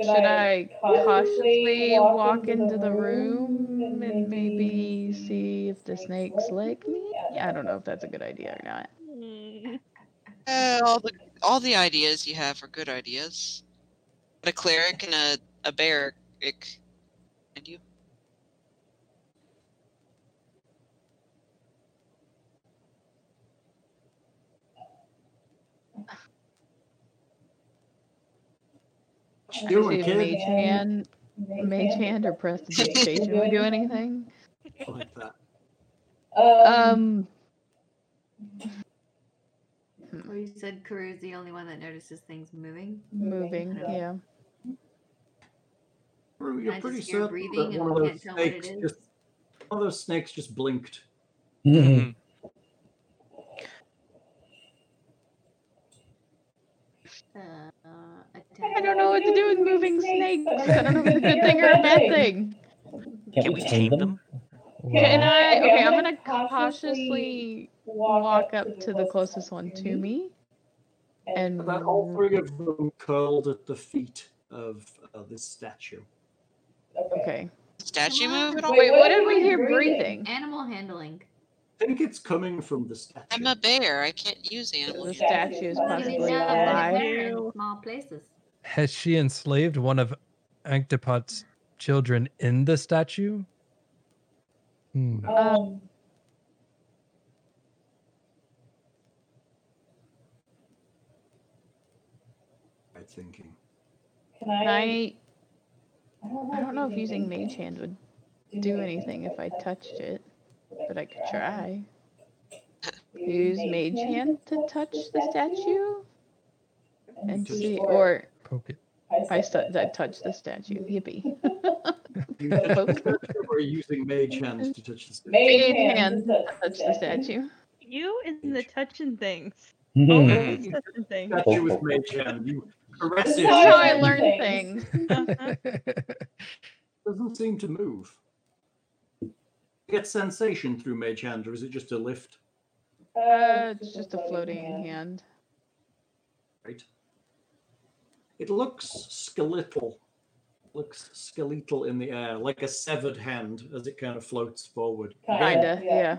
Speaker 5: Should I cautiously walk into the room and maybe see if the snakes like me? Yeah, I don't know if that's a good idea or not.
Speaker 8: Uh, all the all the ideas you have are good ideas. But a cleric and a a barrack, and you.
Speaker 3: Oh,
Speaker 2: What you doing,
Speaker 5: See if
Speaker 2: kid?
Speaker 5: Mage hand, mage hand or prestidigitation would do anything.
Speaker 2: Like that.
Speaker 5: Um,
Speaker 3: Or you said Karu's the only one that notices things moving.
Speaker 5: moving, yeah.
Speaker 2: Karu, you're
Speaker 3: I
Speaker 2: pretty
Speaker 3: just hear
Speaker 2: certain
Speaker 3: breathing
Speaker 2: that
Speaker 3: and
Speaker 2: one of
Speaker 3: can't
Speaker 2: those
Speaker 3: tell what it
Speaker 2: snakes
Speaker 3: is.
Speaker 2: just one of those snakes just blinked.
Speaker 6: Hmm.
Speaker 3: Uh,
Speaker 5: I don't know what to do with moving snakes. I don't know if it's a good thing or a bad thing.
Speaker 6: Can, we tame them?
Speaker 5: Can
Speaker 6: Wow.
Speaker 5: I? Okay, I'm gonna cautiously walk up to the closest one to me. And
Speaker 2: About all three of them curled at the feet of uh, this statue.
Speaker 5: okay.
Speaker 8: Statue move at all?
Speaker 5: Wait, what did we hear breathing?
Speaker 3: Animal handling.
Speaker 2: I think it's coming from the statue.
Speaker 8: I'm a bear. I can't use animals.
Speaker 5: The statue is
Speaker 3: Maybe
Speaker 5: possibly
Speaker 3: not, but
Speaker 5: alive.
Speaker 3: they're in small places.
Speaker 7: Has she enslaved one of Ankhtapot's children in the statue? Hmm.
Speaker 8: Oh.
Speaker 5: Um,
Speaker 2: I'm thinking.
Speaker 9: Can
Speaker 5: Can I?
Speaker 9: don't
Speaker 5: I don't know if using mage hand would do anything if I touched it, but I could try. Use mage hand to touch the statue and
Speaker 2: Touch
Speaker 5: see,
Speaker 2: it.
Speaker 5: or
Speaker 7: Poke it.
Speaker 5: I stu- I touch the statue. Yippee!
Speaker 2: You
Speaker 5: Both.
Speaker 2: were using mage hands to touch the statue.
Speaker 5: Mage hand to touch the statue.
Speaker 4: You and the touching things.
Speaker 6: Mhm.
Speaker 4: Always touching things.
Speaker 2: Statue with mage hand. You caress
Speaker 5: This
Speaker 2: it.
Speaker 5: is how I
Speaker 9: Yes.
Speaker 5: learn things.
Speaker 4: Uh-huh.
Speaker 2: doesn't seem to move. You get sensation through mage hand, or is it just a lift?
Speaker 5: Uh, it's just a floating hand.
Speaker 2: Right. It looks skeletal. Looks skeletal in the air, like a severed hand as it kind of floats forward.
Speaker 5: Kinda, yeah.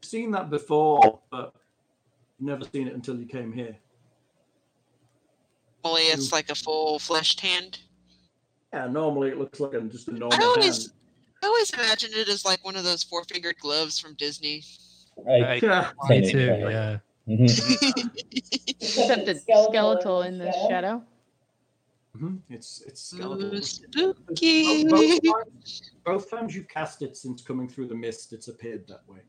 Speaker 2: I've seen that before, but never seen it until you came here.
Speaker 8: Normally, it's like a full fleshed hand.
Speaker 2: Yeah, normally it looks like a, just a normal
Speaker 8: I always,
Speaker 2: hand.
Speaker 8: I always imagined it as like one of those four-fingered gloves from Disney.
Speaker 6: I,
Speaker 2: Yeah.
Speaker 7: Me
Speaker 6: Same,
Speaker 7: too.
Speaker 6: exactly.
Speaker 7: Yeah.
Speaker 6: Mhm.
Speaker 5: Except it's skeletal in the shadow.
Speaker 2: Mhm, It's it's skeletal.
Speaker 8: Ooh,
Speaker 2: Both,
Speaker 8: spooky.
Speaker 2: both times, both times you cast it since coming through the mist, it's appeared that way.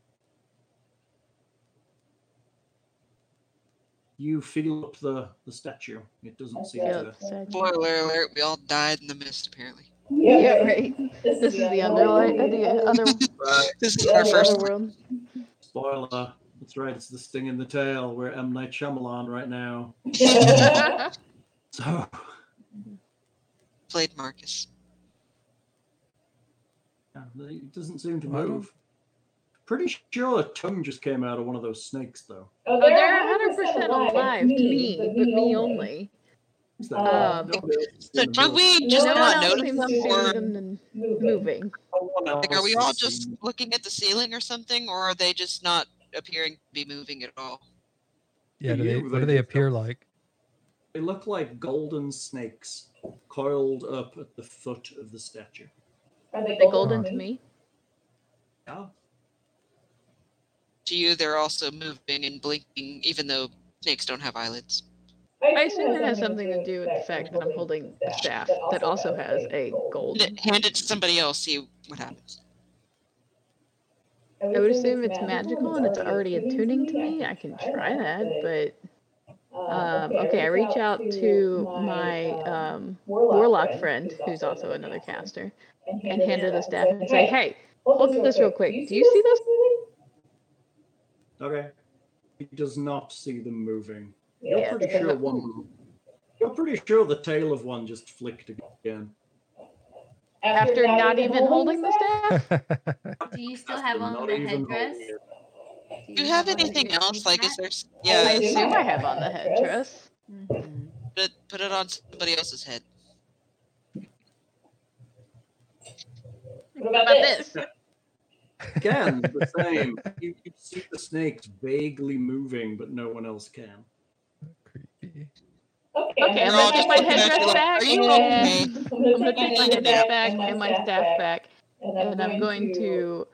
Speaker 2: You feel up the, the statue. It doesn't seem
Speaker 5: Yeah,
Speaker 2: to.
Speaker 5: the statue.
Speaker 8: Spoiler alert: We all died in the mist, apparently.
Speaker 5: Yeah, right. This is the underlight, uh, the other,
Speaker 8: This is our
Speaker 5: the
Speaker 8: first.
Speaker 5: other world.
Speaker 2: Spoiler. That's right. It's the sting in the tail. We're M Night
Speaker 5: Oh,
Speaker 2: Shyamalan right now. So
Speaker 8: played Marcus.
Speaker 2: Yeah, it doesn't seem to
Speaker 11: Why don't-
Speaker 2: move. Pretty sure a tongue just came out of one of those snakes, though.
Speaker 5: Oh, they're 100% alive to me, but me only.
Speaker 2: Is that-
Speaker 8: Uh,
Speaker 5: Um,
Speaker 2: nobody else is gonna
Speaker 8: Are
Speaker 2: move.
Speaker 8: we just
Speaker 5: no
Speaker 8: not
Speaker 5: one else seems to
Speaker 8: noticing,
Speaker 5: be
Speaker 8: or
Speaker 5: even moving.
Speaker 8: like, are we all just looking at the ceiling or something, or are they just not appearing to be moving at all?
Speaker 7: Yeah, do
Speaker 2: Yeah,
Speaker 7: they,
Speaker 2: but
Speaker 7: what
Speaker 2: they
Speaker 7: do they appear like?
Speaker 2: They look like golden snakes coiled up at the foot of the statue.
Speaker 5: Are they golden to me?
Speaker 2: Yeah.
Speaker 8: To you, they're also moving and blinking, even though snakes don't have eyelids.
Speaker 5: I assume it has something to do with the fact that I'm holding a staff that also has a gold.
Speaker 8: Hand it to somebody else, see what happens.
Speaker 5: I would assume it's magical and it's already attuning to me. I can try that, but um, okay. I reach out to my um, warlock friend, who's also another caster, and hand her the staff and say, "Hey, look at this real quick. Do you see this?"
Speaker 2: Okay. He does not see them moving. You're
Speaker 5: Yeah,
Speaker 2: pretty
Speaker 5: because
Speaker 2: sure
Speaker 5: I'm-
Speaker 2: one. You're pretty sure the tail of one just flicked again.
Speaker 5: After not even holding the staff.
Speaker 3: Do you still have on
Speaker 2: Not
Speaker 3: the
Speaker 2: even
Speaker 3: headdress?
Speaker 8: Do you have anything else? Like, is there? s- Yeah,
Speaker 5: I
Speaker 8: I
Speaker 5: assume I
Speaker 8: assume
Speaker 5: have on the headdress.
Speaker 8: put it, put it on somebody else's head.
Speaker 5: What about this?
Speaker 2: Again, the same. You, you see the snakes vaguely moving, but no one else can.
Speaker 5: Okay, I'm
Speaker 11: They're all
Speaker 5: gonna take
Speaker 11: just
Speaker 5: my
Speaker 11: looking at you
Speaker 5: headdress
Speaker 11: like,
Speaker 5: back
Speaker 11: "Are you
Speaker 5: and
Speaker 11: okay?"
Speaker 5: I'm gonna take my headdress back and my staff back, and I'm going to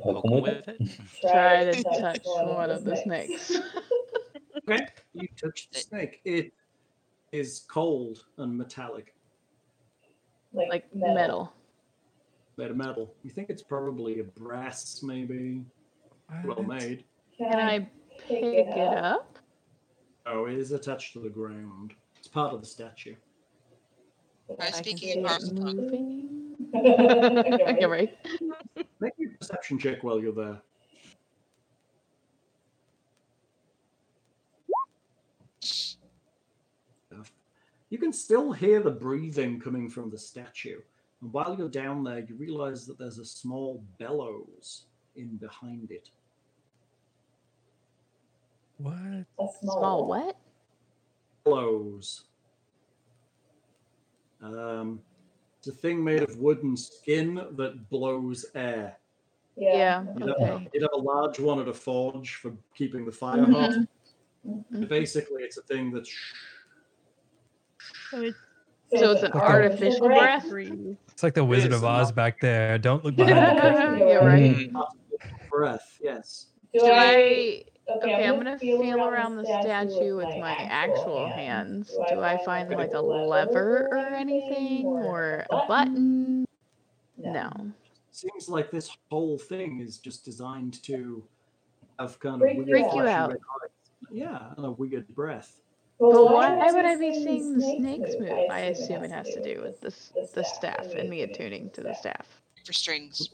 Speaker 6: Poke 'em with it.
Speaker 5: try to touch one of the snakes.
Speaker 2: Okay. You touch the snake. It is cold and metallic.
Speaker 5: Like metal.
Speaker 2: Made of metal. You think it's probably a brass, maybe. Well made.
Speaker 5: Can I pick it up?
Speaker 2: Oh, it is attached to the ground. It's part of the statue.
Speaker 8: I
Speaker 5: can
Speaker 8: speak
Speaker 5: see it Mm-hmm. moving.
Speaker 2: Okay,
Speaker 5: Yeah, right.
Speaker 2: Make me a perception check while you're there. You can still hear the breathing coming from the statue. And while you're down there, you realize that there's a small bellows in behind it.
Speaker 7: What?
Speaker 5: Small what?
Speaker 2: Bellows. Um, it's a thing made of wood and skin that blows air.
Speaker 5: Yeah.
Speaker 2: You'd have,
Speaker 5: Okay.
Speaker 2: you'd have a large one at a forge for keeping the fire hot.
Speaker 5: Mhm.
Speaker 2: Basically, it's a thing that's
Speaker 4: So it's
Speaker 5: So it's an artificial breath.
Speaker 7: It's like the Wizard
Speaker 2: is
Speaker 7: of Oz
Speaker 2: not-
Speaker 7: back there. Don't look behind the curtain.
Speaker 5: Yeah, right.
Speaker 2: breath. Yes.
Speaker 5: Do I? Okay, I'm gonna feel around the statue with my actual hands. Do I find like a lever or anything or a button? No.
Speaker 2: Seems like this whole thing is just designed to have kind of
Speaker 5: Freak
Speaker 2: weird
Speaker 5: you out. Freak you
Speaker 2: flashing
Speaker 5: out.
Speaker 2: red eyes. Yeah, and a weird breath.
Speaker 5: But why would I be seeing the snakes move? I assume it has to do with this the staff and me attuning to the staff.
Speaker 8: for strings.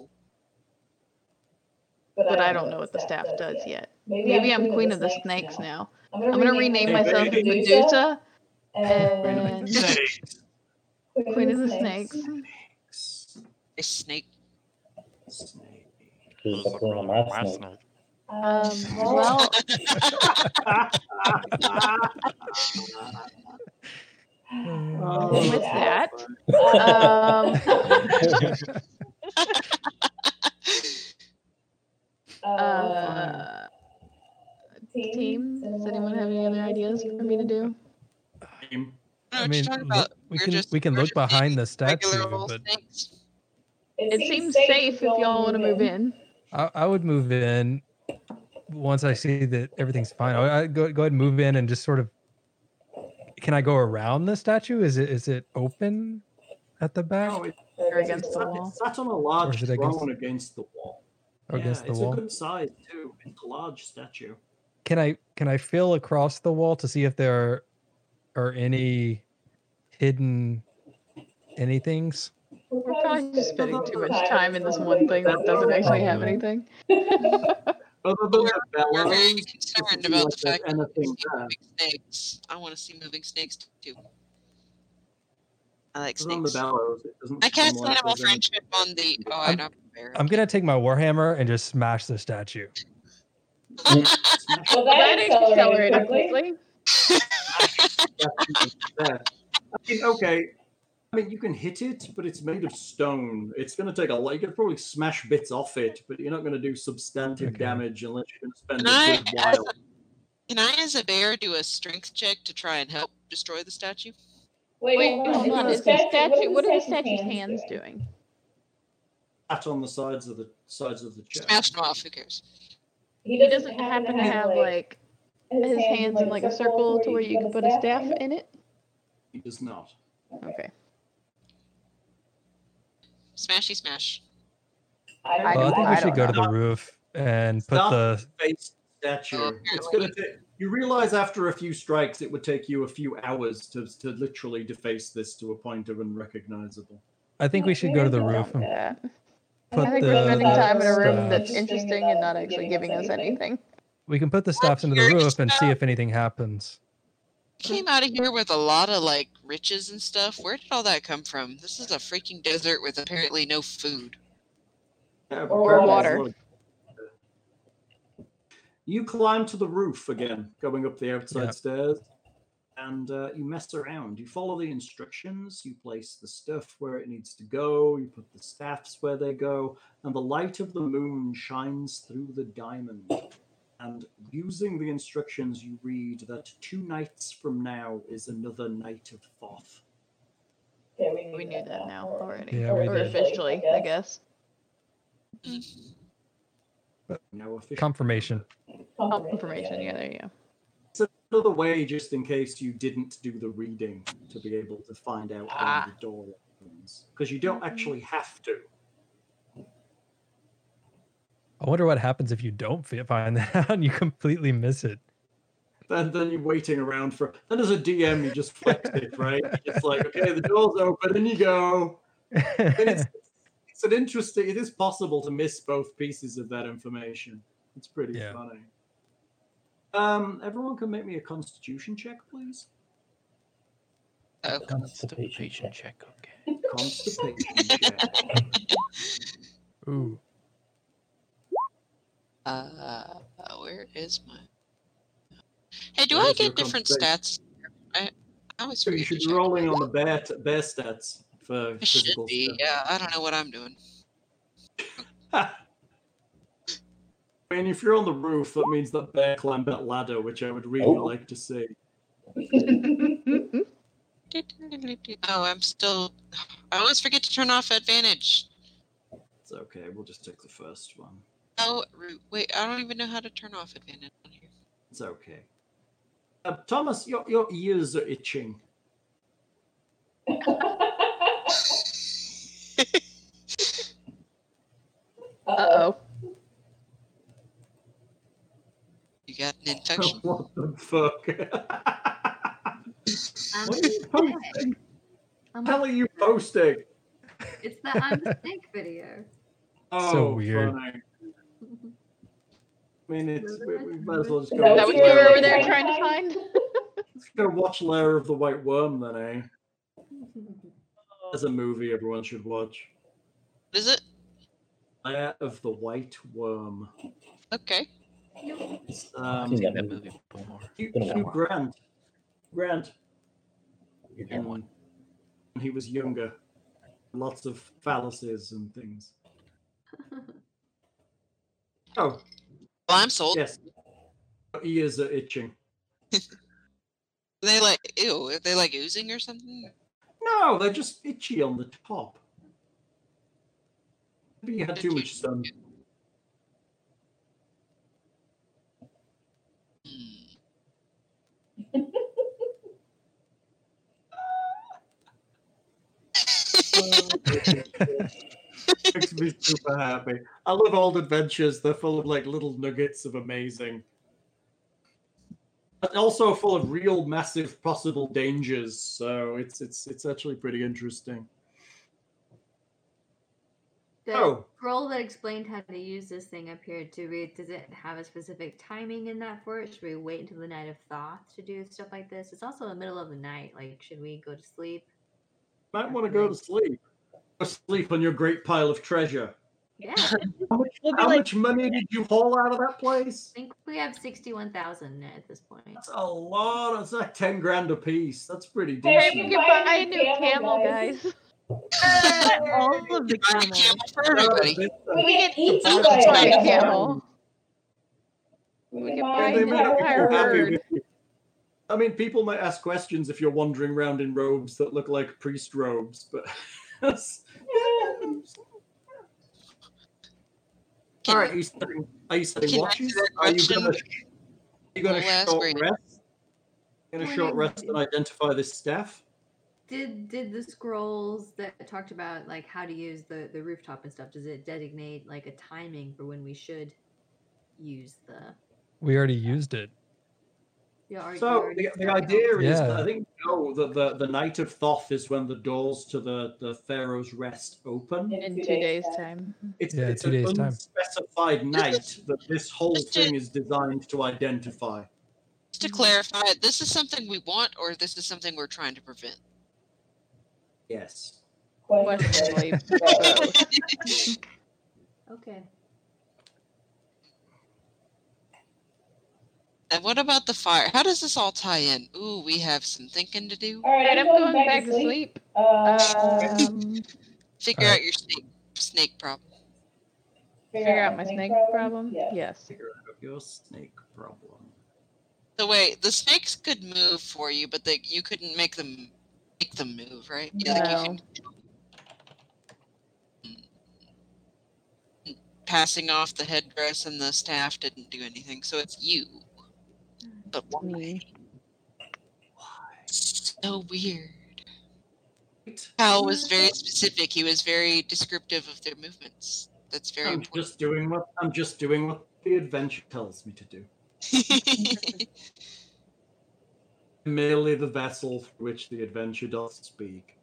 Speaker 5: But I don't know what the staff does yet. Maybe I'm queen of the snakes now. I'm gonna rename
Speaker 11: Hey,
Speaker 5: myself
Speaker 11: baby.
Speaker 5: Medusa
Speaker 11: And-
Speaker 5: and queen of the snakes.
Speaker 8: A snake.
Speaker 6: Who's up around my snake?
Speaker 5: Um, well,
Speaker 2: Oh,
Speaker 5: with that, um, uh, team, does anyone have any other ideas for me to do?
Speaker 7: I mean,
Speaker 8: talking
Speaker 7: look-
Speaker 8: about?
Speaker 7: we
Speaker 8: We're
Speaker 7: can
Speaker 8: just-
Speaker 7: we can look behind the statue,
Speaker 8: Regular old
Speaker 7: but
Speaker 8: snakes.
Speaker 5: It seems safe if y'all want to move in.
Speaker 7: I, I would move in once I see that everything's fine. I, I go go ahead and move in and just sort of. Can I go around the statue? Is it is it open at the back?
Speaker 2: No, it-
Speaker 5: Or
Speaker 2: it's,
Speaker 5: against the
Speaker 2: sat,
Speaker 5: wall.
Speaker 2: it's sat on a
Speaker 7: Or
Speaker 2: large
Speaker 7: is it
Speaker 2: throne
Speaker 7: against-
Speaker 2: against, the wall.
Speaker 7: Or against
Speaker 2: yeah,
Speaker 7: the
Speaker 2: it's
Speaker 7: wall?
Speaker 2: a good size too. It's a large statue.
Speaker 7: Can I can I feel across the wall to see if there are, any hidden anythings?
Speaker 5: We're probably just spending too much time in this one thing that doesn't actually have Oh, anything.
Speaker 2: Other than the
Speaker 8: We're
Speaker 2: bellows,
Speaker 8: very
Speaker 2: it doesn't
Speaker 8: concerned
Speaker 2: seem
Speaker 8: about
Speaker 2: like
Speaker 8: the
Speaker 2: there's
Speaker 8: fact that
Speaker 2: anything
Speaker 8: we see
Speaker 2: there.
Speaker 8: moving snakes. I want to see moving snakes too. I like
Speaker 2: It's on the
Speaker 8: snakes.
Speaker 2: bellows. It doesn't
Speaker 8: I cast
Speaker 2: seem like
Speaker 8: animal
Speaker 2: there's any-
Speaker 8: friendship on the. Oh, I
Speaker 7: I'm-
Speaker 8: don't care.
Speaker 7: I'm gonna take my warhammer and just smash the statue.
Speaker 9: Well,
Speaker 5: That
Speaker 9: that
Speaker 5: accelerated
Speaker 9: accelerated
Speaker 5: quickly.
Speaker 2: there. I mean, okay. I mean, you can hit it, but it's made of stone. It's going to take a lot. You could probably smash bits off it, but you're not going to do substantive damage unless you're going to spend
Speaker 8: Can
Speaker 2: a good while.
Speaker 8: Can I, as a bear, do a strength check to try and help destroy the statue?
Speaker 9: Wait,
Speaker 5: Wait,
Speaker 9: hold on.
Speaker 5: hold on.
Speaker 9: Is
Speaker 5: Is the
Speaker 9: statue-
Speaker 5: statue? What are the
Speaker 9: statue's
Speaker 5: statue's
Speaker 9: hands
Speaker 5: hands doing?
Speaker 2: Flat on the sides of the sides of the chest.
Speaker 8: Smash them off. Who cares?
Speaker 5: He doesn't happen to have like his hands in like a circle to where you can put a staff in it.
Speaker 2: He does not.
Speaker 5: Okay.
Speaker 8: Smashy smash.
Speaker 5: I
Speaker 7: Well, I
Speaker 5: don't-
Speaker 7: think
Speaker 5: I
Speaker 7: we should
Speaker 5: don't
Speaker 7: go to
Speaker 5: know.
Speaker 7: the roof and put
Speaker 2: Stop
Speaker 7: the.
Speaker 2: face
Speaker 8: Oh,
Speaker 2: statue. It's going to take. You realize after a few strikes, it would take you a few hours to to literally deface this to a point of unrecognizable.
Speaker 7: I think we should go to the roof and put
Speaker 5: I think
Speaker 7: the.
Speaker 5: we're spending time in a room
Speaker 7: stuff-
Speaker 5: that's interesting and not actually giving us anything.
Speaker 7: We can put the stuff into the roof and see if anything happens.
Speaker 8: Came out of here with a lot of like riches and stuff. Where did all that come from? This is a freaking desert with apparently no food.
Speaker 5: Or water.
Speaker 2: You climb to the roof again, going up the outside
Speaker 7: Yeah.
Speaker 2: stairs, and uh, you mess around. You follow the instructions, you place the stuff where it needs to go, you put the staffs where they go, and the light of the moon shines through the diamond. And using the instructions, you read that two nights from now is another night of Thoth.
Speaker 5: We knew that now already.
Speaker 7: Yeah, we
Speaker 5: or
Speaker 7: did.
Speaker 5: officially, I guess.
Speaker 2: No official
Speaker 7: Confirmation.
Speaker 5: Confirmation. Yeah, there you go.
Speaker 2: It's another way, just in case you didn't do the reading, to be able to find out
Speaker 5: Ah.
Speaker 2: when the door opens, because you don't actually have to.
Speaker 7: I wonder what happens if you don't fi- find that out and you completely miss it.
Speaker 2: Then, then you're waiting around for. Then as a DM, you just flex it, right? It's like, okay, the door's open, and you go. And it's, it's an interesting. It is possible to miss both pieces of that information. It's pretty
Speaker 7: Yeah.
Speaker 2: funny. Um, everyone can make me a Constitution check, please.
Speaker 6: Constipation check.
Speaker 2: Constitution check.
Speaker 7: Ooh.
Speaker 8: Uh, where is my? Hey, do
Speaker 2: Where
Speaker 8: I
Speaker 2: is your
Speaker 8: get different stats? I, I always
Speaker 2: So you should
Speaker 8: forget.
Speaker 2: be rolling on the bear, t- bear stats for
Speaker 8: I should
Speaker 2: physical
Speaker 8: be.
Speaker 2: stuff.
Speaker 8: Yeah, I don't know what I'm doing.
Speaker 2: I mean, if you're on the roof, that means that bear climbed that ladder, which I would really
Speaker 6: Oh.
Speaker 2: like to see.
Speaker 8: Oh, I'm still. I always forget to turn off advantage.
Speaker 2: It's okay. We'll just take the first one.
Speaker 8: Oh, root. Wait, I don't even know how to turn off advantage on here.
Speaker 2: It's okay. Uh, Thomas, your, your ears are itching.
Speaker 5: Uh oh.
Speaker 8: You got an infection.
Speaker 2: what the fuck?
Speaker 3: I'm
Speaker 2: what are you
Speaker 3: sick.
Speaker 2: posting?
Speaker 3: I'm
Speaker 2: How are you posting?
Speaker 3: Um, It's the I'm sick video.
Speaker 2: Oh,
Speaker 7: weird.
Speaker 2: funny. I mean, it's, we, we might as well just
Speaker 9: Is
Speaker 2: go.
Speaker 5: That
Speaker 2: watch
Speaker 5: was what we were
Speaker 2: Lair
Speaker 5: over
Speaker 2: of the
Speaker 5: there
Speaker 2: White-
Speaker 5: trying to find.
Speaker 2: Let's go watch Lair of the White Worm then, eh? As a movie, everyone should watch.
Speaker 8: What is it?
Speaker 2: Lair of the White Worm.
Speaker 8: Okay.
Speaker 2: It's, um,
Speaker 6: He's got that movie before.
Speaker 2: Hugh,
Speaker 6: Been a
Speaker 2: Hugh
Speaker 6: while.
Speaker 2: Grant. Grant.
Speaker 6: You're
Speaker 2: And
Speaker 6: getting one.
Speaker 2: When he was younger. Lots of fallacies and things. Oh,
Speaker 8: Well, I'm sold.
Speaker 2: yes. Your Ears are itching.
Speaker 8: Are They like ew. Are they like oozing or something?
Speaker 2: No, they're just itchy on the top. Maybe you had too much sun. Makes me super happy. I love old adventures. They're full of like little nuggets of amazing. But also full of real massive possible dangers. So it's it's it's actually pretty interesting.
Speaker 3: The
Speaker 2: Oh.
Speaker 3: scroll that explained how to use this thing up here to read, does it have a specific timing in that for it? Should we wait until the night of Thoth to do stuff like this? It's also the middle of the night. Like, should we go to sleep?
Speaker 2: might want to go to sleep. Go sleep on your great pile of treasure.
Speaker 3: Yeah.
Speaker 2: How much,
Speaker 3: We'll be
Speaker 2: how
Speaker 3: like-
Speaker 2: much money did you haul out of that place?
Speaker 3: I think we have sixty-one thousand at this point.
Speaker 2: That's a lot. That's like ten grand a piece. That's pretty
Speaker 5: Hey,
Speaker 2: decent.
Speaker 5: you can buy a new camel, guys.
Speaker 4: All of the camels.
Speaker 5: We can each
Speaker 2: That's
Speaker 5: buy
Speaker 2: pretty
Speaker 5: a
Speaker 2: decent.
Speaker 5: camel. We can buy
Speaker 2: Yeah,
Speaker 5: the
Speaker 2: they may not be
Speaker 5: entire
Speaker 2: too happy
Speaker 5: herd.
Speaker 2: with you. I mean, people might ask questions if you're wandering around in robes that look like priest robes, but that's- All right, are you setting, are you setting
Speaker 8: Can I
Speaker 2: watches?
Speaker 8: do that
Speaker 2: Are you
Speaker 8: question?
Speaker 2: gonna, are you gonna
Speaker 8: Last
Speaker 2: short
Speaker 8: grade.
Speaker 2: rest? Gonna
Speaker 3: Can
Speaker 2: short
Speaker 3: I-
Speaker 2: rest and identify this staff?
Speaker 3: Did did the scrolls that talked about like how to use the the rooftop and stuff? Does it designate like a timing for when we should use the?
Speaker 7: We already used it.
Speaker 3: Yeah, are-
Speaker 2: So
Speaker 3: are-
Speaker 2: the, the idea is,
Speaker 7: Yeah.
Speaker 2: that I think, no, the, the the night of Thoth is when the doors to the the Pharaoh's Rest open.
Speaker 5: In two days' time.
Speaker 2: It's,
Speaker 7: Yeah,
Speaker 2: it's
Speaker 7: two
Speaker 2: an
Speaker 7: days' time.
Speaker 2: unspecified night that this whole thing is designed to identify.
Speaker 8: Just to clarify, this is something we want, or this is something we're trying to prevent.
Speaker 2: Yes.
Speaker 5: Questionably. both.
Speaker 3: okay.
Speaker 8: And what about the fire? How does this all tie in? Ooh, we have some thinking to do.
Speaker 9: All
Speaker 5: Alright, I'm going back to sleep. Um,
Speaker 8: Figure
Speaker 7: Alright.
Speaker 8: out your snake snake problem.
Speaker 5: figure out my snake problem. Yes.
Speaker 2: Figure out your snake problem.
Speaker 8: So wait, the snakes could move for you, but they you couldn't make them make them move, right? Yeah, like you
Speaker 5: No.
Speaker 8: could passing off the headdress and the staff didn't do anything, so it's you. But why?
Speaker 5: Me.
Speaker 8: So weird. Hal was very specific. He was very descriptive of their movements. That's very
Speaker 2: I'm
Speaker 8: important.
Speaker 2: Oh, just doing what I'm just doing what the adventure tells me to do. Merely the vessel through which the adventure does speak.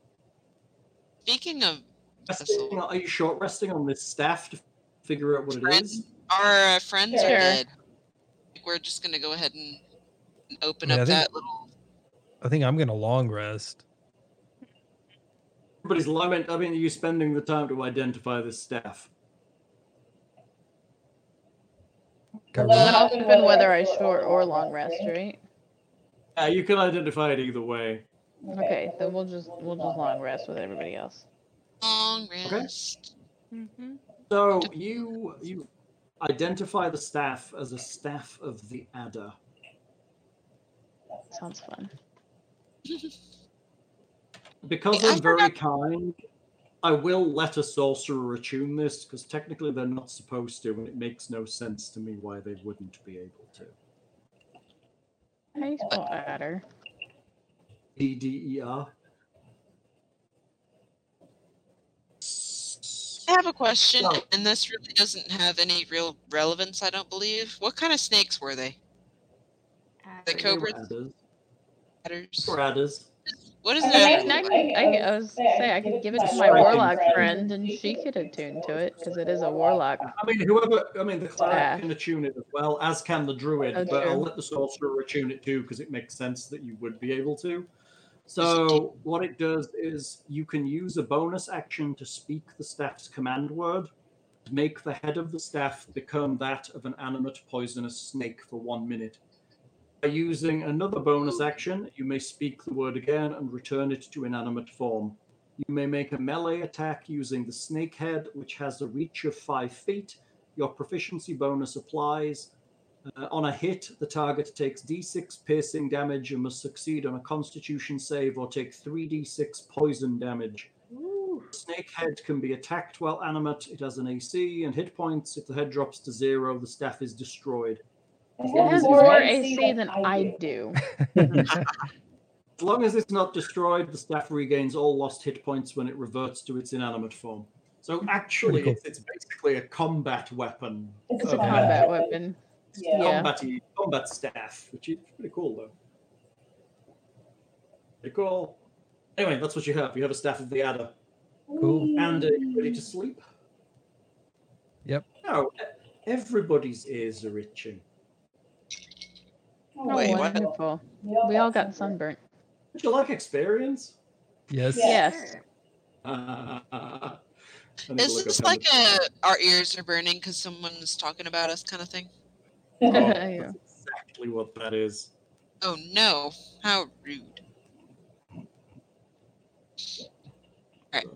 Speaker 8: Speaking of
Speaker 2: Resting- are you short resting on this staff to figure out what it is?
Speaker 8: our uh, friends
Speaker 5: Sure.
Speaker 8: are dead, we're just gonna go ahead and and open
Speaker 7: Yeah, I
Speaker 8: up
Speaker 7: think-
Speaker 8: that little.
Speaker 7: I think I'm gonna long rest.
Speaker 2: Everybody's lament. I mean, are you spending the time to identify this staff?
Speaker 7: Got
Speaker 5: Well,
Speaker 7: rid
Speaker 5: that'll depend whether I short or long rest, right?
Speaker 2: Yeah, Uh, you can identify it either way.
Speaker 5: Okay, then we'll just we'll just long rest with everybody else.
Speaker 8: Long rest.
Speaker 4: Mm-hmm.
Speaker 2: So you you identify the staff as a staff of the adder.
Speaker 5: Sounds fun.
Speaker 2: Because
Speaker 8: Wait, I
Speaker 2: I'm very kind, I will let a sorcerer attune this because technically they're not supposed to, and it makes no sense to me why they wouldn't be able to.
Speaker 5: How do you spell adder?
Speaker 2: D D E R.
Speaker 8: I have a question,
Speaker 2: Oh.
Speaker 8: and this really doesn't have any real relevance, I don't believe. What kind of snakes were they? The
Speaker 3: Average.
Speaker 8: cobras,
Speaker 2: Adders.
Speaker 8: adders.
Speaker 2: Or adders.
Speaker 8: What is
Speaker 5: I,
Speaker 8: an
Speaker 5: mean, I,
Speaker 8: adder?
Speaker 5: can- I,
Speaker 8: look like?
Speaker 5: can- I, can- I was gonna say I could give it to my warlock friend, and she could attune to it because it is a warlock.
Speaker 2: I mean, whoever. I mean, the cleric
Speaker 5: Yeah.
Speaker 2: can attune it as well, as can the druid.
Speaker 5: Oh,
Speaker 2: but I'll
Speaker 5: true.
Speaker 2: let the sorcerer attune it too, because it makes sense that you would be able to. So what it does is you can use a bonus action to speak the staff's command word, to make the head of the staff become that of an animate poisonous snake for one minute. By using another bonus action, you may speak the word again and return it to inanimate form. You may make a melee attack using the snake head, which has a reach of five feet. Your proficiency bonus applies. Uh, on a hit, the target takes d6 piercing damage and must succeed on a constitution save or take 3d6 poison damage.
Speaker 3: Ooh.
Speaker 2: Snake head can be attacked while animate. It has an AC and hit points. If the head drops to zero, the staff is destroyed. As
Speaker 5: It
Speaker 2: long
Speaker 5: has
Speaker 2: as,
Speaker 5: more
Speaker 2: it's,
Speaker 5: AC than I do.
Speaker 2: as long as it's not destroyed, the staff regains all lost hit points when it reverts to its inanimate form. So actually,
Speaker 7: cool.
Speaker 2: it's, it's basically a combat weapon.
Speaker 5: It's a
Speaker 2: of-
Speaker 5: combat weapon.
Speaker 9: Yeah.
Speaker 5: Yeah.
Speaker 2: combat combat staff, which is pretty cool though. Pretty cool. Anyway, that's what you have. You have a staff of the adder,
Speaker 7: Cool.
Speaker 2: and uh, you ready to sleep?
Speaker 7: Yep.
Speaker 2: No, e- everybody's ears are itching.
Speaker 5: Oh,
Speaker 8: Wait, what?
Speaker 5: wonderful. Oh, We all got sunburnt.
Speaker 2: Would you like experience?
Speaker 7: Yes.
Speaker 5: Yes.
Speaker 8: Is this like a our ears are burning because someone's talking about us kind of thing?
Speaker 5: Yeah.
Speaker 2: Oh, exactly what that is.
Speaker 8: Oh no! How rude. Alright.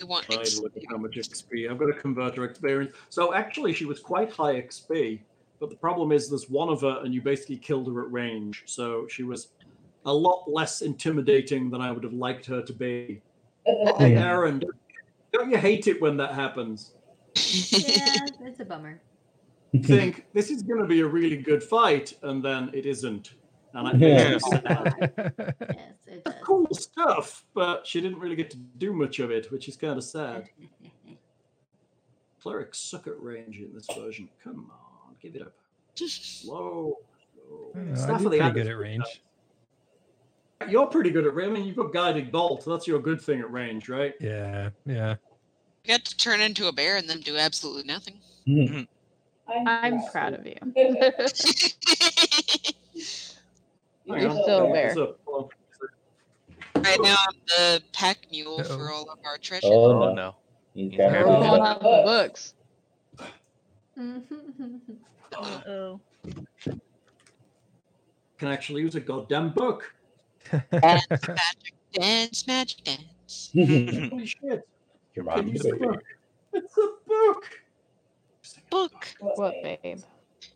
Speaker 8: We want
Speaker 2: Try to look at how much XP. I've got to convert her experience. So actually, she was quite high XP, but the problem is there's one of her, and you basically killed her at range. So she was a lot less intimidating than I would have liked her to be.
Speaker 5: Oh,
Speaker 2: Hey, Aaron, don't you hate it when that happens?
Speaker 3: yeah, that's a bummer.
Speaker 2: Think this is going to be a really good fight, and then it isn't. And I
Speaker 6: Yeah.
Speaker 3: Yes, it does.
Speaker 2: cool stuff, but she didn't really get to do much of it, which is kind of sad. Clerics suck at range in this version. Come on, give it up. Slow. slow.
Speaker 7: Hmm, I don't know, I
Speaker 2: Staff
Speaker 7: do
Speaker 2: of the
Speaker 7: pretty
Speaker 2: Abbot-
Speaker 7: good at range.
Speaker 2: You're pretty good at range. I mean, you've got guided bolt. That's your good thing at range, right?
Speaker 7: Yeah, yeah.
Speaker 8: We got to turn into a bear and then do absolutely nothing.
Speaker 5: I'm proud of you.
Speaker 2: Hang
Speaker 5: You're
Speaker 2: on,
Speaker 5: still
Speaker 2: hang
Speaker 5: there.
Speaker 2: this up. Hold on.
Speaker 8: Right now, I'm the pack mule for all of our treasure.
Speaker 10: Oh,
Speaker 6: Oh,
Speaker 10: no.
Speaker 6: no.
Speaker 10: He's
Speaker 6: got
Speaker 5: We're
Speaker 10: got
Speaker 6: it.
Speaker 5: going on the books.
Speaker 4: Uh-oh.
Speaker 2: Can actually use a goddamn book.
Speaker 8: Dance, magic dance.
Speaker 6: Hmm.
Speaker 2: Holy shit! Can
Speaker 6: Your mom's
Speaker 2: use a
Speaker 6: baby.
Speaker 2: book. It's a book.
Speaker 8: Book.
Speaker 5: What, babe?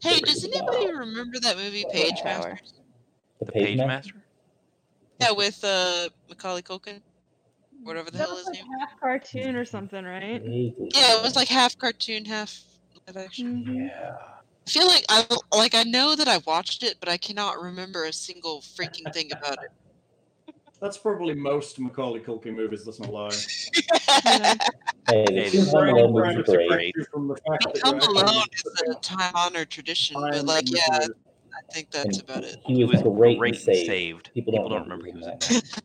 Speaker 8: Hey, does anybody remember that movie Page Master?
Speaker 5: Tower.
Speaker 10: The
Speaker 6: Page
Speaker 10: page master?
Speaker 8: Yeah, with uh, Macaulay Culkin, whatever the
Speaker 4: That
Speaker 8: hell
Speaker 4: was
Speaker 8: his
Speaker 4: like
Speaker 8: name.
Speaker 4: half cartoon or something, right?
Speaker 8: Yeah, it was like half cartoon, half live action.
Speaker 4: Mhm.
Speaker 6: Yeah.
Speaker 8: I feel like I like I know that I watched it, but I cannot remember a single freaking thing about it.
Speaker 2: That's probably most Macaulay Culkin movies. Let's not lie.
Speaker 4: Yeah.
Speaker 6: Hey,
Speaker 10: Hey,
Speaker 6: this is one of the
Speaker 10: Brandon
Speaker 6: movies
Speaker 10: Brandon
Speaker 6: are
Speaker 10: Fraser.
Speaker 6: great.
Speaker 2: From the fact that
Speaker 8: Home
Speaker 2: you're actually-
Speaker 8: Alone is a time-honored tradition, but like, yeah, I think that's about it.
Speaker 10: He was great,
Speaker 6: and
Speaker 10: and saved.
Speaker 6: saved.
Speaker 10: People don't, remember he was in that.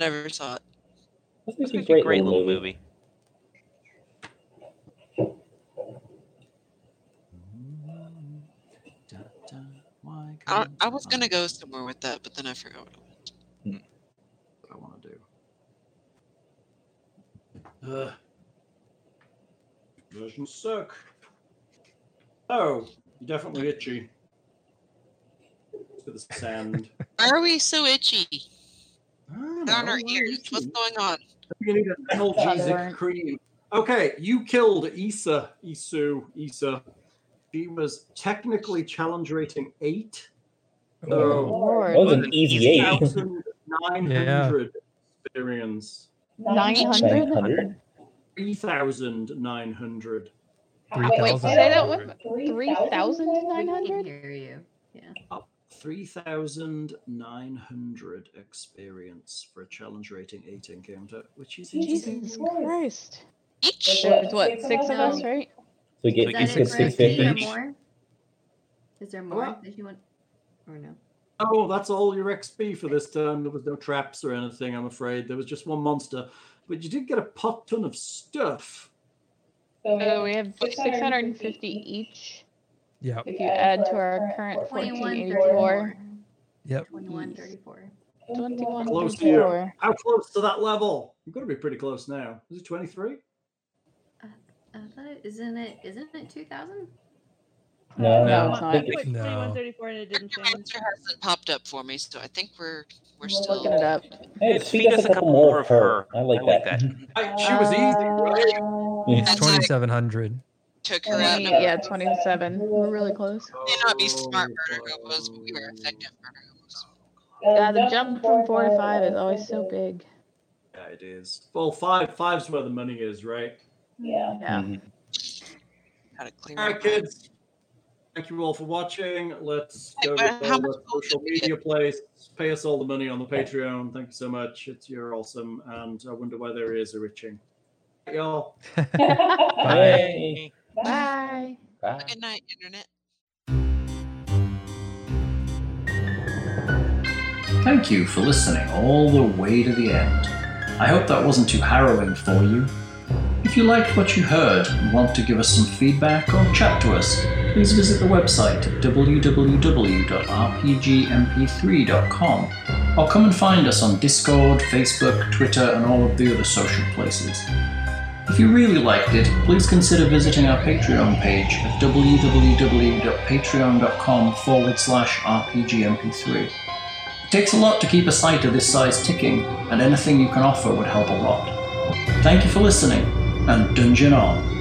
Speaker 8: Never saw it.
Speaker 10: This makes
Speaker 6: This is
Speaker 10: a
Speaker 6: a great,
Speaker 10: great
Speaker 6: little
Speaker 10: movie.
Speaker 6: movie.
Speaker 2: Why
Speaker 8: I,
Speaker 2: can't
Speaker 8: I was gonna go somewhere with that, but then I forgot what it was.
Speaker 2: what I want to do. Ugh. Versions suck. Oh, you're definitely itchy. To the sand.
Speaker 8: Why are we so itchy?
Speaker 2: I don't
Speaker 8: Down
Speaker 2: know,
Speaker 8: our
Speaker 2: why
Speaker 8: ears.
Speaker 2: itchy?
Speaker 8: What's going on?
Speaker 2: You need an analgesic
Speaker 5: Color.
Speaker 2: cream. Okay, you killed Issa, Isu, Issa. She was technically challenge rating eight.
Speaker 5: Oh,
Speaker 2: So
Speaker 5: Lord.
Speaker 10: That was an easy eight.
Speaker 2: 1,900 experience.
Speaker 5: 900?
Speaker 10: 900?
Speaker 2: 3,900.
Speaker 7: Three
Speaker 5: Wait, wait,
Speaker 7: thousand.
Speaker 5: say that one. 3,900?
Speaker 3: We can hear you. Yeah.
Speaker 2: 3,900 experience for a challenge rating 8 encounter, which is
Speaker 5: Jesus Christ.
Speaker 8: Each.
Speaker 5: There's what, six of us, Oh, right?
Speaker 10: So we
Speaker 6: So
Speaker 10: get
Speaker 6: we
Speaker 10: each get
Speaker 6: get
Speaker 3: Is
Speaker 6: six
Speaker 3: that it for
Speaker 10: 650
Speaker 3: XP or
Speaker 10: each.
Speaker 3: more? Is there more
Speaker 2: Well-
Speaker 3: that you want? Or no?
Speaker 2: Oh, that's all your XP for this turn. There was no traps or anything, I'm afraid. There was just one monster. But you did get a pot ton of stuff.
Speaker 5: So Uh, we have 650 each.
Speaker 7: Yep.
Speaker 5: If you add to our current
Speaker 3: 2134.
Speaker 5: 1484.
Speaker 7: Yep.
Speaker 3: 2134.
Speaker 5: 2134.
Speaker 2: How close to that level? You've got to be pretty close now. Is it 23?
Speaker 3: I thought it, isn't it, isn't it 2,000?
Speaker 10: No,
Speaker 5: No,
Speaker 10: no.
Speaker 5: it's not.
Speaker 10: I think
Speaker 4: Like
Speaker 10: it's-
Speaker 7: No.
Speaker 4: 2134 and it didn't change.
Speaker 8: Monster hasn't popped up for me, so I think we're we're
Speaker 9: We're
Speaker 8: still.
Speaker 5: Looking it up.
Speaker 10: Hey, feed us a couple more of her. I like that.
Speaker 2: I, she was easy,
Speaker 8: Uh,
Speaker 2: right?
Speaker 7: It's
Speaker 8: That's
Speaker 7: twenty seven hundred.
Speaker 8: Took her out.
Speaker 5: 20,
Speaker 8: No,
Speaker 5: yeah, 27. We're really close.
Speaker 8: may not be
Speaker 2: Oh
Speaker 8: smart murder hobos, but we were effective murder hobos.
Speaker 5: Yeah, the jump from 4 to 5 is always so big.
Speaker 2: Yeah, it is. Well, five five's where the money is, right?
Speaker 9: Yeah.
Speaker 5: Yeah.
Speaker 10: Mhm.
Speaker 8: Gotta clear
Speaker 2: All
Speaker 8: up.
Speaker 2: right, kids. Thank you all for watching. Let's
Speaker 8: Hey,
Speaker 2: go
Speaker 8: uh,
Speaker 2: with
Speaker 8: how
Speaker 2: all
Speaker 8: much
Speaker 2: the social
Speaker 8: did we get?
Speaker 2: media plays. Pay us all the money on the Patreon. Thank you so much. It's you're awesome, and I wonder why their ears are itching. Y'all.
Speaker 6: Oh,
Speaker 10: Hey.
Speaker 5: Bye.
Speaker 10: Bye.
Speaker 8: Good night, internet.
Speaker 1: Thank you for listening all the way to the end. I hope that wasn't too harrowing for you. If you liked what you heard and want to give us some feedback or chat to us, please visit the website at www.rpgmp3.com Or come and find us on Discord, Facebook, Twitter, and all of the other social places. If you really liked it, please consider visiting our Patreon page at www.patreon.com forward slash rpgmp3. It takes a lot to keep a site of this size ticking, and anything you can offer would help a lot. Thank you for listening, and Dungeon On!